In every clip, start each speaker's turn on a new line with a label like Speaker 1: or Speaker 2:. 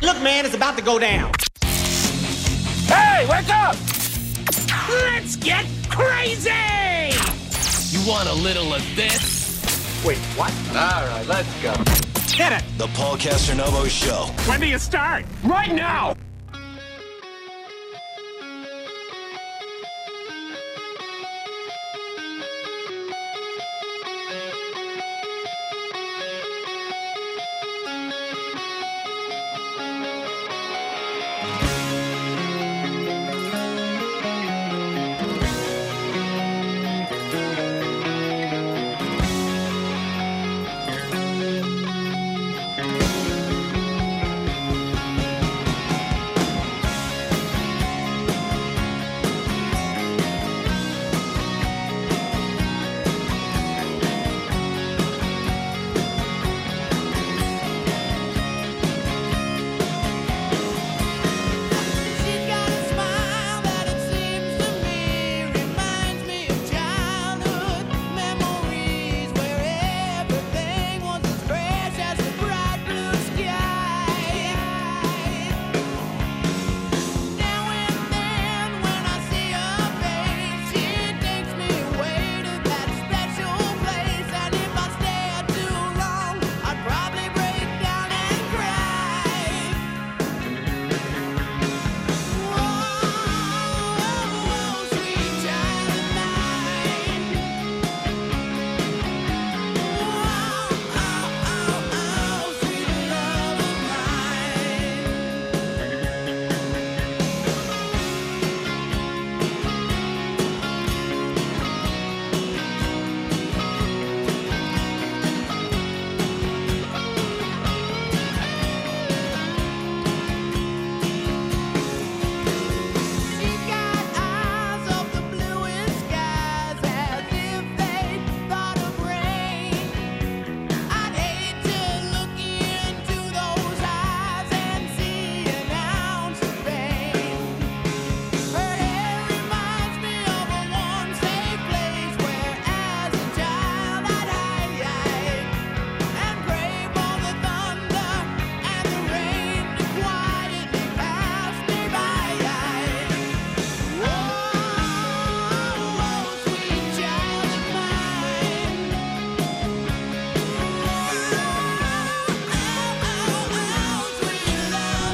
Speaker 1: Look, man, it's about to go down.
Speaker 2: Hey, wake up!
Speaker 1: Let's get crazy!
Speaker 2: You want a little of this?
Speaker 3: Wait, what?
Speaker 2: All right, let's go.
Speaker 1: Hit it!
Speaker 4: The Paul Casternovo Show.
Speaker 1: When do you start?
Speaker 2: Right now!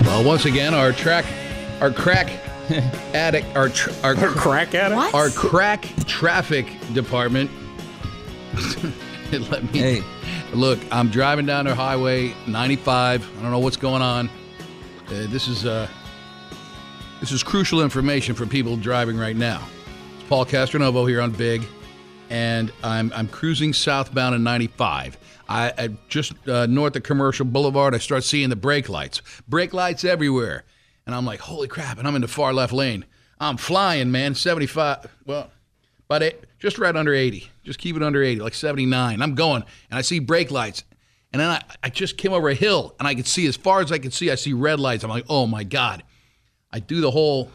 Speaker 5: Well, once again, our track, our crack addict, our tr- our,
Speaker 1: Or
Speaker 5: cr-
Speaker 1: crack at it?
Speaker 6: What?
Speaker 5: our crack traffic department. Let me
Speaker 7: Hey.
Speaker 5: look. I'm driving down the highway 95. I don't know what's going on. Uh, this is uh, this is crucial information for people driving right now. It's Paul Castronovo here on Big, and I'm I'm cruising southbound in 95. I, I just uh, north of Commercial Boulevard. I start seeing the brake lights, brake lights everywhere, and I'm like, holy crap! And I'm in the far left lane. I'm flying, man. 75. Well, but it just right under 80. Just keep it under 80, like 79. I'm going, and I see brake lights. And then I, I just came over a hill, and I could see as far as I could see, I see red lights. I'm like, oh my God. I do the whole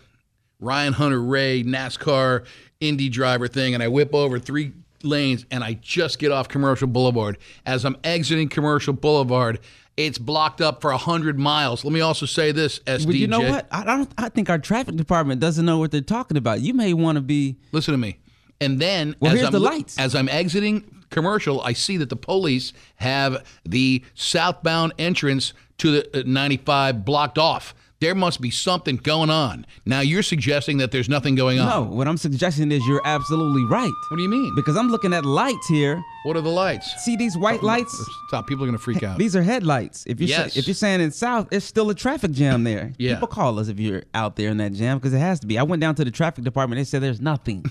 Speaker 5: Ryan Hunter Ray NASCAR Indy driver thing, and I whip over three lanes, and I just get off Commercial Boulevard. As I'm exiting Commercial Boulevard, it's blocked up for 100 miles. Let me also say this, SDJ.
Speaker 7: But you know what? I don't. I think our traffic department doesn't know what they're talking about. You may want to be.
Speaker 5: Listen to me. And then
Speaker 7: Well,
Speaker 5: as,
Speaker 7: here's
Speaker 5: I'm,
Speaker 7: the lights.
Speaker 5: as I'm exiting commercial, I see that the police have the southbound entrance to the uh, 95 blocked off. There must be something going on. Now you're suggesting that there's nothing going on.
Speaker 7: No, what I'm suggesting is you're absolutely right
Speaker 5: What do you mean?
Speaker 7: because I'm looking at lights here.
Speaker 5: What are the lights?
Speaker 7: See these white lights?
Speaker 5: Stop. People are going to freak out.
Speaker 7: These are headlights. If you're sa-
Speaker 5: Oh. Yes.
Speaker 7: if you're saying in South, it's still a traffic jam there.
Speaker 5: Yeah.
Speaker 7: People call us if you're out there in that jam because it has to be. I went down to the traffic department. They said there's nothing.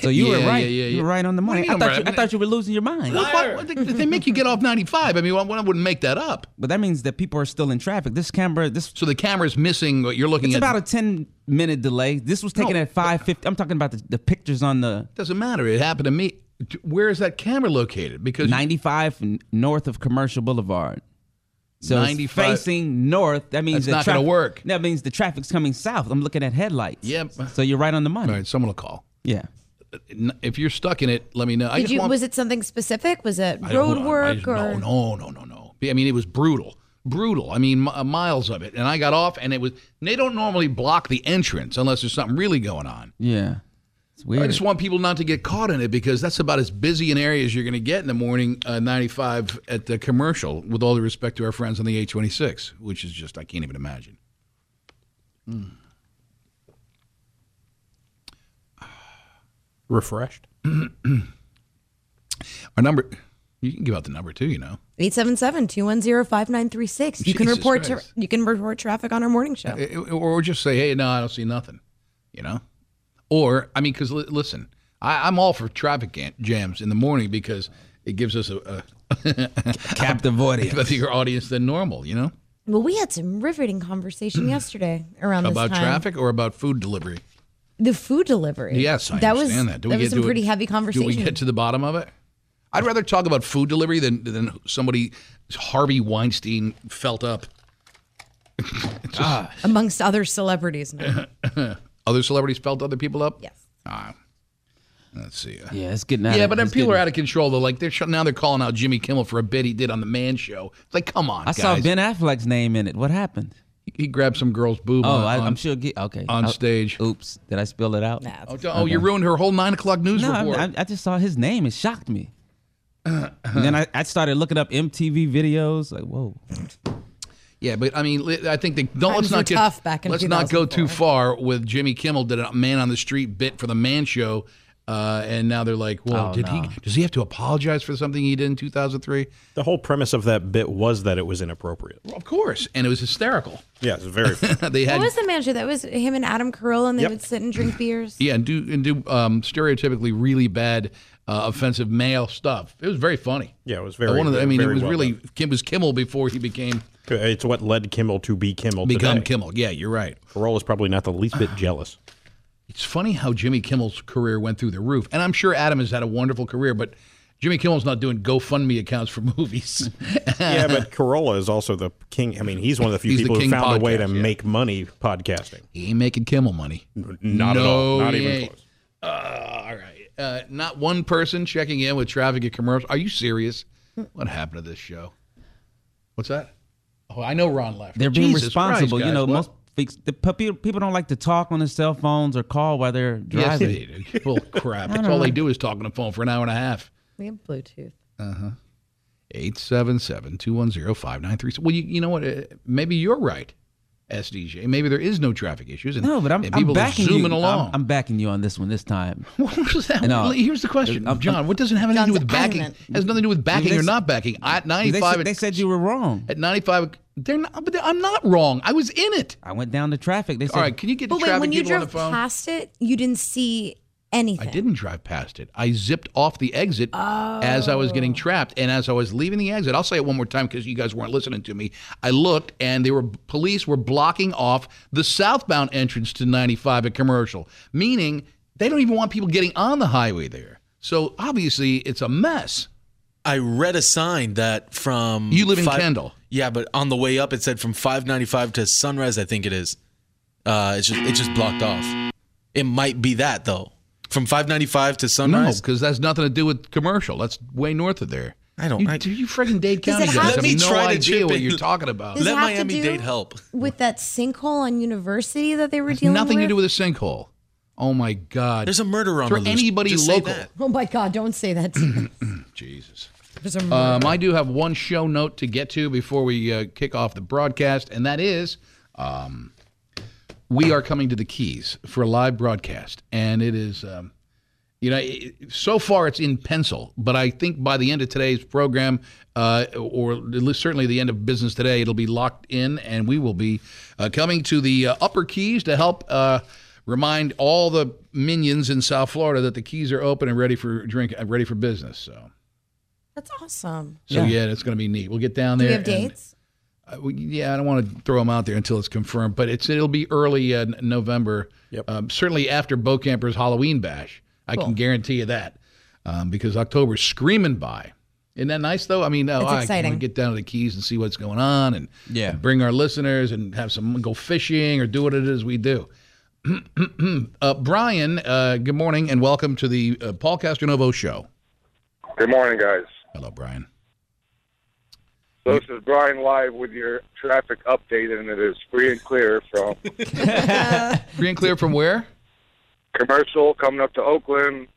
Speaker 7: So you
Speaker 5: Yeah,
Speaker 7: were right.
Speaker 5: yeah, yeah,
Speaker 7: You were
Speaker 5: yeah.
Speaker 7: right on the
Speaker 5: What do
Speaker 7: money.
Speaker 5: you
Speaker 7: I
Speaker 5: mean
Speaker 7: thought,
Speaker 5: I'm
Speaker 7: you, I
Speaker 5: right?
Speaker 7: thought you were losing your mind.
Speaker 5: Look, why- why- they, they make you get off 95. I mean, why- why- I wouldn't make that up.
Speaker 7: But that means that people are still in traffic. This camera, this
Speaker 5: So the camera's missing what you're looking
Speaker 7: it's
Speaker 5: at.
Speaker 7: about a ten minute delay. This was taken
Speaker 5: No,
Speaker 7: at five fifty. I'm talking about the, the pictures on the
Speaker 5: doesn't matter. It happened to me. D- Where is that camera located? Because
Speaker 7: 95 n- north of Commercial Boulevard. So it's
Speaker 5: 95
Speaker 7: facing north. That means
Speaker 5: That's
Speaker 7: the
Speaker 5: not gonna
Speaker 7: traffic-
Speaker 5: work.
Speaker 7: That means the traffic's coming south. I'm looking at headlights.
Speaker 5: Yep.
Speaker 7: So you're right on the money.
Speaker 5: all right, someone will call.
Speaker 7: Yeah.
Speaker 5: N- If you're stuck in it, let me know. I
Speaker 8: Did
Speaker 5: just
Speaker 8: you?
Speaker 5: want-
Speaker 8: was it something specific? Was it
Speaker 5: I don't-
Speaker 8: road
Speaker 5: I- I
Speaker 8: work
Speaker 5: just-
Speaker 8: or?
Speaker 5: Oh, no, no, no, no, no. I mean, it was brutal, brutal. I mean, mi- uh, miles of it. And I got off, and it was. and They don't normally block the entrance unless there's something really going on.
Speaker 7: Yeah. It's weird.
Speaker 5: I just want people not to get caught in it because that's about as busy an area as you're going to get in the morning uh, 95 at the commercial. With all due respect to our friends on the A26, which is just I can't even imagine.
Speaker 9: Refreshed.
Speaker 5: Our number, you can give out the number too. You know.
Speaker 8: 877-210-5936. You can
Speaker 5: Jesus
Speaker 8: report tra-
Speaker 5: Christ.
Speaker 8: you can report traffic on our morning show.
Speaker 5: Uh, or just say, hey, no, I don't see nothing, you know? Or, I mean, because li- listen, I, I'm all for traffic ga- jams in the morning because it gives us a, a
Speaker 7: captive audience.
Speaker 5: a bigger audience than normal, you know?
Speaker 8: Well, we had some riveting conversation yesterday around
Speaker 5: Hmm. about
Speaker 8: this time.
Speaker 5: traffic or about food delivery?
Speaker 8: The food delivery.
Speaker 5: Yes, I
Speaker 8: that
Speaker 5: understand
Speaker 8: was,
Speaker 5: that. Do we
Speaker 8: that
Speaker 5: get
Speaker 8: was some
Speaker 5: to it-
Speaker 8: pretty heavy
Speaker 5: Do
Speaker 8: conversation.
Speaker 5: we get to the bottom of it? I'd rather talk about food delivery than, than somebody Harvey Weinstein felt up. It's just-
Speaker 7: Ah.
Speaker 8: amongst other celebrities now.
Speaker 5: other celebrities felt other people up?
Speaker 8: yes.
Speaker 5: Ah, let's see.
Speaker 7: yeah, it's getting out
Speaker 5: yeah,
Speaker 7: of-
Speaker 5: but then
Speaker 7: it's
Speaker 5: people
Speaker 7: getting-
Speaker 5: are out of control. Though, like they're sh- now they're calling out Jimmy Kimmel for a bit he did on the Man Show. It's like, come on,
Speaker 7: I
Speaker 5: guys.
Speaker 7: saw Ben Affleck's name in it. What happened?
Speaker 5: He grabbed some girl's boob.
Speaker 7: Oh,
Speaker 5: on,
Speaker 7: I,
Speaker 5: on-
Speaker 7: I'm sure. Get, okay.
Speaker 5: on
Speaker 7: I-
Speaker 5: stage.
Speaker 7: Oops. Did I spill it out?
Speaker 8: Nah.
Speaker 5: Oh, d- oh, you ruined her whole nine o'clock news
Speaker 7: No,
Speaker 5: report.
Speaker 7: I, I, I just saw his name. It shocked me. and then I, I started looking up MTV videos. Like, whoa.
Speaker 5: yeah, but I mean, li- I think they don't.
Speaker 8: Times
Speaker 5: Let's
Speaker 8: were
Speaker 5: not get
Speaker 8: tough back in
Speaker 5: Let's not go too
Speaker 8: 2004.
Speaker 5: far with Jimmy Kimmel did a man on the street bit for the Man Show, uh, and now they're like,
Speaker 9: Oh,
Speaker 7: Oh,
Speaker 5: well, did he? Does he have to apologize for something he did in two thousand three?
Speaker 9: The whole premise of that bit was that it was inappropriate.
Speaker 5: Of course, and it was hysterical.
Speaker 9: Yeah, it's very. funny.
Speaker 5: they had
Speaker 8: What was the manager? That was him and Adam Carolla, and they
Speaker 9: Yep.
Speaker 8: would sit and drink beers.
Speaker 5: Yeah, and do and do um, stereotypically really bad, uh, offensive male stuff. It was very funny.
Speaker 9: Yeah, it was very,
Speaker 5: One of the, I mean, it
Speaker 9: very
Speaker 5: was
Speaker 9: well
Speaker 5: really
Speaker 9: done.
Speaker 5: Kim was Kimmel before he became
Speaker 9: it's what led Kimmel to be Kimmel.
Speaker 5: become
Speaker 9: today.
Speaker 5: Kimmel. Yeah, you're right.
Speaker 9: Carolla's probably not the least bit jealous.
Speaker 5: It's funny how Jimmy Kimmel's career went through the roof, and I'm sure Adam has had a wonderful career, but Jimmy Kimmel's not doing GoFundMe accounts for movies.
Speaker 9: yeah, but Corolla is also the king. I mean, he's one of the few
Speaker 5: He's the
Speaker 9: people who
Speaker 5: king
Speaker 9: found a way to
Speaker 5: podcast, yeah.
Speaker 9: make money podcasting.
Speaker 5: he ain't making Kimmel money.
Speaker 9: Not at all.
Speaker 5: No,
Speaker 9: Not
Speaker 5: he
Speaker 9: even
Speaker 5: ain't.
Speaker 9: close.
Speaker 5: Uh, all right, uh, not one person checking in with traffic at commercial. Are you serious? What happened to this show? What's that? Oh, I know Ron left.
Speaker 7: They're being
Speaker 5: Jesus Christ,
Speaker 7: responsible. you
Speaker 5: guys,
Speaker 7: know,
Speaker 5: what?
Speaker 7: most fix, the pu- pe- people don't like to talk on their cell phones or call while they're
Speaker 5: Yes,
Speaker 7: driving.
Speaker 5: they do. Bull crap. That's all they do is talk on the phone for an hour and a half.
Speaker 8: We have Bluetooth.
Speaker 5: Uh-huh. 877-210-5936. Well, you, you know what? Uh, Maybe you're right, SDJ. Maybe there is no traffic issues. And,
Speaker 7: No, but I'm,
Speaker 5: and
Speaker 7: I'm
Speaker 5: people are
Speaker 7: backing
Speaker 5: zooming
Speaker 7: you.
Speaker 5: along.
Speaker 7: I'm, I'm backing you on this one this time.
Speaker 5: what was that?
Speaker 7: No.
Speaker 5: Here's the question,
Speaker 7: I'm-
Speaker 5: John. What doesn't have anything to do
Speaker 8: John's
Speaker 5: with backing?
Speaker 8: adamant.
Speaker 5: Has nothing to do with backing
Speaker 7: They
Speaker 5: or
Speaker 7: s-
Speaker 5: not backing. I, at
Speaker 7: They
Speaker 5: 95
Speaker 7: said, they said you were wrong.
Speaker 5: at 95 they're not. But they- I'm not wrong. I was in it.
Speaker 7: I went down to traffic. They said,
Speaker 5: All right, can you get
Speaker 8: But
Speaker 5: the
Speaker 8: wait,
Speaker 5: traffic
Speaker 8: when you
Speaker 5: people on the
Speaker 8: drove
Speaker 5: phone?
Speaker 8: past it, you didn't see anything.
Speaker 5: I didn't drive past it. I zipped off the exit as I was
Speaker 8: Oh.
Speaker 5: getting trapped. And as I was leaving the exit, I'll say it one more time because you guys weren't listening to me. I looked and they were police were blocking off the southbound entrance to 95 at commercial, meaning they don't even want people getting on the highway there. So obviously it's a mess.
Speaker 10: I read a sign that from
Speaker 5: You live in Kendall.
Speaker 10: Yeah, but on the way up it said from 595 to Sunrise. I think it is. Uh, it's just it's just blocked off. It might be that though. From 595 to
Speaker 5: No,
Speaker 10: Sunrise.
Speaker 5: because that's nothing to do with commercial. That's way north of there.
Speaker 10: I don't-
Speaker 5: You,
Speaker 10: I-
Speaker 5: do you friggin' Dade
Speaker 8: Does
Speaker 5: County
Speaker 8: it
Speaker 5: guys
Speaker 8: have- Let
Speaker 5: have no
Speaker 8: me
Speaker 10: try to
Speaker 5: idea
Speaker 10: chip
Speaker 5: what
Speaker 10: in.
Speaker 5: you're talking about.
Speaker 8: Does it
Speaker 10: Let
Speaker 8: have to
Speaker 10: Miami
Speaker 8: do
Speaker 10: Dade help.
Speaker 8: With that sinkhole on University that they were
Speaker 5: It's
Speaker 8: dealing
Speaker 5: nothing
Speaker 8: with.
Speaker 5: to do with a sinkhole. Oh my God!
Speaker 10: There's a murder on
Speaker 5: for
Speaker 10: the loose.
Speaker 5: anybody
Speaker 10: Just say
Speaker 5: local.
Speaker 10: that.
Speaker 8: Oh my God! Don't say that. to me.
Speaker 5: Jesus.
Speaker 8: There's a
Speaker 5: Um, I do have one show note to get to before we uh, kick off the broadcast, and that is um, we are coming to the Keys for a live broadcast, and it is. Um, you know, it- so far it's in pencil, but I think by the end of today's program, uh, or at least certainly the end of business today, it'll be locked in, and we will be uh, coming to the uh, Upper Keys to help uh, Remind all the minions in South Florida that the keys are open and ready for drink, uh, ready for business. So,
Speaker 8: That's awesome.
Speaker 5: so yeah, that's going to be neat. We'll get down
Speaker 8: Do
Speaker 5: there.
Speaker 8: we have
Speaker 5: and-
Speaker 8: dates?
Speaker 5: Uh, well, yeah, I don't want to throw them out there until it's confirmed, but it's it'll be early uh, N- November. Um, certainly after Bo Camper's Halloween bash, I can
Speaker 8: Cool.
Speaker 5: guarantee you that, um, because October's screaming by. Isn't that nice though? I mean, oh,
Speaker 8: It's
Speaker 5: all right, can we
Speaker 8: exciting.
Speaker 5: get down to the keys and see what's going on, and
Speaker 7: Yeah.
Speaker 5: and bring our listeners and have some go fishing or do what it is we do. uh, Brian, uh, good morning and welcome to the uh, Paul Castronovo show.
Speaker 11: Good morning, guys.
Speaker 5: Hello, Brian.
Speaker 11: So this is Brian live with your traffic update, and it is free and clear from
Speaker 5: Free and clear from where?
Speaker 11: commercial coming up to Oakland.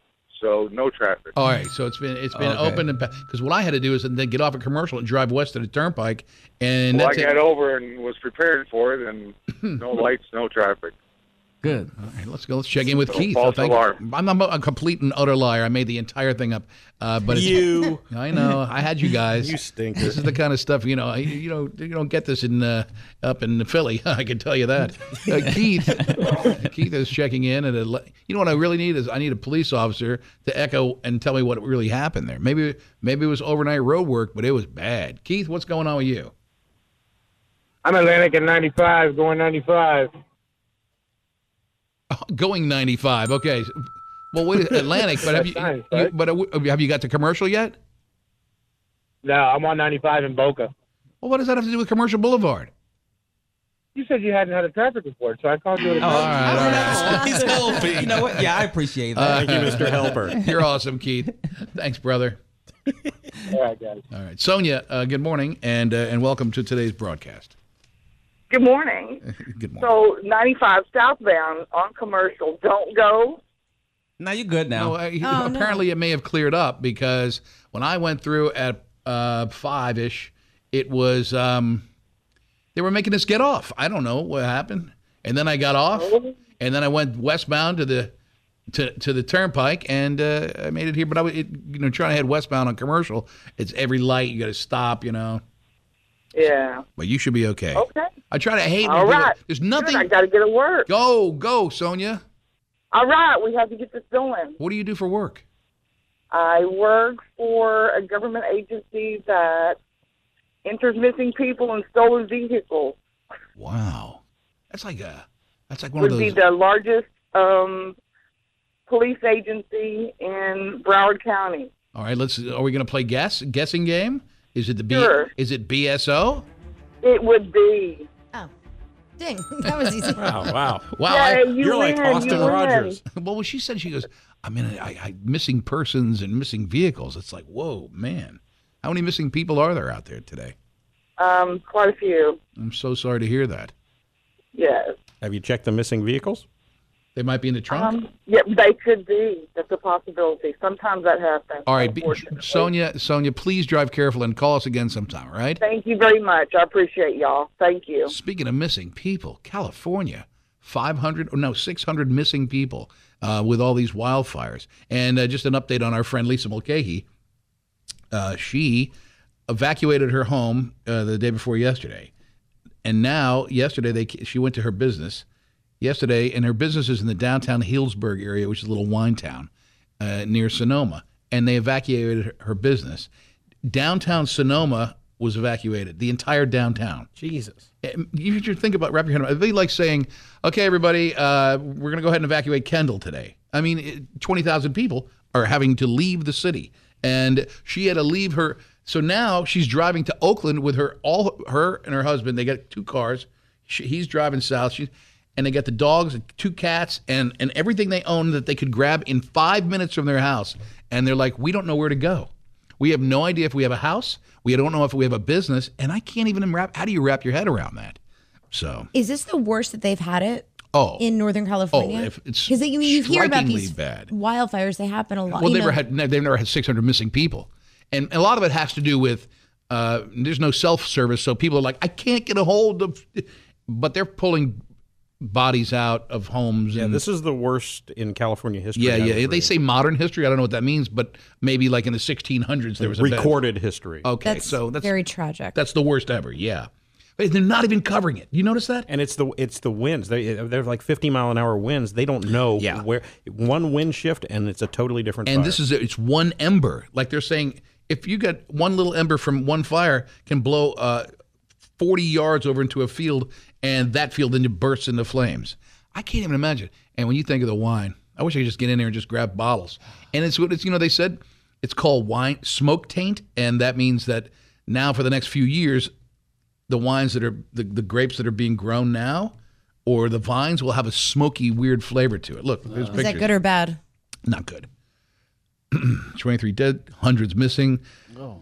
Speaker 11: So no traffic.
Speaker 5: All right, so it's been it's been
Speaker 11: Okay.
Speaker 5: open and because what I had to do is then get off a commercial and drive west to the turnpike, and
Speaker 11: well, I
Speaker 5: that's
Speaker 11: got
Speaker 5: it.
Speaker 11: over and was prepared for it, and no lights, no traffic.
Speaker 5: Good. All right, let's go. Let's check in with
Speaker 11: So
Speaker 5: Keith.
Speaker 11: false
Speaker 5: thank-
Speaker 11: alarm.
Speaker 5: I'm, I'm a complete and utter liar. I made the entire thing up, uh, but it's,
Speaker 9: You.
Speaker 5: I know. I had you guys. You
Speaker 9: stink.
Speaker 5: This is the kind of stuff you know. You you know you don't get this in uh, up in Philly. I can tell you that. Uh, Keith. Keith is checking in, and it, you know what I really need is I need a police officer to echo and tell me what really happened there. Maybe maybe it was overnight road work, but it was bad. Keith, what's going on with you?
Speaker 12: I'm Atlantic at 95, going 95.
Speaker 5: Going 95. Okay. Well, wait, Atlantic, but have you,
Speaker 12: That's nice,
Speaker 5: you-
Speaker 12: right?
Speaker 5: but have you got the commercial yet?
Speaker 12: No, Uh, I'm on 95 in Boca.
Speaker 5: Well, what does that have to do with Commercial Boulevard?
Speaker 12: You said you hadn't had a traffic report, so I called you. at a
Speaker 5: Oh, all right, all
Speaker 12: time.
Speaker 5: right. He's helping.
Speaker 7: You know what? Yeah, I appreciate that.
Speaker 5: You're awesome, Keith. Thanks, brother.
Speaker 12: All right, guys.
Speaker 5: All right, Sonia. Uh, good morning, and uh, and welcome to today's broadcast.
Speaker 13: Good morning.
Speaker 5: Good morning.
Speaker 13: So 95 southbound on commercial, don't go.
Speaker 5: Now you're good now.
Speaker 13: Oh, no.
Speaker 5: apparently, it may have cleared up because when I went through at uh, five ish, it was um, they were making us get off. I don't know what happened, and then I got off, and then I went westbound to the to, to the turnpike, and uh, I made it here. But I was it, you know trying to head westbound on commercial. It's every light you got to stop. You know,
Speaker 13: Yeah.
Speaker 5: but you should be okay.
Speaker 13: Okay.
Speaker 5: I try to hate.
Speaker 13: Oh. All
Speaker 5: when people-
Speaker 13: right.
Speaker 5: There's nothing.
Speaker 13: I got to get to work.
Speaker 5: Go, go, Sonia.
Speaker 13: All right. We have to get this going.
Speaker 5: What do you do for work?
Speaker 13: I work for a government agency that enters missing people and stolen vehicles.
Speaker 5: Wow, that's like a that's like one
Speaker 13: would
Speaker 5: of
Speaker 13: be
Speaker 5: those.
Speaker 13: the largest um, police agency in Broward County.
Speaker 5: All right, let's. Are we going to play guess guessing game? Is it the B? Is it BSO?
Speaker 13: It would be.
Speaker 8: Oh, dang, that was easy.
Speaker 5: wow,
Speaker 8: Yay, you You're like win, Austin you win. Rogers.
Speaker 5: well, when she said she goes, I mean, I, I missing persons and missing vehicles. It's like, whoa, man, how many missing people are there out there today?
Speaker 13: Um, quite a few.
Speaker 5: I'm so sorry to hear that.
Speaker 13: Yes.
Speaker 9: Have you checked the missing vehicles?
Speaker 5: They might be in the trunk.
Speaker 13: Um, yeah, they could be. That's a possibility. Sometimes that happens.
Speaker 5: all right, be, Sonia, Sonia, please drive careful and call us again sometime. All right.
Speaker 13: Thank you very much. I appreciate y'all. Thank you.
Speaker 5: Speaking of missing people, California, 500, or no, 600 missing people uh, with all these wildfires. And uh, just an update on our friend Lisa Mulcahy. Uh, she evacuated her home uh, the day before yesterday. And now, yesterday, they she went to her business. Yesterday, and her business is in the downtown Healdsburg area, which is a little wine town uh, near Sonoma. And they evacuated her, her business. Downtown Sonoma was evacuated, the entire downtown. Eh,
Speaker 9: Jesus.
Speaker 5: You should think about wrap your head around. It'd be like saying, "Okay, everybody, uh, we're going to go ahead and evacuate Kendall today." I mean, it- twenty thousand people are having to leave the city, and she had to leave her. So now she's driving to Oakland with her all her and her husband. They got two cars. She, he's driving south. She's and they got the dogs, and two cats, and and everything they own that they could grab in five minutes from their house. And they're like, "We don't know where to go." We have no idea if we have a house. We don't know if we have a business, and I can't even wrap. How do you wrap your head around that? So,
Speaker 8: Is this the worst that they've had it?
Speaker 5: Oh.
Speaker 8: in Northern California.
Speaker 5: if it's
Speaker 8: because you, you hear about
Speaker 5: strikingly
Speaker 8: these
Speaker 5: bad.
Speaker 8: wildfires, they happen a lot.
Speaker 5: well,
Speaker 8: you
Speaker 5: they've never
Speaker 8: know.
Speaker 5: had they've never had 600 missing people, and a lot of it has to do with uh, there's no self service, so people are like, I can't get a hold of, but they're pulling bodies out of homes.
Speaker 9: Yeah,
Speaker 5: and
Speaker 9: this is the worst in California history.
Speaker 5: yeah,
Speaker 9: I've
Speaker 5: yeah.
Speaker 9: ever
Speaker 5: They say modern history. I don't know what that means, but maybe like in the 1600s there was a bad- Oh,
Speaker 9: Recorded history.
Speaker 5: Okay, so that's
Speaker 8: very tragic.
Speaker 5: That's the worst ever. Yeah. But they're not even covering it. You notice that?
Speaker 9: And it's the it's the winds. They they're like 50 mile an hour winds. They don't know where one wind shift and it's a totally different.
Speaker 5: And this is it. it's one ember. Like they're saying, if you got one little ember from one fire, can blow uh, forty yards over into a field, and that field then bursts into flames. I can't even imagine. And when you think of the wine, I wish I could just get in there and just grab bottles. And it's what it's you know they said it's called wine smoke taint, and that means that now for the next few years, the wines that are the, the grapes that are being grown now. Or the vines will have a smoky, weird flavor to it. Look,
Speaker 8: Is
Speaker 5: there's pictures.
Speaker 8: that good or bad?
Speaker 5: Not good. 23 dead, hundreds missing.
Speaker 8: Oh.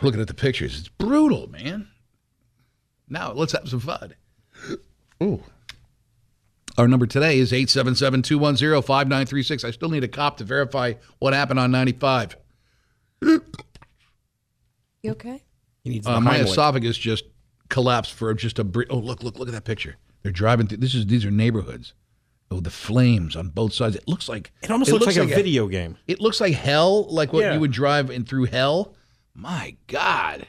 Speaker 5: Looking at the pictures, it's brutal, man. Now let's have some fun. Ooh. Our number today is 877 210 5936. I still need a cop to verify what happened on 95.
Speaker 8: You okay?
Speaker 5: Uh, my esophagus just collapsed for just a brief. Oh, look, look, look at that picture. They're driving through. This is these are neighborhoods. Oh, the flames on both sides. It looks like
Speaker 9: It almost looks like a video game.
Speaker 5: It looks like hell, like what
Speaker 9: Yeah.
Speaker 5: you would drive in through hell. My God.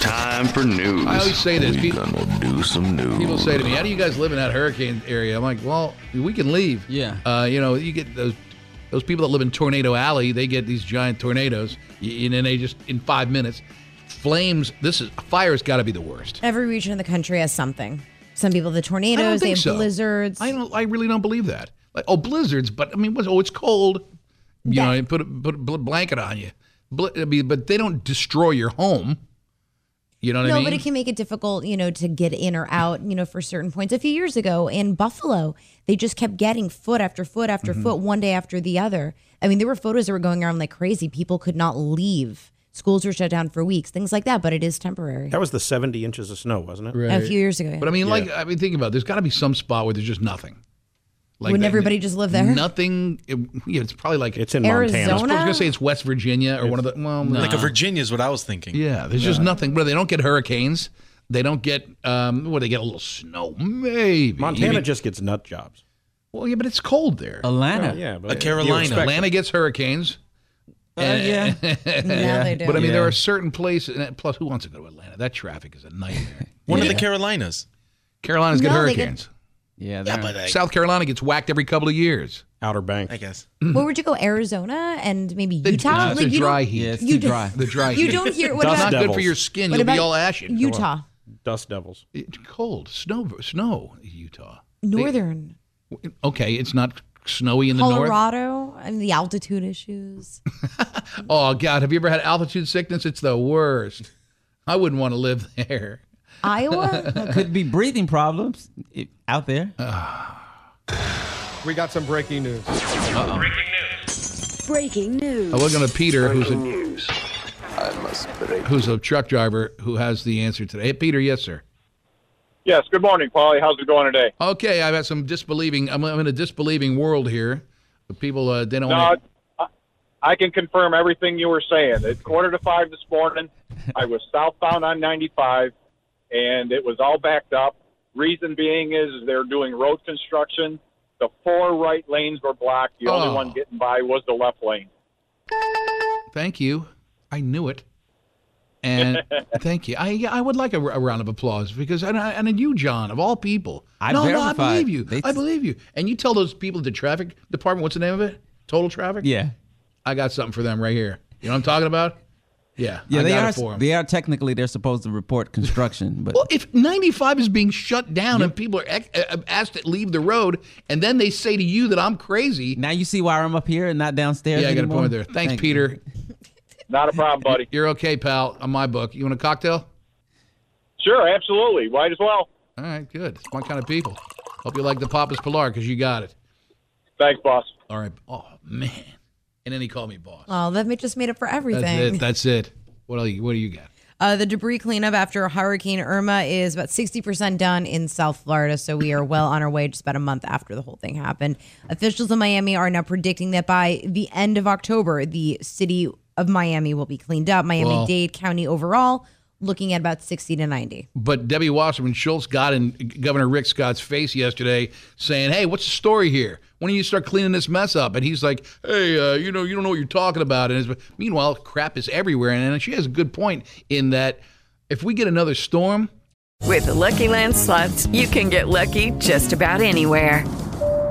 Speaker 14: Time for news.
Speaker 5: I always say this.
Speaker 14: We're
Speaker 5: People,
Speaker 14: gonna do some news.
Speaker 5: people say to me, "How do you guys live in that hurricane area?" I'm like, "Well, we can leave." Yeah. Uh, you know, you get those those people that live in Tornado Alley. They get these giant tornadoes, y- and then they just in five minutes, flames. This is fire's got to be the worst.
Speaker 8: Every region of the country has something. Some people the tornadoes,
Speaker 5: I
Speaker 8: they
Speaker 5: don't think
Speaker 8: have
Speaker 5: so.
Speaker 8: blizzards.
Speaker 5: I don't. I really don't believe that. Like, oh, blizzards, but I mean, what's, oh, it's cold. You know, and put a, put a bl- blanket on you. Bl- I mean, but they don't destroy your home. You know what
Speaker 8: no,
Speaker 5: I mean?
Speaker 8: but it can make it difficult, you know, to get in or out, you know, for certain points. A few years ago in Buffalo, they just kept getting foot after foot after
Speaker 5: Mhm.
Speaker 8: foot, one day after the other. I mean, there were photos that were going around like crazy. People could not leave. Schools were shut down for weeks, things like that. But it is temporary.
Speaker 9: That was the 70 inches of snow, wasn't it?
Speaker 8: A few years ago, yeah.
Speaker 5: But I mean,
Speaker 8: Yeah.
Speaker 5: like, I mean, think about. It. There's got to be some spot where there's just nothing.
Speaker 8: Wouldn't
Speaker 5: that-
Speaker 8: everybody just live there?
Speaker 5: Nothing. it- yeah, it's probably like it's
Speaker 9: in
Speaker 5: I was
Speaker 8: Arizona?
Speaker 5: gonna say it's West Virginia or one of the well,
Speaker 10: Like a
Speaker 5: no.
Speaker 10: Virginia is what I was thinking.
Speaker 5: Yeah, there's just
Speaker 10: Yeah.
Speaker 5: nothing. Well, they don't get hurricanes. They don't get um. Well, they get a little snow, maybe.
Speaker 9: Montana
Speaker 5: Maybe-
Speaker 9: just gets nut jobs.
Speaker 5: Well, yeah, but it's cold there.
Speaker 9: Atlanta. Well, yeah, but you expect
Speaker 5: Atlanta gets hurricanes. Eh.
Speaker 9: Uh, yeah.
Speaker 10: Yeah, they do.
Speaker 5: But I mean, there
Speaker 10: Yeah.
Speaker 5: are certain places. And plus, who wants to go to Atlanta? That traffic is a nightmare.
Speaker 10: One of the Carolinas.
Speaker 5: Carolinas get
Speaker 10: No, they get-
Speaker 5: hurricanes. yeah,
Speaker 10: they're- but they-
Speaker 5: South Carolina gets whacked every couple of years.
Speaker 9: Outer Banks,
Speaker 10: I guess.
Speaker 8: Where would you go? Arizona and maybe Utah.
Speaker 5: the
Speaker 8: you
Speaker 5: dry
Speaker 8: don't-
Speaker 5: heat.
Speaker 8: you don't-
Speaker 5: The dry heat.
Speaker 8: You don't hear what
Speaker 5: It's
Speaker 8: about
Speaker 5: not good for your skin.
Speaker 8: what
Speaker 5: You'll be
Speaker 8: about
Speaker 5: all ashy.
Speaker 8: Utah,
Speaker 9: dust devils.
Speaker 5: It's cold. Snow. Snow. Utah.
Speaker 8: northern
Speaker 5: Okay, it's not snowy in the north.
Speaker 8: Colorado, and the altitude issues.
Speaker 5: Oh God, have you ever had altitude sickness? It's the worst. I wouldn't want to live there.
Speaker 8: Iowa?
Speaker 7: Could be breathing problems i- out there.
Speaker 5: Uh,
Speaker 1: We got some breaking news. Breaking news. Breaking news.
Speaker 5: I was going to Peter, who's a who's a truck driver who has the answer today. Hey, Peter, yes, sir.
Speaker 15: Yes. Good morning, Polly. How's it going today?
Speaker 5: Okay, I've had some disbelieving. I'm, I'm in a disbelieving world here. The people uh, they don't
Speaker 15: No,
Speaker 5: want.
Speaker 15: I- I can confirm everything you were saying. At quarter to five this morning, I was southbound on 95, and it was all backed up. Reason being is they're doing road construction. The four right lanes were blocked. The only
Speaker 5: Oh.
Speaker 15: one getting by was the left lane.
Speaker 5: Thank you. I knew it. And thank you. I yeah, I would like a, a round of applause because and, I- and you, John, of all people,
Speaker 7: I
Speaker 5: no, no, I
Speaker 7: verified.
Speaker 5: believe you.
Speaker 7: They-
Speaker 5: I believe you. And you tell those people at the traffic department what's the name of it? Total traffic.
Speaker 7: Yeah.
Speaker 5: I got something for them right here. You know what I'm talking about? Yeah.
Speaker 7: Yeah,
Speaker 5: I
Speaker 7: they
Speaker 5: got
Speaker 7: are.
Speaker 5: It for 'em.
Speaker 7: They are technically they're supposed to report construction, but
Speaker 5: Well, if 95 is being shut down and people are ex- uh, asked to leave the road, and then they say to you that I'm crazy.
Speaker 7: now you see why I'm up here and not downstairs.
Speaker 5: yeah, I got a
Speaker 7: anymore?
Speaker 5: point there.
Speaker 7: Thank
Speaker 5: Thanks,
Speaker 7: you.
Speaker 5: Peter.
Speaker 15: Not a problem, buddy.
Speaker 5: You're okay, pal. On my book. You want a cocktail?
Speaker 15: Sure, absolutely. Might as well.
Speaker 5: All right, good. It's my kind of people. Hope you like the Papa's Pilar because you got it.
Speaker 15: Thanks, boss.
Speaker 5: All right. Oh man. And then he called me boss.
Speaker 8: Oh, that ma- just made up for everything.
Speaker 5: That's it. That's it. What else, What do you got?
Speaker 8: Uh, the debris cleanup after Hurricane Irma is about 60% done in South Florida, so we are well on our way just about a month after the whole thing happened. Officials in Miami are now predicting that by the end of October, the city of Miami will be cleaned up. Miami Dade County overall, looking at about 60 to 90.
Speaker 5: But Debbie Wasserman Schultz got in Governor Rick Scott's face yesterday saying, Hey, what's the story here? When do you start cleaning this mess up? And he's like, Hey, uh, you know, you don't know what you're talking about. And it's, meanwhile, crap is everywhere. And, and she has a good point in that If we get another storm,
Speaker 16: With the Lucky Land slots, you can get lucky just about anywhere.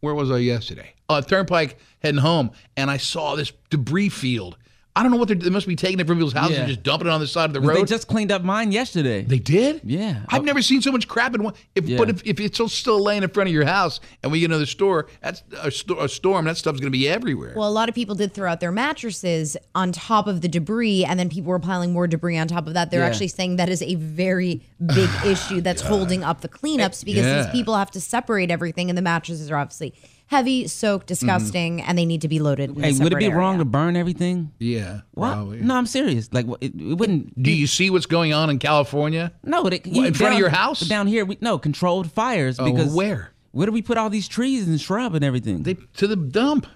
Speaker 5: where was I yesterday? Uh, Turnpike heading home, and I saw this debris field. I don't know what they're. They must be taking it from people's houses and
Speaker 7: Yeah.
Speaker 5: just dumping it on the side of the
Speaker 7: They
Speaker 5: road.
Speaker 7: just cleaned up mine yesterday.
Speaker 5: They did?
Speaker 7: Yeah.
Speaker 5: I've never seen so much crap in one. If,
Speaker 7: Yeah.
Speaker 5: But if, if it's still- still laying in front of your house, and we get another store, that's a, sto- a storm. That stuff's going to be everywhere.
Speaker 8: Well, a lot of people did throw out their mattresses on top of the debris, and then people were piling more debris on top of that. They're
Speaker 5: Yeah.
Speaker 8: actually saying that is a very big issue that's holding up the cleanups because
Speaker 5: Yeah.
Speaker 8: these people have to separate everything, and the mattresses are obviously heavy, soaked, disgusting, and they need to be loaded. In
Speaker 7: Hey,
Speaker 8: a
Speaker 7: would it
Speaker 8: separate
Speaker 7: be
Speaker 8: area.
Speaker 7: wrong to burn everything?
Speaker 5: Yeah.
Speaker 7: What? No, I'm serious. Like, wh- it, it wouldn't.
Speaker 5: Do you see what's going on in California?
Speaker 7: No, but it,
Speaker 5: What, in front of your house?
Speaker 7: Down here, we no controlled fires
Speaker 5: Oh,
Speaker 7: because
Speaker 5: where?
Speaker 7: Where do we put all these trees and shrub and everything? They
Speaker 5: to the dump.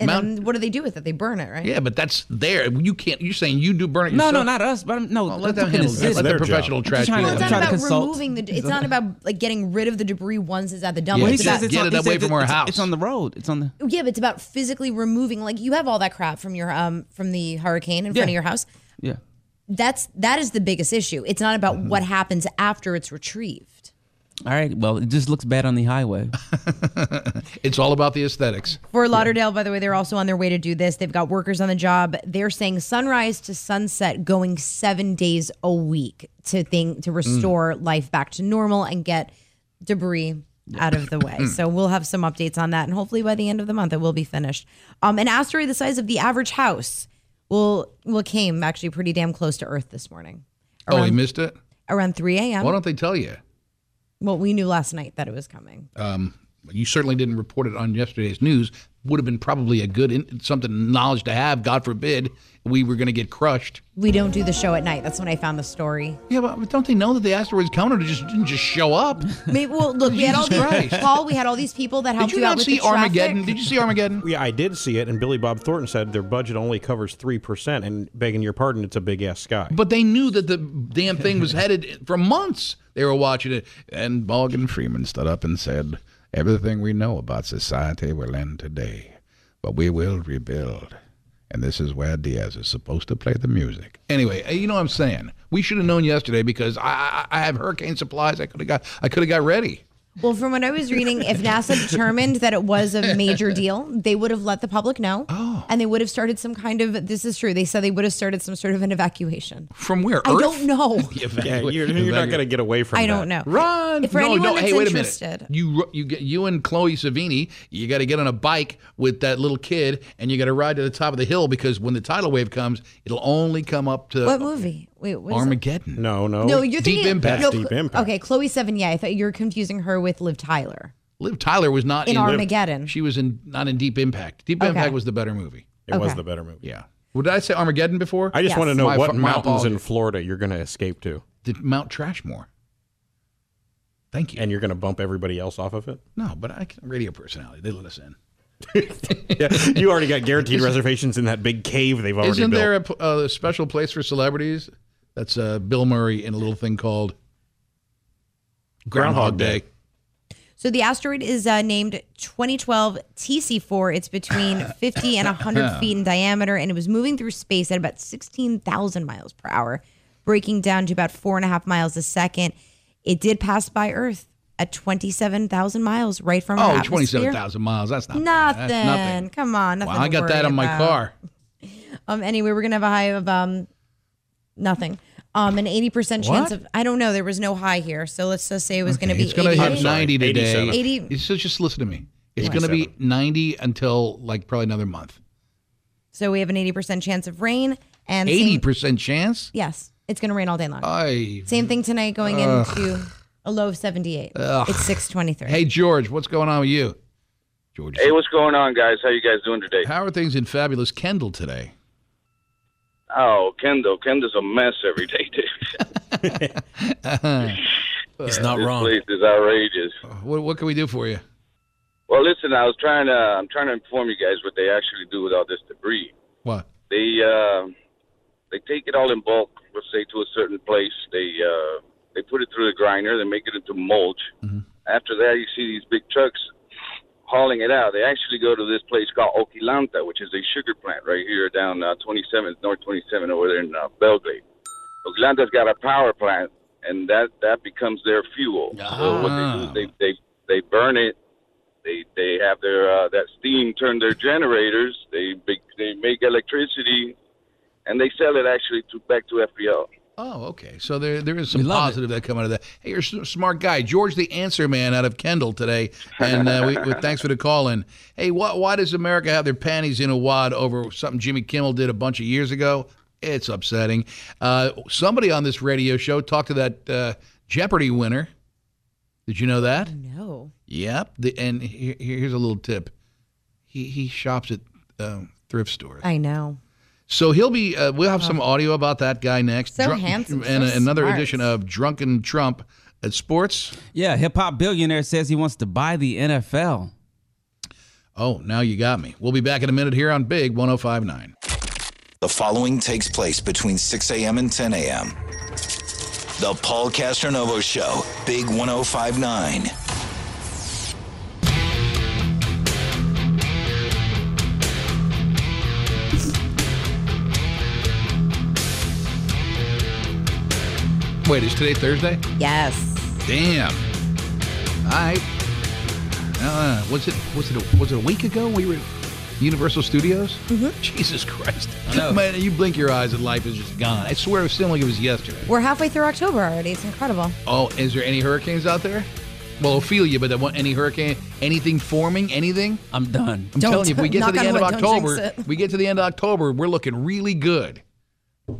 Speaker 8: And then what do they do with it? They burn it, right?
Speaker 5: Yeah, but that's there. You can't. You're saying you do burn it
Speaker 7: No,
Speaker 5: yourself?
Speaker 7: no, not us. But I'm, no,
Speaker 5: Oh, let them handle that.
Speaker 7: It's
Speaker 5: Let
Speaker 7: their
Speaker 5: the professional
Speaker 7: job.
Speaker 5: trash.
Speaker 7: Just trying
Speaker 5: people
Speaker 8: It's
Speaker 7: to-
Speaker 5: handle
Speaker 8: not
Speaker 5: that.
Speaker 8: about
Speaker 7: consult.
Speaker 8: removing the. It's not about like getting rid of the debris once it's at the dump.
Speaker 7: Well, he
Speaker 8: It's
Speaker 7: says
Speaker 8: about-
Speaker 7: it's
Speaker 5: Get
Speaker 7: on,
Speaker 5: it
Speaker 7: he
Speaker 5: away
Speaker 7: says
Speaker 5: from our
Speaker 7: it's,
Speaker 5: house.
Speaker 7: It's on the road. It's on the.
Speaker 8: Oh, Yeah, but it's about physically removing. Like you have all that crap from your um from the hurricane in front of
Speaker 7: Yeah.
Speaker 8: your house.
Speaker 7: Yeah. Mm-hmm.
Speaker 8: That's that is the biggest issue. It's not about what happens after it's retrieved.
Speaker 7: All right. Well, it just looks bad on the highway.
Speaker 5: it's all about the aesthetics.
Speaker 8: For Lauderdale, by the way, they're also on their way to do this. They've got workers on the job. They're saying sunrise to sunset, going seven days a week to thing
Speaker 5: Mm.
Speaker 8: to restore life back to normal and get debris out of the
Speaker 5: Mm.
Speaker 8: way. so we'll have some updates on that, and hopefully by the end of the month it will be finished. Um, an asteroid the size of the average house will will came actually pretty damn close to Earth this morning
Speaker 5: Oh, we missed it.
Speaker 8: around 3 a.m.
Speaker 5: Why don't they tell you?
Speaker 8: well, we knew last night that it was coming.
Speaker 5: Um, you certainly didn't report it on yesterday's news. Would have been probably a good in, something knowledge to have. God forbid we were going to get crushed.
Speaker 8: We don't do the show at night. That's when I found the story.
Speaker 5: Yeah, but don't they know that the asteroid's coming or it just didn't just show up?
Speaker 8: Maybe, well, look, we had all
Speaker 5: Jesus
Speaker 8: these,
Speaker 5: Christ.
Speaker 8: Paul. We had all these people that helped
Speaker 5: you
Speaker 8: out
Speaker 5: not
Speaker 8: with
Speaker 5: see
Speaker 8: the traffic.
Speaker 5: Armageddon? Did you see Armageddon?
Speaker 9: Yeah, I did see it, and Billy Bob Thornton said their budget only covers three percent. And begging your pardon, it's a big ass sky.
Speaker 5: But they knew that the damn thing was headed for months. They were watching it, and Morgan Freeman stood up and said, "Everything we know about society will end today, but we will rebuild." And this is where Diaz is supposed to play the music. Anyway, uh, you know what I'm saying. We should have known yesterday because I, I, I have hurricane supplies. I could have got I could have got ready.
Speaker 8: Well, from what I was reading, if NASA determined that it was a major deal, they would have let the public know,
Speaker 5: Oh.
Speaker 8: and they would have started some kind of. This is true. They said they would have started some sort of an evacuation.
Speaker 5: From where?
Speaker 8: I
Speaker 5: Earth?
Speaker 8: don't know.
Speaker 9: yeah, you're, you're not going to get away from.
Speaker 8: I
Speaker 9: that.
Speaker 8: don't know.
Speaker 5: Run!
Speaker 8: If for
Speaker 5: no,
Speaker 8: anyone
Speaker 5: no.
Speaker 8: that's
Speaker 5: hey, wait a
Speaker 8: interested.
Speaker 5: minute. You ru- you get you and Chloe Savini. You got to get on a bike with that little kid, and you got to ride to the top of the hill because when the tidal wave comes, it'll only come up to
Speaker 8: What movie? Wait, what is it?
Speaker 5: Armageddon.
Speaker 9: No,
Speaker 8: No, you're
Speaker 5: deep
Speaker 8: thinking
Speaker 5: impact.
Speaker 8: no, Okay, Chloe Sevigny. I thought you were confusing her with Liv Tyler.
Speaker 5: Liv Tyler was not
Speaker 8: In
Speaker 5: in,
Speaker 8: Armageddon.
Speaker 5: She was in not in Deep Impact. Deep
Speaker 8: Okay.
Speaker 5: Impact was the better movie.
Speaker 9: It was
Speaker 8: Okay.
Speaker 9: the better movie.
Speaker 5: Yeah. Well, did I say Armageddon before?
Speaker 9: I just want to know
Speaker 5: My
Speaker 9: what
Speaker 5: fa- my
Speaker 9: mountains in
Speaker 5: apologies.
Speaker 9: Florida you're going to escape to.
Speaker 5: Did Mount Trashmore. Thank you.
Speaker 9: And you're going to bump everybody else off of it.
Speaker 5: No, but I can radio personality. They let us in.
Speaker 9: yeah, you already got guaranteed reservations in that big cave they've already
Speaker 5: Isn't
Speaker 9: built.
Speaker 5: there a, p- a special place for celebrities? That's uh, Bill Murray in a little thing called Groundhog Day.
Speaker 8: So the asteroid is uh, named 2012 TC4. It's between 50 and 100 feet in diameter, and it was moving through space at about 16,000 miles per hour, breaking down to about four and a half miles a second. It did pass by Earth at 27,000 miles, right from our
Speaker 5: Oh,
Speaker 8: atmosphere.
Speaker 5: 27,000 miles. That's not
Speaker 8: Nothing.
Speaker 5: bad. That's
Speaker 8: Come on.
Speaker 5: Well,
Speaker 8: Nothing.
Speaker 5: I
Speaker 8: to
Speaker 5: got that
Speaker 8: worry
Speaker 5: on my
Speaker 8: about.
Speaker 5: car.
Speaker 8: Um. Anyway, we're gonna have a high of um, nothing. Um, an 80% chance
Speaker 5: What?
Speaker 8: of, I don't know, there was no high here. So let's just say it was going to be
Speaker 5: it's going to
Speaker 8: 88.
Speaker 5: hit 90 today.
Speaker 8: 80
Speaker 5: It's- So just listen to me. It's going to be 90 until like probably another month.
Speaker 8: So we have an 80% chance of rain and same-
Speaker 5: 80% chance?
Speaker 8: yes, it's going to rain all day long.
Speaker 5: I.
Speaker 8: Same thing tonight going
Speaker 5: Ugh.
Speaker 8: into a low of 78.
Speaker 5: Ugh.
Speaker 8: It's 623.
Speaker 5: Hey, George, what's going on with you?
Speaker 17: Hey, what's going on, guys? How you guys doing today?
Speaker 5: How are things in fabulous Kendall today?
Speaker 17: Oh, Kendall. Kendall's a mess every day, dude.
Speaker 5: He's not
Speaker 17: this
Speaker 5: wrong.
Speaker 17: place is outrageous.
Speaker 5: What, what can we do for you?
Speaker 17: Well, listen, I was trying to I'm trying to inform you guys what they actually do with all this debris.
Speaker 5: What?
Speaker 17: They uh, they take it all in bulk, let's say to a certain place. They uh, they put it through the grinder, they make it into mulch. After that, you see these big trucks hauling it out. They actually go to this place called Okilanta, which is a sugar plant right here down uh, 27th North 27 over there in uh, Belgrade. Okilanta's got a power plant, and that that becomes their fuel. So what they do is they they they burn it. They they have their uh, that steam turn their generators. They make, they make electricity, and they sell it actually to back to FPL.
Speaker 5: Oh, okay. So there, there is some positive that come out of that. Hey, you're a s- smart guy, George, the answer man out of Kendall today, and uh, we, we, thanks for the call in. Hey, why, why does America have their panties in a wad over something Jimmy Kimmel did a bunch of years ago? It's upsetting. Uh, somebody on this radio show talked to that uh, Jeopardy winner. Did you know that?
Speaker 8: No.
Speaker 5: Yep. The, and here, here's a little tip. He he shops at um, thrift stores.
Speaker 8: I know.
Speaker 5: So he'll be. Uh, we'll have some audio about that guy next.
Speaker 8: Oh. So handsome, so
Speaker 5: And another
Speaker 8: smart.
Speaker 5: edition of Drunken Trump at Sports.
Speaker 7: Yeah, hip hop billionaire says he wants to buy the NFL.
Speaker 5: Oh, now you got me. We'll be back in a minute here on Big 1059.
Speaker 4: The following takes place between 6 a.m. and 10 a.m. The Paul Castronovo Show, Big 1059.
Speaker 5: Wait, is today Thursday?
Speaker 8: Yes.
Speaker 5: Damn. All right. Uh, was it was it a, was it a week ago we were at Universal Studios? Mm-hmm. Jesus Christ! Man, you blink your eyes and life is just gone. I swear it seemed like it was yesterday.
Speaker 8: We're halfway through October already. It's incredible.
Speaker 5: Oh, is there any hurricanes out there? Well, Ophelia, but I want any hurricane, anything forming, anything?
Speaker 7: I'm done.
Speaker 5: I'm
Speaker 8: Don't-
Speaker 5: telling you, if we get to
Speaker 8: knock
Speaker 5: the
Speaker 8: on
Speaker 5: end of
Speaker 8: wood, don't
Speaker 5: October,
Speaker 8: jinx
Speaker 5: we get to the end of October, we're looking really good.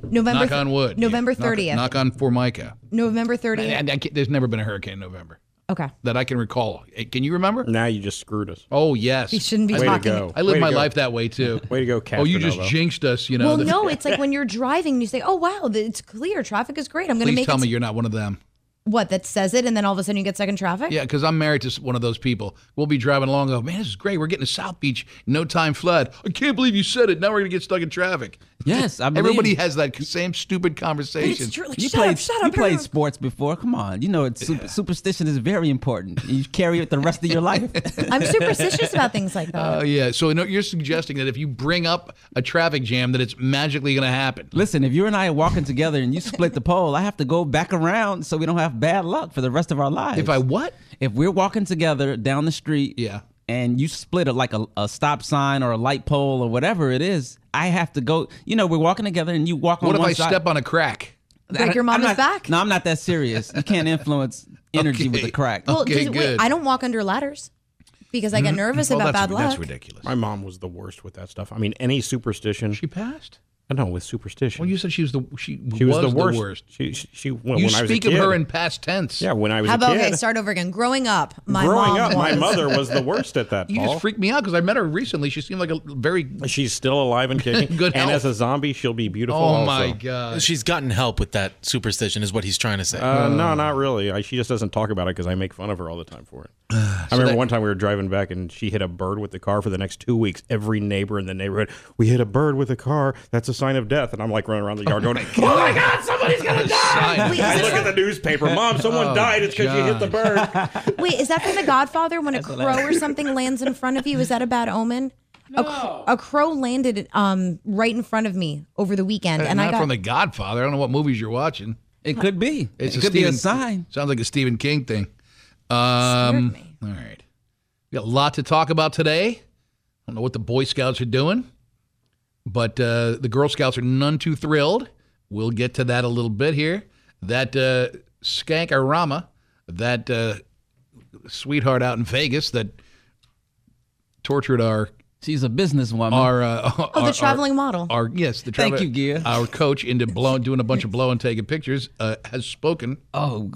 Speaker 8: November
Speaker 5: knock
Speaker 8: th-
Speaker 5: on wood.
Speaker 8: November
Speaker 5: Yeah, knock-
Speaker 8: 30th.
Speaker 5: Knock, on Formica.
Speaker 8: November 30th.
Speaker 5: And I can't- there's never been a hurricane in November
Speaker 8: Okay.
Speaker 5: that I can recall. Eh, Can you remember?
Speaker 9: Now you just screwed us.
Speaker 5: Oh yes,
Speaker 8: He shouldn't be
Speaker 5: I-
Speaker 8: Way to talking. go.
Speaker 5: I live
Speaker 9: Way to
Speaker 5: my
Speaker 9: go.
Speaker 5: life that way too.
Speaker 9: Way to go,
Speaker 5: Oh, you just
Speaker 9: Castronovo.
Speaker 5: jinxed us. You know.
Speaker 8: well,
Speaker 5: the-
Speaker 8: no, it's like when you're driving and you say, oh, wow, th- it's clear. Traffic is great. I'm going to
Speaker 5: Please
Speaker 8: make
Speaker 5: tell
Speaker 8: it.
Speaker 5: me you're not one of them.
Speaker 8: what, that says it, and then all of a sudden you get stuck in traffic?
Speaker 5: Yeah, because I'm married to s- one of those people. We'll be driving along. and Go, man, this is great. We're getting to South Beach, no time flood. I can't believe you said it. Now we're gonna get stuck in traffic.
Speaker 7: Yes, I believe
Speaker 5: everybody
Speaker 7: you.
Speaker 5: has that same stupid conversation.
Speaker 7: you played, you played sports before. Come on, you know it's super, superstition is very important. You carry it the rest of your life.
Speaker 8: I'm superstitious about things like that.
Speaker 5: Oh yeah. So no, you're suggesting that if you bring up a traffic jam, that it's magically going to happen.
Speaker 7: Listen, if you and I are walking together and you split the pole, I have to go back around so we don't have bad luck for the rest of our lives. If I
Speaker 5: what?
Speaker 7: If we're walking together down the street,
Speaker 5: yeah,
Speaker 7: and you split it like a, a stop sign or a light pole or whatever it is, I have to go. You know, we're walking together and you walk
Speaker 5: What
Speaker 7: on
Speaker 5: if
Speaker 7: one
Speaker 5: I
Speaker 7: side.
Speaker 5: step on a crack?
Speaker 8: Break
Speaker 7: I-
Speaker 8: your mama's
Speaker 7: I'm not-
Speaker 8: back?
Speaker 7: No, I'm not that serious. You can't influence energy with a crack.
Speaker 8: Well, just- wait, I don't walk under ladders because I
Speaker 5: Mm-hmm.
Speaker 8: get nervous
Speaker 5: Oh,
Speaker 8: about bad luck.
Speaker 5: ridiculous.
Speaker 9: Hmm? My mom was the worst with that stuff. I mean, any superstition. She
Speaker 5: passed.
Speaker 9: I know with superstition. Well,
Speaker 5: you said she was the she,
Speaker 9: she was,
Speaker 5: was
Speaker 9: the
Speaker 5: the
Speaker 9: worst.
Speaker 5: worst.
Speaker 9: She she, she well,
Speaker 5: you
Speaker 9: when I was a
Speaker 5: speak of
Speaker 9: kid-
Speaker 5: her in past tense.
Speaker 9: Yeah, when I was
Speaker 8: How
Speaker 9: a
Speaker 8: about,
Speaker 9: kid.
Speaker 8: okay, start over again. Growing up, my
Speaker 9: growing
Speaker 8: mom
Speaker 9: up, my
Speaker 8: was-
Speaker 9: mother was the worst at that.
Speaker 5: You
Speaker 9: Paul.
Speaker 5: just freaked me out because I met her recently. She seemed like a very.
Speaker 9: She's still alive and kicking.
Speaker 5: Good
Speaker 9: and
Speaker 5: health.
Speaker 9: as a zombie, she'll be beautiful.
Speaker 5: Oh
Speaker 9: also.
Speaker 5: my god.
Speaker 10: She's gotten help with that superstition, is what he's trying to say.
Speaker 9: Uh,
Speaker 5: Oh.
Speaker 9: no, not really. I, she just doesn't talk about it because I make fun of her all the time for it. I
Speaker 10: So
Speaker 9: remember
Speaker 10: that-
Speaker 9: one time we were driving back and she hit a bird with the car for the next two weeks. Every neighbor in the neighborhood, we hit a bird with a car. That's a sign of death. And I'm like running around the yard going, "Oh my God, somebody's gonna die!"
Speaker 8: Wait, is
Speaker 9: I
Speaker 8: this
Speaker 9: look at the newspaper, Mom, someone
Speaker 5: Oh,
Speaker 9: died. It's because you hit the bird.
Speaker 8: Wait, is that from The Godfather when a
Speaker 9: hilarious.
Speaker 8: crow or something lands in front of you? Is that a bad omen? A, cr- a crow landed um, right in front of me over the weekend,
Speaker 5: Uh,
Speaker 8: and
Speaker 5: not
Speaker 8: I got
Speaker 5: from The Godfather. I don't know what movies you're watching.
Speaker 7: It could be.
Speaker 5: It's
Speaker 7: It could be a
Speaker 5: sign. Sounds like a Stephen King thing. Um, All right, we got a lot to talk about today. I don't know what the Boy Scouts are doing, but uh, the Girl Scouts are none too thrilled We'll get to that a little bit here. That uh, skankorama, that uh, sweetheart out in Vegas that tortured our.
Speaker 7: She's a businesswoman.
Speaker 5: Our, uh,
Speaker 8: Oh, the traveling model.
Speaker 5: Our yes, the
Speaker 8: Thank
Speaker 5: travel-
Speaker 8: you, Gia.
Speaker 5: Our coach into blowing, doing a bunch of blow and taking pictures uh, has spoken.
Speaker 7: Oh,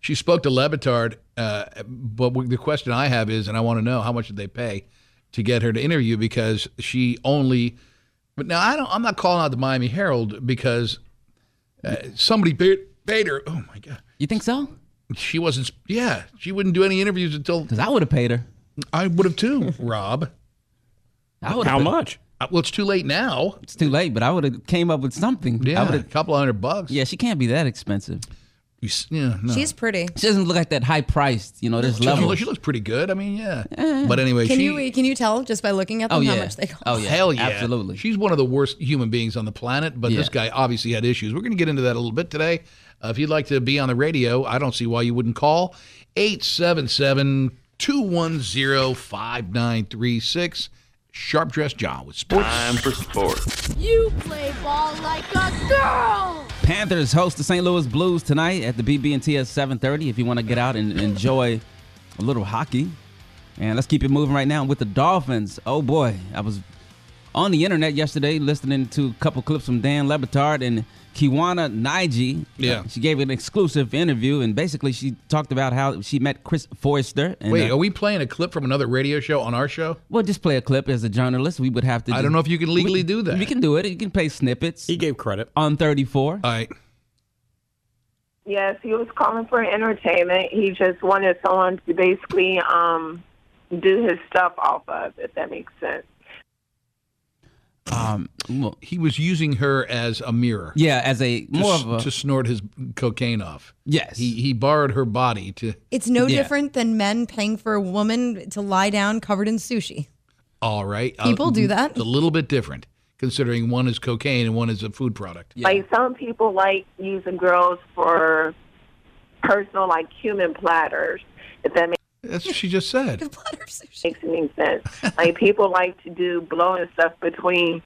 Speaker 5: she spoke to Levitard. Uh, but w- the question I have is, and I want to know how much did they pay to get her to interview because she only. But now I don't. I'm not calling out the Miami Herald because uh, somebody paid, paid her. Oh my god.
Speaker 7: You think so?
Speaker 5: She wasn't. Yeah, she wouldn't do any interviews until. Because
Speaker 7: I would have paid her.
Speaker 5: I would have too, Rob.
Speaker 7: I would've How been- much?
Speaker 5: Uh, Well, it's too late now.
Speaker 7: It's too late, but I would have came up with something.
Speaker 5: Yeah,
Speaker 7: I would've-
Speaker 5: a couple hundred bucks.
Speaker 7: Yeah, she can't be that expensive.
Speaker 5: yeah, no.
Speaker 8: She's pretty.
Speaker 7: She doesn't look like that high priced. You know, this
Speaker 5: She,
Speaker 7: level.
Speaker 5: looks, she looks pretty good. I mean, yeah. But anyway,
Speaker 8: can
Speaker 5: she,
Speaker 8: you can you tell just by looking at
Speaker 7: Oh,
Speaker 8: them how much they cost?
Speaker 5: Hell yeah. Absolutely. She's one of the worst human beings on the planet, but this guy obviously had issues. We're going to get into that a little bit today. Uh, if you'd like to be on the radio, I don't see why you wouldn't call 877 210 5936. Sharp Dress John with sports. Time for sports.
Speaker 18: You play ball like a girl.
Speaker 7: Panthers host the St. Louis Blues tonight at the BB&T at 7:30. If you want to get out and enjoy a little hockey, and let's keep it moving right now with the Dolphins. Oh boy, I was on the internet yesterday listening to a couple clips from Dan Lebatard and Kiwana Nige.
Speaker 5: Yeah.
Speaker 7: she gave an exclusive interview, and basically she talked about how she met Chris Forrester. And,
Speaker 5: Wait,
Speaker 7: uh,
Speaker 5: are we playing a clip from another radio show on our show?
Speaker 7: well, just play a clip as a journalist. We would have to.
Speaker 5: I
Speaker 7: just-
Speaker 5: don't know if you can legally
Speaker 7: We-
Speaker 5: do that.
Speaker 7: We can do it. You can play snippets. He
Speaker 9: gave credit
Speaker 7: on 34.
Speaker 5: All right.
Speaker 13: Yes, he was calling for entertainment. He just wanted someone to basically um, do his stuff off of, if that makes sense.
Speaker 7: Um,
Speaker 5: he was using her as a mirror.
Speaker 7: Yeah, as a
Speaker 5: to,
Speaker 7: more
Speaker 5: s-
Speaker 7: of a-
Speaker 5: to snort his cocaine off.
Speaker 7: Yes,
Speaker 5: he he borrowed her body to.
Speaker 8: It's no
Speaker 5: Yeah.
Speaker 8: different than men paying for a woman to lie down covered in sushi.
Speaker 5: All right,
Speaker 8: People do that.
Speaker 5: It's a little bit different, considering one is cocaine and one is a food product.
Speaker 13: Like some people like using girls for personal, like human platters. If that makes
Speaker 5: That's what she just said.
Speaker 13: makes any sense. like people like to do blowing stuff between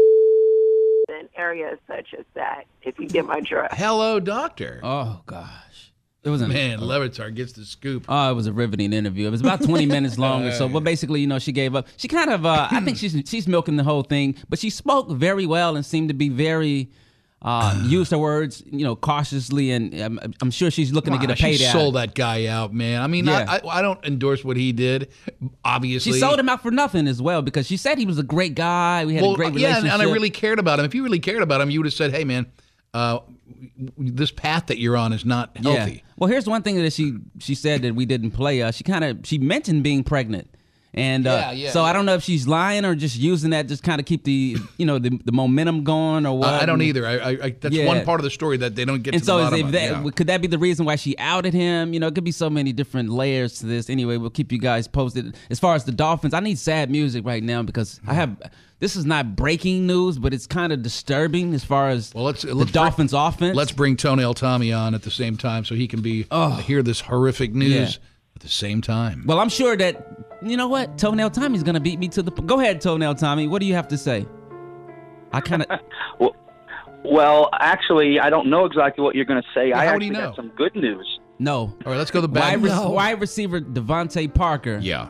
Speaker 13: and areas such as that. If you get my drift.
Speaker 5: Hello, doctor.
Speaker 7: Oh gosh, it was an,
Speaker 5: man. Levitar gets the scoop.
Speaker 7: Oh, it was a riveting interview. It was about 20 minutes long or so. But basically, you know, she gave up. She kind of, uh, I think she's she's milking the whole thing, but she spoke very well and seemed to be very. Uh, used her words, you know, cautiously, and I'm, I'm sure she's looking to get a
Speaker 5: Wow,
Speaker 7: payday.
Speaker 5: She sold that guy out, man. I mean,
Speaker 7: Yeah.
Speaker 5: I, I I don't endorse what he did. Obviously,
Speaker 7: She sold him out for nothing as well because she said he was a great guy. We had
Speaker 5: well,
Speaker 7: a great
Speaker 5: yeah,
Speaker 7: relationship.
Speaker 5: and, and I really cared about him. If you really cared about him, you would have said, "Hey, man, uh, w- w- this path that you're on is not healthy."
Speaker 7: Yeah. Well, here's one thing that she she said that we didn't play. Uh, she kind of she mentioned being pregnant, and uh,
Speaker 5: Yeah, yeah,
Speaker 7: so I don't know if she's lying or just using that just kind of keep the you know the, the momentum going or what.
Speaker 5: I- I don't either. I, I, I that's
Speaker 7: Um, Yeah.
Speaker 5: one part of the story that they don't get
Speaker 7: and
Speaker 5: to
Speaker 7: so
Speaker 5: the
Speaker 7: is
Speaker 5: bottom
Speaker 7: if
Speaker 5: of.
Speaker 7: that
Speaker 5: yeah.
Speaker 7: could that be the reason why she outed him? You know, it could be so many different layers to this. Anyway, we'll keep you guys posted. As far as the Dolphins, I need sad music right now because
Speaker 5: Hmm.
Speaker 7: I have this is not breaking news, but it's kind of disturbing as far as
Speaker 5: well, let's, the
Speaker 7: Dolphins offense. Oh.
Speaker 5: Let's bring Tony Altami on at the same time so he can be hear this horrific news at the same time.
Speaker 7: Well, I'm sure that you know what Toenail Tommy's gonna beat me to the. Go ahead, Toenail Tommy. What do you have to say? I kind of.
Speaker 19: Well, actually, I don't know exactly what you're going to say.
Speaker 7: Well,
Speaker 19: I
Speaker 7: how do
Speaker 19: actually
Speaker 7: you know?
Speaker 19: got some good news.
Speaker 7: No. All
Speaker 5: right, let's go to the
Speaker 19: back.
Speaker 7: Wide, re-
Speaker 19: No.
Speaker 7: wide receiver Devontae Parker.
Speaker 5: Yeah.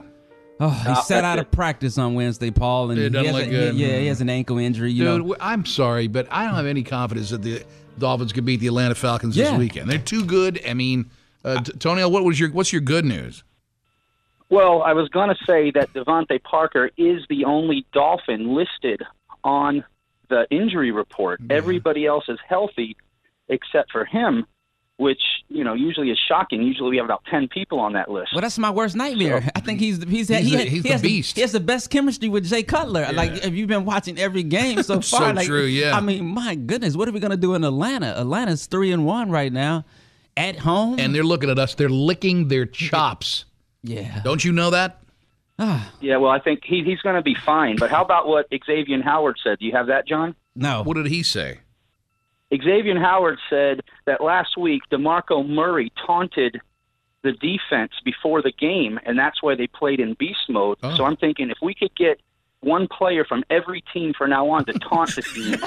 Speaker 7: Oh, he
Speaker 5: Uh,
Speaker 7: sat
Speaker 5: that's
Speaker 7: out of practice on Wednesday, Paul, and
Speaker 5: It doesn't
Speaker 7: he has
Speaker 5: look
Speaker 7: a,
Speaker 5: good. Mm-hmm.
Speaker 7: Yeah, he has an ankle injury. You
Speaker 5: Dude,
Speaker 7: know,
Speaker 5: w- I'm sorry, but I don't have any confidence that the Dolphins could beat the Atlanta Falcons
Speaker 7: Yeah.
Speaker 5: this weekend. They're too good. I mean, uh, t- Tony, what was your what's your good news?
Speaker 19: Well, I was going to say that Devontae Parker is the only Dolphin listed on the injury report.
Speaker 5: Mm-hmm.
Speaker 19: Everybody else is healthy except for him, which, you know, usually is shocking. Usually we have about 10 people on that list.
Speaker 7: well, that's my worst nightmare. I think he's he's
Speaker 19: He's
Speaker 7: he,
Speaker 19: the-
Speaker 7: had-
Speaker 19: he's
Speaker 7: he
Speaker 19: the
Speaker 7: has
Speaker 19: beast.
Speaker 7: he has the best chemistry with Jay Cutler. Like, if you've been watching every game so
Speaker 5: So
Speaker 7: far, like,
Speaker 5: true, yeah.
Speaker 7: I mean, my goodness, what are we gonna do in Atlanta? Atlanta's three and one right now, at home,
Speaker 5: And they're looking at us. They're licking their chops.
Speaker 7: Yeah.
Speaker 5: Don't you know that?
Speaker 19: Yeah, well, I think he, he's going to be fine. But how about what Xavier Howard said? Do you have that, John?
Speaker 7: No.
Speaker 5: What did he say?
Speaker 19: Xavier Howard said that last week DeMarco Murray taunted the defense before the game, and that's why they played in beast mode. So I'm thinking if we could get one player from every team from now on to taunt the team.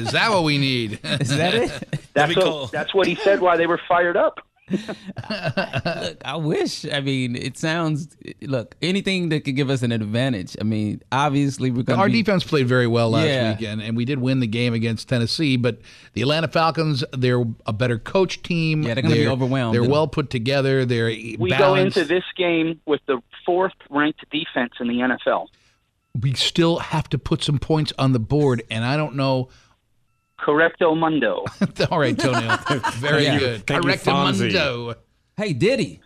Speaker 5: Is that what we need? Is that it?
Speaker 19: That's what, that's what he said. Why they were fired up.
Speaker 7: Look, I wish. I mean, it sounds. Look, anything that could give us an advantage. I mean, obviously we're going.
Speaker 5: Our defense played very well last
Speaker 7: Yeah.
Speaker 5: weekend, and we did win the game against Tennessee. But the Atlanta Falcons, they're a better coach team. Yeah,
Speaker 7: they're gonna be overwhelmed.
Speaker 5: They're well put together. They're
Speaker 19: We go
Speaker 5: balanced.
Speaker 19: into this game with the fourth ranked defense in the NFL.
Speaker 5: we still have to put some points on the board, and I don't know.
Speaker 19: Correcto mundo.
Speaker 5: All right, Tony. Very
Speaker 7: Yeah.
Speaker 5: good. Correctamundo.
Speaker 7: Hey, Diddy.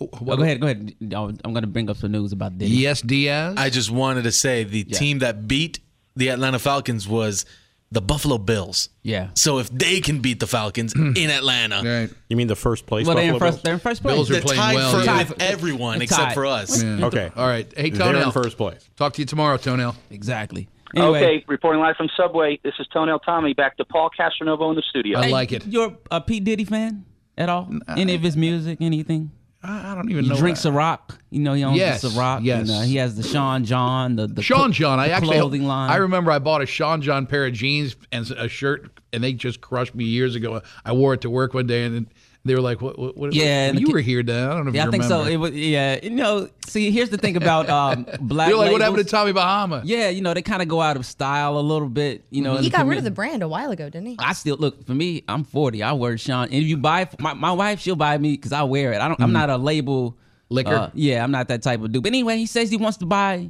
Speaker 7: Oh, go ahead. Go ahead. I'm going to bring up some news about Diddy.
Speaker 5: Yes, Diaz.
Speaker 10: I just wanted to say the team that beat the Atlanta Falcons was the Buffalo Bills.
Speaker 7: Yeah. Hmm.
Speaker 10: So if they can beat the Falcons in Atlanta,
Speaker 9: You mean the first place?
Speaker 10: Well,
Speaker 7: they're in
Speaker 9: Buffalo
Speaker 7: first- they're in first
Speaker 5: place. Bills are
Speaker 10: They're
Speaker 5: playing
Speaker 10: tied
Speaker 5: well,
Speaker 10: for
Speaker 5: yeah.
Speaker 10: with everyone
Speaker 5: They're
Speaker 10: except
Speaker 5: tied.
Speaker 10: for us.
Speaker 5: Yeah. Okay. All right. Hey,
Speaker 9: They're in
Speaker 5: Tony.
Speaker 9: first place.
Speaker 5: Talk to you tomorrow, Tony.
Speaker 7: Exactly.
Speaker 19: Okay, reporting live from Subway. This is Tonel Tommy back to Paul Castronovo in the studio.
Speaker 7: Hey, You're a P Diddy fan at all? Any of his music? Anything?
Speaker 5: I don't even
Speaker 7: he
Speaker 5: know.
Speaker 7: drinks
Speaker 5: that.
Speaker 7: Ciroc. You know, he owns
Speaker 5: Yes,
Speaker 7: the Ciroc.
Speaker 5: yes.
Speaker 7: And, uh, he has the Sean John. The, the
Speaker 5: Sean
Speaker 7: cl-
Speaker 5: John. I
Speaker 7: the
Speaker 5: actually
Speaker 7: clothing line.
Speaker 5: I remember I bought a Sean John pair of jeans and a shirt, and they just crushed me years ago. I wore it to work one day, and then they were like, "What? What? what
Speaker 7: Yeah, and
Speaker 5: you
Speaker 7: the-
Speaker 5: were here, Dan. I don't know if
Speaker 7: yeah,
Speaker 5: you
Speaker 7: I think so.
Speaker 5: remember.
Speaker 7: It was, yeah, you know. See, here's the thing about um, black.
Speaker 5: You're like, what
Speaker 7: labels.
Speaker 5: happened to Tommy Bahama?
Speaker 7: Yeah, you know, they kind of go out of style a little bit. You know, in
Speaker 8: he
Speaker 7: the
Speaker 8: got rid
Speaker 7: community.
Speaker 8: of the brand a while ago,
Speaker 5: Uh,
Speaker 8: didn't he?
Speaker 7: I still look for me. I'm 40. I wear Sean. And if you buy my, my wife, she'll buy me because I wear it. I don't. I'm
Speaker 5: Mhm.
Speaker 7: not a label
Speaker 5: Liquor?
Speaker 7: uh, yeah, I'm not that type of dude. But anyway, he says he wants to buy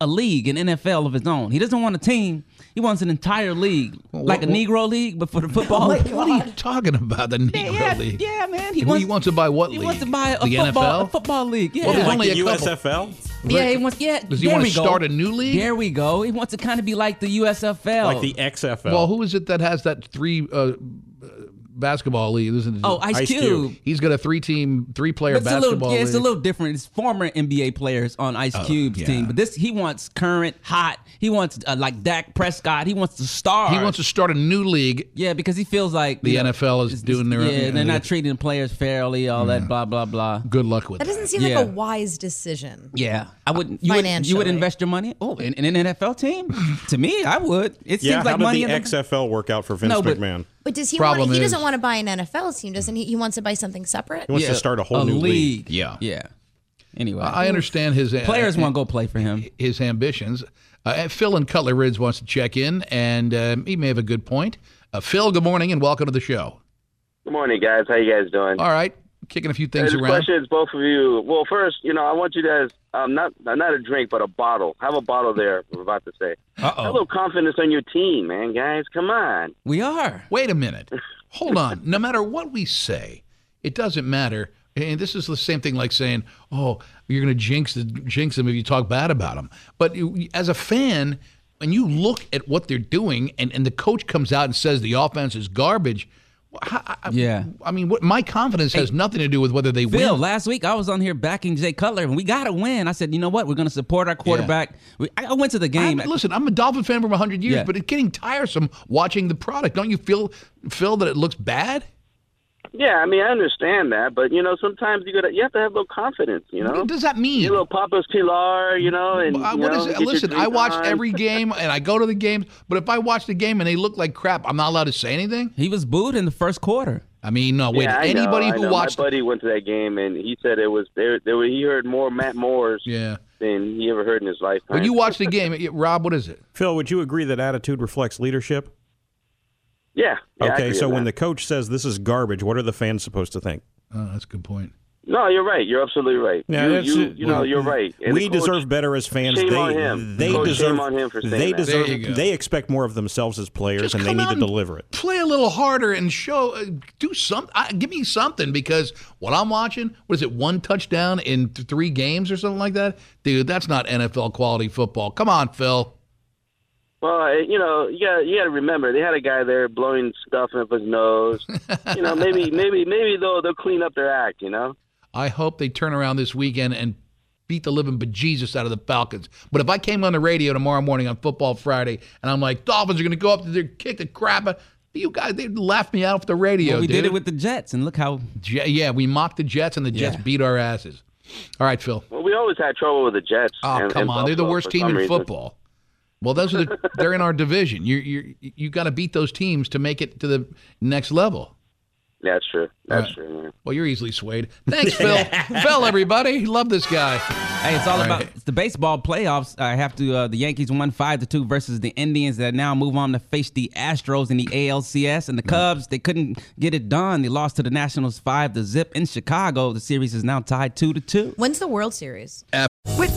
Speaker 7: a league, an NFL of his own. He doesn't want a team. He wants an entire league, like a
Speaker 5: what-
Speaker 7: Negro league, but for the football.
Speaker 5: What, Oh what are you talking about? The Negro
Speaker 7: yeah,
Speaker 5: League?
Speaker 7: yeah, man. He
Speaker 5: Well,
Speaker 7: wants,
Speaker 5: he wants to buy what
Speaker 7: he
Speaker 5: league?
Speaker 7: wants to buy a
Speaker 5: the
Speaker 7: football
Speaker 5: NFL.
Speaker 7: a football league. Yeah,
Speaker 5: Well, there's only a couple.
Speaker 7: Yeah, he wants. Yeah,
Speaker 5: Does he
Speaker 7: there
Speaker 5: want
Speaker 7: we
Speaker 5: to
Speaker 7: go.
Speaker 5: start a new league?
Speaker 7: There we go. He wants to kind of be like the USFL,
Speaker 9: XFL.
Speaker 5: Well, who is it that has that three uh, uh, basketball league? Isn't it?
Speaker 7: Oh, Ice Ice Cube. Cube.
Speaker 5: He's got a three-team, three-player
Speaker 7: But it's a
Speaker 5: basketball
Speaker 7: little, yeah, it's a
Speaker 5: league. Oh,
Speaker 7: little different. It's former NBA players on Ice Cube's team, but this he wants current, hot. He wants uh, like Dak Prescott. He wants the stars.
Speaker 5: He wants to start a new league.
Speaker 7: Yeah, because he feels like
Speaker 5: The
Speaker 7: you know,
Speaker 5: NFL is doing their.
Speaker 7: yeah,
Speaker 5: you know,
Speaker 7: they're not treating players fairly. All that blah blah blah.
Speaker 5: Good luck with
Speaker 8: That doesn't seem
Speaker 7: yeah.
Speaker 8: like a wise decision.
Speaker 7: yeah,
Speaker 5: Uh,
Speaker 7: I wouldn't. You would, you would
Speaker 8: Financially.
Speaker 7: invest your money? Oh, in, in an NFL team? to me, I would. It
Speaker 9: yeah,
Speaker 7: seems like
Speaker 9: how did
Speaker 7: money.
Speaker 9: the
Speaker 7: in the-
Speaker 9: XFL work out for Vince
Speaker 7: No, but-
Speaker 9: McMahon?
Speaker 8: But does he
Speaker 9: Problem
Speaker 8: want? He
Speaker 9: is-
Speaker 8: doesn't want to buy an NFL team, doesn't he? He wants to buy something separate.
Speaker 9: He wants to start a whole new league.
Speaker 5: Yeah.
Speaker 7: Yeah. Anyway,
Speaker 5: I understand his uh,
Speaker 7: Players wanna go play for him.
Speaker 5: His ambitions. Uh, and Phil and Cutler Ridge wants to check in, and um, he may have a good point. Uh, Phil, good morning, and welcome to the show.
Speaker 20: Good morning, guys. How you guys doing?
Speaker 5: All right, kicking a few
Speaker 20: Uh,
Speaker 5: things
Speaker 20: this
Speaker 5: around.
Speaker 20: question is both of you. Well, first, you know, I want you guys um, not not a drink, but a bottle. Have a bottle there. I'm about to say. Have a little confidence on your team, man, guys. Come on.
Speaker 7: We are.
Speaker 5: Wait a minute. Hold on. No matter what we say, it doesn't matter. And this is the same thing like saying, "Oh, you're going to jinx the, jinx them if you talk bad about them." But you- as a fan, when you look at what they're doing, and, and the coach comes out and says the offense is garbage, wh- I, I-
Speaker 7: Yeah.
Speaker 5: I mean, what my confidence has nothing to do with whether they
Speaker 7: Phil,
Speaker 5: win.
Speaker 7: last week I was on here backing Jay Cutler, and we got to win. I said, you know what? We're going to support our quarterback. We, I I went to the game.
Speaker 5: I'm- listen, I'm a Dolphin fan from 100 years,
Speaker 7: Yeah.
Speaker 5: but it's getting tiresome watching the product. Don't you feel, Phil, that it looks bad?
Speaker 20: Yeah, I mean, I understand that, but you know, sometimes you gotta you have to have a little confidence. You know,
Speaker 5: What does that mean?
Speaker 20: Your little Papa's Pilar, you know, and
Speaker 5: Well, I-
Speaker 20: you
Speaker 5: uh, what
Speaker 20: know,
Speaker 5: is it?
Speaker 20: get your
Speaker 5: Listen, I
Speaker 20: drink
Speaker 5: watch
Speaker 20: on.
Speaker 5: every game and I go to the games, but if I watch the game and they look like crap, I'm not allowed to say anything.
Speaker 7: He was booed in the first quarter.
Speaker 5: I mean, no, wait.
Speaker 20: yeah, I know,
Speaker 5: anybody
Speaker 20: I
Speaker 5: who
Speaker 20: know.
Speaker 5: watched,
Speaker 20: my buddy went to that game and he said it was there. There were he heard more Matt Moore's
Speaker 5: yeah,
Speaker 20: than he ever heard in his lifetime.
Speaker 5: when you watch the game, it- Rob, what is it?
Speaker 9: Phil, would you agree that attitude reflects leadership?
Speaker 20: yeah, yeah, I
Speaker 9: okay,
Speaker 20: agree
Speaker 9: so
Speaker 20: with
Speaker 9: when
Speaker 20: that.
Speaker 9: the coach says this is garbage, what are the fans supposed to think?
Speaker 5: Oh, that's a good point.
Speaker 20: No, you're right. You're absolutely right.
Speaker 9: Yeah,
Speaker 20: you,
Speaker 9: that's
Speaker 20: you,
Speaker 9: it.
Speaker 20: you know,
Speaker 9: Well,
Speaker 20: you're right. And
Speaker 9: we
Speaker 20: the coach-
Speaker 9: deserve better as fans.
Speaker 20: Shame
Speaker 9: they
Speaker 20: on him.
Speaker 9: they
Speaker 20: Coach,
Speaker 9: deserve
Speaker 20: shame on him for saying
Speaker 9: they
Speaker 20: that.
Speaker 9: deserve
Speaker 20: There you go.
Speaker 9: they expect more of themselves as players and they
Speaker 5: come
Speaker 9: need
Speaker 5: out
Speaker 9: to
Speaker 5: and-
Speaker 9: deliver it.
Speaker 5: Play a little harder and show, uh, do some, I give me something because what I'm watching, what is it, one touchdown in th- three games or something like that? Dude, that's not NFL quality football. Come on, Phil.
Speaker 20: Well, I- you know, you got you got to remember they had a guy there blowing stuff up his nose. you know, maybe maybe maybe they'll they'll clean up their act. You know.
Speaker 5: I hope they turn around this weekend and beat the living bejesus out of the Falcons. But if I came on the radio tomorrow morning on Football Friday and I'm like, Dolphins are going to go up there, kick the crap out, you guys, they'd laugh me out off the radio.
Speaker 7: Well, we did
Speaker 5: dude.
Speaker 7: it with the Jets, and look how
Speaker 5: Je- yeah, we mocked the Jets and the Jets
Speaker 7: Yeah.
Speaker 5: beat our asses. All right, Phil.
Speaker 20: Well, we always had trouble with the Jets.
Speaker 5: Oh,
Speaker 20: and-
Speaker 5: come
Speaker 20: and
Speaker 5: on. They're the
Speaker 20: Buffalo
Speaker 5: worst
Speaker 20: for
Speaker 5: team
Speaker 20: some
Speaker 5: in
Speaker 20: reason.
Speaker 5: football. Well, those are the, they're in our division. You you you got to beat those teams to make it to the next level.
Speaker 20: That's true. That's
Speaker 5: Right.
Speaker 20: true. Man.
Speaker 5: Well, you're easily swayed. Thanks, Phil. Phil, everybody, love this guy.
Speaker 7: Hey, it's all, about it's the baseball playoffs. I have to. Uh, the Yankees won five to two versus the Indians that now move on to face the Astros in the ALCS and the Cubs. They couldn't get it done. They lost to the Nationals five to zip in Chicago. The series is now tied two to two.
Speaker 8: When's the World Series?
Speaker 16: With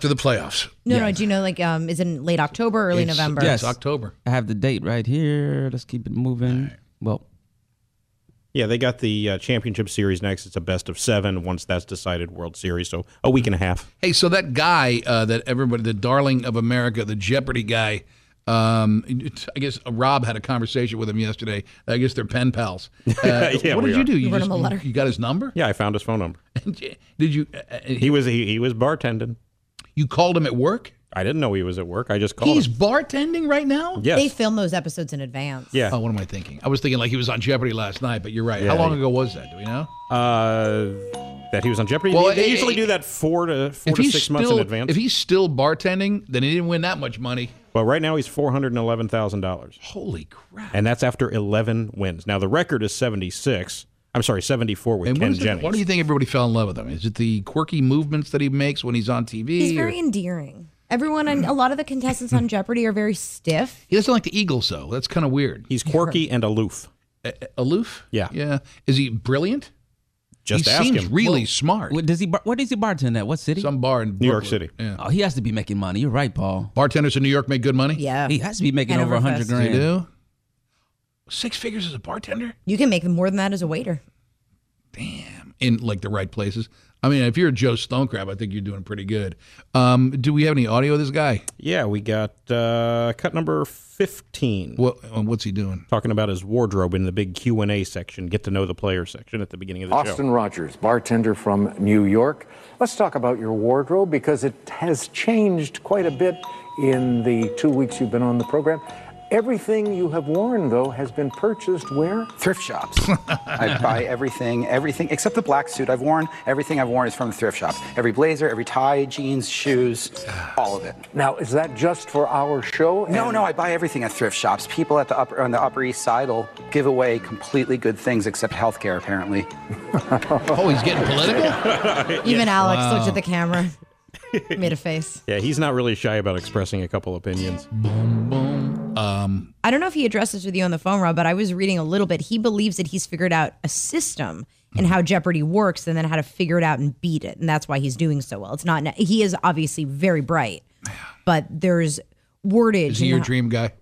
Speaker 5: To the playoffs.
Speaker 8: No, no. Do you know like um is it in late October, early November?
Speaker 5: October.
Speaker 7: I have the date right here. Let's keep it moving. Well,
Speaker 9: Yeah, they got the uh, championship series next. It's a best of seven. Once that's decided, World Series. So a week and a half.
Speaker 5: Hey, so that guy uh, that everybody, the darling of America, the Jeopardy guy, um, I guess Rob had a conversation with him yesterday. I guess they're pen pals. Uh,
Speaker 9: Yeah,
Speaker 5: what
Speaker 9: we
Speaker 5: did you
Speaker 9: are.
Speaker 5: do?
Speaker 9: You wrote
Speaker 5: just-
Speaker 9: him a letter.
Speaker 5: You got his number?
Speaker 9: Yeah, I found his phone number.
Speaker 5: Did you? uh,
Speaker 9: he was he, he was bartending.
Speaker 5: You called him at work?
Speaker 9: I didn't know he was at work. I just called
Speaker 5: He's
Speaker 9: him.
Speaker 5: bartending right now?
Speaker 9: Yes.
Speaker 8: They film those episodes in advance.
Speaker 9: Yeah.
Speaker 5: Oh, what am I thinking? I was thinking like he was on Jeopardy last night, but you're right.
Speaker 9: Yeah,
Speaker 5: How long
Speaker 9: yeah.
Speaker 5: ago was that? Do we know?
Speaker 9: Uh, that he was on Jeopardy.
Speaker 5: Well,
Speaker 9: they they
Speaker 5: eh,
Speaker 9: usually
Speaker 5: eh,
Speaker 9: do that four to four
Speaker 5: If
Speaker 9: to
Speaker 5: he's
Speaker 9: six
Speaker 5: still,
Speaker 9: months in advance.
Speaker 5: If he's still bartending, then he didn't win that much money.
Speaker 9: well, right now he's four hundred and eleven thousand dollars,
Speaker 5: Holy crap.
Speaker 9: and that's after eleven wins. Now the record is seventy six. I'm sorry, seventy four with
Speaker 5: And what,
Speaker 9: Ken
Speaker 5: is it,
Speaker 9: Jennings.
Speaker 5: why do you think everybody fell in love with him? Is it the quirky movements that he makes when he's on TV?
Speaker 8: He's
Speaker 5: or-
Speaker 8: very endearing. Everyone and a lot of the contestants on Jeopardy are very stiff.
Speaker 5: He doesn't like the Eagles, though. That's kind of weird.
Speaker 9: He's quirky and aloof.
Speaker 5: aloof?
Speaker 9: Yeah.
Speaker 5: Yeah. Is he brilliant?
Speaker 9: Just
Speaker 5: he
Speaker 9: ask
Speaker 5: seems
Speaker 9: him.
Speaker 5: really
Speaker 9: Well,
Speaker 5: smart.
Speaker 7: what does he? Bar- what does he bartend at? What city?
Speaker 5: Some bar in
Speaker 9: New York
Speaker 5: Brooklyn. Yeah.
Speaker 7: Oh, he has to be making money. You're right, Paul.
Speaker 5: Bartenders in New York make good money.
Speaker 8: Yeah.
Speaker 7: He has to be making over
Speaker 8: Hanover
Speaker 7: over hundred
Speaker 8: Fest.
Speaker 7: grand.
Speaker 5: They do? Six figures as a bartender?
Speaker 8: You can make more than that as a waiter.
Speaker 5: in like the right places. I mean, if you're Joe Stonecrab, I think you're doing pretty good. Um, do we have any audio of this guy?
Speaker 9: Yeah, we got uh, cut number fifteen.
Speaker 5: What uh, what's he doing?
Speaker 9: Talking about his wardrobe in the big Q and A section, get to know the player section at the beginning of the show.
Speaker 21: Austin Rogers, bartender from New York. Let's talk about your wardrobe because it has changed quite a bit in the two weeks you've been on the program. Everything you have worn, though, has been purchased where?
Speaker 22: Thrift shops. I buy everything, everything except the black suit I've worn. Everything I've worn is from the thrift shop. Every blazer, every tie, jeans, shoes, all of it.
Speaker 21: Now, is that just for our show?
Speaker 22: No,
Speaker 21: And-
Speaker 22: no, I buy everything at thrift shops. People at the upper on the Upper East Side will give away completely good things except healthcare, apparently.
Speaker 5: oh, he's getting political.
Speaker 8: Even Alex looked at the camera, made a face.
Speaker 9: Yeah, he's not really shy about expressing a couple opinions.
Speaker 5: Boom, boom. Um,
Speaker 8: I don't know if he addressed this with you on the phone, Rob, but I was reading a little bit. He believes that he's figured out a system and how Jeopardy works, and then how to figure it out and beat it, and that's why he's doing so well. It's not he is obviously very bright, but there's wordage.
Speaker 5: Is he
Speaker 8: and
Speaker 5: your
Speaker 8: how-
Speaker 5: dream guy?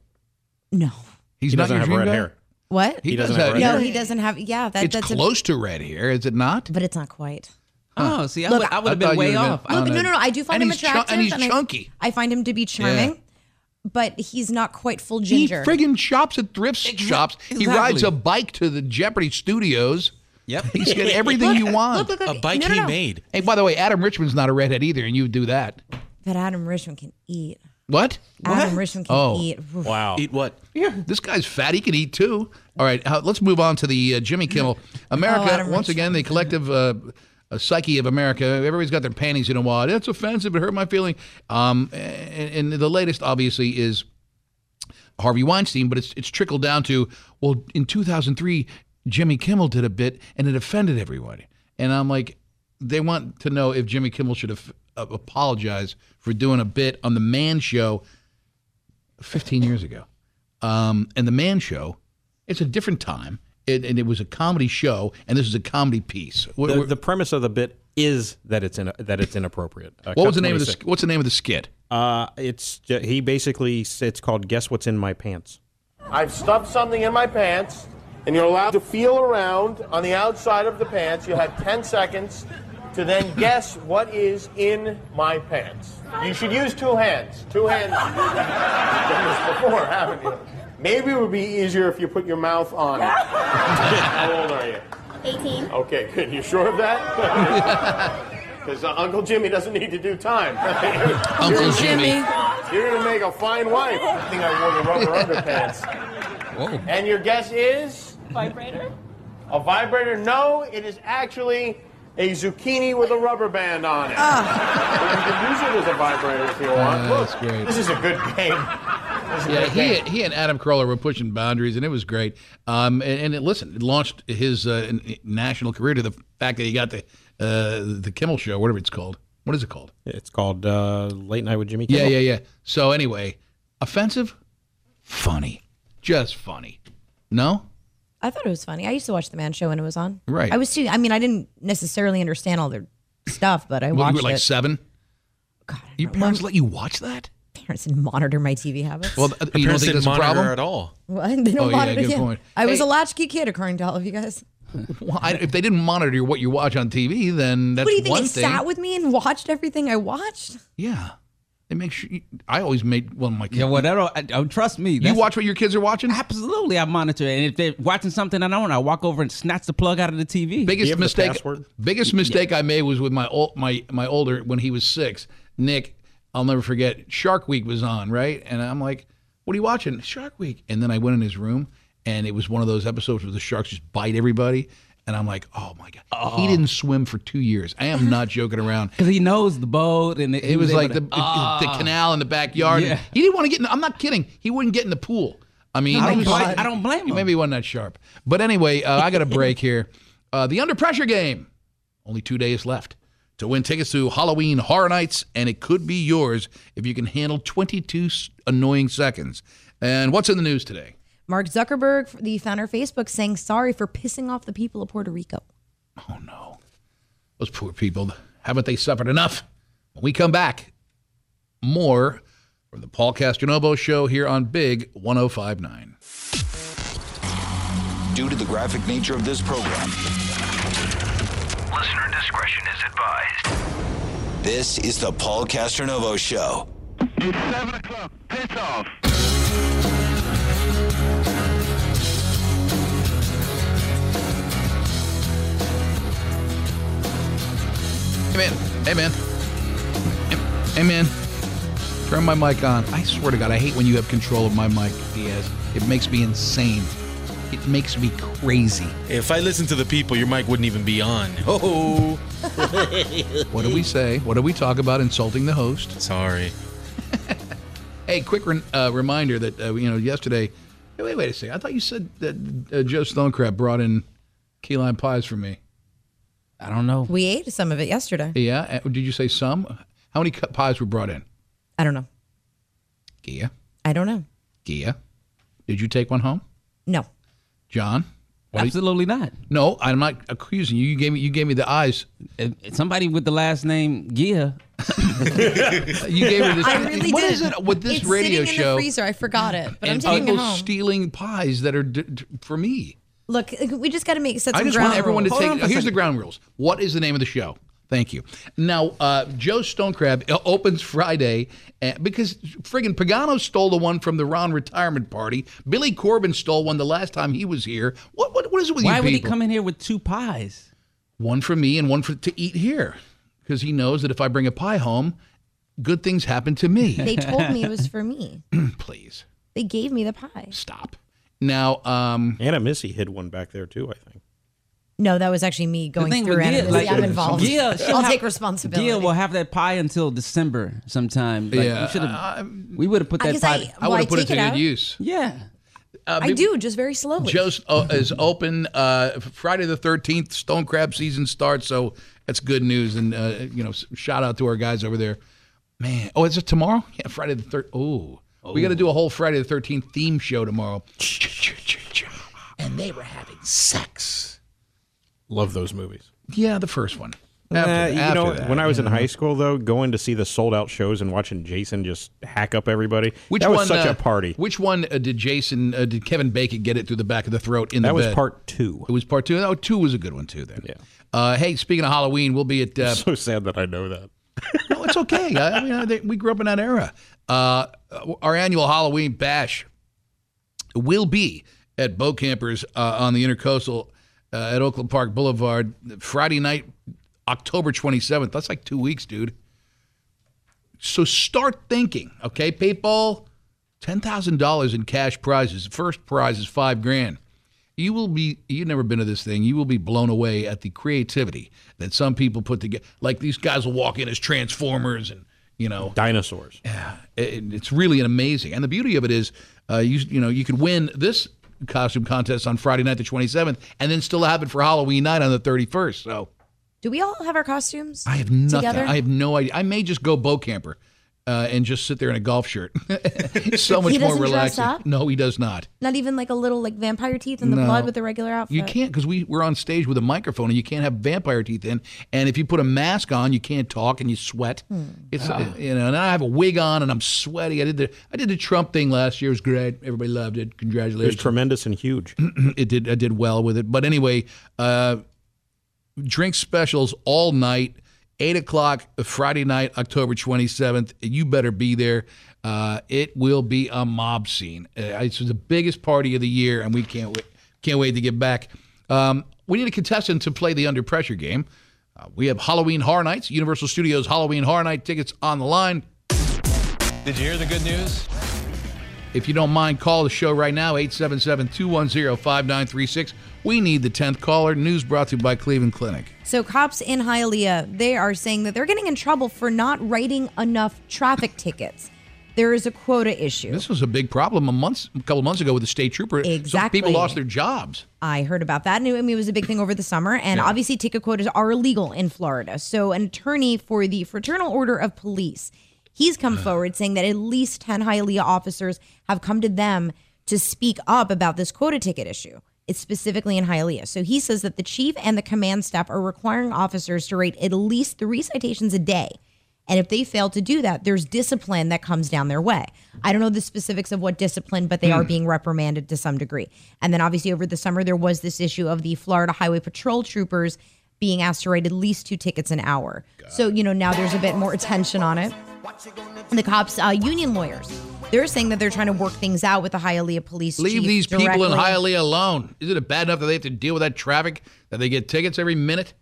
Speaker 8: No.
Speaker 5: He's
Speaker 9: He
Speaker 5: not
Speaker 9: doesn't
Speaker 5: your
Speaker 9: have
Speaker 5: dream
Speaker 9: red
Speaker 5: guy?
Speaker 9: hair.
Speaker 8: What?
Speaker 5: He, doesn't, have red
Speaker 8: no,
Speaker 5: hair.
Speaker 8: he doesn't have. Yeah, that,
Speaker 5: it's
Speaker 8: that's a-
Speaker 5: close to red hair, is it not?
Speaker 8: but it's not quite.
Speaker 7: Oh, see, I
Speaker 8: Look,
Speaker 7: would, I would have
Speaker 5: I thought
Speaker 7: been
Speaker 5: you
Speaker 7: way
Speaker 5: would've been
Speaker 7: off.
Speaker 5: on
Speaker 8: Look, no, no, no. I do find
Speaker 5: And
Speaker 8: him
Speaker 5: he's chun- and
Speaker 8: attractive,
Speaker 5: he's
Speaker 8: I-
Speaker 5: chunky.
Speaker 8: I, find him to be charming, but he's not quite full
Speaker 5: He
Speaker 8: ginger.
Speaker 5: friggin' shops at thrift shops. He
Speaker 8: exactly.
Speaker 5: rides a bike to the Jeopardy studios.
Speaker 7: Yep.
Speaker 5: He's got everything you want.
Speaker 8: look, look, look. A bike No, no, he no. made.
Speaker 5: Hey, by the way, Adam Richman's not a redhead either, and you do that.
Speaker 8: but Adam Richman can eat.
Speaker 5: What?
Speaker 8: Adam Richman can
Speaker 5: oh.
Speaker 8: eat. Oof.
Speaker 10: Eat what?
Speaker 5: Yeah, this guy's fat. He can eat too. All right, uh, let's move on to the uh, Jimmy Kimmel.
Speaker 8: Oh,
Speaker 5: America,
Speaker 8: Adam
Speaker 5: once
Speaker 8: Richman.
Speaker 5: again, the collective uh, uh, psyche of America. Everybody's got their panties in a wad. It's offensive. It hurt my feeling. Um, and, and the latest, obviously, is Harvey Weinstein, but it's it's trickled down to well, in 2003, Jimmy Kimmel did a bit and it offended everybody. And I'm like, they want to know if Jimmy Kimmel should have uh, apologized for doing a bit on the Man Show 15 years ago. Um, and the Man Show, it's a different time. It, and it was a comedy show, and this is a comedy piece. What,
Speaker 9: the, the premise of the bit is that it's in, that it's inappropriate. Uh,
Speaker 5: what
Speaker 9: cut
Speaker 5: was the name of the
Speaker 9: 26.
Speaker 5: sk- What's the name of the skit?
Speaker 9: Uh, it's ju- he basically s- it's called "Guess What's in My Pants."
Speaker 23: I've stuffed something in my pants, and you're allowed to feel around on the outside of the pants. You have 10 seconds to then guess what is in my pants. You should use two hands. Two hands. You've done this before, haven't you? Maybe it would be easier if you put your mouth on it. How old are you?
Speaker 18: 18.
Speaker 23: Okay, good. You sure of that? Because uh, Uncle Jimmy doesn't need to do time.
Speaker 18: Uncle
Speaker 23: You're-
Speaker 18: Jimmy.
Speaker 23: You're going to make a fine wife. I think I wore the rubber underpants. And your guess is? Vibrator? A vibrator? No, it is actually a zucchini with a rubber band on it. But you can use it as a vibrator if you want.
Speaker 5: Ah,
Speaker 23: Look,
Speaker 5: that's great.
Speaker 23: This is a good game. This is a
Speaker 5: Yeah,
Speaker 23: good
Speaker 5: he,
Speaker 23: game.
Speaker 5: he and Adam Carolla were pushing boundaries, and it was great. Um, and, and it, listen, it launched his uh, n- national career to the fact that he got the uh, the Kimmel Show, whatever it's called. What is it called?
Speaker 9: It's called uh, Late Night with Jimmy
Speaker 5: Yeah,
Speaker 9: Kimmel.
Speaker 5: yeah, yeah. So anyway, offensive, funny, just funny. No,
Speaker 8: I thought it was funny. I used to watch The Man Show when it was on.
Speaker 5: Right.
Speaker 8: I was too. I mean, I didn't necessarily understand all their stuff, but I
Speaker 5: Well,
Speaker 8: watched
Speaker 5: you were like
Speaker 8: it.
Speaker 5: seven.
Speaker 8: God,
Speaker 5: your parents let you watch that?
Speaker 8: Parents didn't monitor my TV habits.
Speaker 5: Well, th-
Speaker 10: Her
Speaker 5: you don't
Speaker 10: parents
Speaker 5: think
Speaker 10: didn't
Speaker 5: that's a
Speaker 10: monitor
Speaker 5: problem
Speaker 10: her at all.
Speaker 8: Well, they don't
Speaker 5: Oh, yeah,
Speaker 8: monitor
Speaker 5: good
Speaker 8: yeah.
Speaker 5: point.
Speaker 8: I was a latchkey kid, according to all of you guys.
Speaker 5: Well, I, if they didn't monitor what you watch on TV, then that's
Speaker 8: what do you think?
Speaker 5: one
Speaker 8: They
Speaker 5: thing.
Speaker 8: sat with me and watched everything I watched.
Speaker 5: yeah, they make sure. You, I always made well my kids.
Speaker 7: Yeah, whatever. I, I, trust me. You
Speaker 5: watch what your kids are watching?
Speaker 7: Absolutely, I monitor. it. And if they're watching something I don't, I walk over and snatch the plug out of the TV.
Speaker 5: biggest mistake biggest mistake I made was with my old my my older when he was six. Nick, I'll never forget. Shark Week was on, right? And I'm like, "What are you watching?" Shark Week. And then I went in his room, and it was one of those episodes where the sharks just bite everybody. And I'm like, "Oh my god!" He didn't swim for two years. I am not joking around.
Speaker 7: Because he knows the boat and
Speaker 5: um,
Speaker 7: ah.
Speaker 5: It was like the, the canal in the backyard.
Speaker 7: Yeah.
Speaker 5: He didn't want to get. In, I'm not kidding. He wouldn't get in the pool. I mean,
Speaker 7: I don't
Speaker 5: he was-
Speaker 7: blame- I don't blame him.
Speaker 5: Maybe he wasn't that sharp. But anyway, uh, I got a break here. Uh, the Under Pressure game. Only two days left to win tickets to Halloween Horror Nights, and it could be yours if you can handle 22 s- annoying seconds. And what's in the news today?
Speaker 8: Mark Zuckerberg, the founder of Facebook, saying sorry for pissing off the people of Puerto Rico.
Speaker 5: Those poor people, haven't they suffered enough? When we come back, more from the Paul Castronovo show here on Big 1059.
Speaker 4: Due to the graphic nature of this program,
Speaker 6: Listener discretion is advised.
Speaker 4: this is the Paul Castronovo Show.
Speaker 6: It's 7 o'clock. Piss off.
Speaker 5: Hey man, hey man, hey man, turn my mic on. I swear to God, I hate when you have control of my mic, Diaz. It makes me insane. It makes me crazy.
Speaker 10: If I listened to the people, your mic wouldn't even be on. Oh.
Speaker 5: What do we say? What do we talk about? Insulting the host.
Speaker 10: Sorry.
Speaker 5: Hey, quick re- uh, reminder that uh, you know yesterday. Hey, wait, wait a second. I thought you said that uh, Joe Stonecrab brought in key lime pies for me.
Speaker 7: I don't know.
Speaker 8: We ate some of it yesterday.
Speaker 5: Yeah, uh, did you say some? How many cu- pies were brought in?
Speaker 8: I don't know.
Speaker 5: Gia,
Speaker 8: I don't know.
Speaker 5: Gia, did you take one home?
Speaker 8: No.
Speaker 5: John?
Speaker 7: Absolutely not.
Speaker 5: No, I'm not accusing you. You gave me you gave me the eyes.
Speaker 7: Somebody with the last name Gia.
Speaker 5: You gave her this.
Speaker 8: I really
Speaker 5: What
Speaker 8: did.
Speaker 5: is it with this
Speaker 8: it's
Speaker 5: radio
Speaker 8: sitting in
Speaker 5: show?
Speaker 8: the freezer. I forgot it, but I'm
Speaker 5: and
Speaker 8: taking
Speaker 5: people
Speaker 8: it home.
Speaker 5: stealing pies that are d- d- for me.
Speaker 8: Look, we just got to make set some
Speaker 5: I just
Speaker 8: ground
Speaker 5: want everyone
Speaker 8: rules.
Speaker 5: to take. Here's the ground rules. What is the name of the show? Thank you. Now, uh, Joe Stonecrab uh, opens Friday uh, because friggin' Pagano stole the one from the Ron retirement party. Billy Corbin stole one the last time he was here. What what, what is it with
Speaker 7: Why
Speaker 5: you
Speaker 7: would he
Speaker 5: people?
Speaker 7: come in here with two pies?
Speaker 5: one for me and one for to eat here because he knows that if I bring a pie home, good things happen to me.
Speaker 8: They told me it was for me.
Speaker 5: please.
Speaker 8: They gave me the pie.
Speaker 5: Stop. Now, um,
Speaker 9: Anna Missy hid one back there too. I think.
Speaker 8: No, that was actually me going
Speaker 7: thing
Speaker 8: through
Speaker 7: with Gia,
Speaker 8: it.
Speaker 7: like-
Speaker 8: I'm involved.
Speaker 7: Gia, she'll
Speaker 8: I'll
Speaker 7: have-
Speaker 8: take responsibility.
Speaker 7: Gia will have that pie until December sometime. Like,
Speaker 5: Yeah,
Speaker 7: we should
Speaker 5: I-
Speaker 7: have. We would have put that
Speaker 8: Because I-
Speaker 7: pie.
Speaker 8: I would've well, I put it take to it good out.
Speaker 5: use. Uh,
Speaker 7: Yeah.
Speaker 8: I do just very slowly.
Speaker 5: Joe's uh, is open uh, Friday the 13th. Stone crab season starts, so that's good news. And uh, you know, s- shout out to our guys over there. Man, oh, is it tomorrow? Yeah, Friday the third. Oh, we got to do a whole Friday the 13th theme show tomorrow. And they were having sex.
Speaker 9: Love those movies.
Speaker 5: Yeah, the first one.
Speaker 9: Uh,
Speaker 5: After-
Speaker 9: you
Speaker 5: after
Speaker 9: know,
Speaker 5: that,
Speaker 9: when I was
Speaker 5: you
Speaker 9: in
Speaker 5: know.
Speaker 9: high school, though, going to see the sold out shows and watching Jason just hack up everybody,
Speaker 5: Which
Speaker 9: that
Speaker 5: one,
Speaker 9: was such
Speaker 5: uh,
Speaker 9: a party.
Speaker 5: Which one uh, did Jason? Uh, did Kevin Bacon get it through the back of the throat in the
Speaker 9: That was
Speaker 5: bed?
Speaker 9: part two.
Speaker 5: It was part two. Oh, two was a good one too. Then. Yeah. Uh, hey, speaking of Halloween, we'll be at. Uh,
Speaker 9: so sad that I know that.
Speaker 5: no, it's okay. I, I mean, I, think we grew up in that era. Uh, our annual Halloween bash will be at Boat Campers uh, on the Intercoastal uh, at Oakland Park Boulevard Friday night, October 27th. That's like two weeks, dude. So start thinking, okay, people. Ten thousand dollars in cash prizes. The first prize is five grand. You will be you've never been to this thing. You will be blown away at the creativity that some people put together. Like these guys will walk in as transformers and you know
Speaker 9: dinosaurs.
Speaker 5: Yeah, it, it's really an amazing. And the beauty of it is, uh, you you know you could win this costume contest on Friday night the twenty seventh, and then still have it for Halloween night on the thirty first. So
Speaker 8: Do we all have our costumes?
Speaker 5: I have nothing.
Speaker 8: Together?
Speaker 5: I have no idea. I may just go bow camper uh, and just sit there in a golf shirt. so much
Speaker 8: He
Speaker 5: more
Speaker 8: doesn't dress
Speaker 5: relaxing.
Speaker 8: up?
Speaker 5: No, he does not.
Speaker 8: Not even like a little like vampire teeth in the
Speaker 5: No.
Speaker 8: blood with a regular outfit.
Speaker 5: You can't because we we're on stage with a microphone and you can't have vampire teeth in. And if you put a mask on, you can't talk and you sweat.
Speaker 8: Hmm.
Speaker 5: It's uh,
Speaker 24: Ah.
Speaker 5: you know. And I have a wig on and I'm sweaty. I did the I did the Trump thing last year. It was great. Everybody loved it.
Speaker 9: It was
Speaker 5: Congratulations.
Speaker 9: tremendous and huge.
Speaker 5: it did I did well with it. But anyway, uh, drink specials all night, eight o'clock uh, Friday night, October twenty seventh. You better be there. Uh, it will be a mob scene. Uh, It's the biggest party of the year, and we can't wait. Can't wait to get back. Um, we need a contestant to play the under pressure game. Uh, we have Halloween Horror Nights, Universal Studios Halloween Horror Night tickets on the line.
Speaker 11: Did you hear the good news?
Speaker 5: If you don't mind, call the show right now, 877 210 5936. We need the 10th caller. News brought to you by Cleveland Clinic.
Speaker 8: So cops in Hialeah, they are saying that they're getting in trouble for not writing enough traffic tickets. There is a quota issue.
Speaker 5: This was a big problem a month, a couple months ago with the state trooper. Some
Speaker 8: Exactly.
Speaker 5: people lost their jobs.
Speaker 8: I heard about that, and it, I mean, it was a big thing over the summer. And
Speaker 5: Yeah.
Speaker 8: obviously, ticket quotas are illegal in Florida. So, an attorney for the Fraternal Order of Police, he's come forward saying that at least ten Hialeah officers have come to them to speak up about this quota ticket issue. It's specifically in Hialeah. So he says that the chief and the command staff are requiring officers to rate at least three citations a day. And if they fail to do that, there's discipline that comes down their way. I don't know the specifics of what discipline, but they are
Speaker 12: Hmm.
Speaker 8: being reprimanded to some degree. And then obviously over the summer, there was this issue of the Florida Highway Patrol troopers being asked to rate at least two tickets an hour. So, you know, now there's a bit more attention on it. The cops, uh, union lawyers, they're saying that they're trying to work things out with the Hialeah police.
Speaker 5: Leave
Speaker 8: chief
Speaker 5: these people in
Speaker 8: directly.
Speaker 5: Hialeah alone. Isn't it bad enough that they have to deal with that traffic, that they get tickets every minute?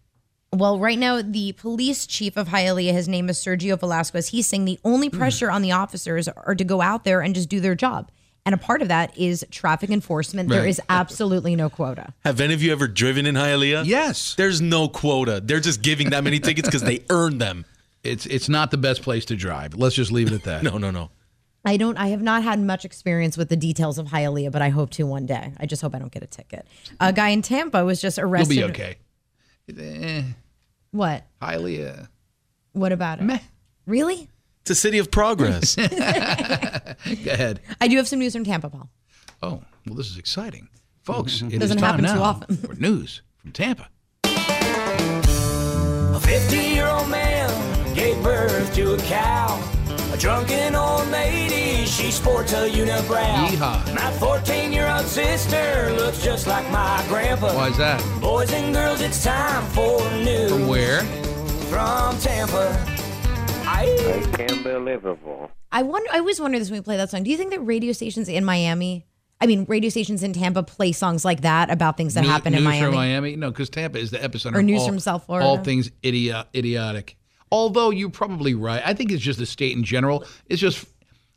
Speaker 8: Well, right now, the police chief of Hialeah, his name is Sergio Velasquez, he's saying the only
Speaker 5: Hmm.
Speaker 8: pressure on the officers are to go out there and just do their job. And a part of that is traffic enforcement. There
Speaker 10: Right.
Speaker 8: is absolutely no quota.
Speaker 10: Have any of you ever driven in Hialeah?
Speaker 5: Yes.
Speaker 10: There's no quota. They're just giving that many tickets because they earned them.
Speaker 5: It's it's not the best place to drive. Let's just leave it at that.
Speaker 10: no, no, no.
Speaker 8: I don't. I have not had much experience with the details of Hialeah, but I hope to one day. I just hope I don't get a ticket. A guy in Tampa was just arrested.
Speaker 5: You'll be okay. Eh,
Speaker 8: What?
Speaker 5: Hialeah.
Speaker 8: What about it? Really?
Speaker 10: It's a city of progress. Go
Speaker 5: ahead.
Speaker 8: I do have some news from Tampa, Paul.
Speaker 5: Oh, well, this is exciting. Folks, it is
Speaker 8: Doesn't
Speaker 5: time
Speaker 8: happen too
Speaker 5: now
Speaker 8: often.
Speaker 5: for news from Tampa.
Speaker 1: A 50 year old man gave birth to a cow. A drunken old lady, she sports a unibrow.
Speaker 5: Yeehaw.
Speaker 1: My 14 year old sister looks just like my grandpa.
Speaker 5: Why is that?
Speaker 1: Boys and girls, it's time for news.
Speaker 5: From where?
Speaker 1: From Tampa. I can't believe it.
Speaker 8: I wonder. I always wonder this when we play that song. Do you think that radio stations in Miami, I mean, radio stations in Tampa, play songs like that about things that
Speaker 5: New-
Speaker 8: happen
Speaker 5: news
Speaker 8: in
Speaker 5: from
Speaker 8: Miami?
Speaker 5: Miami? No, because Tampa is the epicenter.
Speaker 8: Or
Speaker 5: of
Speaker 8: news
Speaker 5: all-
Speaker 8: from South Florida?
Speaker 5: All things idio- idiotic. Although you're probably right. I think it's just the state in general. It's just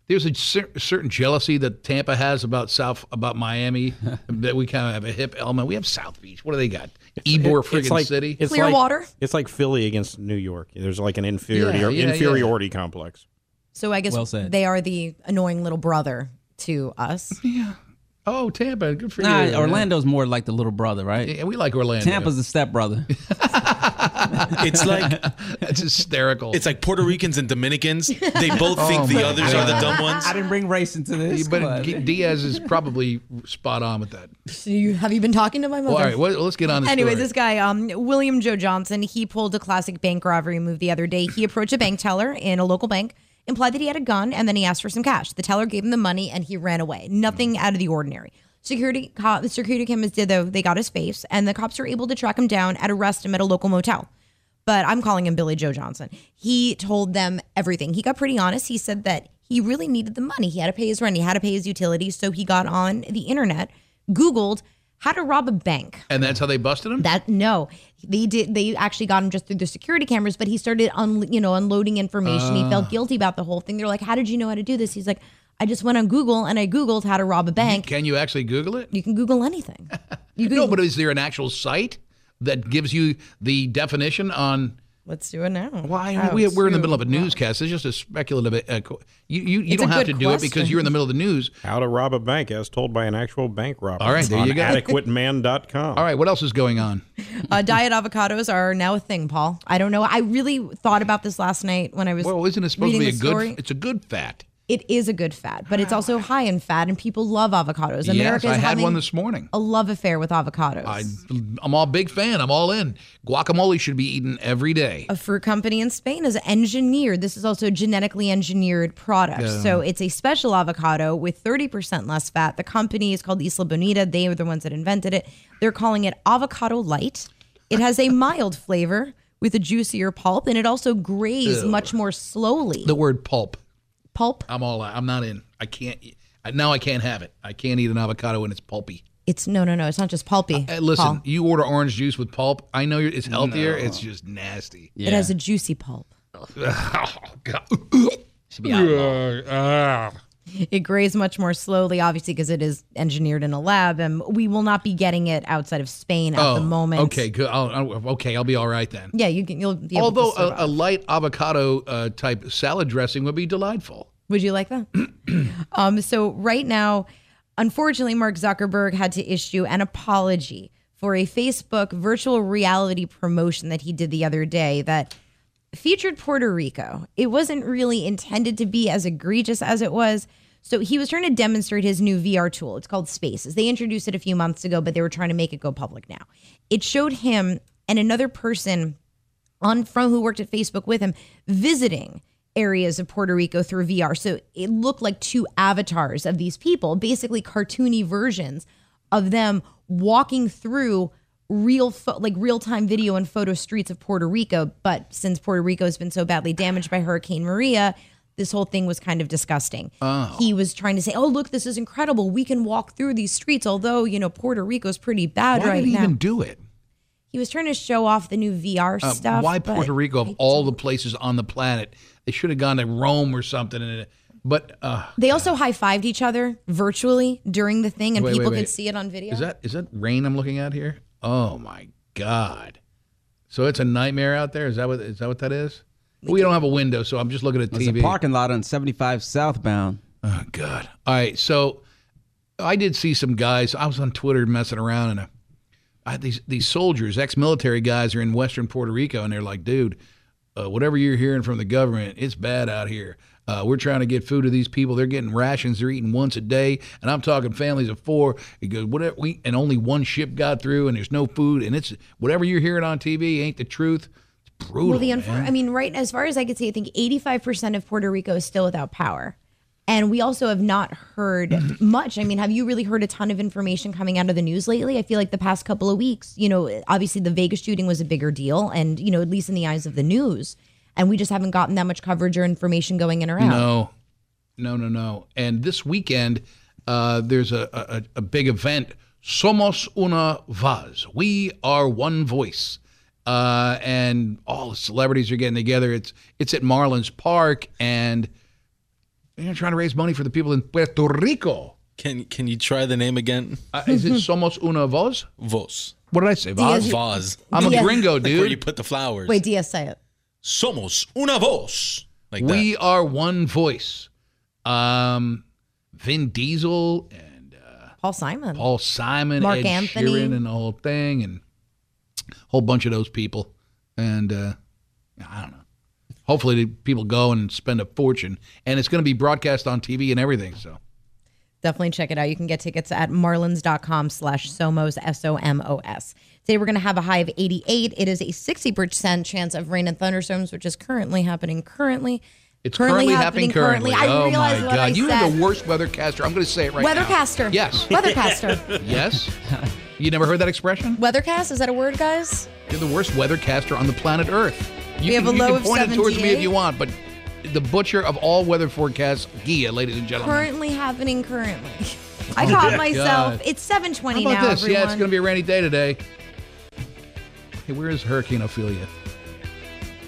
Speaker 5: there's a cer- certain jealousy that Tampa has about South about Miami that we kind of have a hip element. We have South Beach. What do they got? Ybor
Speaker 9: It- it's
Speaker 5: friggin'
Speaker 9: like-
Speaker 5: city.
Speaker 9: it's like- It's like Philly against New York. There's like an inferiority
Speaker 5: Yeah, yeah, yeah.
Speaker 9: inferiority complex.
Speaker 8: So I guess
Speaker 9: Well said.
Speaker 8: they are the annoying little brother to us.
Speaker 5: Yeah. Oh, Tampa. Good for
Speaker 7: Nah,
Speaker 5: you.
Speaker 7: Orlando's more like the little brother, right?
Speaker 5: Yeah, we like Orlando.
Speaker 7: Tampa's the stepbrother.
Speaker 10: It's like
Speaker 5: that's hysterical. Oh
Speaker 10: It's like Puerto Ricans and Dominicans. They both think the others are the dumb ones.
Speaker 7: Oh I didn't bring race into this.
Speaker 5: But
Speaker 7: Come on.
Speaker 5: G- Diaz is probably spot on with that.
Speaker 8: So you, have you been talking to my mother?
Speaker 5: Well, all right, well, let's get on to the
Speaker 8: Anyway,
Speaker 5: story.
Speaker 8: this guy, um, William Joe Johnson, he pulled a classic bank robbery move the other day. He approached a bank teller in a local bank,
Speaker 5: Mm.
Speaker 8: implied that he had a gun, and then he asked for some cash. The teller gave him the money, and he ran away. Nothing out of the ordinary. Security cop, the security cameras did though. They got his face, and the cops were able to track him down and arrest him at a local motel. But I'm calling him Billy Joe Johnson. He told them everything. He got pretty honest. He said that he really needed the money. He had to pay his rent. He had to pay his utilities. So he got on the internet, Googled how to rob a bank.
Speaker 5: And that's how they busted him?
Speaker 8: That no, they did. They actually got him just through the security cameras, but he started un, you know unloading information. he
Speaker 5: Ah.
Speaker 8: felt guilty about the whole thing. They're like, "How did you know how to do this?" He's like, "I just went on Google and I googled how to rob a bank."
Speaker 5: Can you actually Google it?
Speaker 8: You can Google anything.
Speaker 5: no, but is there an actual site that gives you the definition on?
Speaker 8: Let's do it now.
Speaker 5: Why
Speaker 8: Oh,
Speaker 5: we, we're in the
Speaker 8: shoot.
Speaker 5: middle of a newscast? It's just a speculative. Uh, co- you you, you
Speaker 8: It's a
Speaker 5: don't have to
Speaker 8: good
Speaker 5: do it because you're in the
Speaker 8: question.
Speaker 5: middle of the news.
Speaker 9: How to rob a bank as told by an actual bank robber.
Speaker 5: All right, there
Speaker 9: on
Speaker 5: you go.
Speaker 9: Adequateman.com. All
Speaker 5: right, what else is going on?
Speaker 8: uh, diet avocados are now a thing, Paul. I don't know. I really thought about this last night when I was.
Speaker 5: Well, isn't it supposed to be
Speaker 8: reading
Speaker 5: a
Speaker 8: the
Speaker 5: good?
Speaker 8: story.
Speaker 5: It's a good fat.
Speaker 8: It is a good fat, but it's also high in fat, and people love avocados. America
Speaker 5: yes, I
Speaker 8: is
Speaker 5: had
Speaker 8: having
Speaker 5: one this morning.
Speaker 8: a love affair with avocados.
Speaker 5: I, I'm all big fan. I'm all in. Guacamole should be eaten every day.
Speaker 8: a fruit company in Spain has engineered. This is also a genetically engineered product.
Speaker 5: Yeah.
Speaker 8: So it's a special avocado with 30% less fat. The company is called Isla Bonita. They are the ones that invented it. They're calling it Avocado Light. It has a mild flavor with a juicier pulp, and it also grays
Speaker 5: Ew.
Speaker 8: much more slowly.
Speaker 5: The word pulp.
Speaker 8: Pulp.
Speaker 5: I'm all. I'm not in. I can't. e, I- Now I can't have it. I can't eat an avocado when it's pulpy.
Speaker 8: It's no, no, no. It's not just pulpy.
Speaker 5: Uh, Listen,
Speaker 8: Paul.
Speaker 5: you order orange juice with pulp. I know you're, it's healthier. It's just nasty.
Speaker 8: it has a juicy pulp.
Speaker 5: oh God. Should
Speaker 8: be
Speaker 5: Ah.
Speaker 8: It grays much more slowly, obviously, because it is engineered in a lab, and we will not be getting it outside of Spain at the moment.
Speaker 5: Oh, Okay, good. I'll, I'll- okay, I'll be all right then.
Speaker 8: Yeah, you can. You'll be able
Speaker 5: Although uh,
Speaker 8: to survive.
Speaker 5: a, a light avocado uh, type salad dressing would be delightful.
Speaker 8: Would you like that? um, so right now, unfortunately, Mark Zuckerberg had to issue an apology for a Facebook virtual reality promotion that he did the other day that featured Puerto Rico. It wasn't really intended to be as egregious as it was. So he was trying to demonstrate his new VR tool. It's called Spaces. They introduced it a few months ago, but they were trying to make it go public now. It showed him and another person on from who worked at Facebook with him visiting areas of Puerto Rico through VR. So it looked like two avatars of these people, basically cartoony versions of them walking through real fo- like real-time video and photo streets of Puerto Rico, but since Puerto Rico has been so badly damaged by Hurricane Maria, this whole thing was kind of disgusting.
Speaker 5: Oh.
Speaker 8: He was trying to say, "Oh, look, this is incredible. We can walk through these streets although, you know, Puerto Rico's pretty bad
Speaker 5: why
Speaker 8: right
Speaker 5: did he
Speaker 8: now."
Speaker 5: even do it?
Speaker 8: he was trying to show off the new VR
Speaker 5: Uh,
Speaker 8: stuff.
Speaker 5: why
Speaker 8: but-
Speaker 5: Puerto Rico of all the places on the planet? They should have gone to Rome or something. And but uh,
Speaker 8: They also high fived each other virtually during the thing, and
Speaker 5: Wait, wait,
Speaker 8: people
Speaker 5: wait.
Speaker 8: could see it on video.
Speaker 5: Is that is that rain I'm looking at here? Oh my god! So it's a nightmare out there. Is that what is that what that is? We don't have a window, so I'm just looking at
Speaker 7: There's a
Speaker 5: TV.
Speaker 7: parking lot on 75 southbound.
Speaker 5: Oh God! All right, so I did see some guys. I was on Twitter messing around, and uh, I, these these soldiers, ex-military guys, are in Western Puerto Rico, and they're like, "Dude, uh, whatever you're hearing from the government, it's bad out here. Uh, we're trying to get food to these people. They're getting rations. They're eating once a day, and I'm talking families of four. It goes whatever we, and only one ship got through, and there's no food, and it's whatever you're hearing on TV ain't the truth. It's brutal.
Speaker 8: well, the
Speaker 5: man.
Speaker 8: unfor- I mean, right as far as I could see, I think 85% of Puerto Rico is still without power. And we also have not heard much. I mean, have you really heard a ton of information coming out of the news lately? I feel like the past couple of weeks, you know, obviously the Vegas shooting was a bigger deal, and, you know, at least in the eyes of the news. And we just haven't gotten that much coverage or information going in or out.
Speaker 5: No, no, no, no. And this weekend, uh, there's a, a, a big event. Somos una voz. We are one voice. Uh, and all the celebrities are getting together. It's it's at Marlins Park, and they're trying to raise money for the people in Puerto Rico.
Speaker 10: Can can you try the name again?
Speaker 5: Uh, is it Somos una voz?
Speaker 10: Vos.
Speaker 5: What did I say?
Speaker 8: Diaz-
Speaker 5: Voz.
Speaker 10: Vos.
Speaker 5: I'm a
Speaker 8: Diaz-
Speaker 5: gringo,
Speaker 10: Like
Speaker 5: dude.
Speaker 10: where you put the flowers.
Speaker 8: Wait, Diaz, say it.
Speaker 10: Somos una voz. Like
Speaker 5: we are one voice. Um, Vin Diesel uh,
Speaker 8: Paul Simon.
Speaker 5: Paul Simon,
Speaker 8: Mark
Speaker 5: Ed
Speaker 8: Anthony.
Speaker 5: Sheeran, and the whole thing, and a whole bunch of those people. And uh, I don't know. Hopefully, the people go and spend a fortune, and it's going to be broadcast on TV and everything. So
Speaker 8: definitely check it out. You can get tickets at marlins.com slash somos, S-O-M-O-S. Today we're going to have a high of 88. It is a 60% chance of rain and thunderstorms, which is currently happening currently.
Speaker 5: It's
Speaker 8: Currently
Speaker 5: currently,
Speaker 8: happening
Speaker 5: happening currently.
Speaker 8: currently. I
Speaker 5: oh
Speaker 8: realize
Speaker 5: my
Speaker 8: what I
Speaker 5: God. You are
Speaker 8: said.
Speaker 5: the worst weathercaster. I'm going to say it right now.
Speaker 25: Weathercaster.
Speaker 5: Yes.
Speaker 25: Weathercaster.
Speaker 5: yes. You never heard that expression?
Speaker 25: Weathercast, is that a word, guys?
Speaker 5: You're the worst weathercaster on the planet Earth. You
Speaker 25: We have
Speaker 5: can,
Speaker 25: a
Speaker 5: you
Speaker 25: low
Speaker 5: can
Speaker 25: of
Speaker 5: point it towards me
Speaker 8: 78.
Speaker 5: if you want, but the butcher of all weather forecasts, Gia, ladies and gentlemen.
Speaker 8: Currently happening currently.
Speaker 5: Oh
Speaker 8: I
Speaker 5: my
Speaker 8: caught myself.
Speaker 5: God.
Speaker 8: It's 720
Speaker 5: How about
Speaker 8: now,
Speaker 5: this?
Speaker 8: everyone.
Speaker 5: Yeah, it's going to be a rainy day today. Hey, where is Hurricane Ophelia?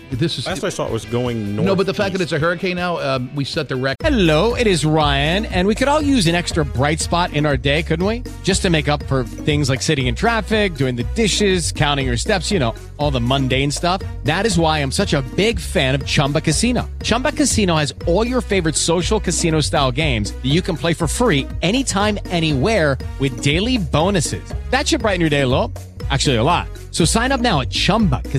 Speaker 5: This is
Speaker 9: last I saw it was going north.
Speaker 5: No, but the fact that it's a hurricane now, um, we set the record.
Speaker 17: Hello, it is Ryan, and we could all use an extra bright spot in our day, couldn't we? Just to make up for things like sitting in traffic, doing the dishes, counting your steps, you know, all the mundane stuff. That is why I'm such a big fan of Chumba Casino. Chumba Casino has all your favorite social casino style games that you can play for free anytime, anywhere with daily bonuses. That should brighten your day a little. Actually, a lot. So sign up now at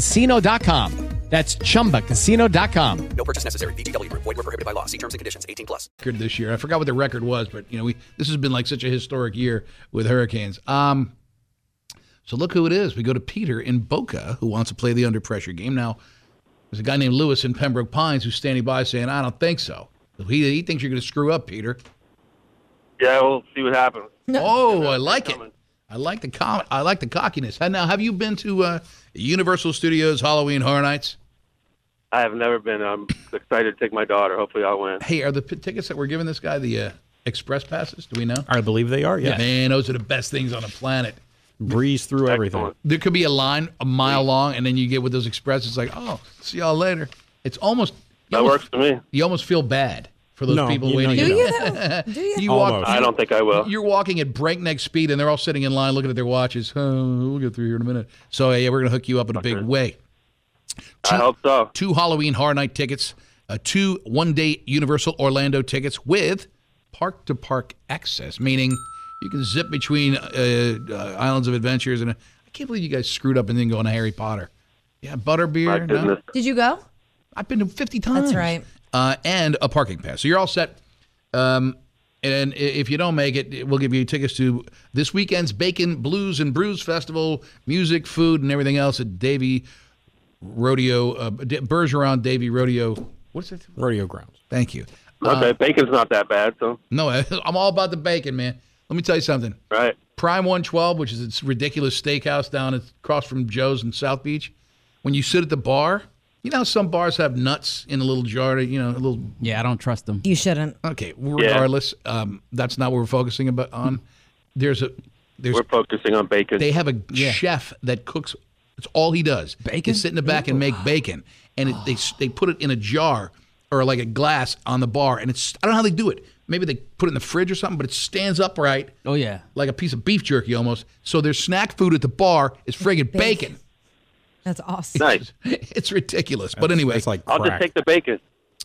Speaker 17: chumbacasino.com. That's chumbacasino.com.
Speaker 24: No purchase necessary. VGW Group. Void were prohibited by law. See terms and conditions. 18 plus.
Speaker 5: this year. I forgot what the record was, but you know, we this has been like such a historic year with hurricanes. Um, so look who it is. We go to Peter in Boca, who wants to play the under pressure game. Now, there's a guy named Lewis in Pembroke Pines who's standing by saying, "I don't think so." He, he thinks you're going to screw up, Peter.
Speaker 12: Yeah, we'll see what happens.
Speaker 5: Oh, I like it. I like the com- I like the cockiness. And Now, have you been to uh, Universal Studios Halloween Horror Nights?
Speaker 12: I have never been. I'm excited to take my daughter. Hopefully, I'll win.
Speaker 5: Hey, are the p- tickets that we're giving this guy the uh, express passes? Do we know?
Speaker 9: I believe they are. Yeah.
Speaker 5: Man, those are the best things on the planet.
Speaker 9: Breeze through everything.
Speaker 5: There could be a line a mile long, and then you get with those express. It's like, oh, see y'all later. It's almost that works
Speaker 12: for me.
Speaker 5: You almost feel bad for those
Speaker 12: No,
Speaker 5: people
Speaker 12: you know
Speaker 5: waiting.
Speaker 12: you Do
Speaker 5: you? Do you? walk,
Speaker 12: I don't think I will.
Speaker 5: You're walking at breakneck speed, and they're all sitting in line looking at their watches. Oh, we'll get through here in a minute. So yeah, we're gonna hook you up in a big way. Two, I hope
Speaker 12: so.
Speaker 5: Two Halloween Horror Night tickets, uh, two one-day Universal Orlando tickets with park-to-park access, meaning you can zip between uh, uh, Islands of Adventures. And I can't believe you guys screwed up and then go on to Harry Potter. Yeah, Butterbeer. No?
Speaker 8: Did you go?
Speaker 5: I've been to 50 times.
Speaker 8: That's right.
Speaker 5: uh, and a parking pass. So you're all set. Um, and i- if you don't make it, we'll give you tickets to this weekend's Bacon Blues and Brews Festival, music, food, and everything else at Davy Rodeo, uh, D- Bergeron Davy Rodeo. What's it?
Speaker 9: Rodeo grounds.
Speaker 5: Thank you.
Speaker 12: Okay,
Speaker 5: Uh,
Speaker 12: bacon's not that bad, so
Speaker 5: no, I'm all about the bacon, man. Let me tell you something.
Speaker 12: right.
Speaker 5: Prime 112, which is this ridiculous steakhouse down at- across from Joe's in South Beach, when you sit at the bar, you know how some bars have nuts in a little jar, you know, a little.
Speaker 7: Yeah, I don't trust them.
Speaker 8: You shouldn't.
Speaker 5: Okay, regardless, um, that's not what we're focusing about on. There's a there's
Speaker 12: We're focusing on bacon.
Speaker 5: they have a chef that cooks. It's all he does. Bacon. Is sit in the back and make bacon, and it, they s- they put it in a jar or like a glass on the bar, and it's I don't know how they do it. Maybe they put it in the fridge or something, but it stands upright.
Speaker 7: Oh yeah,
Speaker 5: like a piece of beef jerky almost. So their snack food at the bar is friggin' bacon.
Speaker 8: That's awesome.
Speaker 12: Nice.
Speaker 5: It's ridiculous, but
Speaker 12: That's-
Speaker 5: anyway,
Speaker 12: that's like I'll just crack. take the bacon.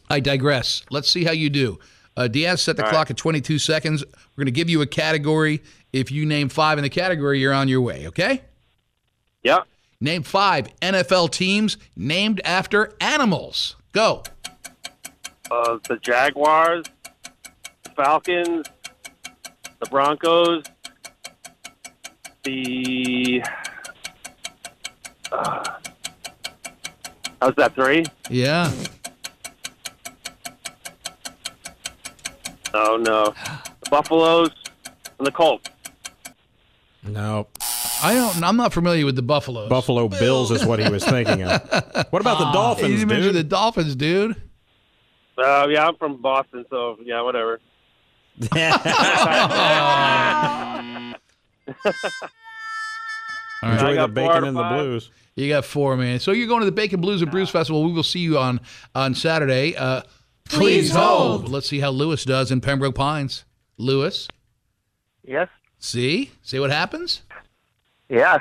Speaker 5: I digress. Let's see how you do. Uh, Diaz set the
Speaker 12: All
Speaker 5: clock at 22 seconds. We're going to give you a category. If you name five in the category, you're on your way. Okay?
Speaker 12: Yeah.
Speaker 5: Name five NFL teams named after animals. Go.
Speaker 12: Uh, the Jaguars, Falcons, the Broncos, the. Uh, how's that three?
Speaker 5: Yeah.
Speaker 12: Oh no, the Buffaloes and the Colts.
Speaker 9: No.
Speaker 5: I don't. I'm not familiar with the Buffaloes. Ah,
Speaker 9: Buffalo Bills is what he was thinking of. What about the Dolphins,
Speaker 5: You mentioned
Speaker 9: dude?
Speaker 5: the Dolphins, dude.
Speaker 12: Uh, yeah, I'm from Boston, so yeah, whatever.
Speaker 5: Oh. All right.
Speaker 9: Enjoy the bacon and the blues.
Speaker 5: You got four, man. So you're going to the Bacon Blues and Brews Festival. We will see you on on Saturday. Uh,
Speaker 12: Please hold.
Speaker 5: Let's see how Lewis does in Pembroke Pines. Lewis,
Speaker 12: Yes.
Speaker 5: see, see what happens.
Speaker 12: Yeah.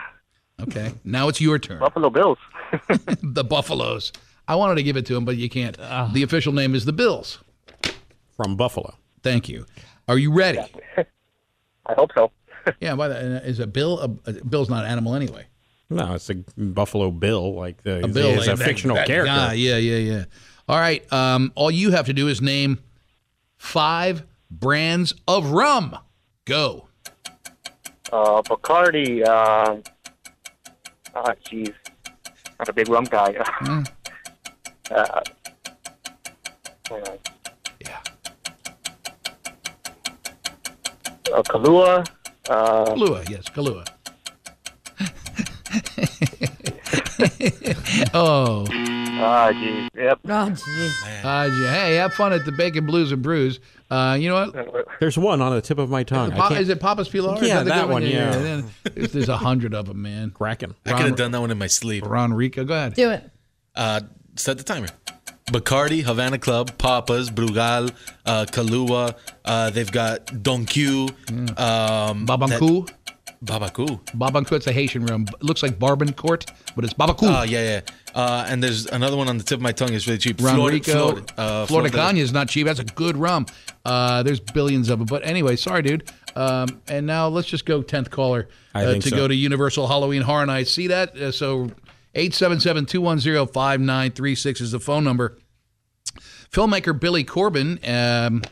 Speaker 5: Okay, now it's your turn.
Speaker 12: Buffalo Bills.
Speaker 5: the Buffaloes. I wanted to give it to him, but you can't. the official name is the Bills
Speaker 9: from Buffalo.
Speaker 5: Thank you. Are you ready?
Speaker 12: I hope so.
Speaker 5: yeah. By the and is a bill a, a bill's not an animal anyway.
Speaker 9: No, it's a Buffalo Bill. Like the,
Speaker 5: a bill
Speaker 9: it's
Speaker 5: like
Speaker 9: a
Speaker 5: that-
Speaker 9: fictional
Speaker 5: that
Speaker 9: character.
Speaker 5: guy. Yeah, yeah, yeah. All right. Um, all you have to do is name five brands of rum. Go.
Speaker 14: Uh, Bacardi. Uh, oh, jeez. uh,
Speaker 5: Mm.
Speaker 14: Not a big rum guy. uh, Yeah. Uh, Kahlua. Uh,
Speaker 5: Kahlua, yes, Kahlua. oh.
Speaker 14: Ah, geez. Yep.
Speaker 8: Oh, jeez.
Speaker 5: Uh, yeah, hey, have fun at the Bacon Blues and Brews. Uh, you know what?
Speaker 9: There's one on the tip of my tongue. I
Speaker 5: Pa-
Speaker 9: can't-
Speaker 5: is it Papa's Pilar? Is
Speaker 9: Yeah,
Speaker 5: the
Speaker 9: that
Speaker 5: good
Speaker 9: one, yeah.
Speaker 5: There's, there's a hundred of them, man. Cracking.
Speaker 10: I could have done that one in my sleep.
Speaker 5: Ron Rico, go ahead.
Speaker 8: Do it.
Speaker 10: Uh, set the timer. Bacardi, Havana Club, Papas, Brugal, uh, Kahlua. Uh, they've got Don Q.
Speaker 5: Hmm.
Speaker 10: Um,
Speaker 5: Babanku.
Speaker 10: that- Babaku.
Speaker 5: Babancourt's a Haitian rum. It looks like Barbancourt, but it's Babacourt.
Speaker 10: Oh, yeah, yeah. Uh, and there's another one on the tip of my tongue. It's really cheap.
Speaker 5: Ron
Speaker 10: Flor-
Speaker 5: Rico.
Speaker 10: Flor- uh,
Speaker 5: Florida Cana is not cheap. That's a good rum. Uh, there's billions of them. But anyway, sorry, dude. Um, and now let's just go 10th caller
Speaker 9: I
Speaker 5: uh,
Speaker 9: think
Speaker 5: to
Speaker 9: so.
Speaker 5: go to Universal Halloween Horror Nights. See that? Uh, so 877 210 5936 is the phone number. Filmmaker Billy Corbin. Um,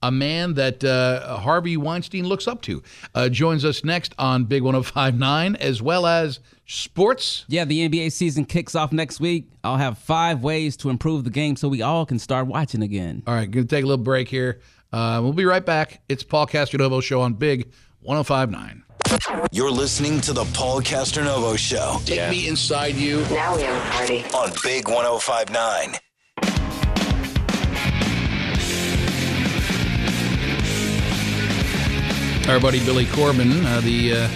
Speaker 5: a man that uh, Harvey Weinstein looks up to uh, joins us next on Big 1059, as well as sports.
Speaker 7: Yeah, the NBA season kicks off next week. I'll have five ways to improve the game so we all can start watching again.
Speaker 5: All right, gonna take a little break here. Uh, we'll be right back. It's Paul Castronovo show on Big 1059.
Speaker 4: You're listening to the Paul Castronovo Show.
Speaker 5: Take me inside you.
Speaker 4: Now we have a party. On Big 1059.
Speaker 5: Our buddy Billy Corbin, uh, the uh,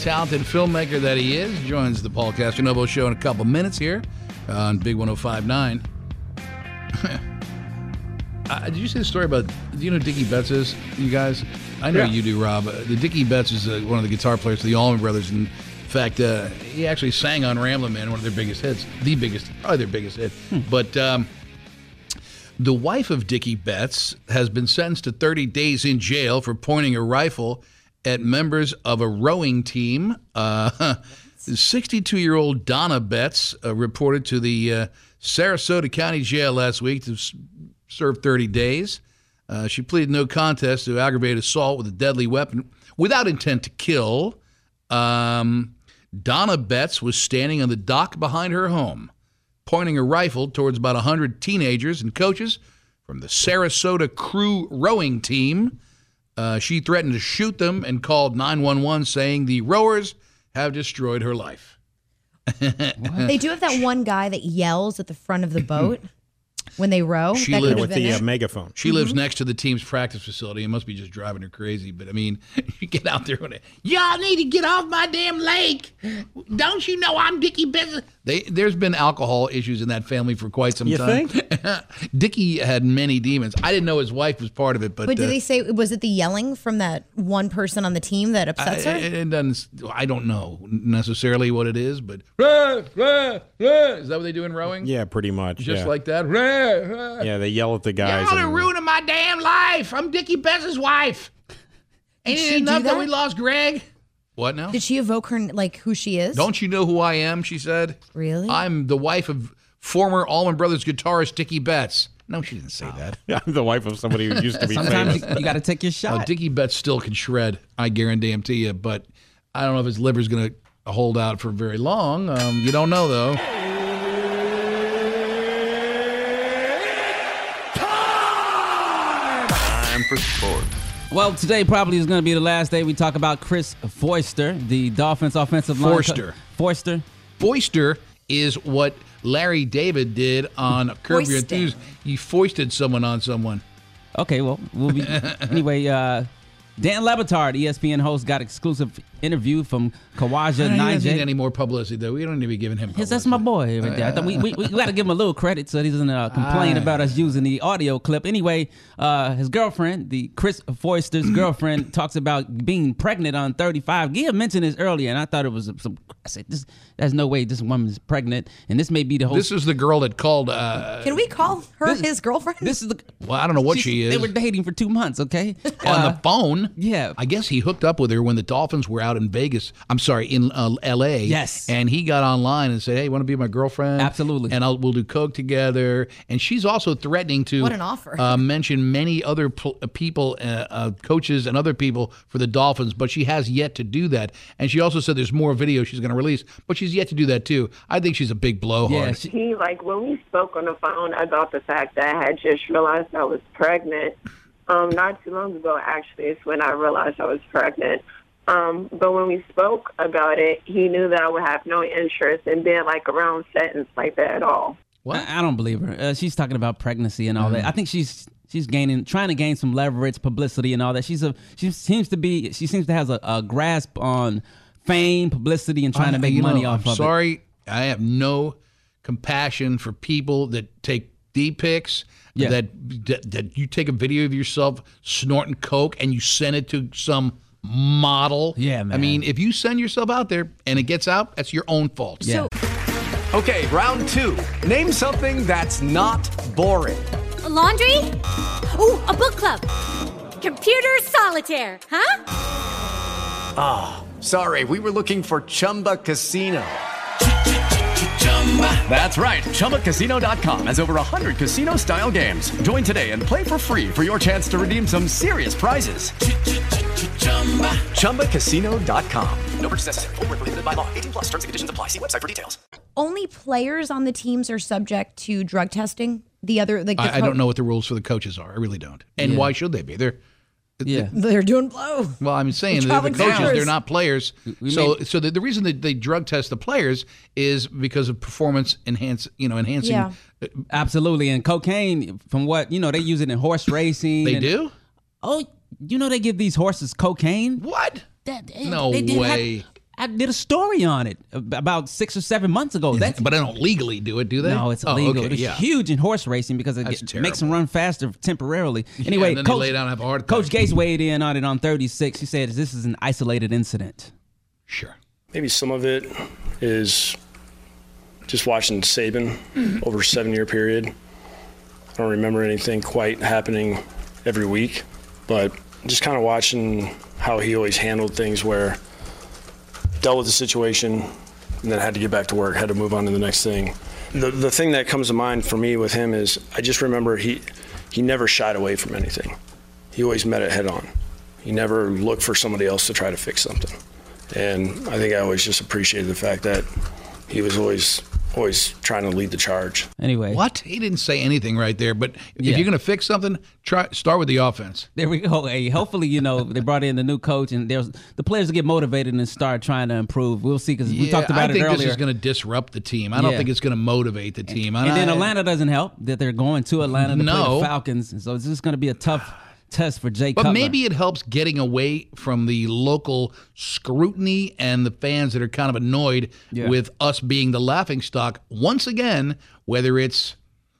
Speaker 5: talented filmmaker that he is, joins the Paul Castronovo show in a couple minutes here on Big 1059. uh, did you see the story about, do you know who Dickie Betts is, you guys? I know
Speaker 9: Yeah.
Speaker 5: you do, Rob. Uh, the Dickie Betts is uh, one of the guitar players for the Allman Brothers. And in fact, uh, he actually sang on Ramblin' Man, one of their biggest hits, the biggest, probably their biggest hit. But um, the wife of Dickie Betts has been sentenced to 30 days in jail for pointing a rifle at members of a rowing team. Uh, 62-year-old Donna Betts uh, reported to the uh, Sarasota County Jail last week to s- serve 30 days. Uh, she pleaded no contest to aggravated assault with a deadly weapon without intent to kill. Um, Donna Betts was standing on the dock behind her home, pointing a rifle towards about 100 teenagers and coaches from the Sarasota Crew Rowing Team. Uh, she threatened to shoot them and called 911, saying the rowers have destroyed her life.
Speaker 8: They do have that one guy that yells at the front of the boat when they row.
Speaker 5: She
Speaker 8: Oh, That
Speaker 5: lived
Speaker 8: could've
Speaker 5: with
Speaker 8: been Mm-hmm.
Speaker 5: the,
Speaker 8: it.
Speaker 5: uh,
Speaker 9: megaphone.
Speaker 5: She lives next to the team's practice facility. It must be just driving her crazy. But I mean, you get out there and Y'all need to get off my damn lake. Don't you know I'm Dickie Benson? They, there's been alcohol issues in that family for quite some
Speaker 9: You
Speaker 5: time. Dickie had many demons. I didn't know his wife was part of it, but,
Speaker 8: But, did
Speaker 5: uh,
Speaker 8: they say was it the yelling from that one person on the team that
Speaker 5: I,
Speaker 8: upsets her?
Speaker 5: it it doesn't. I don't know necessarily what it is, but "Rah, rah, rah." is that what they do in rowing?
Speaker 9: Yeah, pretty much.
Speaker 5: Just
Speaker 9: yeah.
Speaker 5: like that. "Rah, rah."
Speaker 9: Yeah, they yell at the guys.
Speaker 5: Y'all are
Speaker 9: and-
Speaker 5: ruining my damn life. I'm Dickie Bess's wife.
Speaker 8: Did
Speaker 5: Ain't it
Speaker 8: she do
Speaker 5: enough that?
Speaker 8: that?
Speaker 5: we lost Greg? What now?
Speaker 8: Did she evoke her like who she is?
Speaker 5: Don't you know who I am? She said.
Speaker 8: Really?
Speaker 5: I'm the wife of former Allman Brothers guitarist Dickie Betts. No, she didn't say that.
Speaker 9: I'm the wife of somebody who used to be
Speaker 5: Sometimes
Speaker 9: famous.
Speaker 7: You got to take your
Speaker 5: Uh,
Speaker 7: shot.
Speaker 5: Dickie Betts still can shred. I guarantee him to you, but I don't know if his liver's going to hold out for very long. Um, you don't know though.
Speaker 7: Time for sport. Well, today probably is going to be the last day we talk about Chris Foister, the Dolphins offensive line.
Speaker 5: Forster.
Speaker 7: Forster.
Speaker 5: Foister is what Larry David did on Curb Your
Speaker 7: Foisting.
Speaker 5: Enthusiasm. He foisted someone on someone.
Speaker 7: Okay, well, we'll be anyway. Uh, Dan E Lebatard, ESPN host, got exclusive interview from Kawaja
Speaker 5: He doesn't need
Speaker 7: Nijay.
Speaker 5: any more publicity though. We don't need to be giving him.
Speaker 7: Yes, that's my boy right there. I thought we, we, we got to give him a little credit so he doesn't uh, complain
Speaker 5: Ah.
Speaker 7: about us using the audio clip. Anyway, uh, his girlfriend, the Chris Foister's girlfriend, talks about being pregnant on 35. Gia mentioned this earlier, and I thought it was some. I said, this, "There's no way this woman's pregnant," and this may be the whole.
Speaker 5: This is the girl that called. Uh,
Speaker 8: Can we call her his girlfriend?
Speaker 7: This is the
Speaker 5: well, I don't know what she is.
Speaker 7: They were dating for two months. Okay, Uh,
Speaker 5: on the phone.
Speaker 7: Yeah,
Speaker 5: I guess he hooked up with her when the Dolphins were out out in Vegas. I'm sorry, in uh, L.A.
Speaker 7: Yes.
Speaker 5: and he got online and said, "Hey, want to be my girlfriend? Absolutely. And I'll, we'll do coke together." And she's also threatening to
Speaker 19: What an offer.
Speaker 5: Uh, mention many other pl- uh, people, uh, uh, coaches, and other people for the Dolphins, but she has yet to do that. And she also said there's more video she's going to release, but she's yet to do that too. I think she's a big blowhard.
Speaker 20: He like when we spoke on the phone about the fact that I had just realized I was pregnant. Um, not too long ago, actually, is when I realized I was pregnant. Um, but when we spoke about it, he knew that I would have no interest in being like around settings like that at all.
Speaker 7: I, I don't believe her. Uh, she's talking about pregnancy and all
Speaker 5: Mm.
Speaker 7: that. I think she's she's gaining, trying to gain some leverage, publicity, and all that. She's a she seems to be she seems to has a, a grasp on fame, publicity, and trying to
Speaker 5: I-
Speaker 7: make
Speaker 5: you know,
Speaker 7: money off
Speaker 5: I'm
Speaker 7: of it.
Speaker 5: sorry, I have no compassion for people that take D pics.
Speaker 7: Yeah.
Speaker 5: That, that that you take a video of yourself snorting coke and you send it to some model. Yeah, man. I mean, if you send yourself out there and it gets out, that's your own fault.
Speaker 7: Yeah.
Speaker 13: Okay, round two. Name something that's not boring.
Speaker 18: A laundry? Ooh, a book club. Computer solitaire, huh?
Speaker 13: Ah, sorry, we were looking for Chumba Casino. That's right, ChumbaCasino.com has over 100 casino style games. Join today and play for free for your chance to redeem some serious prizes. ChumbaCasino.com. No purchase necessary, forward prohibited by law, 18 plus terms and conditions apply. See website for details.
Speaker 8: Only players on the teams are subject to drug testing. The other, like, the
Speaker 5: I, I
Speaker 8: co-
Speaker 5: don't know what the rules for the coaches are. I really don't. And
Speaker 8: Yeah.
Speaker 5: why should they be? They're
Speaker 7: yeah.
Speaker 8: They're doing blow.
Speaker 5: Well, I'm saying
Speaker 8: We're
Speaker 5: they're the
Speaker 8: traveling
Speaker 5: coaches,
Speaker 8: stars.
Speaker 5: they're not players.
Speaker 8: we
Speaker 5: so,
Speaker 8: made-
Speaker 5: so the, the reason that they drug test the players is because of performance enhance, you know, enhancing. uh,
Speaker 7: Yeah. Absolutely. And cocaine, from what you know, they use it in horse racing.
Speaker 5: They
Speaker 7: and-
Speaker 5: do?
Speaker 7: Oh, you know they give these horses cocaine.
Speaker 5: What?
Speaker 7: That,
Speaker 5: No
Speaker 7: Eh, they did-
Speaker 5: way.
Speaker 7: I, I did a story on it ab- about six or seven months ago. That's,
Speaker 5: but I don't legally do it, do they?
Speaker 7: No, it's
Speaker 5: Oh,
Speaker 7: illegal.
Speaker 5: okay,
Speaker 7: it's
Speaker 5: yeah.
Speaker 7: huge in horse racing because it
Speaker 5: That's
Speaker 7: get- makes them run faster temporarily.
Speaker 5: Yeah,
Speaker 7: Anyway,
Speaker 5: and then they
Speaker 7: Coach,
Speaker 5: lay down and have a heart
Speaker 7: Coach Gates weighed in on it on 36. He said this is an isolated incident.
Speaker 13: Maybe some of it is just watching Saban over a seven-year period. I don't remember anything quite happening every week, but just kind of watching how he always handled things, where dealt with the situation and then had to get back to work, had to move on to the next thing. The the thing that comes to mind for me with him is I just remember he he never shied away from anything. He always met it head on. He never looked for somebody else to try to fix something. And I think I always just appreciated the fact that he was always always trying to lead the charge.
Speaker 7: Anyway,
Speaker 5: what he didn't say anything right there. But if
Speaker 7: Yeah.
Speaker 5: you're going to fix something, try start with the offense.
Speaker 7: There we go. Hey, hopefully, you know they brought in the new coach, and there's the players get motivated and start trying to improve. We'll see because we
Speaker 5: Yeah,
Speaker 7: talked about
Speaker 5: I
Speaker 7: it
Speaker 5: think
Speaker 7: earlier.
Speaker 5: this is going to disrupt the team. I don't
Speaker 7: Yeah.
Speaker 5: think it's going to motivate the team.
Speaker 7: and then
Speaker 5: I-
Speaker 7: Atlanta doesn't help that they're going to Atlanta to play
Speaker 5: No.
Speaker 7: the Falcons, so it's just going to be a tough test for Jay.
Speaker 5: But
Speaker 7: Cutler.
Speaker 5: maybe it helps getting away from the local scrutiny and the fans that are kind of annoyed
Speaker 7: Yeah.
Speaker 5: with us being the laughing stock once again, whether it's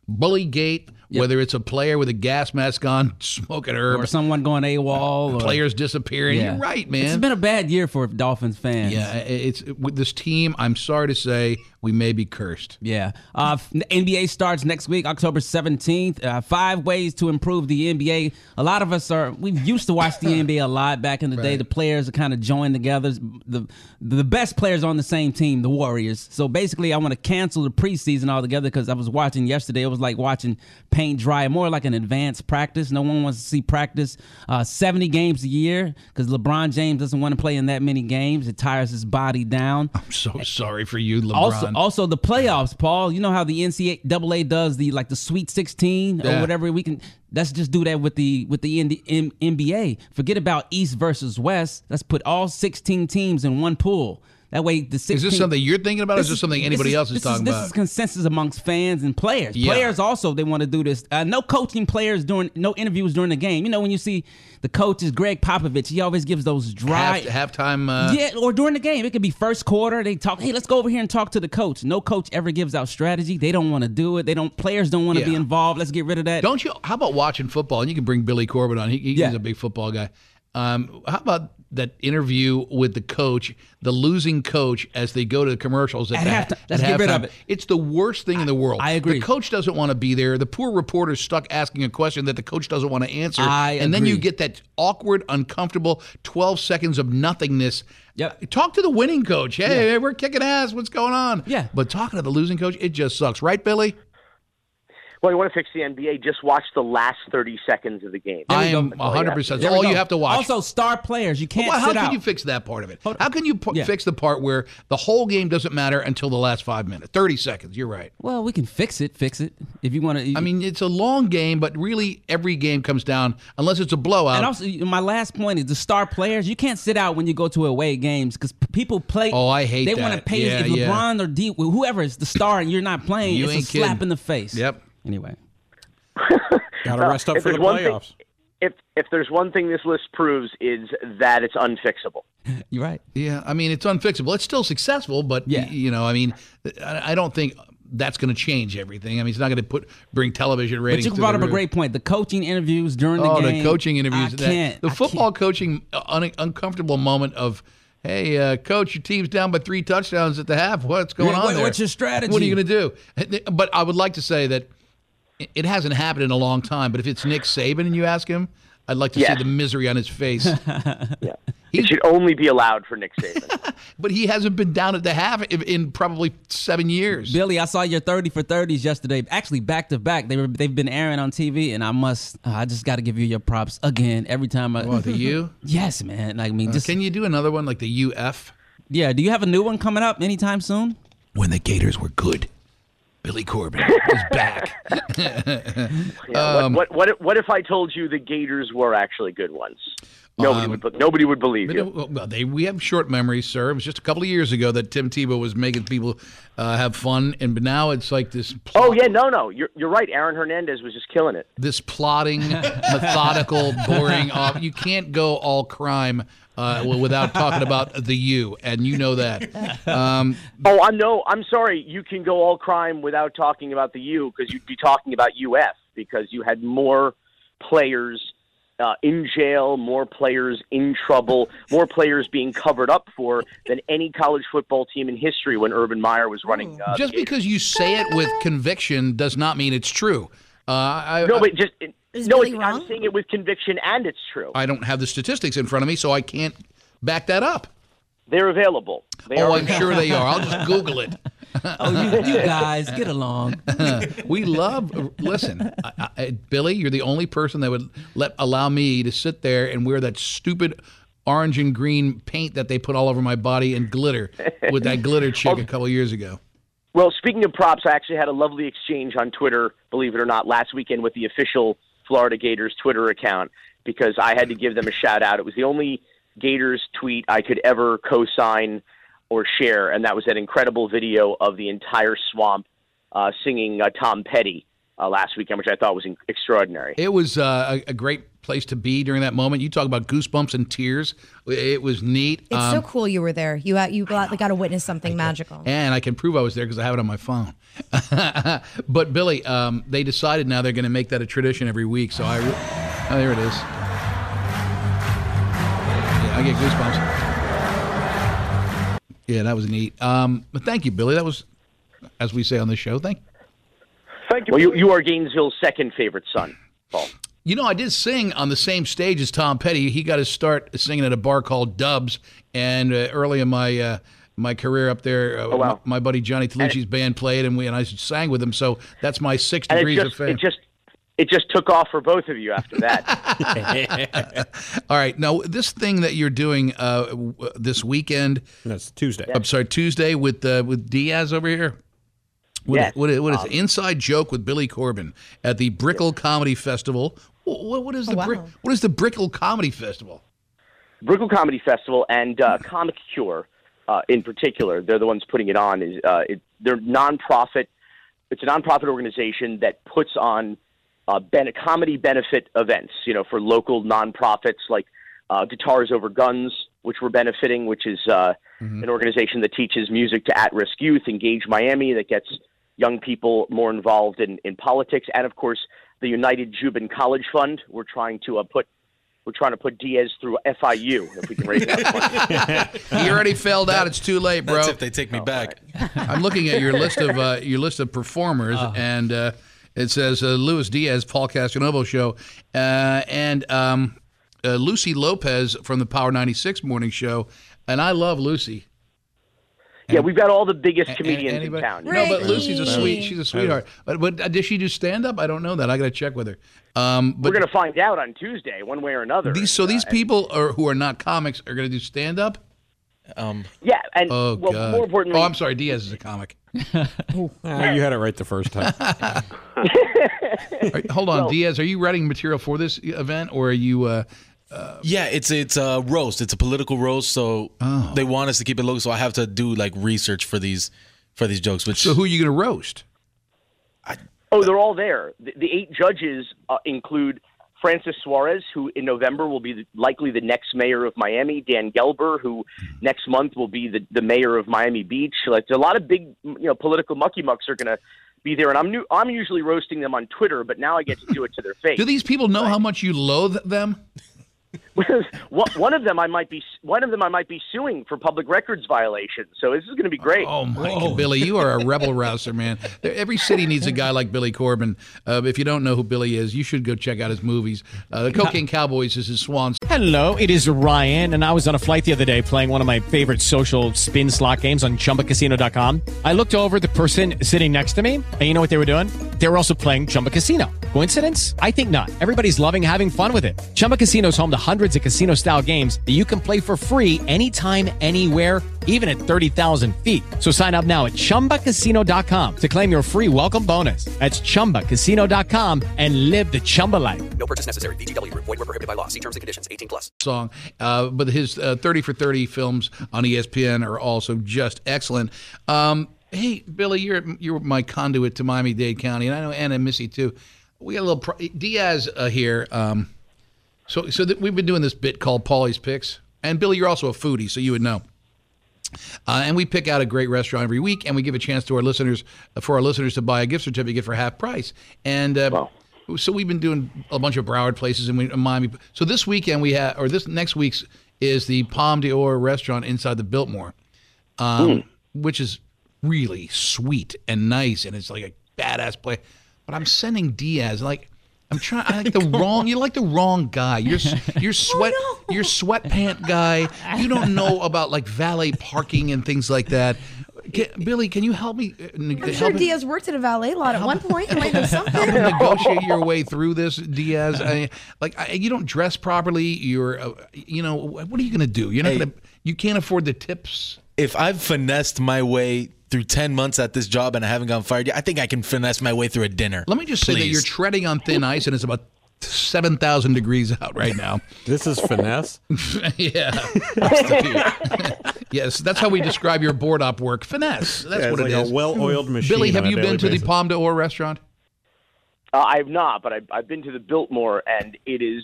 Speaker 5: Bully Gate, whether it's a player with a gas mask on, smoking herb,
Speaker 7: or someone going AWOL, or,
Speaker 5: players disappearing.
Speaker 7: Yeah.
Speaker 5: You're right,
Speaker 7: It's
Speaker 5: man.
Speaker 7: been a bad year for Dolphins fans.
Speaker 5: yeah, it's with this team. I'm sorry to say, we may be cursed.
Speaker 7: Yeah. Uh, f- NBA starts next week, October 17th. Uh, five ways to improve the NBA. A lot of us are, we used to watch the NBA a lot back in the day.
Speaker 5: Right.
Speaker 7: The players are kind of joined together. The, the best players on the same team, the Warriors. So basically, I want to cancel the preseason altogether because I was watching yesterday. It was like watching paint dry, more like an advanced practice. No one wants to see practice. Uh, 70 games a year because LeBron James doesn't want to play in that many games. It tires his body down.
Speaker 5: I'm so sorry for you, LeBron.
Speaker 7: Also, also the playoffs, Paul. You know how the NCAA does the like the Sweet 16
Speaker 5: Yeah.
Speaker 7: or whatever. We can let's just do that with the with the N- M- NBA. Forget about East versus West. Let's put all 16 teams in one pool. That way, the 16.
Speaker 5: is this something you're thinking about, or is this something anybody else is
Speaker 7: this
Speaker 5: talking
Speaker 7: this
Speaker 5: about?
Speaker 7: This is consensus amongst fans and players.
Speaker 5: Yeah.
Speaker 7: Players also they want to do this. Uh, no coaching players during no interviews during the game. You know when you see the coaches, Greg Popovich, he always gives those dry
Speaker 5: Half, halftime. Uh,
Speaker 7: yeah, or during the game, it could be first quarter. They talk, hey, let's go over here and talk to the coach. No coach ever gives out strategy. They don't want to do it. They don't. Players don't want to be
Speaker 5: Yeah.
Speaker 7: involved. Let's get rid of that.
Speaker 5: Don't you? How about watching football? And you can bring Billy Corbett on. He, he- he's a big football guy. Um, how about that interview with the coach, the losing coach, as they go to the commercials at,
Speaker 7: At
Speaker 5: that,
Speaker 7: halftime. Let's get rid of it.
Speaker 5: It's the worst thing in the world. I
Speaker 7: agree.
Speaker 5: The coach doesn't want to be there. The poor reporter's stuck asking a question that the coach doesn't want to answer.
Speaker 7: I
Speaker 5: and then you
Speaker 7: agree.
Speaker 5: get that awkward, uncomfortable 12 seconds of nothingness. Yep. Talk to the winning coach. Hey, we're kicking ass. What's going on? Yeah. But talking to the losing coach, it just sucks. Right, Billy?
Speaker 26: Well, you want to fix the NBA? Just watch the last thirty seconds of the game.
Speaker 5: I
Speaker 7: Oh,
Speaker 5: am
Speaker 9: Oh,
Speaker 5: 100%. That's
Speaker 26: There we
Speaker 5: all you
Speaker 26: go.
Speaker 5: have to watch.
Speaker 7: Also, star players. You can't
Speaker 5: Well, how
Speaker 7: sit
Speaker 5: can
Speaker 7: out.
Speaker 5: you fix that part of it? How can you p- fix the part where the whole game doesn't matter until the last five minutes? 30 seconds. You're right.
Speaker 7: well, we can fix it. Fix it if you want to.
Speaker 5: I mean, it's a long game, but really every game comes down, unless it's a blowout.
Speaker 7: And also, my last point is the star players. You can't sit out when you go to away games because people play.
Speaker 5: Oh, I hate
Speaker 7: They
Speaker 5: that.
Speaker 7: want to pay
Speaker 5: Yeah,
Speaker 7: if
Speaker 5: yeah.
Speaker 7: LeBron or D, whoever is the star, and you're not playing.
Speaker 5: You
Speaker 7: it's
Speaker 5: ain't
Speaker 7: a slap
Speaker 5: kidding.
Speaker 7: in the face.
Speaker 5: Yep.
Speaker 7: Anyway,
Speaker 9: Gotta
Speaker 26: Well,
Speaker 9: rest up
Speaker 26: Uh, if
Speaker 9: for the
Speaker 26: there's one thing-
Speaker 9: playoffs.
Speaker 26: If if there's one thing this list proves is that it's unfixable.
Speaker 7: You're right.
Speaker 5: Yeah, I mean it's unfixable. It's still successful, but y- you know, I mean, I I don't think that's going to change everything. I mean, it's not going to put bring television
Speaker 7: but
Speaker 5: ratings.
Speaker 7: you
Speaker 5: to
Speaker 7: brought
Speaker 5: the
Speaker 7: up a
Speaker 5: roof.
Speaker 7: great point. The coaching interviews during the
Speaker 5: oh,
Speaker 7: game.
Speaker 5: the coaching
Speaker 7: I
Speaker 5: interviews. that-
Speaker 7: can't.
Speaker 5: the football coaching uh, un- uncomfortable moment of, hey, uh, coach, your team's down by three touchdowns at the half. What's going
Speaker 7: Yeah,
Speaker 5: on
Speaker 7: what-
Speaker 5: there?
Speaker 7: what's your strategy?
Speaker 5: What are you going to do? But I would like to say that it- it hasn't happened in a long time. But if it's Nick Saban and you ask him, I'd like to
Speaker 26: Yeah.
Speaker 5: see the misery on his face.
Speaker 26: It should only be allowed for Nick Saban.
Speaker 5: but he hasn't been down at the half in, in probably seven years.
Speaker 7: Billy, I saw your 30 for 30s yesterday. Actually, back to back. They were they've been airing on TV and I must uh, I just got to give you your props again every time I
Speaker 5: What, the U?
Speaker 7: Yes, man. Like I mean,
Speaker 5: Uh,
Speaker 7: just
Speaker 5: can you do another one like the UF?
Speaker 7: Yeah, do you have a new one coming up anytime soon?
Speaker 5: When the Gators were good. Billy Corbin is back.
Speaker 26: Yeah, what-
Speaker 5: Um,
Speaker 26: what, what, if- what if I told you the Gators were actually good ones? Nobody would would. Nobody would believe
Speaker 5: Um, But,
Speaker 26: you.
Speaker 5: uh, well, they, we have short memories, sir. It was just a couple of years ago that Tim Tebow was making people uh, have fun, and but now it's like this
Speaker 26: Oh yeah, no, no, you're you're right. Aaron Hernandez was just killing it.
Speaker 5: this plotting, methodical, boring. Off. You can't go all crime uh, w- without talking about the U, and you know that. Um,
Speaker 26: Oh, I'm no, I'm sorry. You can go all crime without talking about the U because you'd be talking about UF because you had more players uh, in jail, more players in trouble, more players being covered up for than any college football team in history when Urban Meyer was running. Uh,
Speaker 5: just because you say it with conviction does not mean it's true. Uh, I,
Speaker 26: no,
Speaker 5: I-
Speaker 26: but just no, it's, I'm saying it with conviction, and it's true.
Speaker 5: I don't have the statistics in front of me, so I can't back that up.
Speaker 26: They're available. They
Speaker 5: oh,
Speaker 26: are
Speaker 5: I'm sure they are. I'll just Google it.
Speaker 7: Oh, you, you guys get along.
Speaker 5: we love. Listen, I, I, Billy, you're the only person that would let allow me to sit there and wear that stupid orange and green paint that they put all over my body and glitter with that glitter chick a couple years ago.
Speaker 26: Well, speaking of props, I actually had a lovely exchange on Twitter, believe it or not, last weekend with the official Florida Gators Twitter account because I had to give them a shout out. It was the only Gators tweet I could ever co sign or share, and that was that incredible video of the entire swamp uh, singing uh, Tom Petty uh, last weekend, which I thought was in- extraordinary.
Speaker 5: It was uh, a, a great place to be during that moment. You talk about goosebumps and tears. It was neat.
Speaker 8: It's so
Speaker 5: Um,
Speaker 8: cool you were there. You got, you got, got to witness something magical.
Speaker 5: And I can prove I was there because I have it on my phone. but Billy, um, they decided now they're going to make that a tradition every week. So I, re- oh, there it is. Yeah, I get goosebumps. Yeah, that was neat. Um, but thank you, Billy. That was, as we say on the show, thank.
Speaker 26: Thank you. Well, you, you are Gainesville's second favorite son, Paul.
Speaker 5: You know, I did sing on the same stage as Tom Petty. He got his start singing at a bar called Dubs, and uh, early in my uh, my career up there, uh,
Speaker 26: Oh, wow.
Speaker 5: my, my buddy Johnny Tolucci's band played, and we and I sang with him. So that's my six
Speaker 26: And it
Speaker 5: degrees
Speaker 26: just,
Speaker 5: of fame.
Speaker 26: it just it just took off for both of you after that.
Speaker 5: All right. Now, this thing that you're doing uh, w- this weekend. That's Tuesday. I'm sorry, Tuesday with uh, with Diaz over here. What,
Speaker 26: Yes.
Speaker 5: what, what is
Speaker 26: Um,
Speaker 5: it? Inside Joke with Billy Corbin at the Brickell Comedy Festival. What, what is the Brick- what is the Brickell Comedy Festival?
Speaker 26: Brickell Comedy Festival and uh, Comic Cure uh, in particular. They're the ones putting it on. Is uh, it, they're nonprofit. It's a nonprofit organization that puts on uh, ben- comedy benefit events. You know, for local nonprofits like uh, Guitars Over Guns, which we're benefiting, which is uh,
Speaker 5: Mm-hmm.
Speaker 26: an organization that teaches music to at-risk youth. Engage Miami, that gets young people more involved in, in politics, and of course the United Jubin College Fund. We're trying to uh, put We're trying to put Diaz through FIU if we can raise enough money.
Speaker 5: He already failed out. It's too late, bro.
Speaker 10: That's if they take me back.
Speaker 5: I'm looking at your list of uh, your list of performers, and uh, it says uh, Luis Diaz, Paul Castanova show, uh, and um, uh, Lucy Lopez from the Power 96 morning show. And I love Lucy.
Speaker 26: yeah, we've got all the biggest comedians
Speaker 5: anybody-
Speaker 26: in town.
Speaker 5: No, but Lucy's a sweet. She's a sweetheart. But, but uh, did she do stand up? I don't know that. I got to check with her. Um, but
Speaker 26: We're going to find out on Tuesday, one way or another.
Speaker 5: these, so these
Speaker 26: Uh, and-
Speaker 5: people are, who are not comics are going to do stand up. Um,
Speaker 26: yeah, and
Speaker 5: oh
Speaker 26: well,
Speaker 5: God.
Speaker 26: more importantly-
Speaker 5: oh, I'm sorry, Diaz is a comic.
Speaker 9: Oh, you had it right the first time.
Speaker 5: Are- hold on,
Speaker 10: Well-
Speaker 5: Diaz. Are you writing material for this event, or are you? Uh, uh,
Speaker 10: Yeah, it's it's a roast. It's a political roast, so
Speaker 5: Oh.
Speaker 10: they want us to keep it local. So I have to do like research for these for these jokes. Which so
Speaker 5: who are you going to roast?
Speaker 26: Oh, they're all there. The, the eight judges uh, include Francis Suarez, who in November will be the, likely the next mayor of Miami, Dan Gelber, who next month will be the, the mayor of Miami Beach. Like a lot of big, you know, political mucky mucks are going to be there, and I'm new, I'm usually roasting them on Twitter, but now I get to do it to their face.
Speaker 5: do these people know how much you loathe them?
Speaker 26: one, one of them I might be one of them I might be suing for public records violations. So this is going to be great.
Speaker 5: Oh my God, Billy, you are a rebel rouser, man. There- Every city needs a guy like Billy Corbin. Uh, if you don't know who Billy is, you should go check out his movies. Uh, the Cocaine Cowboys is his swan
Speaker 17: Hello, it is Ryan, and I was on a flight the other day playing one of my favorite social spin slot games on chumbacasino.com. I looked over at the person sitting next to me, and you know what they were doing? They were also playing Chumba Casino. Coincidence? I think not. Everybody's loving having fun with it. Chumba Casino is home to hundreds of casino style games that you can play for free anytime, anywhere, even at 30,000 feet. So sign up now at chumbacasino.com to claim your free welcome bonus. That's chumbacasino.com and live the Chumba life.
Speaker 24: No purchase necessary. VGW Group. Void were prohibited by law. See terms and conditions. 18 plus.
Speaker 5: song. Uh, but his uh, 30 for 30 films on E ESPN are also just excellent. Um, hey, Billy, you're you're my conduit to Miami Dade County, and I know Anna and Missy too. We got a little pro- Diaz uh, here. Um, so so that we've been doing this bit called Paulie's Picks, and Billy, you're also a foodie, so you would know. Uh, and we pick out a great restaurant every week, and we give a chance to our listeners for our listeners to buy a gift certificate for half price. And uh, so we've been doing a bunch of Broward places and we, in Miami. So this weekend we have, or this next week's is the Palm d'Or restaurant inside the Biltmore, um,
Speaker 19: Mm.
Speaker 5: which is really sweet and nice, and it's like a badass place. But I'm sending Diaz like. I'm trying. I like the wrong. You're like the wrong guy. You're s- you're sweat. You're sweat pant guy. You don't know about like valet parking and things like that. Can, Billy, can you help me?
Speaker 15: I'm sure Diaz worked at a valet lot at one point. You might know something.
Speaker 5: negotiate your way through this, Diaz. I, like I, you don't dress properly. You're, uh, you know, what are you going to do? You're not going to. You can't afford the tips.
Speaker 10: If I've finessed my way through ten months at this job and I haven't gotten fired yet, I think I can finesse my way through a dinner.
Speaker 5: Let me just say that you're treading on thin ice, and it's about seven thousand degrees out right now.
Speaker 9: This is finesse.
Speaker 5: yeah. yes, that's how we describe your board op work. Finesse. That's
Speaker 9: Yeah, it's
Speaker 5: what it is. Hmm.
Speaker 9: like a well-oiled machine
Speaker 5: Billy,
Speaker 9: on
Speaker 5: have
Speaker 9: a
Speaker 5: you
Speaker 9: daily
Speaker 5: been to the
Speaker 9: basis.
Speaker 5: Palm d'Or restaurant?
Speaker 26: Uh, I've not, but I've, I've been to the Biltmore, and it is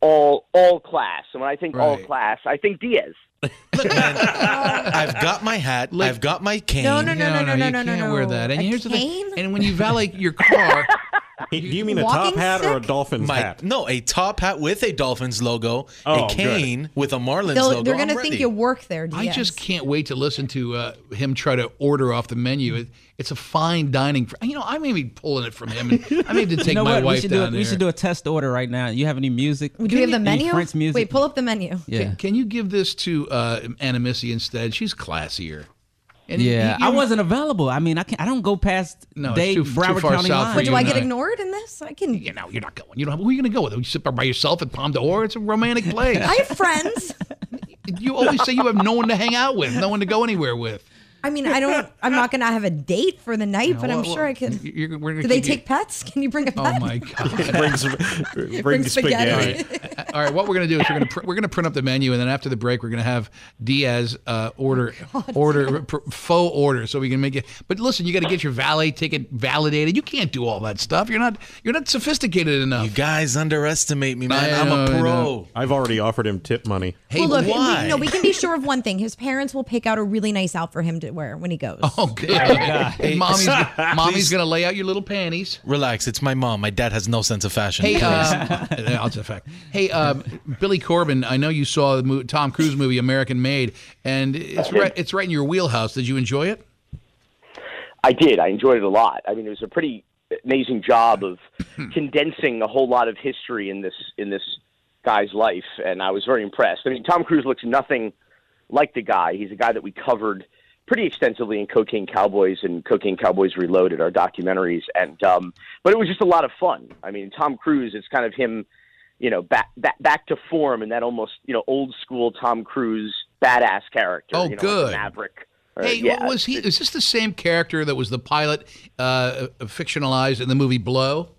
Speaker 26: all all class. And when I think all
Speaker 10: Right.
Speaker 26: class, I think Diaz.
Speaker 10: I've got my hat. I've got my cane.
Speaker 5: No, no, no, no, no, no, no, no, wear that. And here's the thing. And when you valet your car,
Speaker 9: do you mean a top Walking hat or a sick? dolphin's
Speaker 10: My-
Speaker 9: hat?
Speaker 10: No, a top hat with a dolphin's logo,
Speaker 9: Oh,
Speaker 10: a
Speaker 9: good.
Speaker 10: cane with a Marlins
Speaker 8: They'll-
Speaker 10: logo.
Speaker 8: they're
Speaker 10: I'm
Speaker 8: going to think
Speaker 10: ready.
Speaker 8: you work there,
Speaker 5: I
Speaker 8: Diaz.
Speaker 5: just can't wait to listen to uh, him try to order off the menu. It, it's a fine dining. fr- You know, I may be pulling it from him. And I may have to take
Speaker 7: You know
Speaker 5: my
Speaker 7: what?
Speaker 5: wife
Speaker 7: we should
Speaker 5: down
Speaker 7: do, a-
Speaker 5: there.
Speaker 7: We should do a test order right now. You have any music?
Speaker 8: Do we have the
Speaker 7: Any
Speaker 8: menu?
Speaker 7: French music?
Speaker 8: Wait, pull up the menu.
Speaker 7: Yeah.
Speaker 5: Can, can you give this to uh, Anna Missy instead? She's classier.
Speaker 7: yeah,
Speaker 5: you-
Speaker 7: I wasn't available. I mean, I can not I don't go past
Speaker 5: No, it's
Speaker 7: Dade,
Speaker 5: too- too
Speaker 7: Broward
Speaker 5: far
Speaker 7: County
Speaker 5: south
Speaker 7: line.
Speaker 5: for Wait, do you I and get I.
Speaker 8: Ignored in this? I can.
Speaker 5: You know, you're not going. You know, who are you going to go with? You sit by yourself at Palm d'Or? It's a romantic place.
Speaker 8: I have friends.
Speaker 5: you always say you have no one to hang out with, no one to go anywhere with.
Speaker 8: I mean, I don't. I'm not going to have a date for the night,
Speaker 5: No,
Speaker 8: but I'm
Speaker 5: well,
Speaker 8: sure I could.
Speaker 5: you- you're- we're gonna
Speaker 8: Do they
Speaker 5: keep you-
Speaker 8: take pets? Can you bring a pet?
Speaker 5: Oh my god!
Speaker 9: Bring some-
Speaker 5: bring,
Speaker 8: Bring spaghetti.
Speaker 5: All right. All right, what we're gonna do is we're gonna pr- we're gonna print up the menu, and then after the break, we're gonna have Diaz uh, order order pr- faux order, so we can make it. But listen, you got to get your valet ticket validated. You can't do all that stuff. You're not you're not sophisticated enough. You
Speaker 10: guys underestimate me,
Speaker 5: man. I'm a pro.
Speaker 9: I've already offered him tip money.
Speaker 8: well, look, We, no, we can be sure of one thing. His parents will pick out a really nice out for him to everywhere when he goes.
Speaker 5: Oh, good. mommy's mommy's gonna lay out your little panties.
Speaker 10: Relax, it's my mom. My dad has no sense of fashion.
Speaker 5: Hey,
Speaker 10: Please.
Speaker 5: um, that's a fact. Hey, um, Billy Corbin, I know you saw the mo- Tom Cruise movie American Made, and it's right, it's right in your wheelhouse. Did you enjoy it?
Speaker 26: I did. I enjoyed it a lot. I mean, it was a pretty amazing job of condensing a whole lot of history in this in this guy's life, and I was very impressed. I mean, Tom Cruise looks nothing like the guy. He's a guy that we covered pretty extensively in Cocaine Cowboys and Cocaine Cowboys Reloaded, our documentaries, and um, but it was just a lot of fun. I mean, Tom Cruise, it's kind of him, you know, back back, back to form in that almost you know old school Tom Cruise badass character.
Speaker 5: Oh,
Speaker 26: you know, like a
Speaker 5: good.
Speaker 26: Maverick. or-
Speaker 5: Hey,
Speaker 26: yeah.
Speaker 5: what was he? Is this the same character that was the pilot uh, fictionalized in the movie Blow?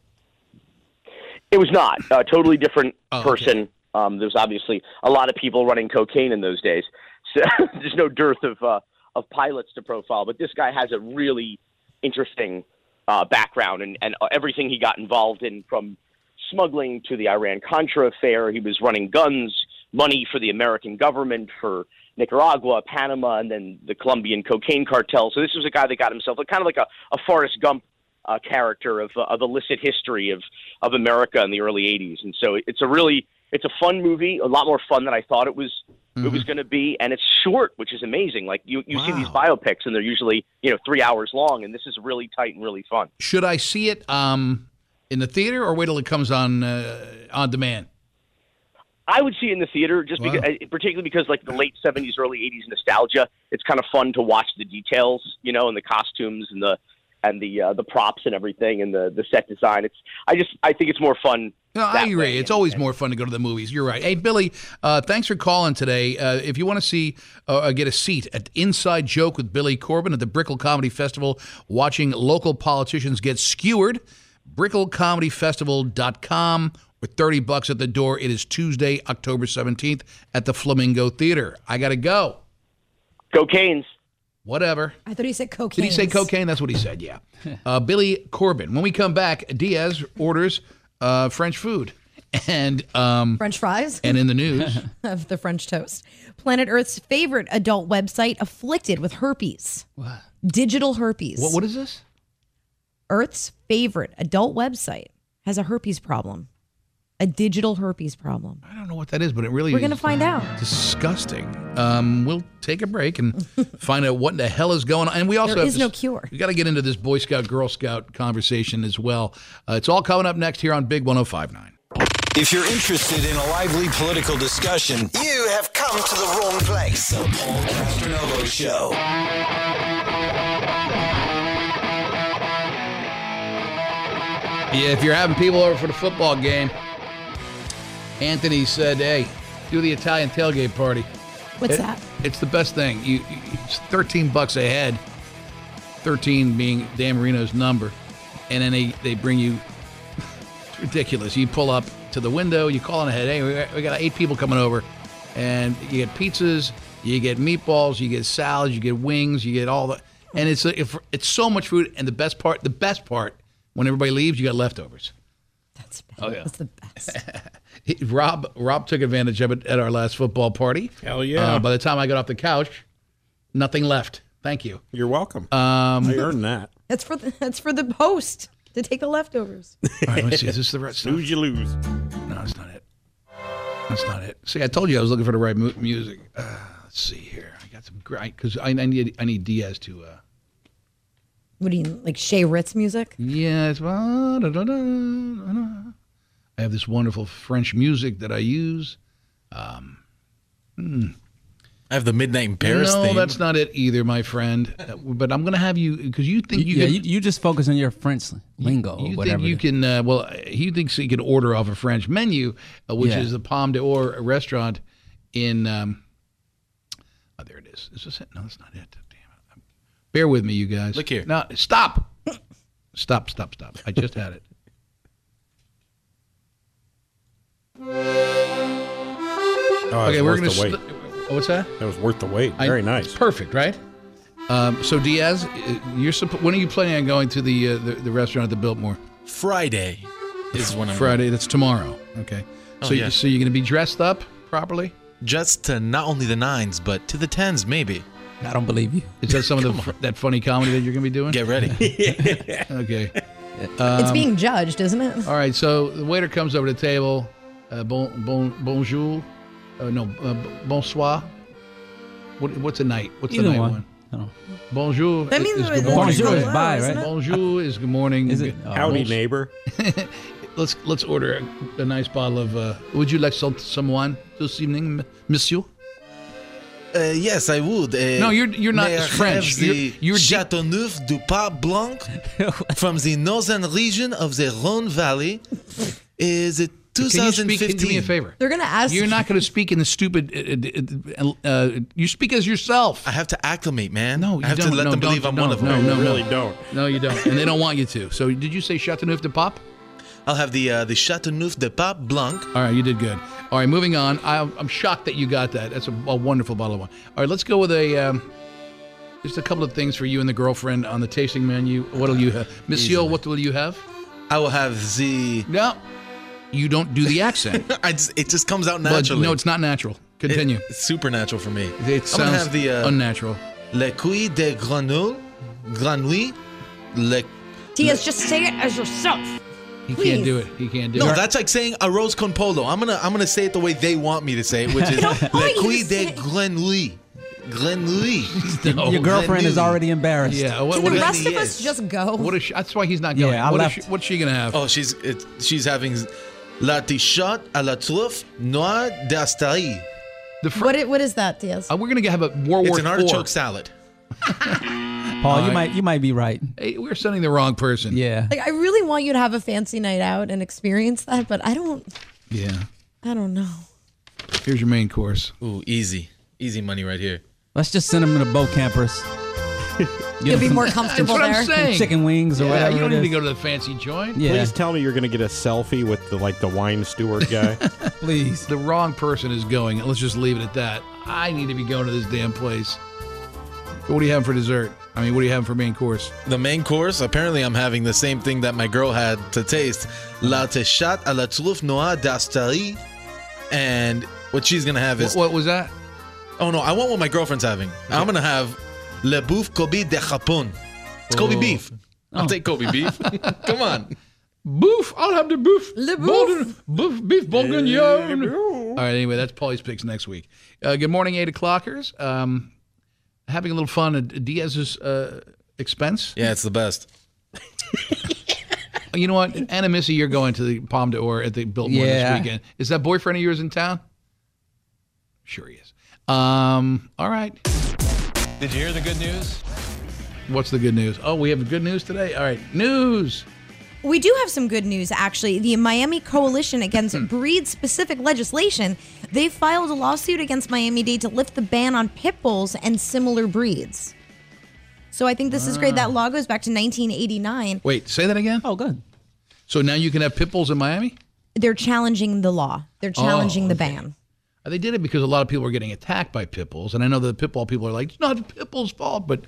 Speaker 26: It was not a totally different person. Um, there's obviously a lot of people running cocaine in those days, so there's no dearth of uh, of pilots to profile. But this guy has a really interesting uh, background and, and everything he got involved in, from smuggling to the Iran Contra affair. He was running guns, money for the American government for Nicaragua, Panama, and then the Colombian cocaine cartel. So this was a guy that got himself kind of like a, a Forrest Gump uh, character of, uh, of illicit history of, of America in the early 80s. And so it's a really, it's a fun movie, a lot more fun than I thought it was, it was going to be. And it's short, which is amazing. Like you, you see these biopics and they're usually, you know, three hours long. And this is really tight and really fun.
Speaker 5: Should I see it um, in the theater or wait till it comes on uh, on demand?
Speaker 26: I would see it in the theater just
Speaker 5: Wow.
Speaker 26: because, uh, particularly because like the late seventies, early eighties nostalgia. It's kind of fun to watch the details, you know, and the costumes and the and the uh, the props and everything and the the set design. It's I just I think it's more fun.
Speaker 5: No, I agree. It's always more fun to go to the movies. You're right. Hey, Billy, uh, thanks for calling today. Uh, if you want to see uh, uh, get a seat at Inside Joke with Billy Corbin at the Brickell Comedy Festival, watching local politicians get skewered, brickellcomedyfestival.com with 30 bucks at the door. It is Tuesday, October 17th at the Flamingo Theater. I got to go.
Speaker 26: Cocaine's.
Speaker 5: Whatever.
Speaker 8: I thought he said cocaine.
Speaker 5: Did he say cocaine? That's what he said, yeah. Uh, Billy Corbin. When we come back, Diaz orders uh, French food. And um,
Speaker 8: French fries?
Speaker 5: and in the news,
Speaker 8: of the French toast. Planet Earth's favorite adult website afflicted with herpes. What? Digital herpes.
Speaker 5: What- what is this?
Speaker 8: Earth's favorite adult website has a herpes problem. A digital herpes problem.
Speaker 5: I don't know what that is, but it really
Speaker 8: We're
Speaker 5: is
Speaker 8: going to find out.
Speaker 5: disgusting. Um, we'll take a break and find out what in the hell is going on. And we also
Speaker 8: There
Speaker 5: have
Speaker 8: is
Speaker 5: to-
Speaker 8: no cure.
Speaker 5: We got to get into this Boy Scout Girl Scout conversation as well. Uh, it's all coming up next here on Big 1059.
Speaker 4: If you're interested in a lively political discussion,
Speaker 1: You have come to the wrong place.
Speaker 4: The Paul Castronovo Show.
Speaker 5: Yeah, if you're having people over for the football game, Anthony said, "Hey, do the Italian tailgate party."
Speaker 8: What's
Speaker 5: It-
Speaker 8: that?
Speaker 5: It's the best thing. You, you- it's thirteen bucks a head, thirteen being Dan Marino's number, and then they they bring you. It's ridiculous. You pull up to the window, you call in ahead. Hey, we got, we got eight people coming over, and you get pizzas, you get meatballs, you get salads, you get wings, you get all the, and it's if- it's so much food. And the best part, the best part, when everybody leaves, you got leftovers. Oh yeah, that's
Speaker 8: the best.
Speaker 5: Rob Rob took advantage of it at our last football party.
Speaker 9: Hell yeah.
Speaker 5: Uh, by the time I got off the couch, nothing left. Thank you.
Speaker 9: You're welcome.
Speaker 5: Um,
Speaker 9: I earned that.
Speaker 8: That's for the, that's for the host to take the leftovers.
Speaker 5: All right, let's see. Is this the right stuff? Lose
Speaker 9: you lose.
Speaker 5: No, that's not it. That's not it. See, I told you I was looking for the right mu- music. Uh, let's see here. I got some great because I, I need I need Diaz to. Uh,
Speaker 8: What do you like Shay Ritz music?
Speaker 5: Yes. well, da, da, da, da, da. I have this wonderful French music that I use. Um, hmm.
Speaker 10: I have the Midnight in Paris
Speaker 5: no,
Speaker 10: theme.
Speaker 5: that's not it either, my friend. Uh, but I'm going to have you because you think you
Speaker 7: yeah,
Speaker 5: can.
Speaker 7: you, you just focus on your French lingo
Speaker 5: you
Speaker 7: or whatever.
Speaker 5: think you can? Uh, well, he thinks he can order off a French menu, uh, which
Speaker 7: Yeah.
Speaker 5: is the Palme d'Or restaurant in. Um, oh, there it is. Is this it? No, that's not it. Damn it! Bear with me, you guys. Look here. No, stop. stop. Stop. Stop. I just had it.
Speaker 9: Oh,
Speaker 5: okay,
Speaker 9: it's
Speaker 5: we're
Speaker 9: worth
Speaker 5: going
Speaker 9: the
Speaker 5: to.
Speaker 9: wait.
Speaker 5: what's that?
Speaker 9: That was worth the wait.
Speaker 5: I-
Speaker 9: Very nice.
Speaker 5: it's perfect, right? Um, so Diaz, uh, you're suppo- when are you planning on going to the uh, the, the restaurant at the Biltmore?
Speaker 10: Friday is when I'm
Speaker 5: Friday. That's tomorrow. Okay.
Speaker 10: Oh,
Speaker 5: so
Speaker 10: yeah.
Speaker 5: you, so you're going to be dressed up properly.
Speaker 10: Just to not only the nines, but to the tens, maybe.
Speaker 5: I don't believe you. Is that some of the that funny comedy that you're going to be doing? Get ready. okay.
Speaker 15: it's
Speaker 5: Um,
Speaker 15: being judged, isn't it?
Speaker 5: All right. So the waiter comes over to the table. Uh, bon bon bonjour. Uh, no uh, bonsoir. What, what's a night? What's
Speaker 7: Either
Speaker 5: the night
Speaker 7: one.
Speaker 5: one? Bonjour.
Speaker 7: That means
Speaker 5: is
Speaker 7: it's
Speaker 5: good morning.
Speaker 7: Bonjour is hello, bye, isn't right? it?
Speaker 5: Bonjour is good morning. Uh,
Speaker 7: Is it-
Speaker 9: Howdy, neighbor.
Speaker 5: let's let's order a, a nice bottle of. Uh, would you like some some wine this evening, m- Monsieur?
Speaker 10: Uh, yes, I would. Uh,
Speaker 5: No, you're- you're not
Speaker 10: may I have
Speaker 5: French.
Speaker 10: The
Speaker 5: You're- you're di-
Speaker 10: Chateauneuf du Pas Blanc from the northern region of the Rhone Valley is it
Speaker 5: Can you speak-
Speaker 10: 2015.
Speaker 5: can you do me a favor?
Speaker 8: They're gonna ask.
Speaker 5: You're not going to speak in the stupid. Uh, uh, uh, you speak as yourself. I
Speaker 10: have to acclimate, man.
Speaker 5: No, you
Speaker 10: I have to
Speaker 5: don't.
Speaker 10: let
Speaker 5: No,
Speaker 10: them
Speaker 5: don't,
Speaker 10: believe I'm
Speaker 5: no,
Speaker 10: one of
Speaker 5: no,
Speaker 10: them.
Speaker 5: No,
Speaker 10: You
Speaker 5: no,
Speaker 10: really
Speaker 9: don't.
Speaker 5: No, you don't, and they don't want you to. So, did you say Chateauneuf de Pop?
Speaker 10: I'll have the uh, the Chateauneuf de Pas Blanc.
Speaker 5: All right, you did good. All right, moving on. I, I'm shocked that you got that. That's a, a wonderful bottle of wine. All right, let's go with a um, just a couple of things for you and the girlfriend on the tasting menu. What'll you have, Monsieur? What will you have?
Speaker 10: I will have the.
Speaker 5: No, you don't do the accent.
Speaker 10: I just, it just comes out
Speaker 5: But
Speaker 10: naturally.
Speaker 5: no, it's not natural. Continue.
Speaker 10: It's supernatural for me.
Speaker 5: It
Speaker 10: I'm gonna
Speaker 5: sounds
Speaker 10: have the uh,
Speaker 5: unnatural.
Speaker 10: Le Cuy de Grenouille, Grenouille, Le.
Speaker 15: Tia's just say it as yourself.
Speaker 5: He
Speaker 10: Please.
Speaker 5: can't do it. He can't do
Speaker 10: No,
Speaker 5: it.
Speaker 10: that's like saying arroz con polo. I'm gonna I'm gonna say it the way they want me to say it, which is Le Cuy de Grenouille, Grenouille.
Speaker 7: Your girlfriend is already embarrassed.
Speaker 5: Oh. Yeah, what-
Speaker 10: Can
Speaker 5: what
Speaker 10: the
Speaker 5: is-
Speaker 10: rest of us
Speaker 8: just go?
Speaker 5: What is she, that's why he's not going.
Speaker 10: Yeah, I
Speaker 5: What is
Speaker 10: left.
Speaker 5: she- what's she gonna have?
Speaker 10: Oh, she's it, she's having la t-shirt à la truffe noire d'Astari.
Speaker 5: The Uh,
Speaker 15: what, i- what is that, Tia's?
Speaker 5: we're gonna have a World
Speaker 10: It's
Speaker 5: War
Speaker 10: an artichoke
Speaker 5: IV.
Speaker 10: salad.
Speaker 7: Paul,
Speaker 5: All
Speaker 7: you
Speaker 5: right.
Speaker 7: might you might be right.
Speaker 5: Hey, we're sending the wrong person.
Speaker 7: Yeah.
Speaker 15: Like, I really want you to have a fancy night out and experience that, but I don't.
Speaker 5: Yeah.
Speaker 15: I don't know.
Speaker 5: Here's your main course.
Speaker 10: Ooh, easy, easy money right here.
Speaker 7: Let's just send him to Bo Campers.
Speaker 8: You'll be more comfortable
Speaker 5: That's what
Speaker 8: there.
Speaker 5: I'm saying.
Speaker 7: Chicken wings or
Speaker 5: Yeah,
Speaker 7: whatever
Speaker 5: You don't
Speaker 7: it
Speaker 5: need to
Speaker 7: is.
Speaker 5: go to the fancy joint.
Speaker 9: Please tell me you're going to get a selfie with the like the wine steward guy.
Speaker 5: Please. The wrong person is going. Let's just leave it at that. I need to be going to this damn place. What do you have for dessert? I mean, what do you have for main course?
Speaker 10: The main course, apparently, I'm having the same thing that my girl had to taste la t-shirt à la truffe noire d'Astari. And what she's gonna have is
Speaker 5: What, what was that?
Speaker 10: Oh no, I want what my girlfriend's having. I'm gonna have le bouffe Kobe de Japon. It's Kobe
Speaker 5: Oh.
Speaker 10: beef. I'll take Kobe beef. Come on.
Speaker 5: Boof. I'll have the boof.
Speaker 15: Le
Speaker 5: boof. Boof. Beef bourguignon. All right. Anyway, that's Paulie's picks next week. Uh, good morning, eight o'clockers. Um, having a little fun at Diaz's uh, expense. Oh,
Speaker 10: Yeah, it's the best.
Speaker 5: You know what, Anna Missy, you're going to the Palm d'Or at the Biltmore
Speaker 7: Yeah.
Speaker 5: this weekend. Is that boyfriend of yours in town? Sure he is. Um, all right.
Speaker 11: Did you hear the good news?
Speaker 5: What's the good news? Oh, we have good news today. All right, news.
Speaker 8: We do have some good news, actually. The Miami Coalition Against
Speaker 7: Hmm.
Speaker 8: Breed Specific Legislation, they filed a lawsuit against Miami Dade to lift the ban on pit bulls and similar breeds. So I think this is
Speaker 7: Ah.
Speaker 8: great. That law goes back to 1989.
Speaker 5: Wait, say that again. Oh, good. So now you can have pit bulls in Miami.
Speaker 8: They're challenging the law, they're
Speaker 7: Oh,
Speaker 8: challenging the ban.
Speaker 5: Uh, They did it because a lot of people were getting attacked by pit bulls, and I know that the pit bull people are like, it's not the pit bull's fault, but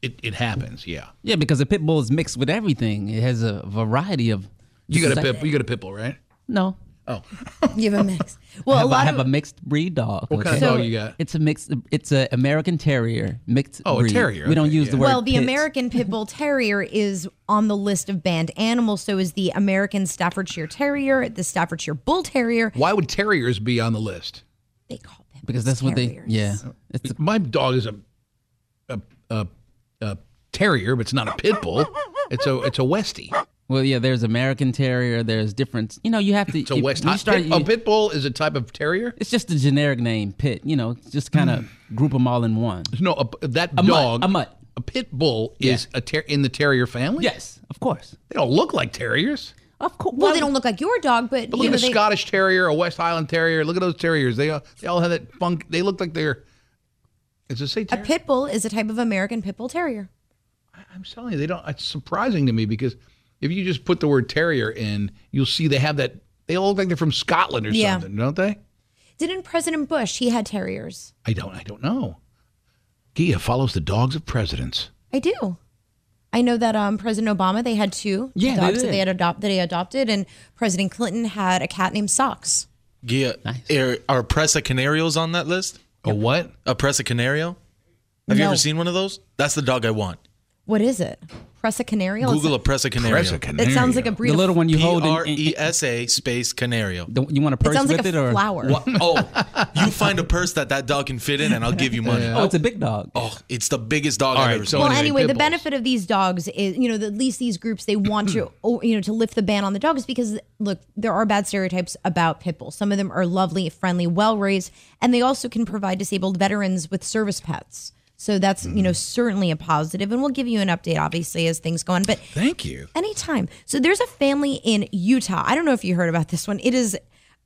Speaker 5: it, it happens. Yeah.
Speaker 7: Yeah, because the pit bull is mixed with everything. It has a variety of.
Speaker 5: You got a pit. You got a pit bull, right?
Speaker 7: No.
Speaker 5: Oh.
Speaker 8: you have a mix.
Speaker 7: I
Speaker 8: Well, a
Speaker 7: have, I
Speaker 8: lot
Speaker 7: have
Speaker 8: of
Speaker 7: a mixed breed dog.
Speaker 5: What kind of dog you got?
Speaker 7: It's a mixed. It's an American Terrier mixed.
Speaker 5: Oh, a
Speaker 7: breed.
Speaker 5: terrier,
Speaker 7: We don't
Speaker 5: okay,
Speaker 7: use the
Speaker 5: yeah.
Speaker 7: word.
Speaker 8: well, the
Speaker 7: pit.
Speaker 8: American Pit Bull Terrier is on the list of banned animals. So is the American Staffordshire Terrier, the Staffordshire Bull Terrier.
Speaker 5: Why would terriers be on the list?
Speaker 8: They call them
Speaker 7: because that's what they. Yeah.
Speaker 5: My dog is a a, a a terrier, but it's not a pit bull. It's a it's a Westie.
Speaker 7: Well, yeah. There's American Terrier. There's different. You know, you have to.
Speaker 5: It's a
Speaker 7: you-
Speaker 5: West.
Speaker 7: you
Speaker 5: Hot
Speaker 7: start-
Speaker 5: pit, a
Speaker 7: you-
Speaker 5: pit bull is a type of terrier. Hmm.
Speaker 7: It's just a generic name, pit. You know, it's just kind of group them all in one.
Speaker 5: No, a, that
Speaker 7: A mutt,
Speaker 5: dog
Speaker 7: a mutt.
Speaker 5: A pit bull is a ter- in the terrier family.
Speaker 7: Yes, of course.
Speaker 5: They don't look like terriers.
Speaker 8: Of course. Well, they don't look like your dog, but,
Speaker 5: But
Speaker 8: you
Speaker 5: look
Speaker 8: know,
Speaker 5: at a
Speaker 8: they-
Speaker 5: Scottish terrier, a West Highland terrier. Look at those terriers. They all, they all have that funk. They look like they're. Is it say
Speaker 8: a
Speaker 5: terrier?
Speaker 8: pit bull is a type of American Pit Bull Terrier.
Speaker 5: I'm telling you, they don't. It's surprising to me because if you just put the word terrier in, you'll see they have that. They all look like they're from Scotland or
Speaker 8: Yeah.
Speaker 5: something, don't they?
Speaker 8: Didn't President Bush? He had terriers.
Speaker 5: I don't. I don't know. Gia follows the dogs of presidents.
Speaker 8: I do. I know that um, President Obama they had two
Speaker 5: Yeah, they
Speaker 8: dogs that
Speaker 5: did.
Speaker 8: they had adopt that he adopted, and President Clinton had a cat named Socks.
Speaker 10: Gia, are, are Presa Canarios on that list?
Speaker 5: A what?
Speaker 10: A Presa Canario? Have you
Speaker 8: No.
Speaker 10: ever seen one of those? That's the dog I want.
Speaker 8: What is it? Press a canario?
Speaker 10: Google a Presa Canario.
Speaker 8: Presa Canario. That sounds like a breed
Speaker 7: The
Speaker 8: of-
Speaker 7: little one you hold.
Speaker 10: R E S A space Canario.
Speaker 7: you want a purse
Speaker 8: sounds like
Speaker 7: with
Speaker 8: a
Speaker 7: it or
Speaker 8: flower.
Speaker 10: What? Oh, you find a purse that that dog can fit in, and I'll give you money.
Speaker 7: Oh, it's a big dog.
Speaker 10: Oh, it's the biggest dog I've ever seen.
Speaker 8: well, anyway, the benefit of these dogs is, you know, the, at least these groups they want to, oh, you know, to lift the ban on the dogs because look, there are bad stereotypes about pit bulls. Some of them are lovely, friendly, well raised, and they also can provide disabled veterans with service pets. So that's you know
Speaker 5: Hmm.
Speaker 8: certainly a positive, and we'll give you an update obviously as things go on. But
Speaker 19: Thank you.
Speaker 8: Anytime. So there's a family in Utah. I don't know if you heard about this one. It is.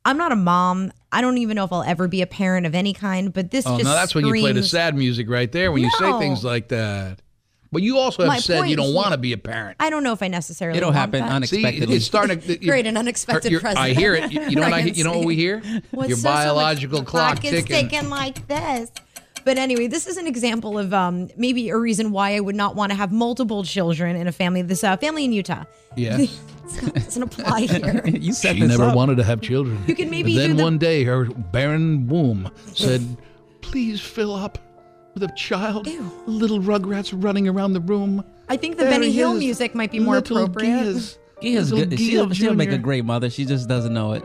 Speaker 8: I'm not a mom. I don't even know if I'll ever be a parent of any kind. But this
Speaker 5: oh,
Speaker 8: just
Speaker 5: no, that's when you play the
Speaker 8: screams-
Speaker 5: sad music right there when you say
Speaker 8: No.
Speaker 5: things like that. But you also have
Speaker 8: My
Speaker 5: said you
Speaker 8: point
Speaker 5: don't
Speaker 8: is-
Speaker 5: want to be a parent.
Speaker 8: I don't know if I necessarily.
Speaker 5: It'll
Speaker 8: want
Speaker 5: happen
Speaker 8: that.
Speaker 5: unexpectedly. it's starting to-
Speaker 8: Great, an unexpected
Speaker 5: You're-
Speaker 8: present.
Speaker 5: I hear it. You, you know what I, hear- you know what we hear?
Speaker 8: What's
Speaker 5: Your
Speaker 8: so- so much
Speaker 5: biological clock,
Speaker 8: clock is
Speaker 5: ticking.
Speaker 8: ticking like this. But anyway, this is an example of um, maybe a reason why I would not want to have multiple children in a family. This uh, family in Utah.
Speaker 5: Yeah.
Speaker 8: it doesn't apply here.
Speaker 7: you
Speaker 5: said she
Speaker 7: this
Speaker 5: never
Speaker 7: up.
Speaker 5: wanted to have children.
Speaker 8: You can maybe
Speaker 5: But then
Speaker 8: do the-
Speaker 5: one day her barren womb said, "Please fill up with a child. Little rugrats running around the room."
Speaker 8: I think the
Speaker 5: There
Speaker 8: Benny
Speaker 5: he
Speaker 8: Hill
Speaker 5: is,
Speaker 8: music might be more
Speaker 5: little
Speaker 8: appropriate.
Speaker 5: Giz.
Speaker 7: Gia's
Speaker 5: Little
Speaker 7: good. She'll,
Speaker 5: Gil
Speaker 7: she'll make a
Speaker 5: Jr..
Speaker 7: great mother. She just doesn't know it.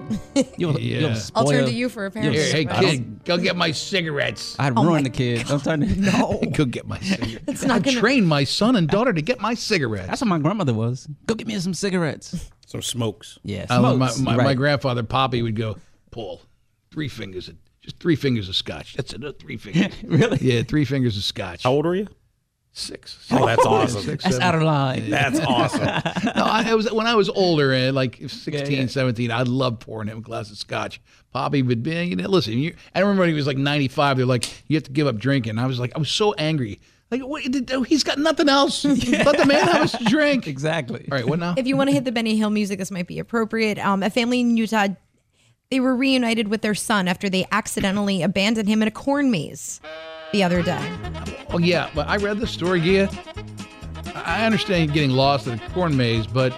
Speaker 7: You'll,
Speaker 5: Yeah.
Speaker 7: you'll
Speaker 5: I'll turn
Speaker 7: spoil-
Speaker 5: to
Speaker 19: you for a
Speaker 7: you'll
Speaker 5: Here, hey
Speaker 7: spoil-
Speaker 5: kid, go get my cigarettes.
Speaker 7: I'd ruin the kid. I'm trying to
Speaker 8: no.
Speaker 5: go get my cigarettes.
Speaker 7: It's
Speaker 5: I
Speaker 7: not gonna-
Speaker 5: trained my son and daughter to get my cigarettes.
Speaker 7: That's what my grandmother was. Go get me some cigarettes.
Speaker 9: Some smokes.
Speaker 7: Yes.
Speaker 5: I love my,
Speaker 7: Smokes,
Speaker 5: my,
Speaker 7: right.
Speaker 5: my grandfather Poppy would go, Paul, three fingers of just three fingers of scotch. That's enough. Three fingers.
Speaker 7: really?
Speaker 5: Yeah, three fingers of scotch. How old are you? Six.
Speaker 9: Oh, that's
Speaker 5: Yeah,
Speaker 9: awesome. That's
Speaker 5: seven.
Speaker 9: out of line. That's awesome.
Speaker 5: no, I, I was when I was older, eh, like 16, 17, I'd love pouring him a glass of scotch. Poppy would be, you know, listen. You, I remember when he was like ninety five. They're like, you have to give up drinking. I was like, I was so angry. Like, what, he's got nothing else. Let the man have a drink.
Speaker 7: Exactly.
Speaker 5: All right, what now?
Speaker 8: If you want to hit the Benny Hill music, this might be appropriate. Um, a family in Utah, they were reunited with their son after they accidentally abandoned him in a corn maze the other day.
Speaker 5: Oh yeah, but I read the story, Gia. I I understand getting lost in a corn maze, but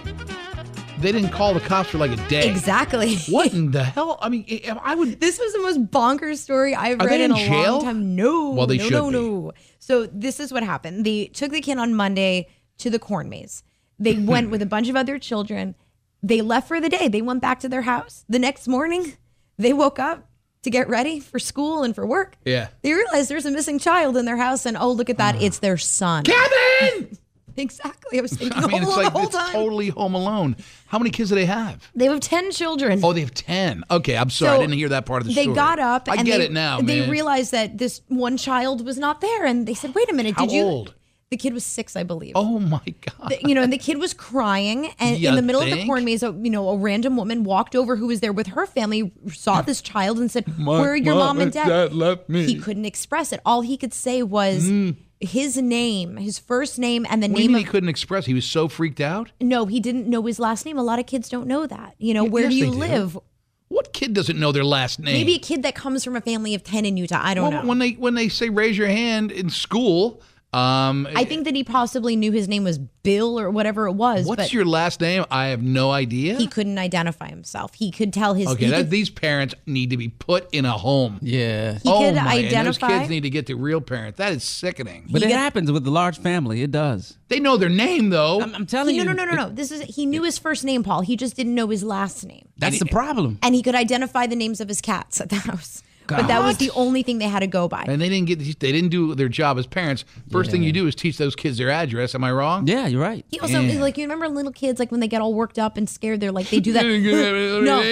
Speaker 5: they didn't call the cops for like a day.
Speaker 8: Exactly.
Speaker 5: What in the hell? I mean, I- I would.
Speaker 8: This was the most bonkers story I've
Speaker 5: Are
Speaker 8: read
Speaker 5: they
Speaker 8: in,
Speaker 5: in
Speaker 8: a
Speaker 5: jail?
Speaker 8: long time. No,
Speaker 5: Well, they
Speaker 8: no,
Speaker 5: should
Speaker 8: no,
Speaker 5: be.
Speaker 8: no. So this is what happened. They took the kid on Monday to the corn maze. They went with a bunch of other children. They left for the day. They went back to their house. The next morning, they woke up to get ready for school and for work.
Speaker 5: Yeah.
Speaker 8: They realized there's a missing child in their house, and oh, look at that. It's their son.
Speaker 5: Kevin!
Speaker 8: exactly. I was thinking
Speaker 5: I
Speaker 8: Home
Speaker 5: mean, it's
Speaker 8: Alone
Speaker 5: like
Speaker 8: the whole
Speaker 5: it's
Speaker 8: time.
Speaker 5: totally Home Alone. How many kids do they have?
Speaker 8: They have 10 children.
Speaker 5: Oh, they have ten. Okay, I'm
Speaker 8: So
Speaker 5: sorry, I didn't hear that part of the
Speaker 8: they
Speaker 5: story.
Speaker 8: got up.
Speaker 5: I
Speaker 8: and
Speaker 5: get
Speaker 8: they,
Speaker 5: it now,
Speaker 8: They
Speaker 5: man.
Speaker 8: realized that this one child was not there, and they said, "Wait a minute,
Speaker 5: How
Speaker 8: did you?"
Speaker 5: old?
Speaker 8: The kid was six, I believe.
Speaker 5: Oh my god!
Speaker 8: The- you know, and the kid was crying, and
Speaker 5: Ya
Speaker 8: in the middle of
Speaker 5: think?
Speaker 8: the corn maze, a, you know, a random woman walked over who was there with her family, saw this child, and said, "Where are your mom, and dad?"
Speaker 5: left
Speaker 8: He couldn't express it. All he could say was his name, his first name, and the
Speaker 5: Mm. What do you
Speaker 8: name
Speaker 5: mean
Speaker 8: of
Speaker 5: he couldn't express? He was so freaked out.
Speaker 8: no, he didn't know his last name. A lot of kids don't know that. You know,
Speaker 5: Y-
Speaker 8: where
Speaker 5: yes,
Speaker 8: do you
Speaker 5: they do.
Speaker 8: live?
Speaker 5: What kid doesn't know their last name?
Speaker 8: Maybe a kid that comes from a family of ten in Utah. I don't
Speaker 5: Well,
Speaker 8: know.
Speaker 5: when they when they say raise your hand in school. Um,
Speaker 8: I think that he possibly knew his name was Bill or whatever it was.
Speaker 5: What's
Speaker 8: but
Speaker 5: your last name? I have no idea.
Speaker 8: He couldn't identify himself. He could tell his.
Speaker 5: okay,
Speaker 8: he
Speaker 5: that,
Speaker 8: could-
Speaker 5: these parents need to be put in a home.
Speaker 7: Yeah.
Speaker 8: He
Speaker 5: oh
Speaker 8: could
Speaker 5: my, and those
Speaker 8: identify-
Speaker 5: kids need to get to real parents. That is sickening.
Speaker 7: But it happens with a large family. It does.
Speaker 5: They know their name though. I'm,
Speaker 7: telling
Speaker 8: he- no, no, no, no, no. This is he knew his first name, Paul. He just didn't know his last name,
Speaker 7: That's the problem.
Speaker 8: and he could identify the names of his cats at the house. But that was
Speaker 5: God.
Speaker 8: the only thing they had to go by.
Speaker 5: And they didn't get they didn't do their job as parents. First thing you do is teach those kids their address. Am I wrong?
Speaker 7: Yeah, you're right.
Speaker 8: He also like you remember little kids like when they get all worked up and scared, they're like they do that. no,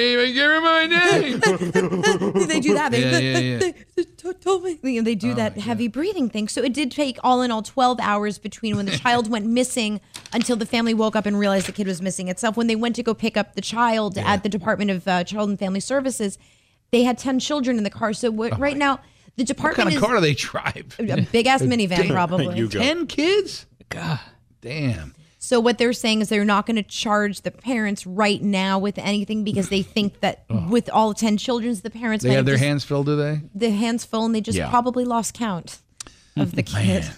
Speaker 8: they do that. They,
Speaker 5: Yeah, Oh yeah, yeah.
Speaker 8: You know, they do that heavy breathing thing. So it did take all in all 12 hours between when the child went missing until the family woke up and realized the kid was missing itself. When they went to go pick up the child at the Department of uh, Child and Family Services, they had 10 children in the car. So what, right now, the
Speaker 5: Oh What
Speaker 8: department
Speaker 5: kind of
Speaker 8: is
Speaker 5: car do they drive?
Speaker 8: A big ass minivan,
Speaker 5: Damn.
Speaker 8: probably. You go.
Speaker 5: Ten kids? God damn.
Speaker 8: So what they're saying is they're not going to charge the parents right now with anything because they think that with all 10 children, the parents
Speaker 5: Oh. They
Speaker 8: might
Speaker 5: have their
Speaker 8: just-
Speaker 5: hands full, do they?
Speaker 8: their hands full and they just
Speaker 5: Yeah.
Speaker 8: probably lost count of the kids.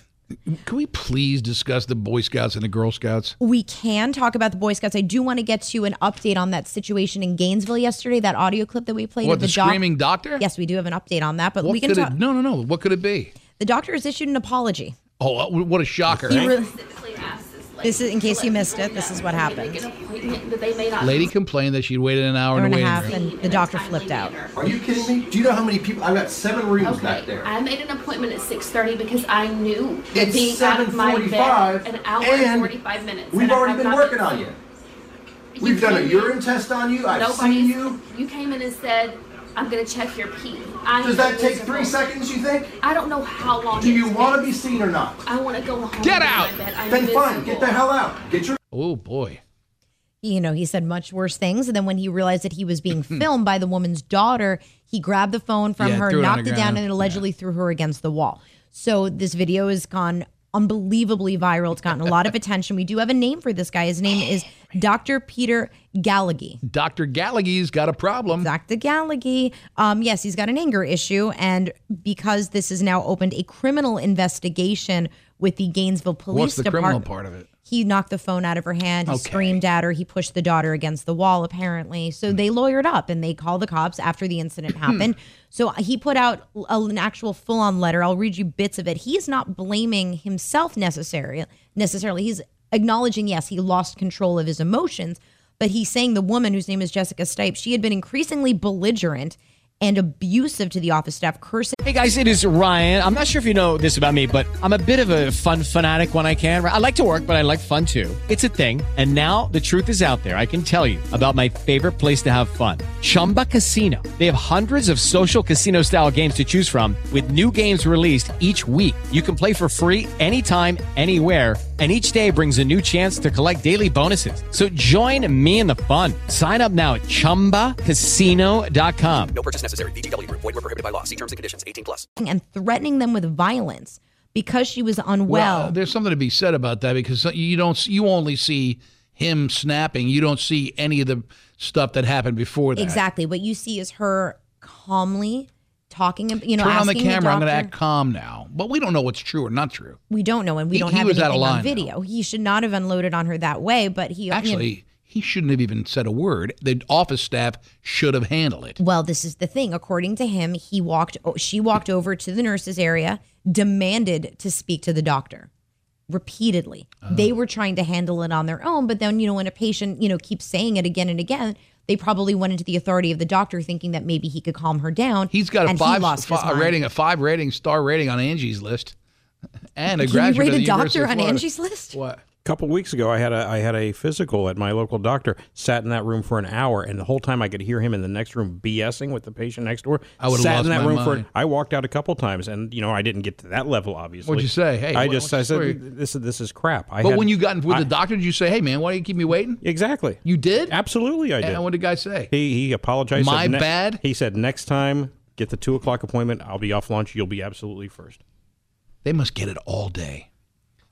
Speaker 5: Can we please discuss the Boy Scouts and the Girl Scouts?
Speaker 8: We can talk about the Boy Scouts. I do want to get to an update on that situation in Gainesville yesterday, that audio clip that we played
Speaker 5: What,
Speaker 8: of the,
Speaker 5: the
Speaker 8: doc-
Speaker 5: screaming doctor?
Speaker 8: Yes, we do have an update on that, but
Speaker 5: What
Speaker 8: we can
Speaker 5: could
Speaker 8: talk.
Speaker 5: it, no, no, no. What could it be?
Speaker 8: The doctor has issued an apology.
Speaker 5: Oh, uh, what a shocker.
Speaker 8: He re- this is in case you missed it. This is what happened.
Speaker 5: Lady complained that she'd waited an hour
Speaker 8: Hour and
Speaker 5: in the
Speaker 8: a
Speaker 5: waiting
Speaker 8: half,
Speaker 5: room.
Speaker 8: and the doctor flipped out.
Speaker 19: Are you kidding me? Do you know how many people? I've got seven rooms back there.
Speaker 16: I made an appointment at 6:30 because I knew that
Speaker 19: It's
Speaker 16: being out of my bed
Speaker 19: 7:45,
Speaker 16: an hour
Speaker 19: and
Speaker 14: and
Speaker 16: 45 minutes.
Speaker 19: We've
Speaker 16: and I
Speaker 19: already
Speaker 16: have
Speaker 19: been
Speaker 16: not
Speaker 19: working on you. We've done a
Speaker 16: can't-
Speaker 19: urine test on you. I've seen
Speaker 16: Nobody's-
Speaker 19: you.
Speaker 16: You came in and said, "I'm going to check your pee." I
Speaker 19: Does that take
Speaker 16: miserable.
Speaker 19: three seconds, you think?
Speaker 16: I don't know how long.
Speaker 19: Do
Speaker 16: it
Speaker 19: you
Speaker 16: takes.
Speaker 19: want to be seen or not?
Speaker 16: I want to go home.
Speaker 19: Get
Speaker 16: and go to
Speaker 19: out!
Speaker 16: my bed. I'm
Speaker 19: Then fine, get the
Speaker 16: miserable.
Speaker 19: hell out. Get your.
Speaker 5: Oh, boy.
Speaker 8: you know, he said much worse things. And then when he realized that he was being filmed by the woman's daughter, he grabbed the phone from
Speaker 16: Yeah,
Speaker 8: her,
Speaker 16: threw it on
Speaker 8: knocked
Speaker 16: the
Speaker 8: it down,
Speaker 16: ground.
Speaker 8: and allegedly threw her against the wall. So this video has gone unbelievably viral. It's gotten a lot of attention. We do have a name for this guy. His name is Dr. Peter Gallagher.
Speaker 5: Dr. Gallagher's got a problem.
Speaker 8: Dr. Gallagher. Um, yes, he's got an anger issue. And because this has now opened a criminal investigation with the Gainesville Police
Speaker 5: What's the criminal
Speaker 8: Department
Speaker 5: part of it?
Speaker 8: he knocked the phone out of her hand. He
Speaker 5: Okay.
Speaker 8: screamed at her. He pushed the daughter against the wall, apparently. So
Speaker 17: Hmm.
Speaker 8: they lawyered up and they called the cops after the incident happened. So he put out a- an actual full on letter. I'll read you bits of it. He's not blaming himself necessarily. necessarily. He's acknowledging, yes, he lost control of his emotions, but he's saying the woman, whose name is Jessica Stipe, she had been increasingly belligerent and abusive to the office staff, cursing.
Speaker 17: Hey guys, it is Ryan. I'm not sure if you know this about me, but I'm a bit of a fun fanatic when I can. I like to work, but I like fun too. It's a thing. And now the truth is out there. I can tell you about my favorite place to have fun Chumba Casino. They have hundreds of social casino style games to choose from, with new games released each week. You can play for free anytime, anywhere and each day brings a new chance to collect daily bonuses. So join me in the fun. Sign up now at ChumbaCasino.com.
Speaker 24: No purchase necessary. VGW Group. Void were prohibited by law. See terms and conditions. 18 plus.
Speaker 8: and threatening them with violence because she was unwell.
Speaker 5: there's something to be said about that because you don't, you only see him snapping. You don't see any of the stuff that happened before that.
Speaker 8: Exactly. What you see is her calmly talking, ab- you know,
Speaker 5: Turn on
Speaker 8: asking
Speaker 5: the camera. I'm
Speaker 8: doctor.
Speaker 5: going to act calm now, but we don't know what's true or not true.
Speaker 8: we don't know, and we
Speaker 5: He-
Speaker 8: don't
Speaker 5: he
Speaker 8: have
Speaker 5: was
Speaker 8: anything
Speaker 5: out of
Speaker 8: on
Speaker 5: line,
Speaker 8: video. He should not have unloaded on her that way, but he you know-
Speaker 5: Actually, he shouldn't have even said a word. The office staff should have handled it.
Speaker 8: Well, this is the thing. According to him, he walked. o- She walked over to the nurses' area, demanded to speak to the doctor repeatedly.
Speaker 5: Oh.
Speaker 8: They were trying to handle it on their own, but then you know when a patient you know keeps saying it again and again, they probably went into the authority of the doctor, thinking that maybe he could calm her down.
Speaker 5: He's got a
Speaker 8: and he
Speaker 5: five,
Speaker 8: lost his
Speaker 5: fi-
Speaker 8: mind.
Speaker 5: rating, a five rating, star rating on Angie's list, and a
Speaker 8: Can you
Speaker 5: graduate
Speaker 8: rate
Speaker 5: of
Speaker 8: a
Speaker 5: the University
Speaker 8: doctor
Speaker 5: of
Speaker 8: on
Speaker 5: Florida.
Speaker 8: Angie's list?
Speaker 5: What?
Speaker 9: couple weeks ago I had a I had a physical at my local doctor. Sat in that room for an hour, and the whole time I could hear him in the next room BSing with the patient next door.
Speaker 5: I would've
Speaker 9: sat
Speaker 5: lost
Speaker 9: in that
Speaker 5: my
Speaker 9: room
Speaker 5: mind.
Speaker 9: for. I walked out a couple times, and you know I didn't get to that level. Obviously,
Speaker 5: What'd you say? Hey,
Speaker 9: I
Speaker 5: what-
Speaker 9: just I
Speaker 5: what's
Speaker 9: said
Speaker 5: the story?
Speaker 9: this is this is crap. I
Speaker 5: but
Speaker 9: had-
Speaker 5: when you got in with
Speaker 9: I-
Speaker 5: the doctor, did you say, "Hey, man, why do you keep me waiting?"
Speaker 9: Exactly.
Speaker 5: You did.
Speaker 9: Absolutely, I did.
Speaker 5: And what did the guy say?
Speaker 9: He he apologized. said,
Speaker 5: My
Speaker 9: "Ne-
Speaker 5: bad?"
Speaker 9: He said next time get the two o'clock appointment. I'll be off lunch. You'll be absolutely first.
Speaker 5: They must get it all day.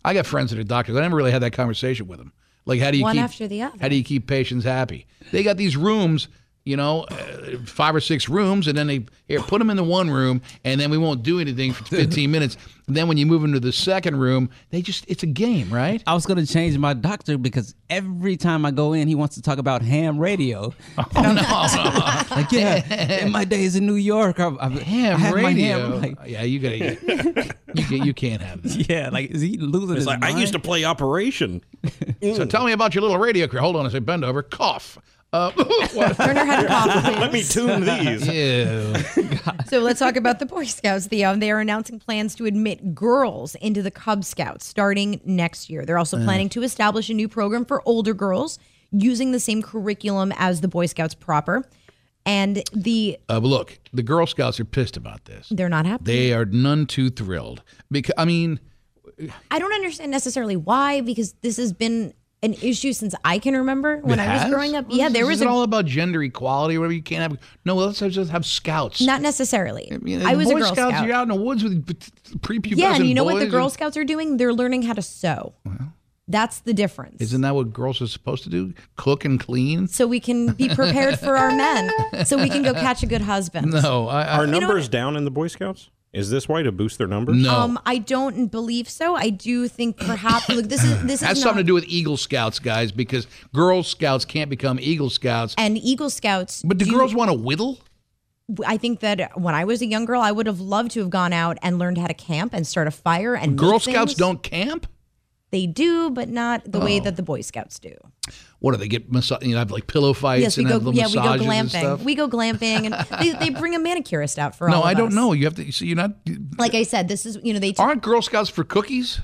Speaker 5: I got friends that are doctors. I never really had that conversation with them. Like, how do you
Speaker 8: One
Speaker 5: keep
Speaker 8: after the other.
Speaker 5: How do you keep patients happy? They got these rooms, you know, uh, five or six rooms, and then they here put them in the one room, and then we won't do anything for 15 minutes. And then when you move them to the second room, they just it's a game, right?
Speaker 7: I was going to change my doctor because every time I go in, he wants to talk about ham radio. Oh, no, like, yeah, in my days in New York, I, I, I
Speaker 5: Oh, Ham
Speaker 7: had my
Speaker 5: radio.
Speaker 7: ham. Like,
Speaker 5: yeah, you gotta. You, can, you can't have that.
Speaker 7: yeah, like, is he losing
Speaker 9: It's
Speaker 7: his
Speaker 9: like
Speaker 7: mind?
Speaker 9: I used to play Operation.
Speaker 5: So tell me about your little radio career. Hold on, I say bend over, cough. Uh,
Speaker 8: Turn her head off.
Speaker 9: Let me tune these.
Speaker 5: Ew.
Speaker 8: So let's talk about the Boy Scouts, Theo. They are announcing plans to admit girls into the Cub Scouts starting next year. They're also
Speaker 5: Mm.
Speaker 27: Yeah.
Speaker 8: planning to establish a new program for older girls using the same curriculum as the Boy Scouts proper. And the
Speaker 5: Uh, but look, the Girl Scouts are pissed about this.
Speaker 8: they're not happy.
Speaker 5: They are none too thrilled because I mean,
Speaker 8: I don't understand necessarily why, because this has been an issue since I can remember when
Speaker 5: it
Speaker 8: I was
Speaker 5: has?
Speaker 8: growing up. Yeah, there
Speaker 5: Is
Speaker 8: was
Speaker 5: it
Speaker 8: a
Speaker 5: all about gender equality or whatever. You can't have no. Let's have- just have scouts.
Speaker 8: not necessarily. I,
Speaker 5: You know,
Speaker 8: was
Speaker 5: Boy
Speaker 8: a Girl
Speaker 5: Scouts.
Speaker 8: Scout.
Speaker 5: You're out in the woods with p- prepubescent
Speaker 8: Yeah, and you know what the
Speaker 5: boys
Speaker 8: Girl
Speaker 5: and-
Speaker 8: Scouts are doing? They're learning how to sew. That's the difference.
Speaker 5: Isn't that what girls are supposed to do? Cook and clean.
Speaker 8: so we can be prepared for our men, so we can go catch a good husband.
Speaker 9: are
Speaker 8: You know
Speaker 9: numbers down in the Boy Scouts? Is this why to boost their numbers?
Speaker 8: what? Um, I don't believe so. I do think perhaps look, this is this
Speaker 5: That's
Speaker 8: is
Speaker 5: something
Speaker 8: not,
Speaker 5: to do with Eagle Scouts, guys, because Girl Scouts can't become Eagle Scouts.
Speaker 8: and Eagle Scouts.
Speaker 5: But do, girls want to whittle?
Speaker 8: w- I think that when I was a young girl, I would have loved to have gone out and learned how to camp and start a fire. And
Speaker 5: Girl
Speaker 8: make
Speaker 5: Scouts
Speaker 8: things.
Speaker 5: don't camp.
Speaker 8: They do, but not the way
Speaker 5: Oh.
Speaker 8: that the Boy Scouts do.
Speaker 5: What do they get? Massa- you know, have like pillow fights
Speaker 8: yes, we
Speaker 5: and
Speaker 8: go.
Speaker 5: have little
Speaker 8: Yeah, we go
Speaker 5: massages and
Speaker 8: glamping.
Speaker 5: stuff.
Speaker 8: We go glamping, and they, they bring a manicurist out for
Speaker 5: no,
Speaker 8: all. of
Speaker 5: I don't
Speaker 8: us.
Speaker 5: know. You have to. So you're not.
Speaker 8: Like I said, this is you know they took-
Speaker 5: Aren't Girl Scouts for cookies?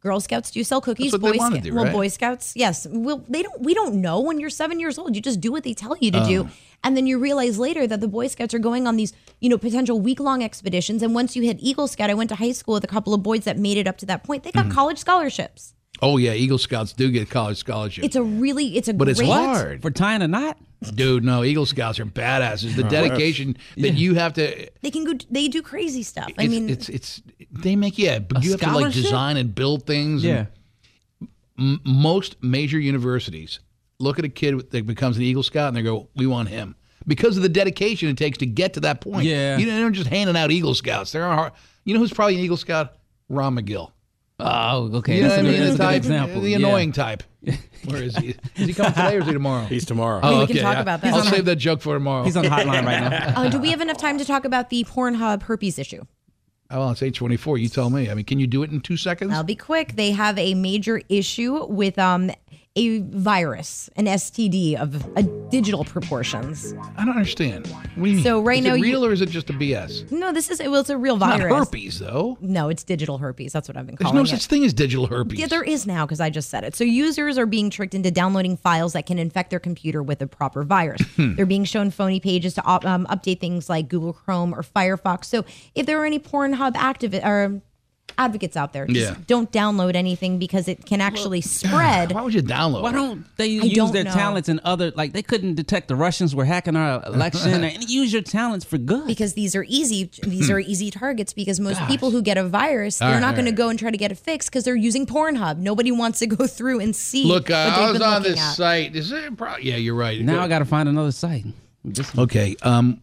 Speaker 8: Girl Scouts do sell cookies.
Speaker 5: That's what they
Speaker 8: Boy
Speaker 5: wanna
Speaker 8: Scou-
Speaker 5: do,
Speaker 8: well,
Speaker 5: right?
Speaker 8: Boy Scouts, yes. Well, they don't. We don't know when you're seven years old. You just do what they tell you to
Speaker 5: Oh.
Speaker 8: do, and then you realize later that the Boy Scouts are going on these, you know, potential week long expeditions. And once you hit Eagle Scout, I went to high school with a couple of boys that made it up to that point. They
Speaker 5: Mm-hmm.
Speaker 8: got college scholarships.
Speaker 5: Oh yeah, Eagle Scouts do get college scholarships.
Speaker 8: It's a really, it's a
Speaker 5: But
Speaker 8: great,
Speaker 5: it's hard.
Speaker 7: For tying a knot?
Speaker 5: Dude, no, Eagle Scouts are badasses. The
Speaker 7: Oh,
Speaker 5: dedication that you have to
Speaker 8: They can go. They do crazy stuff. I
Speaker 5: it's,
Speaker 8: mean,
Speaker 5: it's it's they make yeah, but
Speaker 7: A
Speaker 5: you have to like
Speaker 7: scholarship?
Speaker 5: design and build things. and m- most major universities look at a kid that becomes an Eagle Scout and they go, "We want him." Because of the dedication it takes to get to that point.
Speaker 7: Yeah.
Speaker 5: You know, they're just handing out Eagle Scouts. There are hard, You know who's probably an Eagle Scout? Ron McGill.
Speaker 7: Oh, okay.
Speaker 5: You know
Speaker 7: that's
Speaker 5: what
Speaker 7: a
Speaker 5: I
Speaker 7: good, that's
Speaker 5: mean?
Speaker 7: a
Speaker 5: the
Speaker 7: good
Speaker 5: type,
Speaker 7: example.
Speaker 5: the
Speaker 7: yeah.
Speaker 5: annoying type. Where is he? Is he coming today or is he tomorrow?
Speaker 9: He's tomorrow.
Speaker 5: Oh,
Speaker 8: we can
Speaker 5: okay.
Speaker 8: talk about that.
Speaker 5: I'll
Speaker 8: He's on
Speaker 5: save that joke for tomorrow.
Speaker 7: He's on the hotline right now.
Speaker 8: uh, do we have enough time to talk about the Pornhub herpes issue?
Speaker 5: Oh, well, it's eight twenty-four. You tell me. I mean, can you do it in two seconds?
Speaker 8: I'll be quick. They have a major issue with um a virus, an STD of a digital proportions.
Speaker 5: I don't understand. What do you mean?
Speaker 8: So right
Speaker 5: is
Speaker 8: now
Speaker 5: it
Speaker 8: you-
Speaker 5: real or is it just a BS?
Speaker 8: No, this is well, it's a real
Speaker 5: It's not
Speaker 8: virus.
Speaker 5: herpes though.
Speaker 8: No, it's digital herpes. That's what I've been
Speaker 5: There's
Speaker 8: calling
Speaker 5: no
Speaker 8: it.
Speaker 5: such thing as digital herpes.
Speaker 8: Yeah, there is now because I just said it. So users are being tricked into downloading files that can infect their computer with a proper virus.
Speaker 5: Hmm.
Speaker 8: They're being shown phony pages to op- um, update things like Google Chrome or Firefox. So if there are any Pornhub active or advocates out there, just
Speaker 5: Yeah.
Speaker 8: don't download anything because it can actually spread.
Speaker 5: Why would you download?
Speaker 7: Why don't they
Speaker 8: I
Speaker 7: use
Speaker 8: don't
Speaker 7: their
Speaker 8: know.
Speaker 7: talents in other like they couldn't detect the Russians were hacking our election and use your talents for good.
Speaker 8: because these are easy these are easy targets because most people who get a virus
Speaker 5: Hmm. All
Speaker 8: they're
Speaker 5: right,
Speaker 8: not
Speaker 5: all
Speaker 8: going
Speaker 5: right.
Speaker 8: to go and try to get it fixed because they're using pornhub nobody wants to go through and see
Speaker 5: Look, uh,
Speaker 8: what they've
Speaker 5: I was
Speaker 8: been
Speaker 5: on
Speaker 8: looking
Speaker 5: this
Speaker 8: at.
Speaker 5: site. Is it? Pro- yeah, you're right.
Speaker 7: Now I got to find another site. Just-
Speaker 5: Hmm. okay. Um,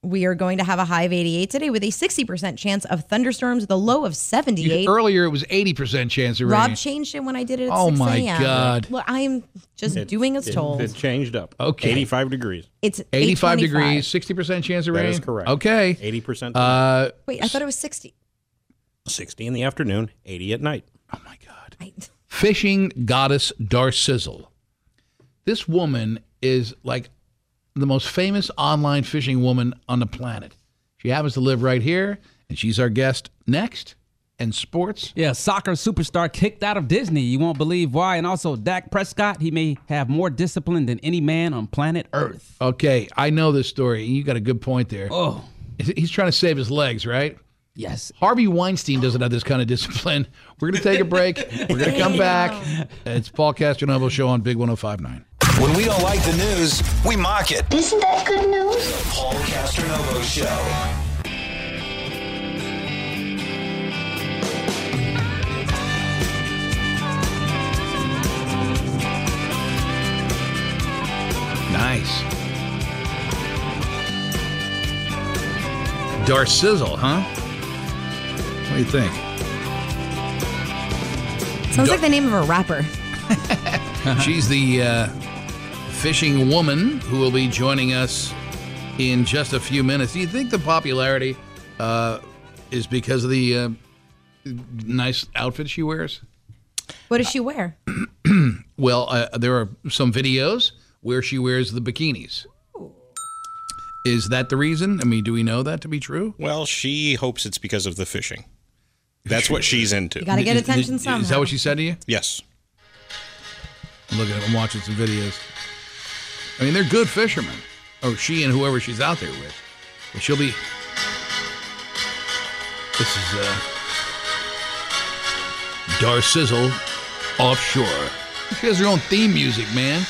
Speaker 8: we are going to have a high of 88 today with a 60% chance of thunderstorms with a low of
Speaker 5: you-
Speaker 8: 78
Speaker 5: earlier it was eighty percent chance of
Speaker 8: rob
Speaker 5: rain.
Speaker 8: changed it when i did it at
Speaker 5: Oh
Speaker 8: 6
Speaker 5: my
Speaker 8: a.m
Speaker 5: God.
Speaker 8: well i'm just doing as
Speaker 9: It-
Speaker 8: told
Speaker 9: It changed up.
Speaker 5: Okay.
Speaker 9: 85 degrees.
Speaker 8: it's
Speaker 5: 85
Speaker 8: 8:25.
Speaker 5: degrees, 60% chance of
Speaker 9: That
Speaker 5: rain.
Speaker 9: is correct.
Speaker 5: Okay.
Speaker 9: 80%
Speaker 5: Uh,
Speaker 8: wait i thought it was 60
Speaker 9: 60 in the afternoon, 80 at night.
Speaker 5: fishing goddess Darcizzle. This woman is like the most famous online fishing woman on the planet. She happens to live right here, and she's our guest next. And sports.
Speaker 7: Yeah, soccer superstar kicked out of Disney. You won't believe why. And also Dak Prescott, he may have more discipline than any man on planet Earth.
Speaker 5: Okay, I know this story. You got a good point there.
Speaker 7: Oh.
Speaker 5: He's trying to save his legs, right?
Speaker 7: Yes.
Speaker 5: Harvey Weinstein doesn't have this kind of discipline. We're going to take a break. We're going to come back. It's Paul Castronovo Show on Big 1059.
Speaker 4: When we don't like the news, we mock it.
Speaker 1: Isn't that good news?
Speaker 4: The Paul Castronovo Show.
Speaker 5: Nice. Darcizzle, huh? What do you think?
Speaker 8: sounds like the name of a rapper
Speaker 5: She's the uh, fishing woman who will be joining us in just a few minutes. Do you think the popularity uh, is because of the uh, nice outfit she wears?
Speaker 8: what does she wear
Speaker 5: Well, uh, there are some videos where she wears the bikinis. Is that the reason? I mean, do we know that to be true?
Speaker 6: Well, she hopes it's because of the fishing. That's what she's into.
Speaker 8: You gotta get attention
Speaker 5: Is that
Speaker 8: somehow.
Speaker 5: what she said to you?
Speaker 6: Yes.
Speaker 5: I'm looking at I'm watching some videos. I mean, they're good fishermen. Or she and whoever she's out there with. But she'll be. This is uh, Darcizzle Offshore. She has her own theme music, man.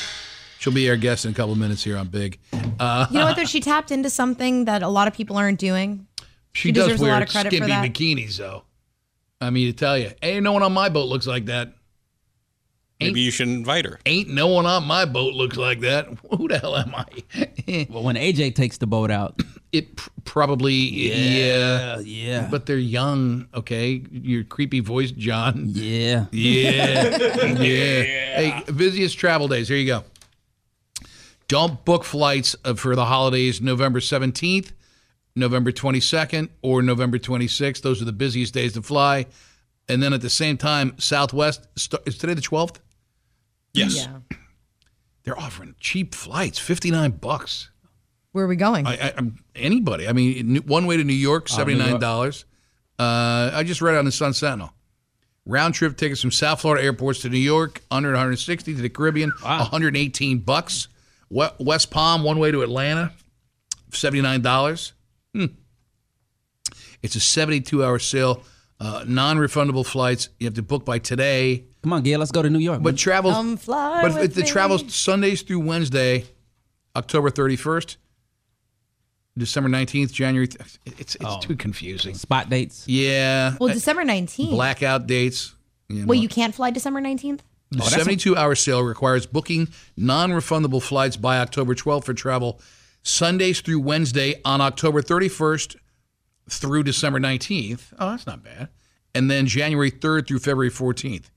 Speaker 5: She'll be our guest in a couple of minutes here on Big. Uh,
Speaker 8: you know what though she tapped into something that a lot of people aren't doing
Speaker 5: She,
Speaker 8: She
Speaker 5: does
Speaker 8: deserves a
Speaker 5: wear
Speaker 8: lot of credit for
Speaker 5: skimpy
Speaker 8: that.
Speaker 5: bikinis, though. I mean, to tell you, ain't no one on my boat looks like that.
Speaker 6: Maybe you should invite her.
Speaker 5: Ain't no one on my boat looks like that. Who the hell am I?
Speaker 7: Well, when AJ takes the boat out,
Speaker 5: It pr- probably
Speaker 7: Yeah,
Speaker 5: yeah,
Speaker 7: yeah.
Speaker 5: But they're young, okay. Your creepy voice, John.
Speaker 7: Yeah,
Speaker 5: yeah, yeah. Hey, busiest travel days. Here you go. Don't book flights uh, for the holidays, November seventeenth November 22nd or November 26th. Those are the busiest days to fly. And then at the same time, Southwest st- is today the 12th.
Speaker 10: Yes.
Speaker 5: They're offering cheap flights, 59 bucks.
Speaker 8: Where are we going?
Speaker 5: I, I, I'm, anybody. I mean, n- one way to New York,
Speaker 8: Oh, New
Speaker 5: $79.
Speaker 8: York.
Speaker 5: Uh, I just read on the Sun Sentinel. Round trip tickets from South Florida airports to New York, 100, 160 to the Caribbean, 118 bucks. We- West Palm, one way to Atlanta, $79. Hmm. It's a 72 hour sale, uh, non refundable flights. You have to book by today.
Speaker 7: Come on, Gail, let's go to New York.
Speaker 5: But travel,
Speaker 7: Come fly
Speaker 5: but
Speaker 7: with
Speaker 5: the
Speaker 7: me.
Speaker 5: travels Sundays through Wednesday, October 31st, December 19th, January. Th- it's it's too confusing.
Speaker 7: Oh. Spot dates.
Speaker 5: Yeah.
Speaker 15: Well,
Speaker 5: Uh,
Speaker 15: December 19th.
Speaker 5: Blackout dates. You know.
Speaker 15: Wait, you can't fly December 19th?
Speaker 7: Oh,
Speaker 5: The
Speaker 15: that's a-
Speaker 5: 72 hour sale requires booking non refundable flights by October 12th for travel Sundays through Wednesday on October 31st through December 19th. Oh, that's not bad. And then January 3rd through February 14th.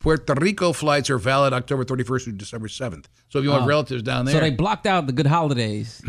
Speaker 5: Puerto Rico flights are valid October 31st through December 7th. So if you have
Speaker 7: Oh.
Speaker 5: relatives down there, Mm-hmm.
Speaker 7: So they blocked out the good holidays.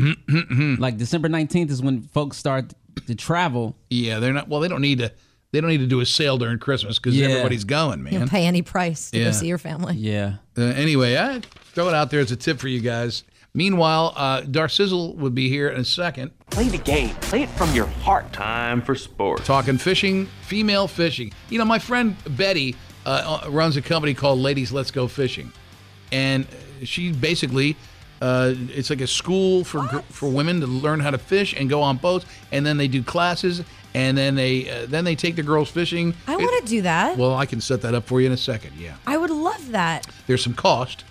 Speaker 7: like December 19th is when folks start to travel.
Speaker 5: Yeah, they're not. Well, they don't need to. They don't need to do a sale during Christmas because
Speaker 7: Yeah.
Speaker 5: everybody's going, man.
Speaker 8: You know, pay any price to
Speaker 5: Yeah.
Speaker 8: go see your family.
Speaker 7: Yeah.
Speaker 5: Uh, anyway, I throw it out there as a tip for you guys. Meanwhile, uh, Dar Sizzle would be here in a second. Play the game. Play it from your heart.
Speaker 11: Time for sports.
Speaker 5: Talking fishing, female fishing. You know, my friend Betty uh, uh, runs a company called Ladies Let's Go Fishing, and she basically. Uh, it's like a school for gr- for women to learn how to fish and go on boats, and then they do classes, and then they uh, then they take the girls fishing.
Speaker 8: I want to do that.
Speaker 5: Well, I can set that up for you in a second. Yeah,
Speaker 8: I would love that.
Speaker 5: there's some cost.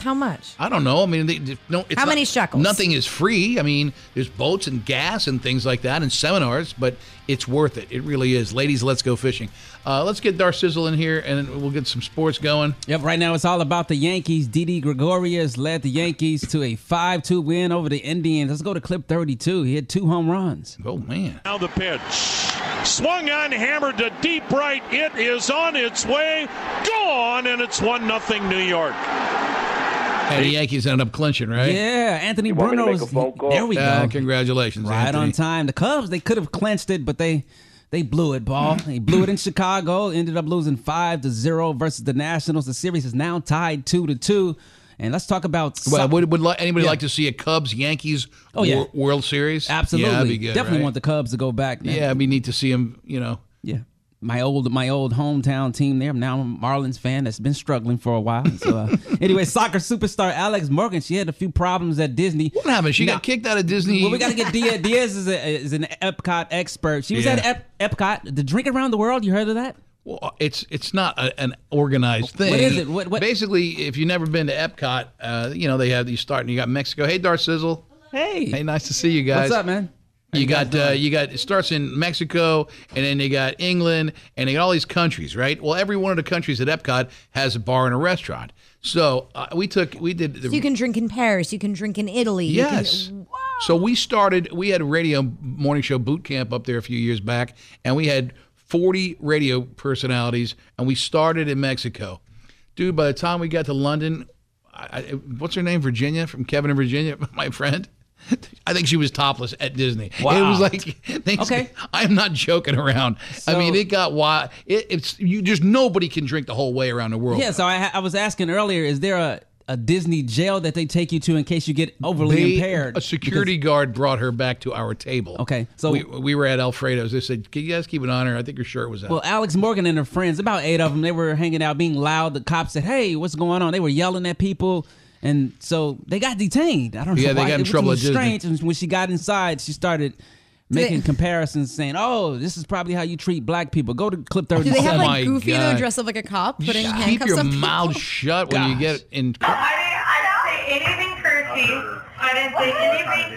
Speaker 8: How much?
Speaker 5: I don't know. I mean, they, they- no. It's
Speaker 8: How
Speaker 5: not-
Speaker 8: many shekels?
Speaker 5: Nothing is free. I mean, there's boats and gas and things like that and seminars, but it's worth it. It really is. Ladies, let's go fishing. Uh, let's get Dar Sizzle in here and we'll get some sports going.
Speaker 7: Yep, right now it's all about the Yankees. Didi Gregorius led the Yankees to a 5 2 win over the Indians. Let's go to clip 32. He had two home runs.
Speaker 5: Oh, man.
Speaker 27: Now the pitch. Swung on, hammered to deep right. It is on its way. Gone, and it's 1 nothing New York.
Speaker 5: And the Yankees ended up clinching, right?
Speaker 7: Yeah, Anthony
Speaker 5: want me to
Speaker 7: Bruno.
Speaker 5: make a phone call?
Speaker 7: There we go.
Speaker 5: Uh, congratulations,
Speaker 7: Right
Speaker 5: Anthony.
Speaker 7: on time. The Cubs, they could have clinched it, but they they blew it,
Speaker 5: Mm.
Speaker 7: ball. they blew it in Chicago. Ended up losing 5 to 0 versus the Nationals. The series is now tied 2 to 2. And let's talk about.
Speaker 5: Well,
Speaker 7: some-
Speaker 5: would, would li- anybody
Speaker 7: Yeah.
Speaker 5: like to see a Cubs Yankees
Speaker 7: Oh, yeah.
Speaker 5: Wor- World Series?
Speaker 7: Absolutely.
Speaker 5: Yeah, that'd be good,
Speaker 7: Definitely
Speaker 5: right?
Speaker 7: want the Cubs to go back. Man.
Speaker 5: Yeah, it'd be neat to see them, you know.
Speaker 7: Yeah. My old my old hometown team there. Now I'm a Marlins fan that's been struggling for a while. So uh, anyway, soccer superstar Alex Morgan, she had a few problems at Disney. What
Speaker 5: happened? She got kicked out of Disney.
Speaker 7: Well, we got to get Diaz. Diaz is, a, is an Epcot expert. She was
Speaker 5: Yeah.
Speaker 7: at Ep- Epcot. The drink around the world. You heard of that?
Speaker 5: Well, uh, it's it's not a, an organized thing.
Speaker 7: What is it? What-
Speaker 5: Basically, if you've never been to Epcot, uh, you know they have you start and you got Mexico. Hey, Dar Sizzle.
Speaker 7: Hey.
Speaker 5: Hey, nice to see you guys.
Speaker 7: What's up, man?
Speaker 5: You, got uh, you got it starts in Mexico, and then they got England, and they got all these countries, right? Well, every one of the countries at Epcot has a bar and a restaurant. So uh, we took we did. The,
Speaker 8: So you can drink in Paris. You can drink in Italy. you can-
Speaker 5: Yes. So we started, we had a radio morning show boot camp up there a few years back, and we had 40 radio personalities, and we started in Mexico. Dude, by the time we got to London, I, I, what's her name? Virginia from Kevin and Virginia, my friend. I think she was topless at Disney. It
Speaker 7: Wow.
Speaker 5: was like, things, okay. I'm not joking around. I mean, it got wild. It, it's you. Just nobody can drink the whole way around the world.
Speaker 7: Yeah. So I, ha- I was asking earlier, is there a, a Disney jail that they take you to in case you get overly
Speaker 5: They-
Speaker 7: impaired?
Speaker 5: A security guard brought her back to our table. Okay,
Speaker 7: so-
Speaker 5: we, we were at Alfredo's. They said, "Can you guys keep an eye on her? I think her shirt was out."
Speaker 7: Well, Alex Morgan and her friends, about eight of them, they were hanging out, being loud. The cops said, "Hey, what's going on?" They were yelling at people, and so they got detained. I don't
Speaker 5: Yeah,
Speaker 7: know.
Speaker 5: they
Speaker 7: why,
Speaker 5: got in
Speaker 7: which
Speaker 5: trouble
Speaker 7: was
Speaker 5: at Disney.
Speaker 7: strange. And when she got inside, she started making comparisons, saying, "Oh, this is probably how you treat black people." Go to clip
Speaker 8: Do
Speaker 7: thirty.
Speaker 8: they
Speaker 5: Oh
Speaker 8: have
Speaker 5: my
Speaker 8: like Goofy
Speaker 5: God.
Speaker 8: though, dressed up like a cop,
Speaker 5: You
Speaker 8: putting
Speaker 5: just keep
Speaker 8: handcuffs
Speaker 5: your
Speaker 8: on?
Speaker 5: mouth shut when you get in.
Speaker 25: I didn't say anything crazy. I didn't say
Speaker 26: Mm-hmm.
Speaker 25: anything.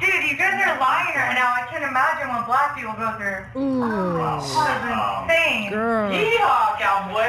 Speaker 25: Dude, you guys are lying right now. I can't imagine what
Speaker 5: Oh,
Speaker 25: black people go through. Ooh. That is insane.
Speaker 8: Girl.
Speaker 25: Yeehaw, cowboy.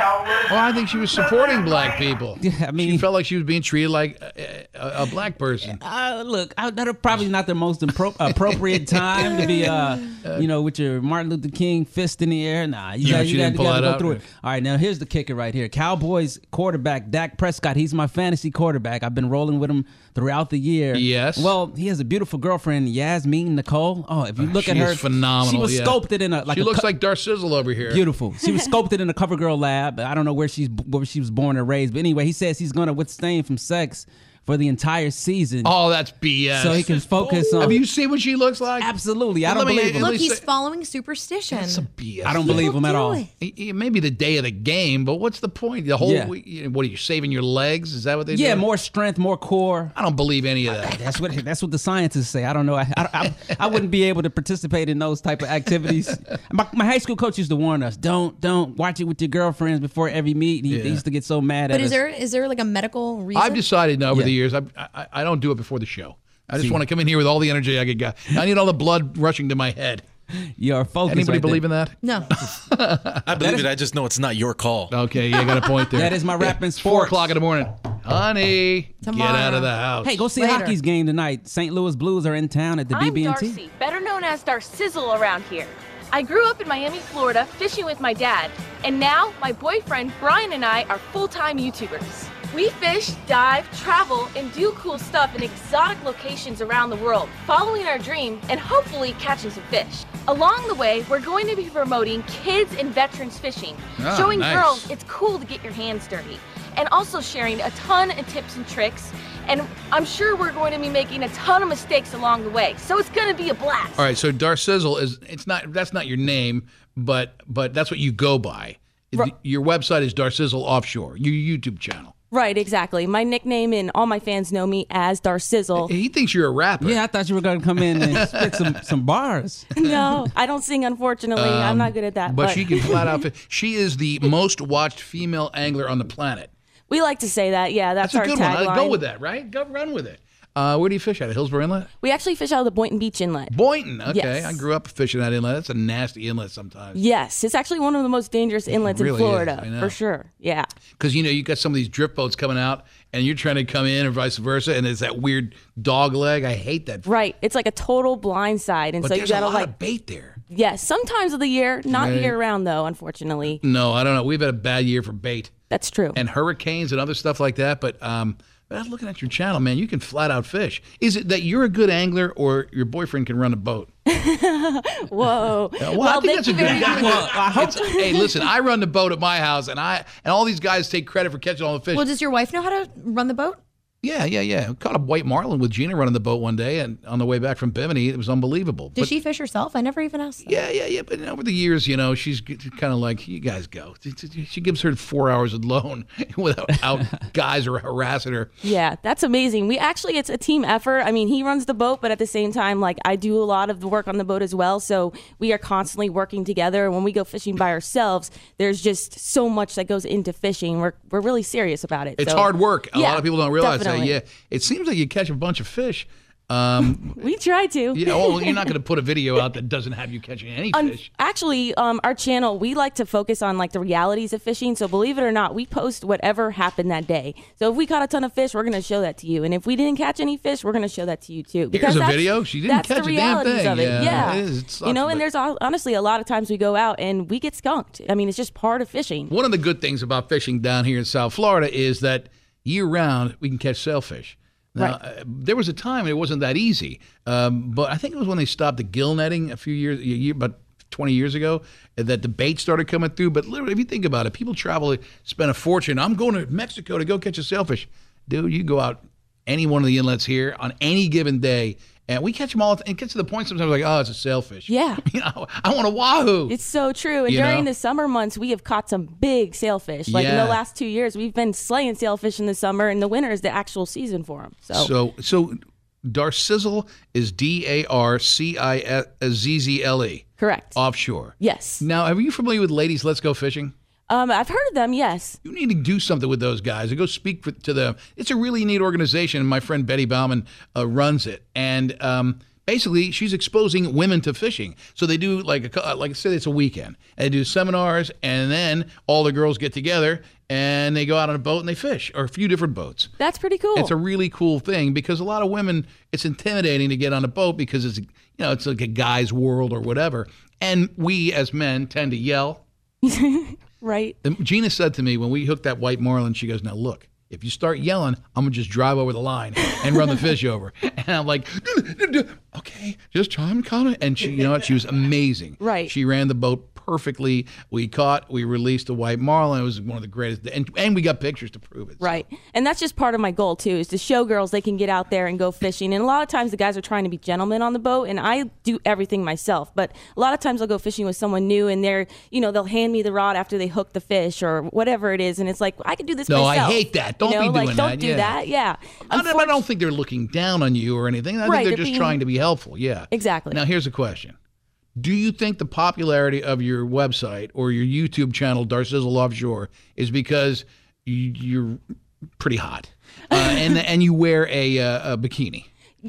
Speaker 5: Well, I think she was supporting black people. Yeah, I mean, she felt like she was being treated like uh, a, a, a black person.
Speaker 7: Uh, look, I, that probably not the most appro- appropriate time to be, uh, you know, with your Martin Luther King fist in the air. Nah, you
Speaker 5: You-
Speaker 7: got,
Speaker 5: she
Speaker 7: you got,
Speaker 5: didn't
Speaker 7: you
Speaker 5: pull
Speaker 7: got to
Speaker 5: that
Speaker 7: go
Speaker 5: out?
Speaker 7: through it. All right, now here's the kicker right here. Cowboys quarterback Dak Prescott. He's my fantasy quarterback. I've been rolling with him throughout the year.
Speaker 5: Yes.
Speaker 7: Well, he has a beautiful girlfriend, Yasmin Nicole. Oh, if you look
Speaker 5: Uh, She
Speaker 7: at her,
Speaker 5: is phenomenal.
Speaker 7: She was
Speaker 5: yeah.
Speaker 7: sculpted in a like
Speaker 5: she
Speaker 7: a
Speaker 5: looks
Speaker 7: cu-
Speaker 5: like Dar Sizzle over here.
Speaker 7: Beautiful. She was sculpted in a CoverGirl lab. I don't know where she's where she was born or raised, but anyway, he says he's going to withstand from sex for the entire season.
Speaker 5: Oh, that's BS.
Speaker 7: So he can focus on.
Speaker 5: Have you seen what she looks like?
Speaker 7: Absolutely. I
Speaker 5: Let
Speaker 7: don't
Speaker 5: me-
Speaker 7: believe him.
Speaker 5: let
Speaker 15: Look,
Speaker 5: me
Speaker 15: he's
Speaker 5: say-
Speaker 15: following superstition. That's
Speaker 5: BS.
Speaker 7: I don't believe him at
Speaker 15: do
Speaker 7: all.
Speaker 15: it.
Speaker 5: Y- y- Maybe the day of the game, but what's the point? The whole
Speaker 7: Yeah.
Speaker 5: week- you know, what are you saving your legs? Is that what they do?
Speaker 7: Yeah, more strength, more core.
Speaker 5: I don't believe any of that.
Speaker 7: That's what that's what the scientists say. I don't know. I I, I, I wouldn't be able to participate in those type of activities. My, my high school coach used to warn us: don't don't watch it with your girlfriends before every meet. He, he used to get so mad at
Speaker 15: But is
Speaker 7: us.
Speaker 15: there is there like a medical reason?
Speaker 5: I've decided now over
Speaker 7: Yeah.
Speaker 5: the years, I, I I don't do it before the show. I just
Speaker 7: See.
Speaker 5: want to come in here with all the energy I could get. I need all the blood rushing to my head.
Speaker 7: Your focus.
Speaker 5: Anybody
Speaker 7: right
Speaker 5: believe
Speaker 7: there.
Speaker 5: in that?
Speaker 15: No.
Speaker 10: I believe it. I just know it's not your call.
Speaker 5: Okay, yeah, I got a point there.
Speaker 7: That is my rap in sports.
Speaker 5: Four o'clock in the morning, honey. Get out
Speaker 7: Tomorrow.
Speaker 5: of the house.
Speaker 7: Hey, go see
Speaker 16: Later.
Speaker 7: hockey's game tonight. St. Louis Blues are in town at the
Speaker 16: I'm
Speaker 7: BB&T.
Speaker 16: Darcy, better known as Dar Sizzle around here. I grew up in Miami, Florida, fishing with my dad, and now my boyfriend Brian and I are full-time YouTubers. We fish, dive, travel, and do cool stuff in exotic locations around the world, following our dream and hopefully catching some fish. Along the way, we're going to be promoting kids and veterans fishing,
Speaker 20: Ah,
Speaker 16: showing
Speaker 20: nice.
Speaker 16: girls it's cool to get your hands dirty and also sharing a ton of tips and tricks and i'm sure we're going to be making a ton of mistakes along the way so it's going to be a blast
Speaker 5: All right, so Dar Sizzle is it's not that's not your name, but but that's what you go by. Your website is Dar Sizzle Offshore, your YouTube channel.
Speaker 20: Right, exactly. My nickname and all my fans know me as Dar Sizzle.
Speaker 5: He thinks you're a rapper.
Speaker 7: Yeah, I thought you were going to come in and spit some, some bars.
Speaker 20: no, I don't sing, unfortunately. I'm
Speaker 5: Um,
Speaker 20: not good at that.
Speaker 5: But, she can flat out. fi- She is the most watched female angler on the planet.
Speaker 20: we like to say that. Yeah, that's,
Speaker 5: That's a
Speaker 20: our
Speaker 5: good one.
Speaker 20: tagline.
Speaker 5: I'd go with that, right? Go run with it. Uh, where do you fish out of Hillsborough Inlet?
Speaker 20: We actually fish out of the Boynton Beach Inlet.
Speaker 5: Boynton. Okay,
Speaker 20: Yes.
Speaker 5: I grew up fishing that inlet. That's a nasty inlet sometimes
Speaker 20: Yes, it's actually one of the most dangerous inlets
Speaker 5: really is,
Speaker 20: in Florida,
Speaker 5: I know.
Speaker 20: for sure. Yeah.
Speaker 5: because you know you got some of these drift boats coming out, and you're trying to come in, and vice versa, and it's that weird dog leg. I hate that.
Speaker 20: Right. It's like a total blind side. And
Speaker 5: But
Speaker 20: so you
Speaker 5: there's a
Speaker 20: gotta
Speaker 5: lot
Speaker 20: like
Speaker 5: of bait there.
Speaker 20: Yes, sometimes of the year, not
Speaker 5: Right.
Speaker 20: year round though, unfortunately.
Speaker 5: No, I don't know. We've had a bad year for bait.
Speaker 20: That's true.
Speaker 5: And hurricanes and other stuff like that. But um, but I'm looking at your channel, man. You can flat out fish. Is it that you're a good angler, or your boyfriend can run a boat?
Speaker 8: Oh.
Speaker 20: Whoa.
Speaker 5: Yeah, well, I think that's a good. It's- hey, listen, I run the boat at my house, and I and all these guys take credit for catching all the fish.
Speaker 15: Well, does your wife know how to run the boat?
Speaker 5: yeah, yeah, yeah. Caught a white marlin with Gina running the boat one day, and on the way back from Bimini, it was unbelievable.
Speaker 15: Does
Speaker 5: But-
Speaker 15: she fish herself? I never even asked. That.
Speaker 5: Yeah, yeah, yeah. But over the years, you know, she's kind of like, you guys go. She gives her four hours alone without out guys are harassing her.
Speaker 20: Yeah, that's amazing. We actually, it's a team effort. I mean, he runs the boat, but at the same time, like I do a lot of the work on the boat as well. So we are constantly working together. And when we go fishing by ourselves, there's just so much that goes into fishing. We're, we're really serious about it.
Speaker 5: It's
Speaker 20: So-
Speaker 5: hard work. A
Speaker 20: Yeah,
Speaker 5: lot of people don't realize
Speaker 20: definitely.
Speaker 5: that. Yeah, it seems like you catch a bunch of fish. Um,
Speaker 20: We try to.
Speaker 5: yeah, oh, well, you're not going to put a video out that doesn't have you catching any
Speaker 20: Un-
Speaker 5: fish.
Speaker 20: actually, um, our channel we like to focus on like the realities of fishing. So believe it or not, we post whatever happened that day. So if we caught a ton of fish, we're gonna show that to you, and if we didn't catch any fish, we're gonna show that to you too.
Speaker 5: Here's a
Speaker 20: that's-
Speaker 5: video. She didn't
Speaker 20: that's
Speaker 5: catch
Speaker 20: the
Speaker 5: a damn
Speaker 20: realities
Speaker 5: thing.
Speaker 20: of it.
Speaker 5: Yeah,
Speaker 20: Yeah,
Speaker 5: it is. It sucks,
Speaker 20: you know,
Speaker 5: but-
Speaker 20: and there's all, honestly a lot of times we go out and we get skunked. I mean, it's just part of fishing.
Speaker 5: One of the good things about fishing down here in South Florida is that year round we can catch sailfish. Now,
Speaker 20: Right.
Speaker 5: uh, there was a time it wasn't that easy, um, but I think it was when they stopped the gill netting a few years, a year, about 20 years ago, uh, that the bait started coming through. But literally, if you think about it, people travel, spend a fortune. I'm going to Mexico to go catch a sailfish. Dude, you go out any one of the inlets here on any given day, and we catch them all. It gets to the point sometimes like, oh, it's a sailfish.
Speaker 20: Yeah.
Speaker 5: you know, I want a wahoo.
Speaker 20: It's so true. And
Speaker 5: You
Speaker 20: during
Speaker 5: know?
Speaker 20: the summer months, we have caught some big sailfish. Like in
Speaker 5: Yeah.
Speaker 20: the last two years, we've been slaying sailfish in the summer, and the winter is the actual season for them.
Speaker 5: So so Dar Sizzle is D A R C I Z Z L E.
Speaker 20: Correct.
Speaker 5: Offshore.
Speaker 20: Yes.
Speaker 5: Now, are you familiar with Ladies Let's Go Fishing?
Speaker 20: Um, I've heard of them. Yes.
Speaker 5: You need to do something with those guys. Go speak for, to them. It's a really neat organization. and My friend Betty Bauman uh, runs it, and um, Basically, she's exposing women to fishing. So they do like a cou- uh, like say it's a weekend. And they do seminars, and then all the girls get together and they go out on a boat and they fish, or a few different boats.
Speaker 20: That's pretty cool.
Speaker 5: It's a really cool thing because a lot of women, it's intimidating to get on a boat because it's you know it's like a guy's world or whatever, and we as men tend to yell.
Speaker 20: right.
Speaker 5: And Gina said to me when we hooked that white marlin, she goes, "Now look, if you start yelling, I'm gonna just drive over the line and run the fish over." And I'm like, "Okay, just try and calm." it." And she, you know what? She was amazing.
Speaker 20: Right.
Speaker 5: She ran the boat perfectly. We caught, we released the white marlin. It was one of the greatest, and and we got pictures to prove it.
Speaker 20: Right. And that's just part of my goal too, is to show girls they can get out there and go fishing. And a lot of times the guys are trying to be gentlemen on the boat and I do everything myself. But a lot of times I'll go fishing with someone new and they're you know, they'll hand me the rod after they hook the fish or whatever it is and it's like I can do this
Speaker 5: No, I
Speaker 20: myself.
Speaker 5: hate that. Don't
Speaker 20: you know,
Speaker 5: be
Speaker 20: like,
Speaker 5: doing
Speaker 20: don't
Speaker 5: that.
Speaker 20: do
Speaker 5: Yeah.
Speaker 20: that. Yeah.
Speaker 5: I don't, I don't think they're looking down on you or anything. I think
Speaker 20: Right,
Speaker 5: they're,
Speaker 20: they're
Speaker 5: just
Speaker 20: being-
Speaker 5: trying to be helpful. Yeah.
Speaker 20: Exactly.
Speaker 5: Now, here's a question Do you think the popularity of your website or your YouTube channel, Darcizzle Offshore, is because you, you're pretty hot uh, and, and you wear a, uh, a bikini?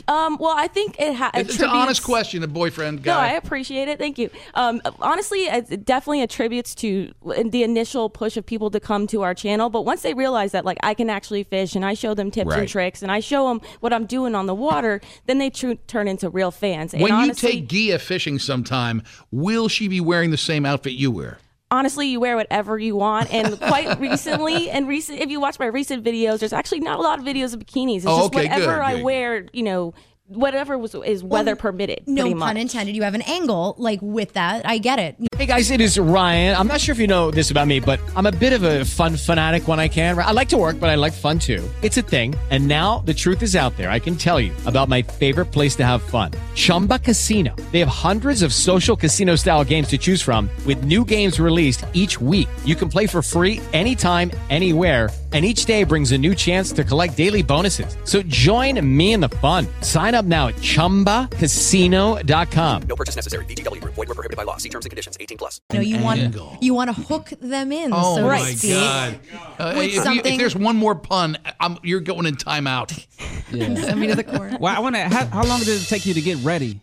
Speaker 20: Um, well, I think it has.
Speaker 5: It's, it's an honest question, a boyfriend
Speaker 20: No,
Speaker 5: guy.
Speaker 20: I appreciate it. Thank you. Um, honestly, it definitely attributes to the initial push of people to come to our channel. But once they realize that, like, I can actually fish and I show them tips
Speaker 5: Right.
Speaker 20: and tricks and I show them what I'm doing on the water, then they tru- turn into real fans. And
Speaker 5: when
Speaker 20: honestly,
Speaker 5: you take Gia fishing sometime, will she be wearing the same outfit you wear?
Speaker 20: honestly, you wear whatever you want. And quite recently, and recent, if you watch my recent videos, there's actually not a lot of videos of bikinis. It's
Speaker 5: Oh,
Speaker 20: just
Speaker 5: okay, good,
Speaker 20: whatever I
Speaker 5: good.
Speaker 20: wear, you know, whatever was, is weather permitted.
Speaker 8: No
Speaker 20: pretty much.
Speaker 8: pun intended. You have an angle like with that. I get it.
Speaker 17: Hey guys, it is Ryan. I'm not sure if you know this about me, but I'm a bit of a fun fanatic when I can. I like to work, but I like fun too. It's a thing. And now the truth is out there. I can tell you about my favorite place to have fun Chumba Casino. They have hundreds of social casino style games to choose from, with new games released each week. You can play for free anytime, anywhere. And each day brings a new chance to collect daily bonuses. So join me in the fun. Sign up now at chumbacasino.com.
Speaker 24: No purchase necessary. VGW Group. Void where prohibited by law. See terms and conditions. 18 plus.
Speaker 8: No, you want
Speaker 5: angle.
Speaker 8: you want to hook them in.
Speaker 5: Oh
Speaker 8: so to speak.
Speaker 5: Uh,
Speaker 8: With
Speaker 5: if, you- if
Speaker 8: something-
Speaker 5: there's one more pun, I'm, you're going in timeout.
Speaker 8: Send me to the corner.
Speaker 7: Well, I want to. How, how long did it take you to get ready?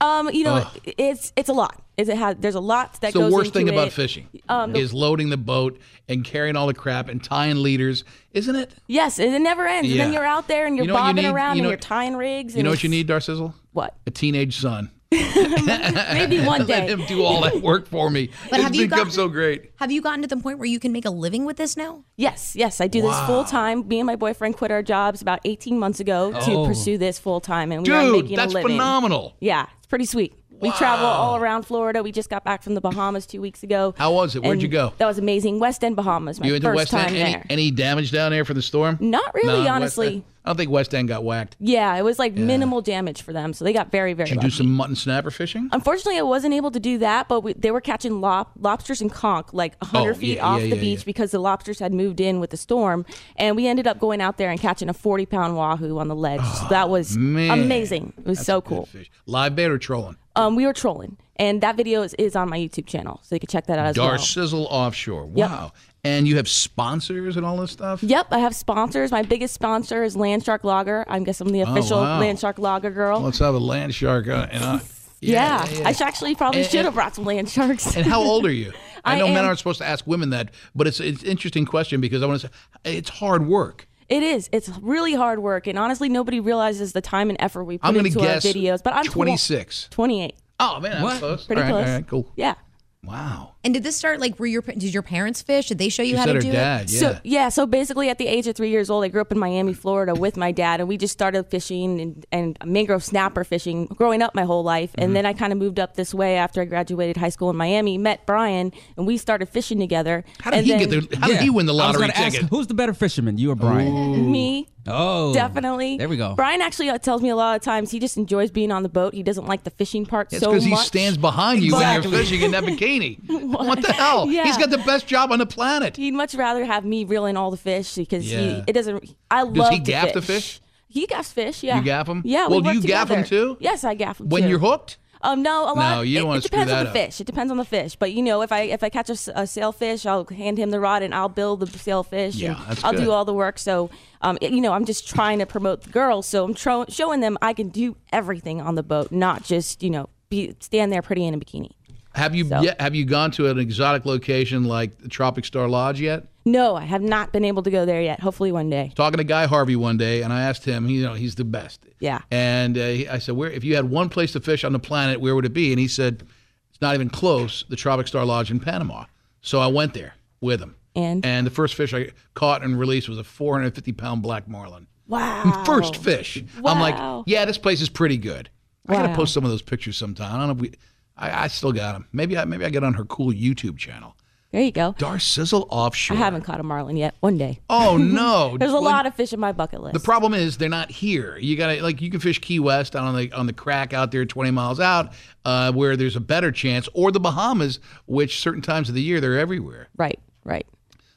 Speaker 20: Um, you know,
Speaker 5: Ugh.
Speaker 20: it's it's a lot. Is it has there's a lot that
Speaker 5: It's the
Speaker 20: goes
Speaker 5: worst thing
Speaker 20: into
Speaker 5: about
Speaker 20: it.
Speaker 5: fishing
Speaker 20: Um,
Speaker 5: is loading the boat and carrying all the crap and tying leaders, isn't it?
Speaker 20: yes, it never ends. And then
Speaker 5: Yeah.
Speaker 20: you're out there and you're
Speaker 5: You know what you
Speaker 20: bobbing
Speaker 5: need?
Speaker 20: around
Speaker 5: You know-
Speaker 20: and you're tying rigs.
Speaker 5: You
Speaker 20: and
Speaker 5: know what you
Speaker 20: it's-
Speaker 5: need, Darcizzle?
Speaker 20: What?
Speaker 5: A teenage son.
Speaker 20: Maybe
Speaker 5: Let
Speaker 20: one day.
Speaker 5: him do all that work for me.
Speaker 8: But
Speaker 5: it's
Speaker 8: have you
Speaker 5: become
Speaker 8: gotten-
Speaker 5: so great.
Speaker 8: Have you gotten to the point where you can make a living with this now?
Speaker 20: Yes, yes, I do
Speaker 5: Wow.
Speaker 20: this full time. Me and my boyfriend quit our jobs about 18 months ago
Speaker 5: Oh.
Speaker 20: to pursue this full time, and we are
Speaker 5: Dude,
Speaker 20: making
Speaker 5: that's
Speaker 20: a living.
Speaker 5: phenomenal.
Speaker 20: Yeah, it's pretty sweet. We travel all around Florida. We just got back from the Bahamas two weeks ago.
Speaker 5: How was it? Where'd
Speaker 20: and
Speaker 5: you go?
Speaker 20: That was amazing. West End Bahamas. My
Speaker 5: you into
Speaker 20: first
Speaker 5: West
Speaker 20: time
Speaker 5: End?
Speaker 20: there.
Speaker 5: Any, any damage down there from the storm?
Speaker 20: Not really,
Speaker 5: Nah, West
Speaker 20: honestly.
Speaker 5: End- I don't think West End got whacked.
Speaker 20: Yeah, it was like minimal damage for them, so they got very, very
Speaker 5: Did you
Speaker 20: lucky.
Speaker 5: do some mutton snapper fishing?
Speaker 20: Unfortunately, I wasn't able to do that, but we, they were catching lop, lobsters and conch like 100
Speaker 5: Oh,
Speaker 20: feet
Speaker 5: yeah,
Speaker 20: off
Speaker 5: yeah,
Speaker 20: the
Speaker 5: yeah,
Speaker 20: beach
Speaker 5: yeah.
Speaker 20: because the lobsters had moved in with the storm. And we ended up going out there and catching a 40 pound wahoo on the ledge. so that was
Speaker 5: Ah, man.
Speaker 20: amazing. It was so cool.
Speaker 5: Live bait or trolling?
Speaker 20: Um, we were trolling, and that video is, is on my YouTube channel, so you can check that out as
Speaker 5: Dar
Speaker 20: well.
Speaker 5: Sizzle Offshore.
Speaker 20: Yep.
Speaker 5: Wow. And you have sponsors and all this stuff?
Speaker 20: Yep, I have sponsors. My biggest sponsor is Landshark Lager. I guess I'm the
Speaker 5: Oh,
Speaker 20: official
Speaker 5: wow.
Speaker 20: Landshark Lager girl.
Speaker 5: Let's have a land shark. Uh, and, uh,
Speaker 20: yeah, I should actually probably
Speaker 5: And-
Speaker 20: should have brought some land sharks.
Speaker 5: and how old are you? I
Speaker 20: I
Speaker 5: know men
Speaker 20: am-
Speaker 5: aren't supposed to ask women that, but it's it's an interesting question because I want to say it's hard work.
Speaker 20: It is. It's really hard work, and honestly, nobody realizes the time and effort we put
Speaker 5: I'm going to
Speaker 20: into
Speaker 5: guess
Speaker 20: our videos. But I'm
Speaker 5: 26.
Speaker 20: 28.
Speaker 5: Oh man,
Speaker 20: What?
Speaker 5: that's close.
Speaker 20: Pretty
Speaker 5: all right,
Speaker 20: close.
Speaker 5: All right, cool.
Speaker 20: Yeah.
Speaker 5: Wow.
Speaker 8: And did this start like were your pa- did your parents fish? Did they show you
Speaker 5: She
Speaker 8: how
Speaker 5: said
Speaker 8: to
Speaker 5: her
Speaker 8: do
Speaker 5: dad,
Speaker 8: it?
Speaker 5: yeah.
Speaker 20: So yeah, so basically at the age of three years old, I grew up in Miami, Florida, with my dad, and we just started fishing and, and mangrove snapper fishing growing up my whole life.
Speaker 5: Mm-hmm.
Speaker 20: And then I kind of moved up this way after I graduated high school in Miami, met Brian, and we started fishing together.
Speaker 5: How did
Speaker 20: and
Speaker 5: he
Speaker 20: then,
Speaker 5: get the? How did he win the
Speaker 7: I was
Speaker 5: lottery
Speaker 7: gonna ask,
Speaker 5: ticket?
Speaker 7: who's the better fisherman, you or Brian?
Speaker 20: Me.
Speaker 7: Oh,
Speaker 20: Definitely.
Speaker 7: There we go.
Speaker 20: Brian actually uh, tells me a lot of times he just enjoys being on the boat. He doesn't like the fishing part
Speaker 5: It's
Speaker 20: so
Speaker 5: because
Speaker 20: much.
Speaker 5: he stands behind you when
Speaker 20: Exactly.
Speaker 5: you're fishing in that bikini. what? the hell?
Speaker 20: Yeah.
Speaker 5: He's got the best job on the planet.
Speaker 20: He'd much rather have me reeling all the fish because
Speaker 5: Yeah.
Speaker 20: he it doesn't. I love.
Speaker 5: Does he
Speaker 20: to
Speaker 5: gaff the
Speaker 20: fish? He gaffs fish. Yeah.
Speaker 5: You gaff 'em?
Speaker 20: Yeah.
Speaker 5: Well,
Speaker 20: we
Speaker 5: do
Speaker 20: work
Speaker 5: you gaff 'em
Speaker 20: together.
Speaker 5: too?
Speaker 20: Yes, I gaff them
Speaker 5: When
Speaker 20: too.
Speaker 5: you're hooked?
Speaker 20: Um, no, a lot.
Speaker 5: No, you don't
Speaker 20: it,
Speaker 5: wanna
Speaker 20: it
Speaker 5: screw
Speaker 20: depends
Speaker 5: that
Speaker 20: on the
Speaker 5: up.
Speaker 20: fish. It depends on the fish. But you know, if I if I catch a, s- a sailfish, I'll hand him the rod and I'll build the sailfish.
Speaker 5: Yeah,
Speaker 20: and
Speaker 5: that's
Speaker 20: I'll
Speaker 5: good.
Speaker 20: do all the work. So, um, it- you know, I'm just trying to promote the girls. So I'm tro- showing them I can do everything on the boat, not just you know be stand there pretty in a bikini.
Speaker 5: Have you yet, have you gone to an exotic location like the Tropic Star Lodge yet?
Speaker 20: No, I have not been able to go there yet. Hopefully one day.
Speaker 5: Talking to Guy Harvey one day, and I asked him, you know, he's the best.
Speaker 20: Yeah.
Speaker 5: And uh, he- I said, where if you had one place to fish on the planet, where would it be? And he said, it's not even close, the Tropic Star Lodge in Panama. So I went there with him.
Speaker 20: And
Speaker 5: the first fish I caught and released was a 450 pound black marlin.
Speaker 20: Wow.
Speaker 5: First fish. I'm
Speaker 20: Wow.
Speaker 5: like, yeah, this place is pretty good. I gotta
Speaker 20: Wow.
Speaker 5: post some of those pictures sometime. I don't know if we, I, I still got them. Maybe I maybe I get on her cool YouTube channel.
Speaker 20: There you go.
Speaker 5: Dar Sizzle offshore.
Speaker 20: I haven't caught a marlin yet. One day.
Speaker 5: Oh, no.
Speaker 20: There's a
Speaker 5: Well,
Speaker 20: lot of fish in my bucket list.
Speaker 5: The problem is they're not here. You gotta like you can fish Key West out on the on the crack out there, twenty miles out, uh, where there's a better chance, or the Bahamas, which certain times of the year they're everywhere.
Speaker 20: Right, right.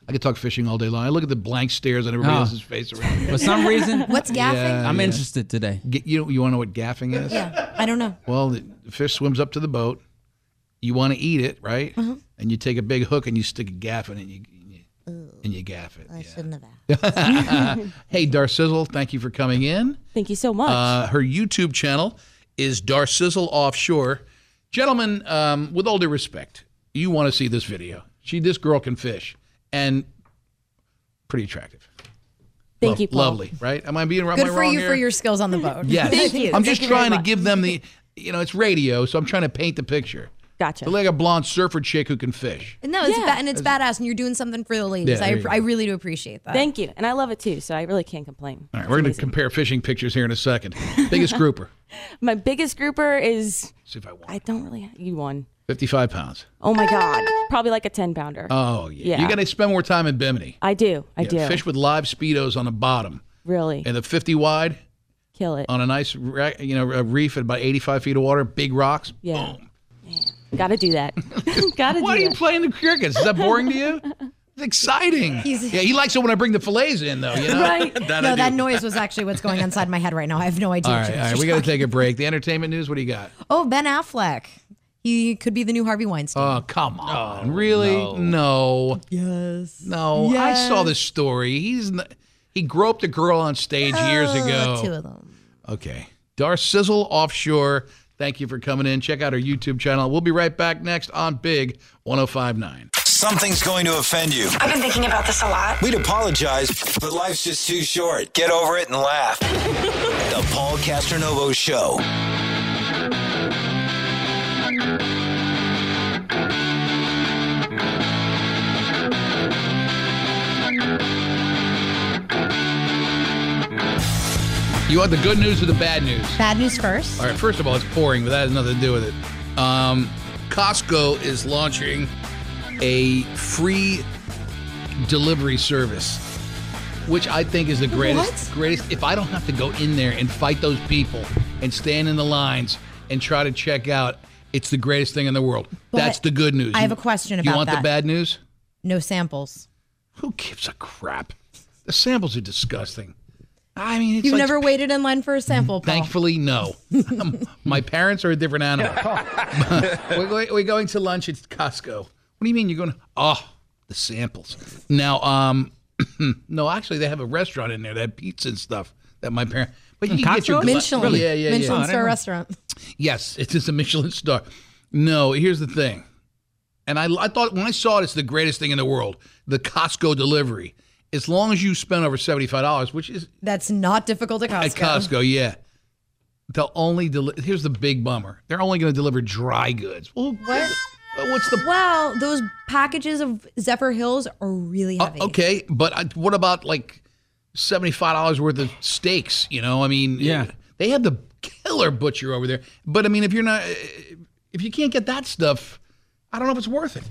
Speaker 5: I could talk fishing all day long. I look at the blank stares on everybody
Speaker 7: Oh.
Speaker 5: else's face around. Here.
Speaker 7: For some reason- What's gaffing? I'm
Speaker 5: interested today. you know, you want to know what gaffing is?
Speaker 8: Yeah, I don't know.
Speaker 5: Well, the the fish swims up to the boat. You want to eat it, right?
Speaker 8: Mhm.
Speaker 5: And you take a big hook and you stick a gaff in it. And you, you- and you gaff it.
Speaker 8: I shouldn't have asked.
Speaker 5: hey, Dar Sizzle, thank you for coming in.
Speaker 20: Thank you so much.
Speaker 5: Uh, her YouTube channel is Dar Sizzle Offshore. Gentlemen, um, with all due respect, you want to see this video. She, this girl can fish and pretty attractive.
Speaker 8: Thank you, Paul.
Speaker 5: Lovely, right? Am I being am I
Speaker 8: Good for
Speaker 5: wrong
Speaker 8: you
Speaker 5: here?
Speaker 8: for your skills on the boat.
Speaker 5: Yes. I'm
Speaker 8: Thank
Speaker 5: just
Speaker 8: you very
Speaker 5: trying to
Speaker 8: much.
Speaker 5: give them the, you know, it's radio, so I'm trying to paint the picture.
Speaker 20: Gotcha.
Speaker 5: So like a blonde surfer chick who can fish.
Speaker 8: No, it's ba- and it's badass, and you're doing something for the ladies.
Speaker 5: Yeah,
Speaker 8: I,
Speaker 5: there you go.
Speaker 8: I really do appreciate that.
Speaker 20: Thank you, and I love it too. So I really can't complain.
Speaker 5: All right, we're going to compare fishing pictures here in a second. Biggest grouper,
Speaker 20: My biggest grouper is.
Speaker 5: See if I won.
Speaker 20: I don't really. You won.
Speaker 5: 55 pounds.
Speaker 20: Oh my god. Probably like a ten pounder.
Speaker 5: Oh, yeah.
Speaker 20: Yeah.
Speaker 5: You got to spend more time in Bimini.
Speaker 20: I do. I
Speaker 5: Yeah,
Speaker 20: do.
Speaker 5: Fish with live speedos on the bottom,
Speaker 20: really
Speaker 5: and the 50 wide
Speaker 20: kill it.
Speaker 5: on a nice, ra- you know, a reef at about 85 feet of water. Big rocks.
Speaker 20: yeah. Got to do that. Got to.
Speaker 5: Why
Speaker 20: do
Speaker 5: are you
Speaker 20: that.
Speaker 5: playing the crickets? Is that boring to you? It's exciting. yeah, he likes it when I bring the fillets in, though. Oh, You know,
Speaker 8: Right.
Speaker 5: That I
Speaker 8: no,
Speaker 5: do.
Speaker 8: that noise was actually what's going on inside my head right now. I have no idea.
Speaker 5: All
Speaker 8: what
Speaker 5: right,
Speaker 8: you
Speaker 5: all
Speaker 8: guys
Speaker 5: right.
Speaker 8: are
Speaker 5: We got to
Speaker 8: talking-
Speaker 5: take a break. The entertainment news. What do you got?
Speaker 8: Oh, Ben Affleck. He could be the new Harvey Weinstein.
Speaker 5: Oh, come on. really? No.
Speaker 8: Yes.
Speaker 5: No. I saw this story. He's n he groped a girl on stage years
Speaker 8: Oh,
Speaker 5: ago.
Speaker 8: Two of them.
Speaker 5: Okay. Dar Sizzle Offshore. Thank you for coming in. Check out our YouTube channel. We'll be right back next on Big 1059.
Speaker 4: Something's going to offend you.
Speaker 5: I've been
Speaker 4: thinking about this a lot. We'd apologize, but life's just too short. Get over it and laugh. the Paul Castronovo Show.
Speaker 5: You want the good news or the bad news?
Speaker 8: Bad news first.
Speaker 5: All right, first of all, it's pouring, but that has nothing to do with it. Um, Costco is launching a free delivery service, which I think is the greatest. Greatest. If I don't have to go in there and fight those people and stand in the lines and try to check out, it's the greatest thing in the world.
Speaker 8: But
Speaker 5: That's the good news.
Speaker 8: I have a question
Speaker 5: Oh, You
Speaker 8: about
Speaker 5: want the
Speaker 8: that.
Speaker 5: bad news?
Speaker 8: No samples.
Speaker 5: Who gives a crap? The samples are disgusting. I mean, it's
Speaker 8: You've
Speaker 5: like-
Speaker 8: never waited in line for a sample, Paul.
Speaker 5: Thankfully, no. My parents are a different animal. we're, going, we're going to lunch at Costco. What do you mean you're going to? Oh, the samples. Now, um, no, actually, they have a restaurant in there that had pizza and stuff that my parents. But you can get your gla-
Speaker 8: Michelin.
Speaker 5: Really? Yeah, yeah,
Speaker 25: Oh,
Speaker 8: Michelin
Speaker 5: yeah.
Speaker 8: star restaurant.
Speaker 5: Yes, it is a Michelin star. No, here's the thing. And I, I thought when I saw it, it's the greatest thing in the world the Costco delivery. As long as you spend over $75, which is
Speaker 8: That's not difficult at Costco.
Speaker 5: at Costco, yeah. They'll only deliver. Here's the big bummer: they're only going to deliver dry goods. Well, what? Oh, Uh, What's the
Speaker 8: wow? Those packages of Zephyr Hills are
Speaker 5: Uh,
Speaker 8: really heavy.
Speaker 5: okay, but I, what about like seventy-five dollars worth of steaks? You know, I mean, yeah, they have the killer butcher over there. But I mean, if you're not, uh, if you can't get that stuff, I don't know if it's worth it.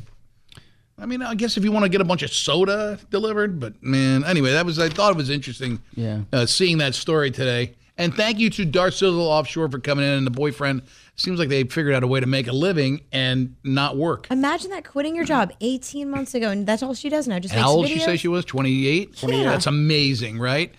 Speaker 5: I mean, I guess if you want to get a bunch of soda delivered, but man, anyway, that was I thought it was interesting.
Speaker 7: Yeah.
Speaker 5: uh, seeing that story today. And thank you to Dar Sizzle Offshore for coming in and the boyfriend. Seems like they figured out a way to make a living and not work.
Speaker 8: Imagine that quitting your job 18 months ago, and that's all she does now. Just
Speaker 5: How
Speaker 8: makes
Speaker 5: old
Speaker 8: videos.
Speaker 5: she say she was? 28?
Speaker 8: 28.
Speaker 5: That's amazing, right?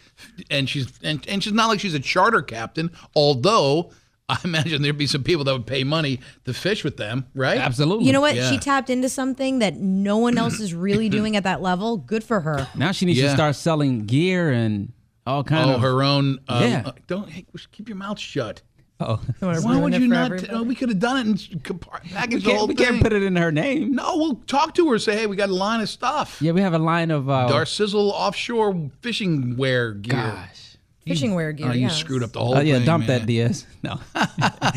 Speaker 5: And she's and, and she's not like she's a charter captain, although I imagine there'd be some people that would pay money to fish with them, right? Absolutely.
Speaker 8: You know what? She tapped into something that no one else is really doing at that level. Good for her.
Speaker 7: Now she needs
Speaker 5: Yeah.
Speaker 7: to start selling gear and all kind
Speaker 5: oh,
Speaker 7: of
Speaker 5: her own. Um,
Speaker 7: yeah.
Speaker 5: uh, don't hey, keep your mouth shut.
Speaker 7: Oh,
Speaker 5: Why would you not? uh, we could have done it and compar-
Speaker 7: We
Speaker 5: packaged the
Speaker 7: can't-
Speaker 5: whole
Speaker 7: we
Speaker 5: thing.
Speaker 7: can't put it in her name.
Speaker 5: No, we'll talk to her. Say, hey, we got a line of stuff.
Speaker 7: Yeah, we have a line of uh,
Speaker 5: Dar Sizzle offshore fishing wear gear. Gosh,
Speaker 8: Fishing wear gear.
Speaker 5: Oh, you
Speaker 8: yes.
Speaker 5: screwed up the whole
Speaker 7: Oh, yeah,
Speaker 5: thing.
Speaker 7: dump
Speaker 5: man.
Speaker 7: that DS. No.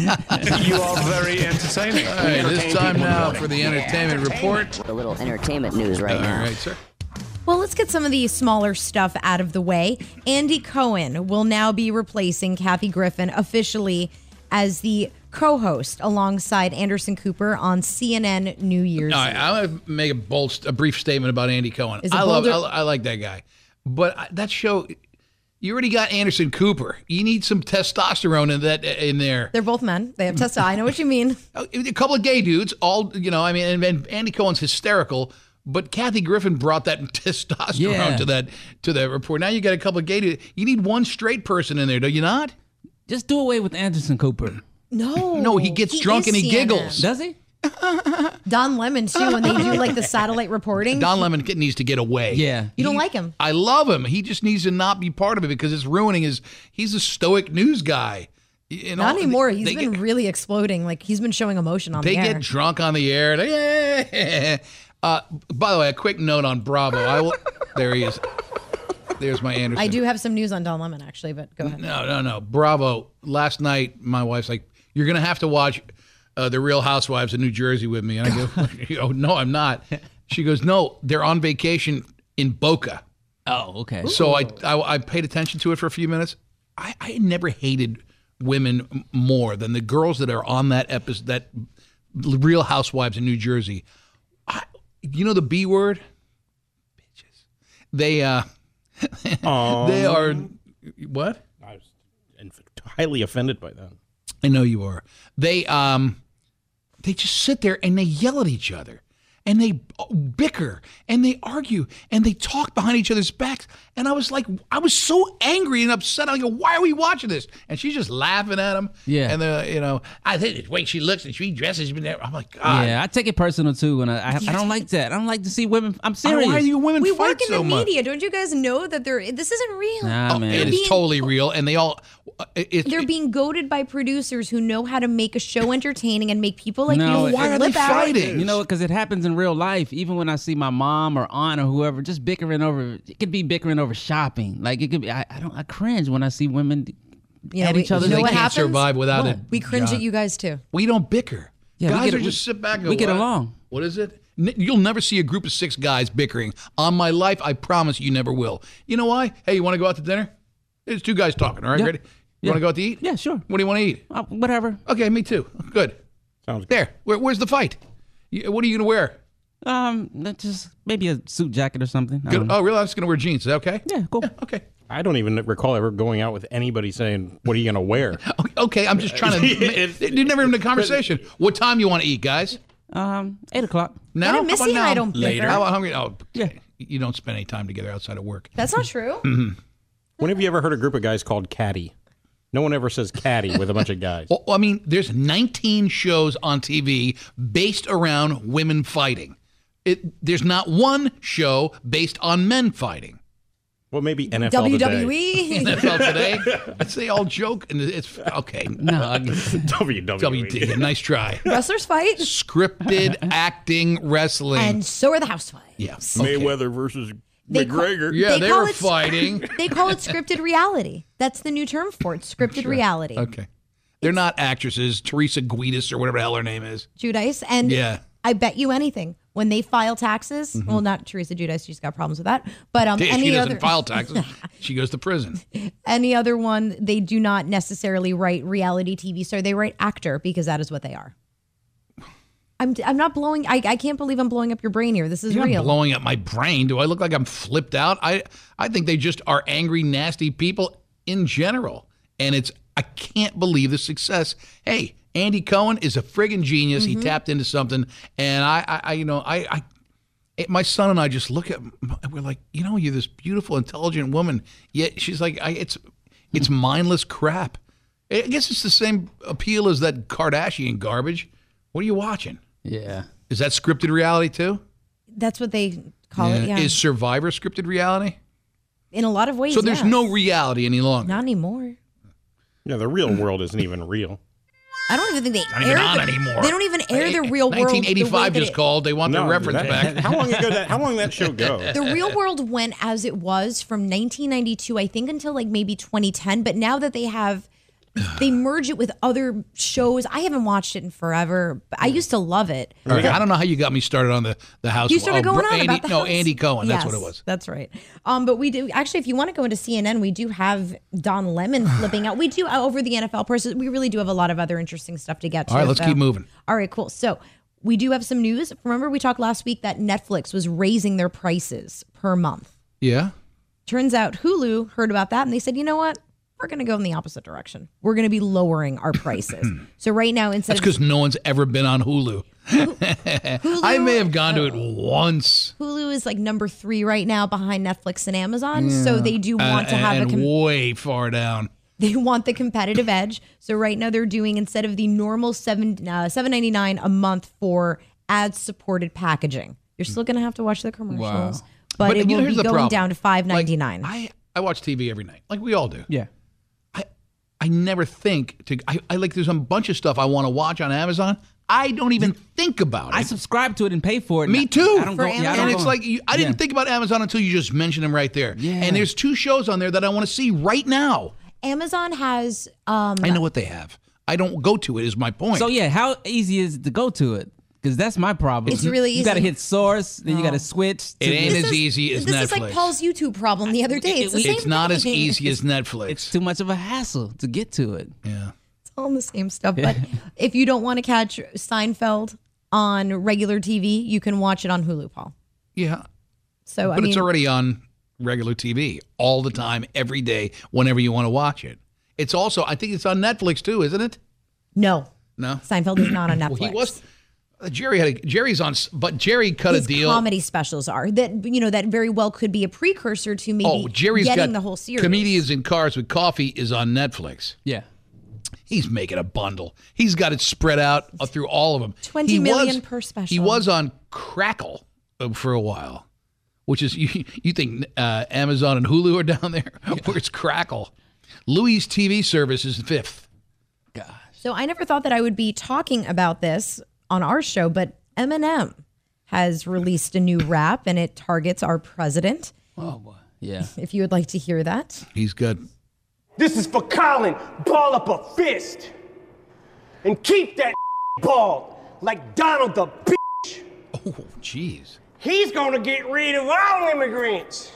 Speaker 18: you are very entertaining.
Speaker 5: All right, this time now for the entertainment report.
Speaker 12: A little entertainment news right now.
Speaker 5: All right, sir.
Speaker 8: Well, let's get some of the smaller stuff out of the way. Andy Cohen will now be replacing Kathy Griffin officially as the co host alongside Anderson Cooper on CNN New Year's.
Speaker 5: All right, I'm gonna make a bold, st- a brief statement about Andy Cohen.
Speaker 8: Is it
Speaker 5: I love,
Speaker 8: bolder-
Speaker 5: I, I like that guy, but I, that show, you already got Anderson Cooper. You need some testosterone in that in there. Oh,
Speaker 8: They're both men. They have testosterone. I know what you mean.
Speaker 5: A couple of gay dudes, all you know. I mean, and, and Andy Cohen's hysterical, but Kathy Griffin brought that testosterone
Speaker 7: Yeah.
Speaker 5: to that to that report. Now you got a couple of gay dudes. You need one straight person in there, do you not?
Speaker 7: Just do away with Anderson Cooper.
Speaker 8: No.
Speaker 5: No, he gets drunk
Speaker 8: is
Speaker 5: and he
Speaker 8: CNN.
Speaker 5: giggles.
Speaker 7: Does he?
Speaker 8: Don Lemon, too, when they do like the satellite reporting.
Speaker 5: Don Lemon needs to get away. Yeah,
Speaker 8: You don't like him.
Speaker 5: I love him. He just needs to not be part of it because it's ruining his. He's a stoic news guy. You know,
Speaker 8: Not anymore.
Speaker 5: They,
Speaker 8: He's
Speaker 5: they
Speaker 8: been
Speaker 5: get,
Speaker 8: really exploding. Like he's been showing emotion on
Speaker 5: they
Speaker 8: the air.
Speaker 5: get drunk on the air. They- Uh, by the way, a quick note on Bravo. I will. there he is. There's my Anderson.
Speaker 8: I do have some news on Don Lemon actually, but go ahead.
Speaker 5: No, no, no. Bravo. Last night, my wife's like, "You're gonna have to watch uh, the Real Housewives of New Jersey with me," and I go, "Oh no, I'm not." She goes, "No, they're on vacation in Boca."
Speaker 7: Oh, okay.
Speaker 5: So I, I I paid attention to it for a few minutes. I, I never hated women m- more than the girls that are on that episode, that Real Housewives in New Jersey. I, you know the B word, bitches. They uh, they are what?
Speaker 9: I was in fact highly offended by that.
Speaker 5: I know you are. They um, they just sit there and they yell at each other, and they uh, bicker and they argue and they talk behind each other's backs. And I was like, I was so angry and upset. I go, why are we watching this? And she's just laughing at him.
Speaker 7: Yeah.
Speaker 5: And the you know, I think the way she looks and she dresses. I'm like, God.
Speaker 7: Yeah, I take it personal too, and I, I, I don't like that. I don't like to see women. I'm serious.
Speaker 5: Why do you women
Speaker 8: We
Speaker 5: fight
Speaker 8: work in
Speaker 5: so
Speaker 8: the
Speaker 5: much? Oh,
Speaker 8: media. Don't you guys know that they're this isn't real?
Speaker 7: Nah, man.
Speaker 5: It is totally real, and they all. It, it,
Speaker 8: They're being goaded by producers who know how to make a show entertaining and make people like you lip out.
Speaker 7: You know, because it happens in real life. Even when I see my mom or aunt or whoever just bickering over, it could be bickering over shopping. Like it could be. I, I don't. I cringe when I see women
Speaker 8: Yeah,
Speaker 7: at
Speaker 8: we-
Speaker 7: each other.
Speaker 8: you know
Speaker 5: They
Speaker 8: what
Speaker 5: can't
Speaker 8: happens?
Speaker 5: survive without
Speaker 8: What?
Speaker 5: it,
Speaker 8: We cringe
Speaker 5: John.
Speaker 8: at you guys too.
Speaker 5: We don't bicker.
Speaker 7: Yeah, we
Speaker 5: guys
Speaker 7: get-
Speaker 5: are
Speaker 7: we-
Speaker 5: just sit back and go,
Speaker 7: we get
Speaker 5: "What-
Speaker 7: along."
Speaker 5: What is it? N- You'll never see a group of six guys bickering. On my life, I promise you never will. You know why? Hey, you want to go out to dinner? There's two guys talking. All right,
Speaker 7: Yeah.
Speaker 5: ready? You
Speaker 7: Yeah.
Speaker 5: want to go out to eat?
Speaker 7: Yeah, sure.
Speaker 5: What do you want to eat?
Speaker 7: Uh, whatever.
Speaker 5: Okay, me too. Good.
Speaker 9: Sounds
Speaker 5: good. There. Where, where's the fight? You, what are you going to wear?
Speaker 7: Um, not just maybe a suit jacket or something. I
Speaker 5: Good.
Speaker 7: don't
Speaker 8: Um,
Speaker 7: know.
Speaker 5: Oh, really? I'm just going to wear jeans. Is that okay?
Speaker 7: Yeah, cool.
Speaker 5: okay.
Speaker 9: I don't even recall ever going out with anybody saying, "What are you going to wear?"
Speaker 5: Okay, I'm just trying to. You're never in a conversation. What time you want to eat, guys?
Speaker 7: Um, eight o'clock.
Speaker 5: Now?
Speaker 8: Even Missy
Speaker 5: How about
Speaker 8: and I
Speaker 5: now?
Speaker 8: don't bicker. Later.
Speaker 5: How, how hungry? Oh,
Speaker 7: yeah.
Speaker 5: You don't spend any time together outside of work. Mm-hmm.
Speaker 8: That's not true.
Speaker 9: When have you ever heard a group of guys called catty? No one ever says catty with a bunch of guys.
Speaker 5: Well, I mean, there's 19 shows on TV based around women fighting. It, there's not one show based on men fighting.
Speaker 9: Well, maybe NFL
Speaker 8: WWE.
Speaker 5: NFL today. That's they all joke, and it's okay.
Speaker 7: No, I guess-
Speaker 9: WWE.
Speaker 5: WD. Nice try.
Speaker 8: Wrestlers fight,
Speaker 5: Scripted acting wrestling.
Speaker 8: and so are the housewives.
Speaker 5: yes.
Speaker 9: Mayweather versus
Speaker 8: They call-
Speaker 5: yeah, they,
Speaker 8: call
Speaker 5: were
Speaker 8: it-
Speaker 5: fighting.
Speaker 8: They call it scripted reality. That's the new term for it. Scripted reality.
Speaker 5: Okay. They're not actresses, Teresa Guidis or whatever the hell her name is.
Speaker 8: Judice and
Speaker 5: Yeah.
Speaker 8: I bet you anything when they file taxes.
Speaker 5: Mhm.
Speaker 8: Well, not Teresa Judice; she's got problems with that. But um,
Speaker 5: Hey, if
Speaker 8: any
Speaker 5: she doesn't
Speaker 8: other
Speaker 5: file taxes, she goes to prison.
Speaker 8: any other one, they do not necessarily write reality TV star. They write actor because that is what they are. I'm I'm not blowing. I, I can't believe I'm blowing up your brain here. This is
Speaker 5: You're not
Speaker 8: real.
Speaker 5: blowing up my brain. Do I look like I'm flipped out? I I think they just are angry, nasty people in general. And it's I can't believe the success. Hey, Andy Cohen is a friggin' genius.
Speaker 8: Mm-hmm.
Speaker 5: He
Speaker 2: Mhm.
Speaker 5: tapped into something, and I, I, I you know, I, I, it, my son and I just look at, him, and we're like, you know, you're this beautiful, intelligent woman. Yet she's like, I, it's, it's mindless crap. I guess it's the same appeal as that Kardashian garbage. What are you watching?
Speaker 7: Yeah.
Speaker 5: Is that scripted reality too?
Speaker 8: That's what they call it. Yeah.
Speaker 5: Is Survivor scripted reality?
Speaker 8: in a lot of ways.
Speaker 5: so there's
Speaker 8: yeah.
Speaker 5: no reality any longer.
Speaker 8: Not anymore.
Speaker 9: Yeah, the real world isn't even real.
Speaker 8: I don't even think they
Speaker 5: Not
Speaker 8: air
Speaker 5: even on
Speaker 8: the-
Speaker 5: anymore.
Speaker 8: They don't even air the real world. the way
Speaker 5: 1985
Speaker 8: that
Speaker 5: just
Speaker 8: it-
Speaker 5: called. They want
Speaker 9: No,
Speaker 5: their reference
Speaker 9: that-
Speaker 5: back.
Speaker 9: how long ago that- how long that show go?
Speaker 8: The real world went as it was from 1992, I think, until like maybe 2010. But now that they have, they merge it with other shows. I haven't watched it in forever. But I
Speaker 5: Hmm.
Speaker 8: used to love it.
Speaker 5: All right, I don't know how you got me started on the the house.
Speaker 8: You started
Speaker 5: oh,
Speaker 8: going on
Speaker 5: Andy,
Speaker 8: about the
Speaker 5: No,
Speaker 8: house.
Speaker 5: Andy Cohen. That's what it
Speaker 8: Yes,
Speaker 5: was.
Speaker 8: That's right. Um, but we do actually, if you want to go into CNN, we do have Don Lemon flipping out. We do uh, over the NFL person. We really do have a lot of other interesting stuff to get to.
Speaker 5: All right, let's
Speaker 8: so-
Speaker 5: keep moving.
Speaker 8: All right, cool. So we do have some news. Remember, we talked last week that Netflix was raising their prices per month.
Speaker 5: Yeah.
Speaker 8: Turns out Hulu heard about that and they said, you know what? We're going to go in the opposite direction. We're going to be lowering our prices. so right now, instead
Speaker 5: Hmm. That's
Speaker 8: of
Speaker 5: because no one's ever been on Hulu. I may have gone to it once.
Speaker 8: Hulu is like number three right now behind Netflix and Amazon. So they do want to
Speaker 5: Uh,
Speaker 8: have a
Speaker 5: and
Speaker 8: com-
Speaker 5: way far down.
Speaker 8: they want the competitive edge. So right now they're doing instead of the normal seven uh, seven ninety nine a month for ad supported packaging, you're still going to have to watch the commercials,
Speaker 5: Wow.
Speaker 8: but,
Speaker 5: But,
Speaker 8: it
Speaker 5: you know,
Speaker 8: will be
Speaker 5: here's the
Speaker 8: going
Speaker 5: problem.
Speaker 8: down to five ninety nine.
Speaker 5: I watch TV every night, like we all do.
Speaker 7: Yeah.
Speaker 5: I I never think to. I, I like. There's a bunch of stuff I want to watch on Amazon. I don't even think about it.
Speaker 7: I subscribe to it and pay for it.
Speaker 5: Me
Speaker 7: and I-
Speaker 5: too.
Speaker 7: I don't go. Yeah, I don't
Speaker 5: and
Speaker 7: go
Speaker 5: it's
Speaker 7: on-
Speaker 5: like you, I didn't
Speaker 7: Yeah.
Speaker 5: think about Amazon until you just mentioned them right there. And there's two shows on there that I want to see right now.
Speaker 8: Amazon has um,
Speaker 5: I know what they have. I don't go to it. Is my point.
Speaker 7: So yeah, how easy is it to go to it? Because that's my problem.
Speaker 8: It's really
Speaker 7: You got to
Speaker 8: easy. Oh.
Speaker 7: hit source, then you got to switch.
Speaker 5: It
Speaker 7: to
Speaker 5: ain't
Speaker 7: the-
Speaker 5: as easy as
Speaker 8: this
Speaker 5: Netflix.
Speaker 8: is like Paul's YouTube problem the other day. It's, the same
Speaker 5: it's not as
Speaker 8: thing.
Speaker 5: easy as Netflix.
Speaker 7: It's too much of a hassle to get to it.
Speaker 5: Yeah.
Speaker 8: It's all the same stuff. But if you don't want to catch Seinfeld on regular TV, you can watch it on Hulu, Paul.
Speaker 5: Yeah.
Speaker 8: So
Speaker 7: Oh,
Speaker 8: I
Speaker 5: but
Speaker 8: mean,
Speaker 5: it's already on regular TV all the time, every day, whenever you want to watch it. It's also, I think it's on Netflix too, isn't it?
Speaker 8: no.
Speaker 5: No.
Speaker 8: Seinfeld is not on Netflix.
Speaker 5: Well, he was. uh, Jerry had a, Jerry's on, s- but Jerry cut
Speaker 8: His
Speaker 5: a deal.
Speaker 8: comedy specials are that you know that very well could be a precursor to maybe
Speaker 5: oh, Jerry's
Speaker 8: getting
Speaker 5: got
Speaker 8: the whole series.
Speaker 5: Comedians in Cars with Coffee is on Netflix.
Speaker 7: Yeah.
Speaker 5: He's making a bundle. He's got it spread out uh, through all of them.
Speaker 8: Twenty
Speaker 5: He
Speaker 8: million
Speaker 5: was-
Speaker 8: per special.
Speaker 5: He was on Crackle uh, for a while, which is you, you think uh, Amazon and Hulu are down there? Where's Crackle? Louis TV service is fifth.
Speaker 8: So I never thought that I would be talking about this on our show, but Eminem has released a new rap and it targets our president.
Speaker 7: Oh boy. Yeah.
Speaker 8: If you would like to hear that.
Speaker 5: He's good.
Speaker 26: This is for Colin. Ball up a fist. And keep that ball like Donald the bitch.
Speaker 5: Oh, jeez.
Speaker 26: He's gonna get rid of all immigrants.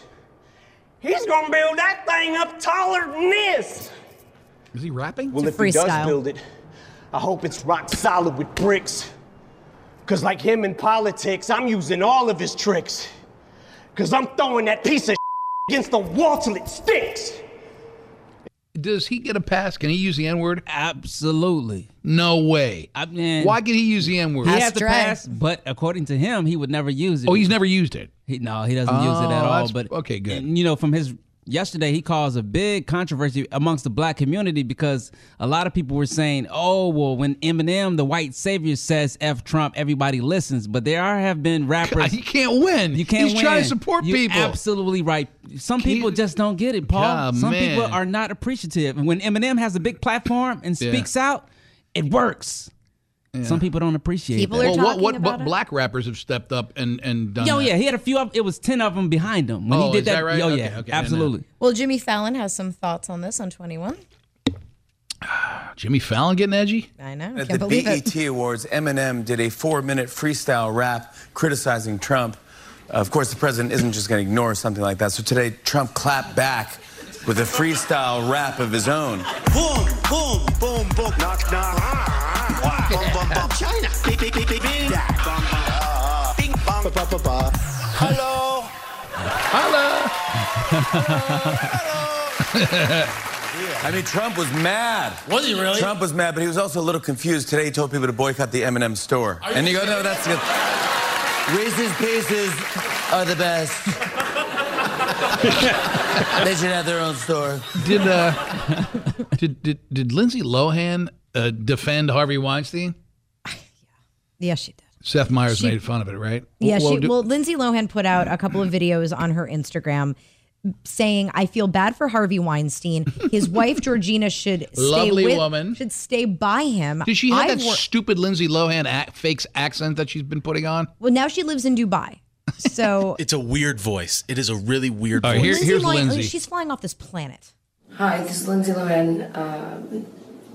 Speaker 26: He's gonna build that thing up taller than this.
Speaker 5: Is he rapping?
Speaker 26: Well,
Speaker 5: It's
Speaker 26: if
Speaker 5: a
Speaker 26: he
Speaker 5: freestyle.
Speaker 26: does build it, I hope it's rock solid with bricks. Cause like him in politics, I'm using all of his tricks. Cause I'm throwing that piece of against the wall till it sticks.
Speaker 5: Does he get a pass? Can he use the N word?
Speaker 7: Absolutely.
Speaker 5: No way. Why can he use the N word?
Speaker 7: He has to pass, but according to him, he would never use it.
Speaker 5: Oh, he's never used it.
Speaker 7: He, no, he doesn't use it
Speaker 5: Oh,
Speaker 7: at all.
Speaker 5: that's-
Speaker 7: But
Speaker 5: okay, good.
Speaker 7: And, you know, from his yesterday, he caused a big controversy amongst the black community because a lot of people were saying, "Oh, well, when Eminem, the white savior, says F Trump, everybody listens." But there are have been rappers.
Speaker 5: You can't win.
Speaker 7: You can't
Speaker 5: He's
Speaker 7: win.
Speaker 5: trying to support
Speaker 7: You're
Speaker 5: people.
Speaker 7: Absolutely right. Some people just don't get it, Paul.
Speaker 5: God,
Speaker 7: Some
Speaker 5: man.
Speaker 7: people are not appreciative. And when Eminem has a big platform and
Speaker 5: Yeah.
Speaker 7: speaks out, it works. Some people don't appreciate
Speaker 5: People
Speaker 7: that.
Speaker 5: well, what what, what black rappers have stepped up and and done?
Speaker 7: Yo,
Speaker 5: that?
Speaker 7: yeah, he had a few. Of, it was ten of them behind him when
Speaker 5: Oh,
Speaker 7: he did
Speaker 5: is that right?
Speaker 7: Yo,
Speaker 5: Okay,
Speaker 7: yeah,
Speaker 5: okay, I know.
Speaker 7: absolutely.
Speaker 8: Well, Jimmy Fallon has some thoughts on this on 21.
Speaker 5: Jimmy Fallon getting edgy.
Speaker 8: I know. can't
Speaker 13: At the
Speaker 8: believe it.
Speaker 13: BET Awards, Eminem did a four minute freestyle rap criticizing Trump. Of course, the president isn't just going to ignore something like that. So today, Trump clapped back with a freestyle rap of his own.
Speaker 2: Boom, boom, boom, boom. Knock, knock. Ah, ah. Bum, bum, bum. China. Bing, bing, bing, bing, bing. Yeah. Bum, bum. Ah, ah. Bing, bong, ba, ba, ba, ba. Hello.
Speaker 13: I mean, Trump was mad.
Speaker 2: Was he really?
Speaker 13: Trump was mad, but he was also a little confused. Today, he told people to boycott the Eminem store. and you go, no, that's good. Reese's Pieces are the best.
Speaker 5: they should have their own store. Did uh, did did did Lindsay Lohan uh, defend Harvey Weinstein?
Speaker 8: Yeah, she did.
Speaker 5: Seth Meyers
Speaker 8: She-
Speaker 5: made fun of it, right?
Speaker 8: Yeah,
Speaker 5: Well,
Speaker 8: she,
Speaker 5: do-
Speaker 8: well, Lindsay Lohan put out a couple of videos on her Instagram saying, "I feel bad for Harvey Weinstein. His wife Georgina should stay
Speaker 5: Lovely
Speaker 8: with,
Speaker 5: woman.
Speaker 8: should stay by him."
Speaker 5: did she have
Speaker 8: I
Speaker 5: that
Speaker 8: wor-
Speaker 5: stupid Lindsay Lohan ac fake accent that she's been putting on?
Speaker 8: well, now she lives in Dubai, so
Speaker 10: It's a weird voice. It is a really weird
Speaker 5: All right,
Speaker 10: voice.
Speaker 5: here- here's
Speaker 8: Lohan- she's flying off this planet.
Speaker 25: Hi, this is Lindsay Lohan. Um,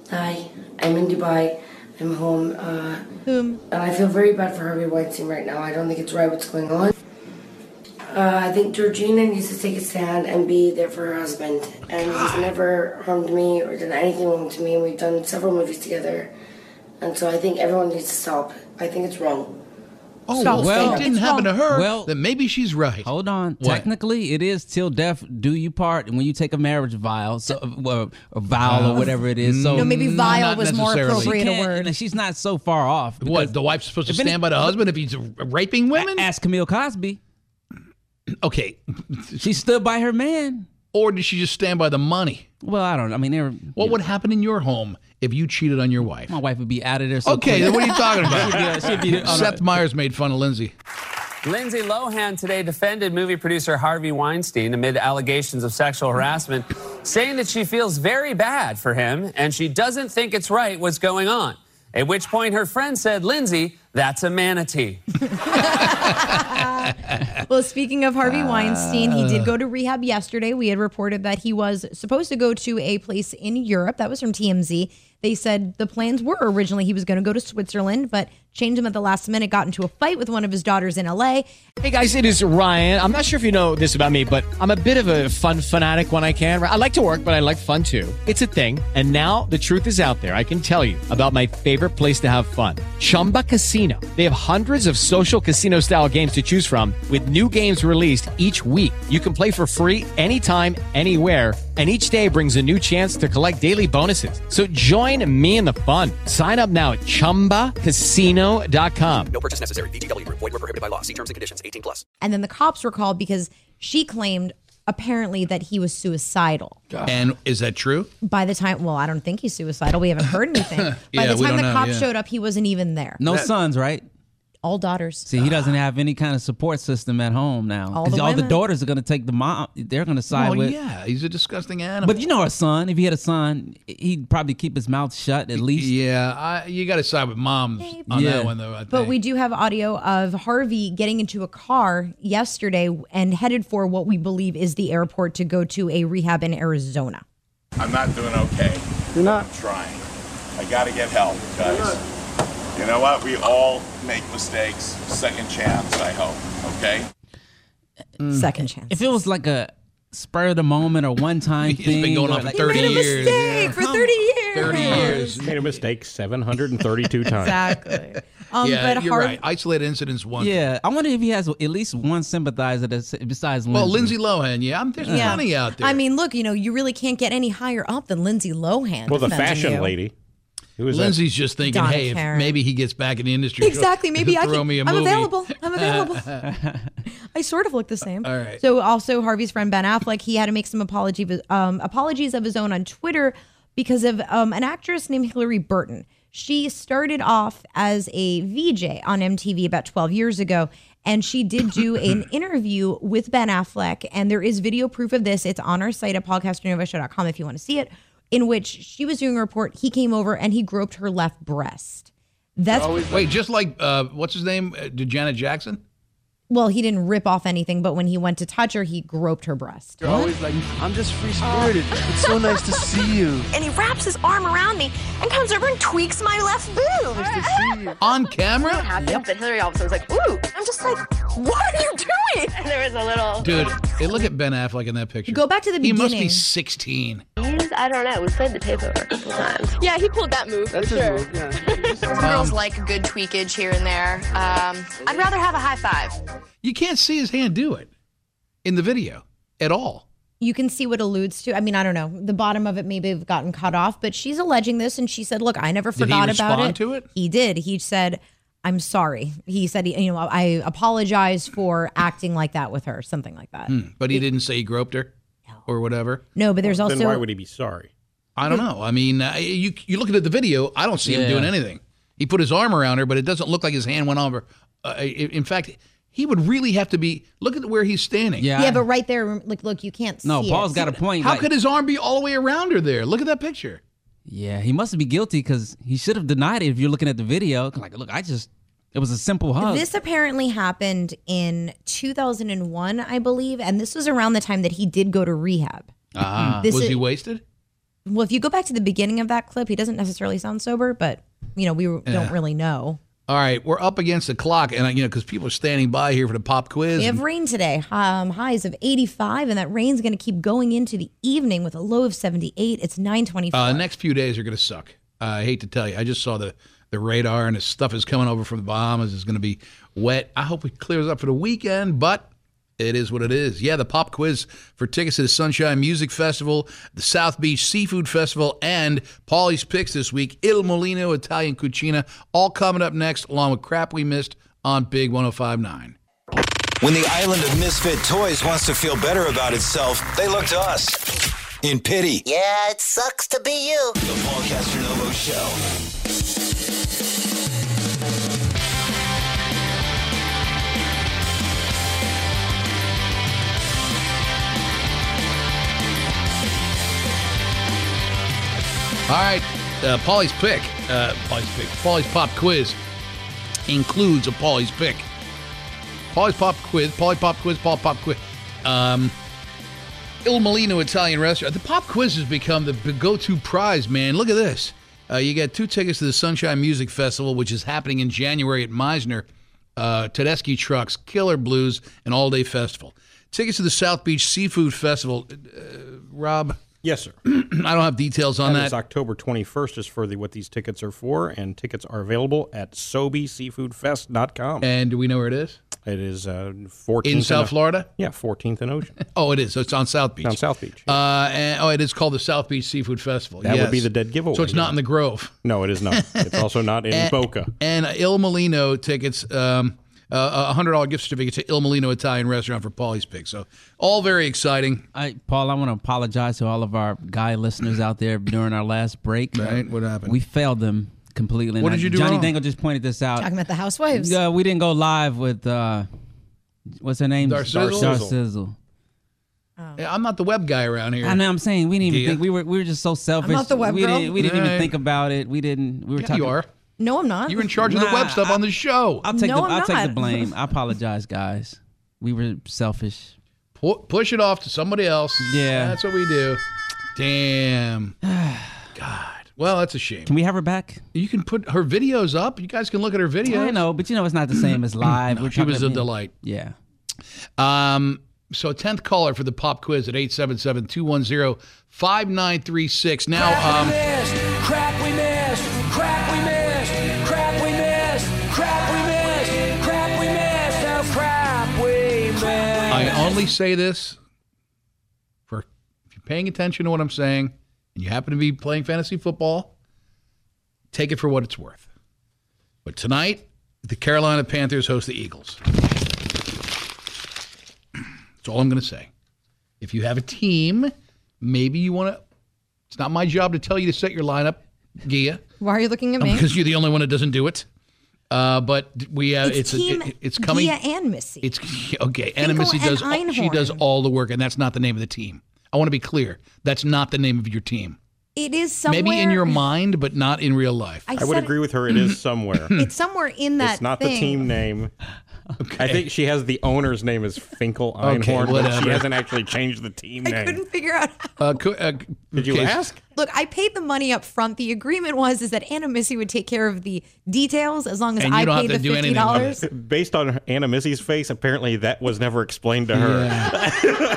Speaker 25: hi, I'm in Dubai. I'm home. Uh,
Speaker 8: Whom?
Speaker 25: And I feel very bad for Harvey Weinstein right now. I don't think it's right what's going on. Uh, I think Georgina needs to take a stand and be there for her husband. And he's never harmed me or done anything wrong to me. And we've done several movies together. And so I think everyone needs to stop. I think it's wrong.
Speaker 5: Oh, well, well, it didn't happen to her.
Speaker 7: Well,
Speaker 5: then maybe she's right.
Speaker 7: Hold on.
Speaker 5: What?
Speaker 7: Technically, it is till death do you part, and when you take a marriage vow, so uh, well, a vow
Speaker 5: Vow.
Speaker 7: or whatever it is. So
Speaker 5: No, maybe No, vial Mm, not was more necessarily. appropriate a
Speaker 7: She can't- and She's not so far off.
Speaker 5: What? The wife's supposed to stand by the husband if he's raping women?
Speaker 7: Ask Camille Cosby.
Speaker 5: Okay,
Speaker 7: she stood by her man,
Speaker 5: or did she just stand by the money?
Speaker 7: Well, I don't. I mean, they were,
Speaker 5: What would happen in your home if you cheated on your wife?
Speaker 7: My wife would be out of there. So
Speaker 5: Okay,
Speaker 7: quick.
Speaker 5: then what are you talking about?
Speaker 7: she'd be, she'd be on a-
Speaker 5: Seth Meyers made fun of Lindsay.
Speaker 28: Lindsay Lohan today defended movie producer Harvey Weinstein amid allegations of sexual harassment, saying that she feels very bad for him and she doesn't think it's right what's going on. At which point her friend said, Lindsay, that's a manatee.
Speaker 8: well, speaking of Harvey Weinstein, he
Speaker 7: Uh.
Speaker 8: did go to rehab yesterday. We had reported that he was supposed to go to a place in Europe. That was from TMZ. They said the plans were originally he was going to go to Switzerland, but changed him at the last minute, got into a fight with one of his daughters in LA.
Speaker 17: Hey guys, it is Ryan. I'm not sure if you know this about me, but I'm a bit of a fun fanatic when I can. I like to work, but I like fun too. It's a thing. And now the truth is out there. I can tell you about my favorite place to have fun Chumba Casino. They have hundreds of social casino style games to choose from, with new games released each week. You can play for free anytime, anywhere. And each day brings a new chance to collect daily bonuses. So join me in the fun. Sign up now at chumbacasino.com.
Speaker 24: No purchase necessary. VGW Group. Void where prohibited by law. See terms and conditions. 18 plus.
Speaker 8: And then the cops were called because she claimed apparently that he was suicidal.
Speaker 5: And is that true?
Speaker 8: By the time, well, I don't think he's suicidal. We haven't heard anything. By
Speaker 7: Yeah,
Speaker 8: the
Speaker 7: we
Speaker 8: time
Speaker 7: don't
Speaker 8: the
Speaker 7: know,
Speaker 8: cops
Speaker 7: yeah.
Speaker 8: showed up, he wasn't even there.
Speaker 7: no sons, right?
Speaker 8: all daughters.
Speaker 7: See, he doesn't have any kind of support system at home now.
Speaker 8: All
Speaker 7: 'Cause
Speaker 8: the
Speaker 7: all the
Speaker 8: women.
Speaker 7: daughters are going to take the mom. They're going to side
Speaker 5: Well,
Speaker 7: with.
Speaker 5: yeah, he's a disgusting animal.
Speaker 7: But you know, a son. If he had a son, he'd probably keep his mouth shut at least.
Speaker 5: Yeah, I, you got to side with moms on
Speaker 7: Yeah.
Speaker 5: that one, though. I
Speaker 8: But
Speaker 5: think.
Speaker 8: we do have audio of Harvey getting into a car yesterday and headed for what we believe is the airport to go to a rehab in Arizona.
Speaker 29: I'm not doing okay. You're not. I'm trying. I gotta get help, guys. You know what? We all make mistakes. Second chance, I hope. Okay?
Speaker 8: Mm. Second chance.
Speaker 7: If it was like a spur of the moment or one time
Speaker 5: been
Speaker 7: thing,
Speaker 5: going
Speaker 7: or
Speaker 5: on for
Speaker 7: like-
Speaker 5: 30 You made a years. mistake
Speaker 8: for 30 years.
Speaker 9: Made a mistake 732 times.
Speaker 8: Exactly. Um,
Speaker 5: yeah,
Speaker 7: but
Speaker 5: you're
Speaker 7: Harv-
Speaker 5: right. Isolated incidents one.
Speaker 7: Yeah, I wonder if he has at least one sympathizer that's besides Lindsay.
Speaker 5: Well, Lindsay Lohan. Yeah, I'm, there's plenty out there.
Speaker 8: I mean, look, you know, you really can't get any higher up than Lindsay Lohan.
Speaker 5: Well, the
Speaker 8: defending
Speaker 5: fashion
Speaker 8: you.
Speaker 5: lady.
Speaker 9: Who is that?
Speaker 5: Lindsay's just thinking,
Speaker 8: Donna
Speaker 5: hey, if
Speaker 8: Karan.
Speaker 5: maybe he gets back in the industry. she'll-
Speaker 8: Exactly. Maybe
Speaker 5: throw
Speaker 8: I can.
Speaker 5: me a
Speaker 8: I'm
Speaker 5: movie.
Speaker 8: available. I'm available. I sort of look the same.
Speaker 5: All right.
Speaker 8: So also Harvey's friend Ben Affleck, he had to make some apology um, apologies of his own on Twitter because of um, an actress named Hillary Burton. She started off as a VJ on MTV about 12 years ago, and she did do an interview with Ben Affleck, and there is video proof of this. It's on our site at podcastronovashow.com if you want to see it. In which she was doing a report, he came over and he groped her left breast. That's
Speaker 5: wait, just like uh, what's his name? Uh, did Janet Jackson?
Speaker 8: well, he didn't rip off anything, but when he went to touch her, he groped her breast.
Speaker 30: You're always like, I'm just free spirited. It's so nice to see you.
Speaker 2: and he wraps his arm around me and comes over and tweaks my left boob.
Speaker 5: On camera?
Speaker 2: What happened? But Hillary all of a sudden was like, ooh. I'm just like, what are you doing? And there was a little.
Speaker 5: Dude, hey, look at Ben Affleck in that picture.
Speaker 2: Go back to the
Speaker 5: He must be
Speaker 2: beginning.
Speaker 5: 16.
Speaker 2: Years? I don't know. We played the tape over a couple times. Yeah, he pulled that move. That's sure. move,
Speaker 5: Girls
Speaker 2: like a good tweakage here and there. Um, I'd rather have a high five.
Speaker 5: You can't see his hand do it in the video at all.
Speaker 8: You can see what alludes to. I mean, I don't know. The bottom of it maybe have gotten cut off, but she's alleging this, and she said, "Look, I never
Speaker 5: Did he
Speaker 8: forgot about
Speaker 5: respond
Speaker 8: it."
Speaker 5: to it?
Speaker 8: He did. He said, I'm sorry. He said, he, you know, I apologize for acting like that with her, something like that.
Speaker 5: Hmm, but he didn't say he groped her or whatever.
Speaker 8: Uh, No, but there's Well, then also- why would
Speaker 5: he be sorry? I don't know. I mean, uh, you you looking at the video, I don't see
Speaker 10: Yeah.
Speaker 5: him doing anything. He put his arm around her, but it doesn't look like his hand went over. Uh, i- in fact, he would really have to be look at where he's standing.
Speaker 8: Yeah, but right there, like, look, you can't
Speaker 7: No,
Speaker 8: see
Speaker 7: Paul's
Speaker 8: it.
Speaker 7: got a point.
Speaker 5: How
Speaker 7: like-
Speaker 5: could his arm be all the way around her there? Look at that picture.
Speaker 7: Yeah, he must be guilty because he should have denied it. If you're looking at the video, like, look, I just it was a simple hug.
Speaker 8: This apparently happened in 2001, I believe, and this was around the time that he did go to rehab.
Speaker 5: Ah,
Speaker 8: This
Speaker 5: was
Speaker 8: is-
Speaker 5: he wasted?
Speaker 8: Well, if you go back to the beginning of that clip, he doesn't necessarily sound sober, but you know, we
Speaker 5: Yeah.
Speaker 8: don't really know.
Speaker 5: All right, we're up against the clock, and I- you know because people are standing by here for the pop quiz.
Speaker 8: We have rain today, um, highs of 85, and that rain's going to keep going into the evening with a low of 78. It's 924.
Speaker 5: Uh, the next few days are going to suck. Uh, I hate to tell you. I just saw the, the radar and the stuff is coming over from the Bahamas. It's going to be wet. I hope it clears up for the weekend, but it is what it is. Yeah, the pop quiz for tickets to the Sunshine Music Festival, the South Beach Seafood Festival, and Paulie's Picks this week, Il Molino Italian Cucina, all coming up next, along with crap we missed on Big 1059.
Speaker 4: When the island of misfit toys wants to feel better about itself, they look to us in pity.
Speaker 6: Yeah, it sucks to be you.
Speaker 4: The Paul Castronovo Show.
Speaker 5: All right, uh, Paulie's pick, uh, Paulie's pick, Paulie's pop quiz includes a Paulie's pick. Paulie's pop quiz, Paulie pop quiz, Paul pop quiz. Um, Il Molino Italian restaurant. The pop quiz has become the b- go-to prize, man. Look at this. Uh, you got two tickets to the Sunshine Music Festival, which is happening in January at Meisner. Uh, Tedeschi Trucks, Killer Blues, and All Day Festival. Tickets to the South Beach Seafood Festival. Uh, Rob.
Speaker 9: Yes, sir.
Speaker 5: I don't have details on
Speaker 9: That
Speaker 5: that.
Speaker 9: is October 21st is for the, what these tickets are for, and tickets are available at sobeseafoodfest.com.
Speaker 5: And do we know where it is?
Speaker 9: It is uh, 14th.
Speaker 5: In South Florida?
Speaker 9: Yeah, 14th and Ocean.
Speaker 5: Oh, it is. So it's on South Beach.
Speaker 9: on South Beach.
Speaker 5: Uh, and, oh, it is called the South Beach Seafood Festival.
Speaker 9: That would be
Speaker 5: yes.
Speaker 9: the dead giveaway.
Speaker 5: So it's not in the Grove.
Speaker 9: No, it is not. It's also not in
Speaker 5: And-
Speaker 9: Boca.
Speaker 5: And uh, Il Molino tickets, um, uh, a hundred dollar gift certificate to Il Molino Italian Restaurant for Paulie's Pig. So all very exciting.
Speaker 7: I, Paul, I want to apologize to all of our guy listeners out there during our last break.
Speaker 5: Right, what happened?
Speaker 7: We failed them completely.
Speaker 5: What
Speaker 7: And I-
Speaker 5: did you do
Speaker 7: Johnny
Speaker 5: wrong?
Speaker 7: Dangle just pointed this out.
Speaker 8: Talking about the housewives.
Speaker 7: Yeah, we didn't go live with uh, what's her name?
Speaker 5: Darcizzle?
Speaker 7: Darcizzle.
Speaker 5: Yeah, I'm not the web guy around here.
Speaker 7: Oh. I know. I'm saying we didn't even
Speaker 5: Yeah.
Speaker 7: think we were. We were just so selfish.
Speaker 8: not the web
Speaker 7: we
Speaker 8: girl.
Speaker 7: Didn't, we didn't
Speaker 5: Right.
Speaker 7: even think about it. We didn't. We were
Speaker 5: Yeah,
Speaker 7: talking.
Speaker 5: you are.
Speaker 8: no, I'm not.
Speaker 5: You're in charge of the
Speaker 7: Nah,
Speaker 5: web stuff
Speaker 7: I-
Speaker 5: on the show.
Speaker 7: I'll take
Speaker 8: No,
Speaker 7: the.
Speaker 8: I'm
Speaker 7: will take the
Speaker 8: not.
Speaker 7: blame. I apologize, guys. We were selfish.
Speaker 5: Pu- push it off to somebody else.
Speaker 7: Yeah.
Speaker 5: that's what we do. Damn. God. Well, that's a shame.
Speaker 7: Can we have her back?
Speaker 5: You can put her videos up. You guys can look at her videos.
Speaker 7: I know, but you know it's not the same as live.
Speaker 5: No,
Speaker 7: We're
Speaker 5: she was a
Speaker 7: talking-
Speaker 5: delight.
Speaker 7: Yeah.
Speaker 5: Um, so 10th caller for the pop quiz at 877-210-5936. Now, um,
Speaker 2: missed. Crap we missed. Crap we missed. Crap we missed. Crap we missed. Crap we missed. Oh, crap we missed.
Speaker 5: I only say this for if you're paying attention to what I'm saying and you happen to be playing fantasy football, take it for what it's worth. But tonight, the Carolina Panthers host the Eagles. That's all I'm going to say. If you have a team, maybe you want to. It's not my job to tell you to set your lineup, Gia.
Speaker 8: Why are you looking at me?
Speaker 5: Oh, Because you're the only one that doesn't do it. Uh, but we uh, it's
Speaker 8: it's,
Speaker 5: a-
Speaker 8: team
Speaker 5: it- it's coming.
Speaker 8: Gia and Missy.
Speaker 5: It's okay. Anna Missy
Speaker 8: and
Speaker 5: does all, she
Speaker 8: Einhorn.
Speaker 5: does all the work, and that's not the name of the team. I want to be clear. That's not the name of your team.
Speaker 8: It is somewhere.
Speaker 5: Maybe in your mind, but not in real life.
Speaker 8: I I would said- agree
Speaker 9: with her. It is somewhere.
Speaker 8: It's somewhere in that.
Speaker 9: it's not the
Speaker 8: thing.
Speaker 9: team name. I think she has the owner's name is Finkel
Speaker 5: Okay,
Speaker 9: Einhorn, but she
Speaker 5: whatever.
Speaker 9: hasn't actually changed the team
Speaker 8: I
Speaker 9: name.
Speaker 8: couldn't figure out.
Speaker 5: Uh, co- uh,
Speaker 9: Did you
Speaker 5: okay,
Speaker 9: ask?
Speaker 8: Look, I paid the money up front. The agreement was is that Anna Missy would take care of the details as long as I paid the fifty dollars.
Speaker 9: Based on Anna Missy's face, apparently that was never explained to her.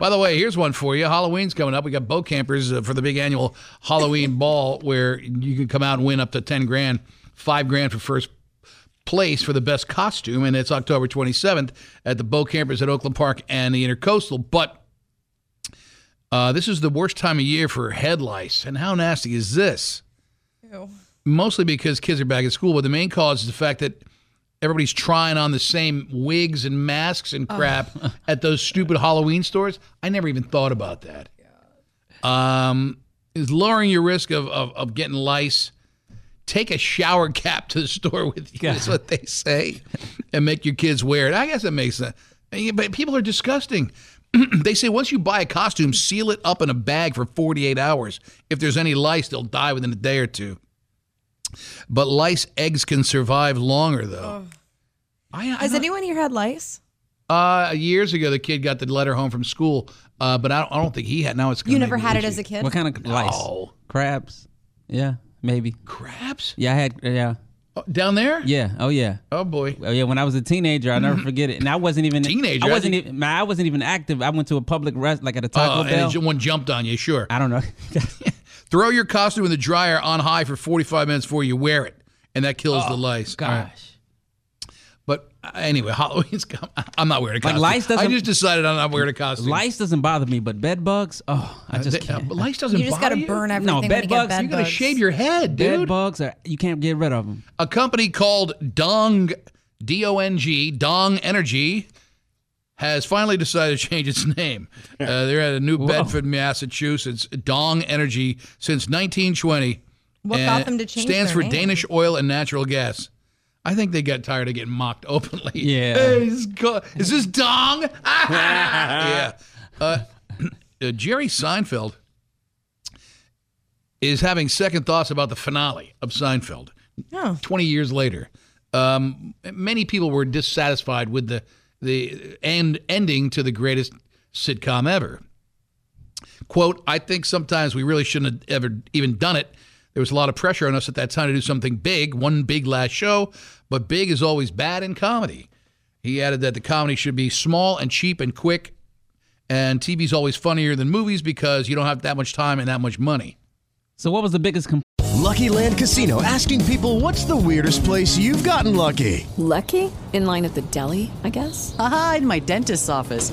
Speaker 5: By the way, here's one for you. Halloween's coming up. We got boat campers uh, for the big annual Halloween ball where you can come out and win up to 10 grand, 5 grand for first place for the best costume and it's October 27th at the boat campers at Oakland Park and the Intercoastal, but uh, this is the worst time of year for head lice. And how nasty is this? mostly because kids are back at school, but the main cause is the fact that everybody's trying on the same wigs and masks and crap at those stupid Halloween stores. I never even thought about that. Um, is lowering your risk of, of, of getting lice. Take a shower cap to the store with you, is what they say, and make your kids wear it. I guess that makes sense. Yeah, But people are disgusting. they say once you buy a costume, seal it up in a bag for 48 hours. If there's any lice, they'll die within a day or two. But lice eggs can survive longer, though.
Speaker 8: Has anyone here had lice? Oh.
Speaker 5: Uh, years ago, the kid got the letter home from school, uh, but I don't, I don't think he had. Now it's gonna
Speaker 8: You
Speaker 5: make
Speaker 8: never
Speaker 5: me
Speaker 8: had it
Speaker 5: itchy.
Speaker 8: as a kid?
Speaker 7: What kind of lice? Crabs. Yeah, maybe.
Speaker 5: Oh. Crabs?
Speaker 7: Yeah, I had. Yeah.
Speaker 5: down there?
Speaker 7: Yeah. Oh yeah.
Speaker 5: Oh boy.
Speaker 7: Oh yeah. When I was a teenager, I never forget it. And I wasn't even
Speaker 5: Teenager,
Speaker 7: I
Speaker 5: I
Speaker 7: wasn't
Speaker 5: think-
Speaker 7: even. man, I wasn't even active. I went to a public rest, like at a Taco
Speaker 5: Uh,
Speaker 7: Bell.
Speaker 5: and it- one jumped on you, sure.
Speaker 7: I don't know.
Speaker 5: Throw your costume in the dryer on high for 45 minutes before you wear it, and that kills
Speaker 7: Oh,
Speaker 5: the lice. Gosh. But uh, anyway, Halloween's come. I'm not wearing a
Speaker 7: Like,
Speaker 5: costume.
Speaker 7: lice doesn't-
Speaker 5: I just decided I'm not wearing a costume.
Speaker 7: Lice doesn't bother me, but bed bugs. Oh, I just
Speaker 5: they-
Speaker 7: can't.
Speaker 5: but lice doesn't You just gotta bother you? burn everything
Speaker 7: No,
Speaker 5: when
Speaker 7: bed
Speaker 5: you get
Speaker 7: bugs.
Speaker 5: bed You gotta bugs. shave your head,
Speaker 7: Bed
Speaker 5: dude.
Speaker 7: bugs are you can't get rid of them.
Speaker 5: A company called Dong, D O N G, Dong Energy, has finally decided to change its name. Uh, they're out of New Bedford, Massachusetts. Dong Energy since 1920.
Speaker 8: What
Speaker 5: and
Speaker 8: got them to change
Speaker 5: Stands
Speaker 8: their
Speaker 5: for
Speaker 8: name?
Speaker 5: Danish Oil and Natural Gas. I think they got tired of getting mocked openly.
Speaker 7: Yeah.
Speaker 5: Hey, is, go- is this Dong? yeah. Uh, uh, Jerry Seinfeld is having second thoughts about the finale of Seinfeld. 20 years later, um, many people were dissatisfied with the the end ending to the greatest sitcom ever. "Quote: I think sometimes we really shouldn't have ever even done it. There was a lot of pressure on us at that time to do something big, one big last show, but big is always bad in comedy." He added that the comedy should be small and cheap and quick, and TV's always funnier than movies because you don't have that much time and that much money.
Speaker 7: So what was the biggest complaint?
Speaker 11: Lucky Land Casino asking people what's the weirdest place you've gotten lucky?
Speaker 15: Lucky? In line at the deli, I guess?
Speaker 16: Aha, in my dentist's office.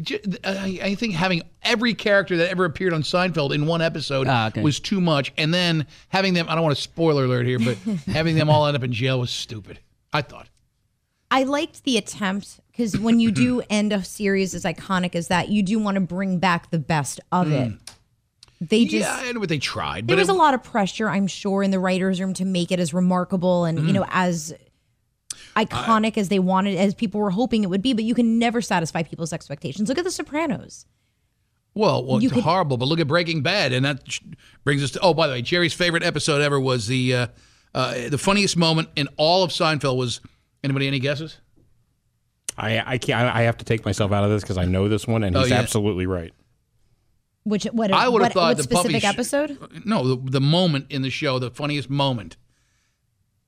Speaker 5: ju- I I think having every character that ever appeared on Seinfeld in one episode
Speaker 7: Ah, okay.
Speaker 5: was too much, and then having them—I don't want to spoiler alert here, but having them all end up in jail was stupid. I thought.
Speaker 8: I liked the attempt because when you do end a series as iconic as that, you do want to bring back the best of
Speaker 5: Mm.
Speaker 8: it. They just
Speaker 5: yeah, I know what they tried,
Speaker 8: there
Speaker 5: but
Speaker 8: was
Speaker 5: it-
Speaker 8: a lot of pressure, I'm sure, in the writers' room to make it as remarkable
Speaker 5: Mm.
Speaker 8: and you know as iconic as they wanted, as people were hoping it would be. But you can never satisfy people's expectations. Look at The Sopranos.
Speaker 5: Well, well,
Speaker 8: You
Speaker 5: it's
Speaker 8: could-
Speaker 5: horrible. But look at Breaking Bad, and that sh- brings us to. Oh, by the way, Jerry's favorite episode ever was the uh, uh, the funniest moment in all of Seinfeld was. Anybody any guesses?
Speaker 9: I I can't. I have to take myself out of this because I know this one, and
Speaker 5: Oh,
Speaker 9: he's
Speaker 5: yeah.
Speaker 9: absolutely right.
Speaker 8: Which what
Speaker 5: I would've
Speaker 8: what,
Speaker 5: thought
Speaker 8: what
Speaker 5: the puppy
Speaker 8: specific
Speaker 5: sh-
Speaker 8: episode?
Speaker 5: No, the, the moment in the show, the funniest moment.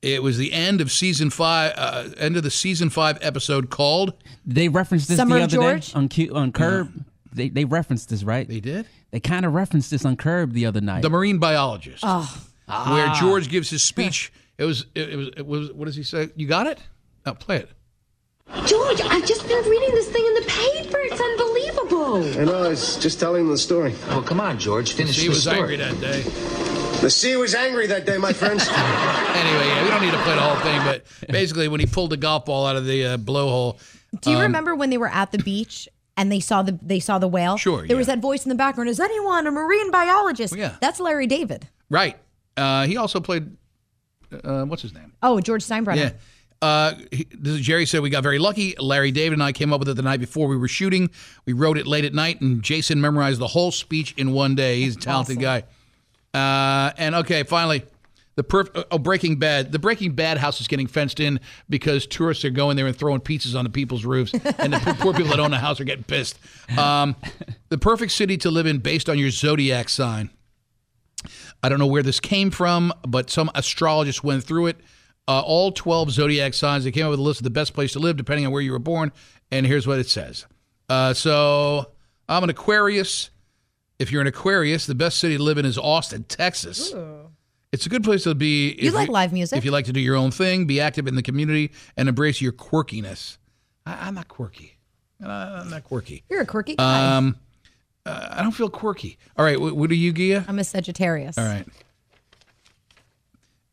Speaker 5: It was the end of season five, uh, end of the season five episode called.
Speaker 7: They referenced this
Speaker 5: Summer
Speaker 7: the
Speaker 5: of
Speaker 7: other
Speaker 5: George?
Speaker 7: day on Q, on Curb. They they referenced this, right? They
Speaker 5: Uh-huh. did.
Speaker 7: They kind of referenced this on Curb the other night.
Speaker 5: The Marine Biologist,
Speaker 8: oh.
Speaker 5: where
Speaker 7: Ah.
Speaker 5: George gives his speech. It was, it, it was, it was. What does he say? You got it? Now play it.
Speaker 25: George, I've just been reading this thing in the paper. It's unbelievable.
Speaker 23: I know, I was just telling the story. Well, Oh, come on, George,
Speaker 5: finish She the was story. angry that day.
Speaker 23: The sea was angry that day, my friends.
Speaker 5: Anyway, yeah, we don't need to play the whole thing, but basically, when he pulled the golf ball out of the uh, blowhole.
Speaker 8: Do you
Speaker 5: um,
Speaker 8: remember when they were at the beach and they saw the they saw the whale?
Speaker 5: Sure,
Speaker 8: There was that voice in the background. Is anyone a marine biologist?
Speaker 5: Yeah.
Speaker 8: That's Larry David.
Speaker 5: Right. Uh, he also played. Uh, what's his name?
Speaker 8: Oh, George Steinbrenner.
Speaker 5: Yeah. Uh, he- this is Jerry said we got very lucky. Larry David and I came up with it the night before we were shooting. We wrote it late at night, and Jason memorized the whole speech in one day. He's a talented guy. Uh, and okay, finally, the perf- oh Breaking Bad. The Breaking Bad house is getting fenced in because tourists are going there and throwing pizzas on the people's roofs, and the poor, poor people that own the house are getting pissed. Um, the perfect city to live in based on your zodiac sign. I don't know where this came from, but some astrologists went through it. uh, all 12 zodiac signs. They came up with a list of the best place to live depending on where you were born. And here's what it says. Uh, so I'm an Aquarius. If you're an Aquarius, the best city to live in is Austin, Texas. It's a good place to be.
Speaker 8: You
Speaker 5: if
Speaker 8: like live music.
Speaker 5: If you like to do your own thing, be active in the community, and embrace your quirkiness. I, I'm not quirky. And I, I'm not quirky.
Speaker 8: You're a quirky guy.
Speaker 5: Um, uh, I don't feel quirky. All right, wh- what are you, Gia?
Speaker 8: I'm a Sagittarius.
Speaker 5: All right.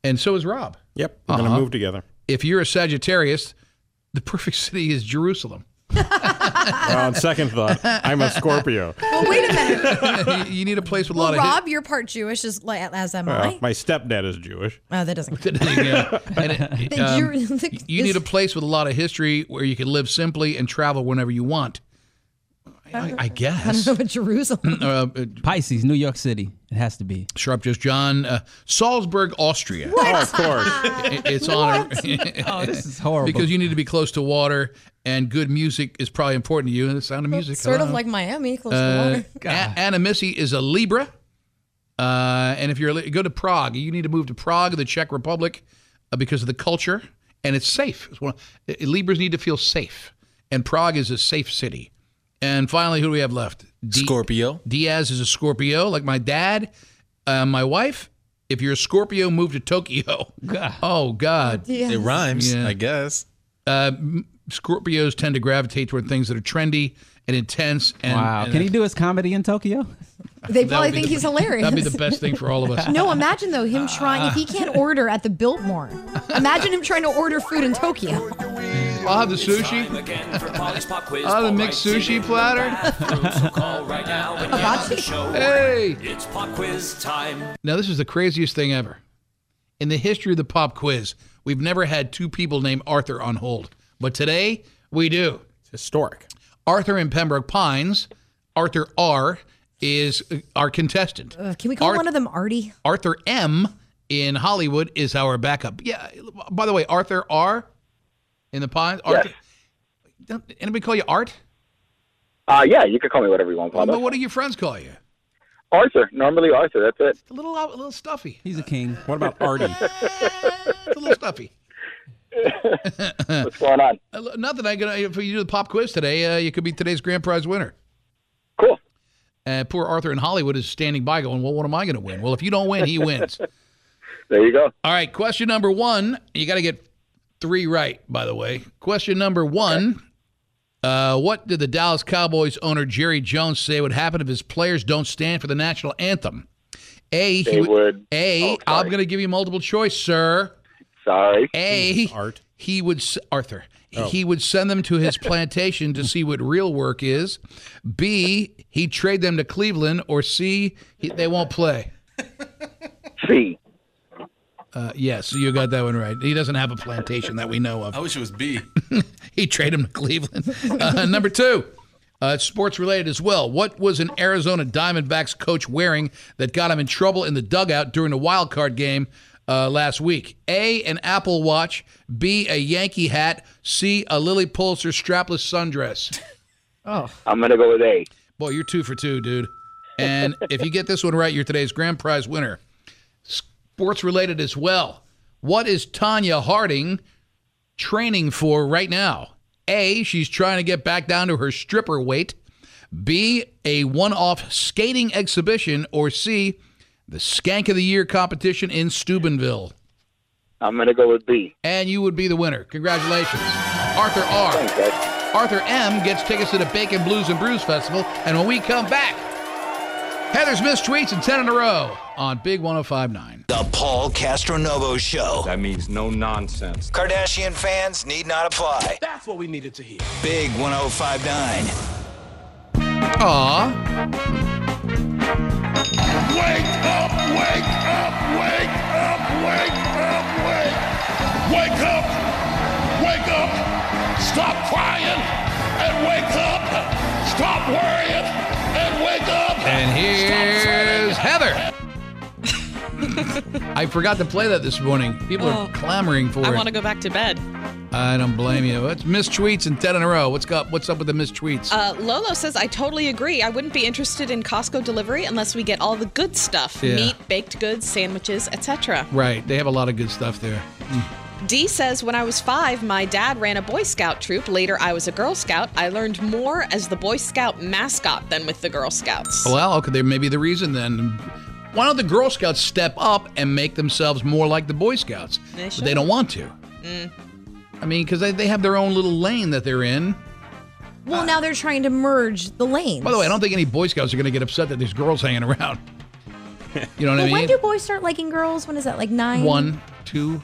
Speaker 5: And so is Rob.
Speaker 9: Yep. We're going
Speaker 5: Uh-huh.
Speaker 9: to move together.
Speaker 5: If you're a Sagittarius, the perfect city is Jerusalem.
Speaker 9: On second thought, I'm a Scorpio.
Speaker 8: Well, wait a minute.
Speaker 5: you, you need a place with a lot
Speaker 8: Well,
Speaker 5: of. hi-
Speaker 8: Rob, you're part Jewish, as, li- as am
Speaker 9: Uh,
Speaker 8: I.
Speaker 9: my stepdad is Jewish.
Speaker 8: Oh, that doesn't.
Speaker 5: Yeah. And it-
Speaker 8: The
Speaker 5: um,
Speaker 8: Jew- the-
Speaker 5: you need a place with a lot of history where you can live simply and travel whenever you want. I, I guess. I don't
Speaker 8: know about Jerusalem.
Speaker 5: Pisces, New York City. It has to be. Sharp just John. Uh, Salzburg, Austria.
Speaker 9: What? Oh, of course.
Speaker 5: It- it's on. a-
Speaker 9: Oh, this is horrible.
Speaker 5: Because you need to be close to water and good music is probably important to you. And the sound of music.
Speaker 8: sort of
Speaker 5: hello.
Speaker 8: like Miami, close
Speaker 5: Uh,
Speaker 8: to
Speaker 5: A- Anna Missy is a Libra. Uh, and if you're a Li- go to Prague, you need to move to Prague, the Czech Republic, uh, because of the culture and it's safe. It's one of- uh, Libras need to feel safe, and Prague is a safe city. And finally, who do we have left? Scorpio. Diaz is a Scorpio, like my dad, uh, my wife. If you're a Scorpio, move to Tokyo. Oh God,
Speaker 10: Diaz. It rhymes, I
Speaker 5: guess. Uh, m- Scorpios tend to gravitate toward things that are trendy and intense. And
Speaker 7: wow.
Speaker 5: and
Speaker 7: Can he do his comedy in Tokyo?
Speaker 8: water. They
Speaker 5: that
Speaker 8: probably
Speaker 5: would be
Speaker 8: think
Speaker 5: the-
Speaker 8: he's hilarious.
Speaker 5: That'd be the best thing for all of us.
Speaker 8: No, imagine though him trying. If he can't order at the Biltmore, imagine him trying to order food in Tokyo.
Speaker 5: I'll have the sushi. I'll have the mixed sushi platter. Hey!
Speaker 26: It's pop quiz time.
Speaker 5: Now, this is the craziest thing ever. In the history of the pop quiz, we've never had two people named Arthur on hold, but today we do. It's historic. Arthur in Pembroke Pines, Arthur R, is uh, our contestant.
Speaker 8: Uh, can we call
Speaker 5: Arth-
Speaker 8: one of them Artie?
Speaker 5: Arthur M in Hollywood is our backup. Yeah. By the way, Arthur R in the Pines. Arthur, Don't- Anybody call you Art?
Speaker 19: Uh, yeah, you could call me whatever you want,
Speaker 5: But
Speaker 19: Pablo.
Speaker 5: what do your friends call you?
Speaker 19: Arthur, normally Arthur. That's
Speaker 5: A little, a little stuffy.
Speaker 7: He's a king.
Speaker 9: What about Artie?
Speaker 5: It's a little stuffy.
Speaker 19: it. What's going on?
Speaker 5: Uh, Nothing. I gonna if you do the pop quiz today, uh, you could be today's grand prize winner. Cool. Uh, poor Arthur in Hollywood is standing by, going, "Well, what am I going to win?" Well, if you don't win, he wins.
Speaker 19: There you go.
Speaker 5: All right. Question number one. You got to get three right, by the way. Question number one. Uh, what did the Dallas Cowboys owner Jerry Jones say would happen if his players don't stand for the national anthem? A.
Speaker 19: They would-
Speaker 5: A. am going to give you multiple choice, sir.
Speaker 19: Sorry. Oh.
Speaker 5: A. Art. He would s- Arthur. He would send them to his plantation to see what real work is. B. He'd trade them to Cleveland, or C. He, they won't play.
Speaker 19: C.
Speaker 5: Uh, yes, you got that one right. He doesn't have a plantation that we know of. I wish it was B. he traded him to Cleveland. Uh, number two, uh, it's sports related as well. What was an Arizona Diamondbacks coach wearing that got him in trouble in the dugout during the wild card game uh, last week? A, an Apple Watch. B, a Yankee hat. C, a Lily Pulitzer strapless sundress.
Speaker 19: Oh. I'm going to go with A.
Speaker 5: Boy, you're two for two, dude. And if you get this one right, you're today's grand prize winner. Sports related as well. What is Tanya Harding training for right now? A, she's trying to get back down to her stripper weight. B, a one off skating exhibition. Or C, the Skank of the Year competition in Steubenville.
Speaker 19: I'm going to go with B.
Speaker 5: And you would be the winner. Congratulations. Arthur R. Arthur M. gets tickets to the Bacon Blues and Brews Festival. And when we come back, Heather's missed tweets and 10 in a row on Big 1059.
Speaker 4: The Paul Castronovo Show. That means no nonsense. Kardashian fans need not apply. oh
Speaker 19: That's what we needed to hear.
Speaker 4: Big 1059.
Speaker 5: Aw.
Speaker 2: Wake up, wake up, wake up, wake up, wake Wake up, wake up, stop crying and wake up, stop worrying and wake up.
Speaker 5: And here's Heather. I forgot to play that this morning. People are
Speaker 20: Oh.
Speaker 5: clamoring for
Speaker 20: I
Speaker 5: it.
Speaker 20: want to go back to bed.
Speaker 5: I don't blame you. It's missed tweets and 10 in a row. What's up, what's up with the missed tweets?
Speaker 20: Uh, Lolo says, I totally agree. I wouldn't be interested in Costco delivery unless we get all the good stuff
Speaker 5: Yeah.
Speaker 20: meat, baked goods, sandwiches, etc.
Speaker 5: right. They have a lot of good stuff there. Mm.
Speaker 18: D says, When I was five, my dad ran a Boy Scout troop. Later, I was a Girl Scout. I learned more as the Boy Scout mascot than with the Girl Scouts.
Speaker 5: Well, okay, there may be the reason then. Why don't the Girl Scouts step up and make themselves more like the Boy Scouts?
Speaker 18: They
Speaker 5: But
Speaker 18: should.
Speaker 5: they don't want to.
Speaker 18: Mm.
Speaker 5: I mean, because they, they have their own little lane that they're in.
Speaker 8: Well,
Speaker 5: uh,
Speaker 8: now they're trying to merge the lanes.
Speaker 5: By the way, I don't think any Boy Scouts are going to get upset that there's girls hanging around. You know what
Speaker 8: But
Speaker 5: I
Speaker 8: when
Speaker 5: mean?
Speaker 8: do boys start liking girls? When is that? Like nine?
Speaker 5: One, two.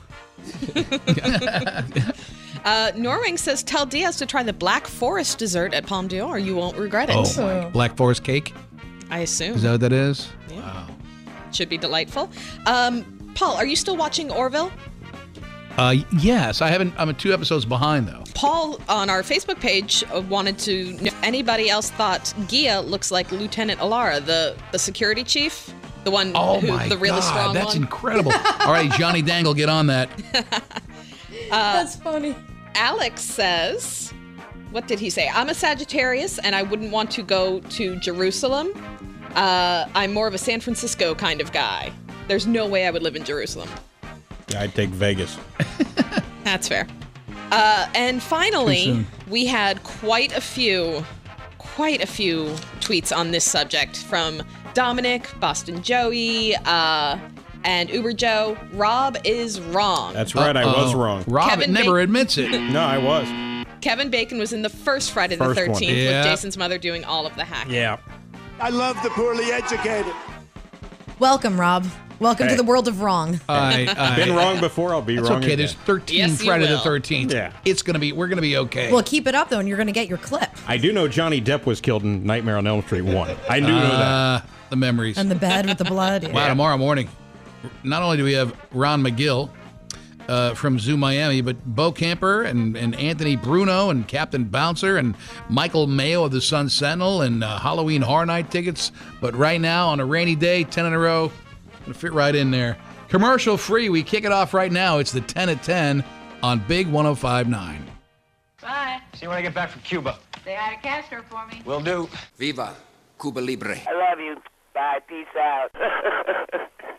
Speaker 18: Uh, Norwing says, Tell Diaz to try the Black Forest dessert at Palm d'Or. You won't regret it.
Speaker 5: Oh, my. Black Forest cake.
Speaker 18: I assume.
Speaker 5: Is that what that is?
Speaker 18: Should be delightful. Um, Paul, are you still watching Orville?
Speaker 5: Uh, yes, I haven't. I'm two episodes behind though.
Speaker 18: Paul on our Facebook page uh, wanted to know if anybody else thought Gia looks like Lieutenant Alara, the, the security chief, the one
Speaker 5: Oh
Speaker 18: who
Speaker 5: my
Speaker 18: the really
Speaker 5: God,
Speaker 18: strong
Speaker 5: that's
Speaker 18: one.
Speaker 5: incredible. All right, Johnny Dangle, get on that.
Speaker 18: that's funny. Uh, Alex says, what did he say? I'm a Sagittarius and I wouldn't want to go to Jerusalem. Uh, I'm more of a San Francisco kind of guy. There's no way I would live in Jerusalem.
Speaker 9: I'd take Vegas.
Speaker 18: That's fair. Uh, and
Speaker 9: Too
Speaker 18: finally,
Speaker 9: soon.
Speaker 18: we had quite a few, quite a few tweets on this subject from Dominic, Boston Joey, uh, and Uber Joe. Rob is wrong.
Speaker 9: That's right. I was
Speaker 5: Uh-oh.
Speaker 9: wrong.
Speaker 5: Rob
Speaker 18: Kevin never Bacon-
Speaker 5: admits it.
Speaker 9: no, I was.
Speaker 18: Kevin Bacon was in the first Friday the
Speaker 9: First one.
Speaker 18: 13th
Speaker 9: Yeah.
Speaker 18: with Jason's mother doing all of the hacking.
Speaker 9: Yeah.
Speaker 8: I love the poorly educated. Welcome, Rob. Welcome to
Speaker 9: Hey.
Speaker 8: the world of wrong.
Speaker 9: Been wrong before. I'll be
Speaker 5: That's
Speaker 9: wrong.
Speaker 5: okay. There's 13
Speaker 8: Yes, you
Speaker 5: Friday the
Speaker 8: will.
Speaker 5: 13th. Yeah. It's gonna be. We're gonna be okay.
Speaker 8: Well, keep it up though, and you're gonna get your clip
Speaker 9: I do know Johnny Depp was killed in Nightmare on Elm Street one. I do know
Speaker 5: that. Uh, The memories.
Speaker 8: and the bed with the blood.
Speaker 5: Wow, tomorrow morning. Not only do we have Ron McGill uh, from Zoo Miami, but Bo Camper and, and Anthony Bruno and Captain Bouncer and Michael Mayo of the Sun Sentinel and uh, Halloween Horror Night tickets. But right now, on a rainy day, 10 in a row, gonna fit right in there. Commercial free. We kick it off right now. It's the 10 at 10 on Big 1059.
Speaker 2: Bye.
Speaker 4: See you when I get back from Cuba.
Speaker 2: Say hi to Castro for me.
Speaker 4: Will do. Viva Cuba Libre.
Speaker 2: I love you. Bye. Peace out.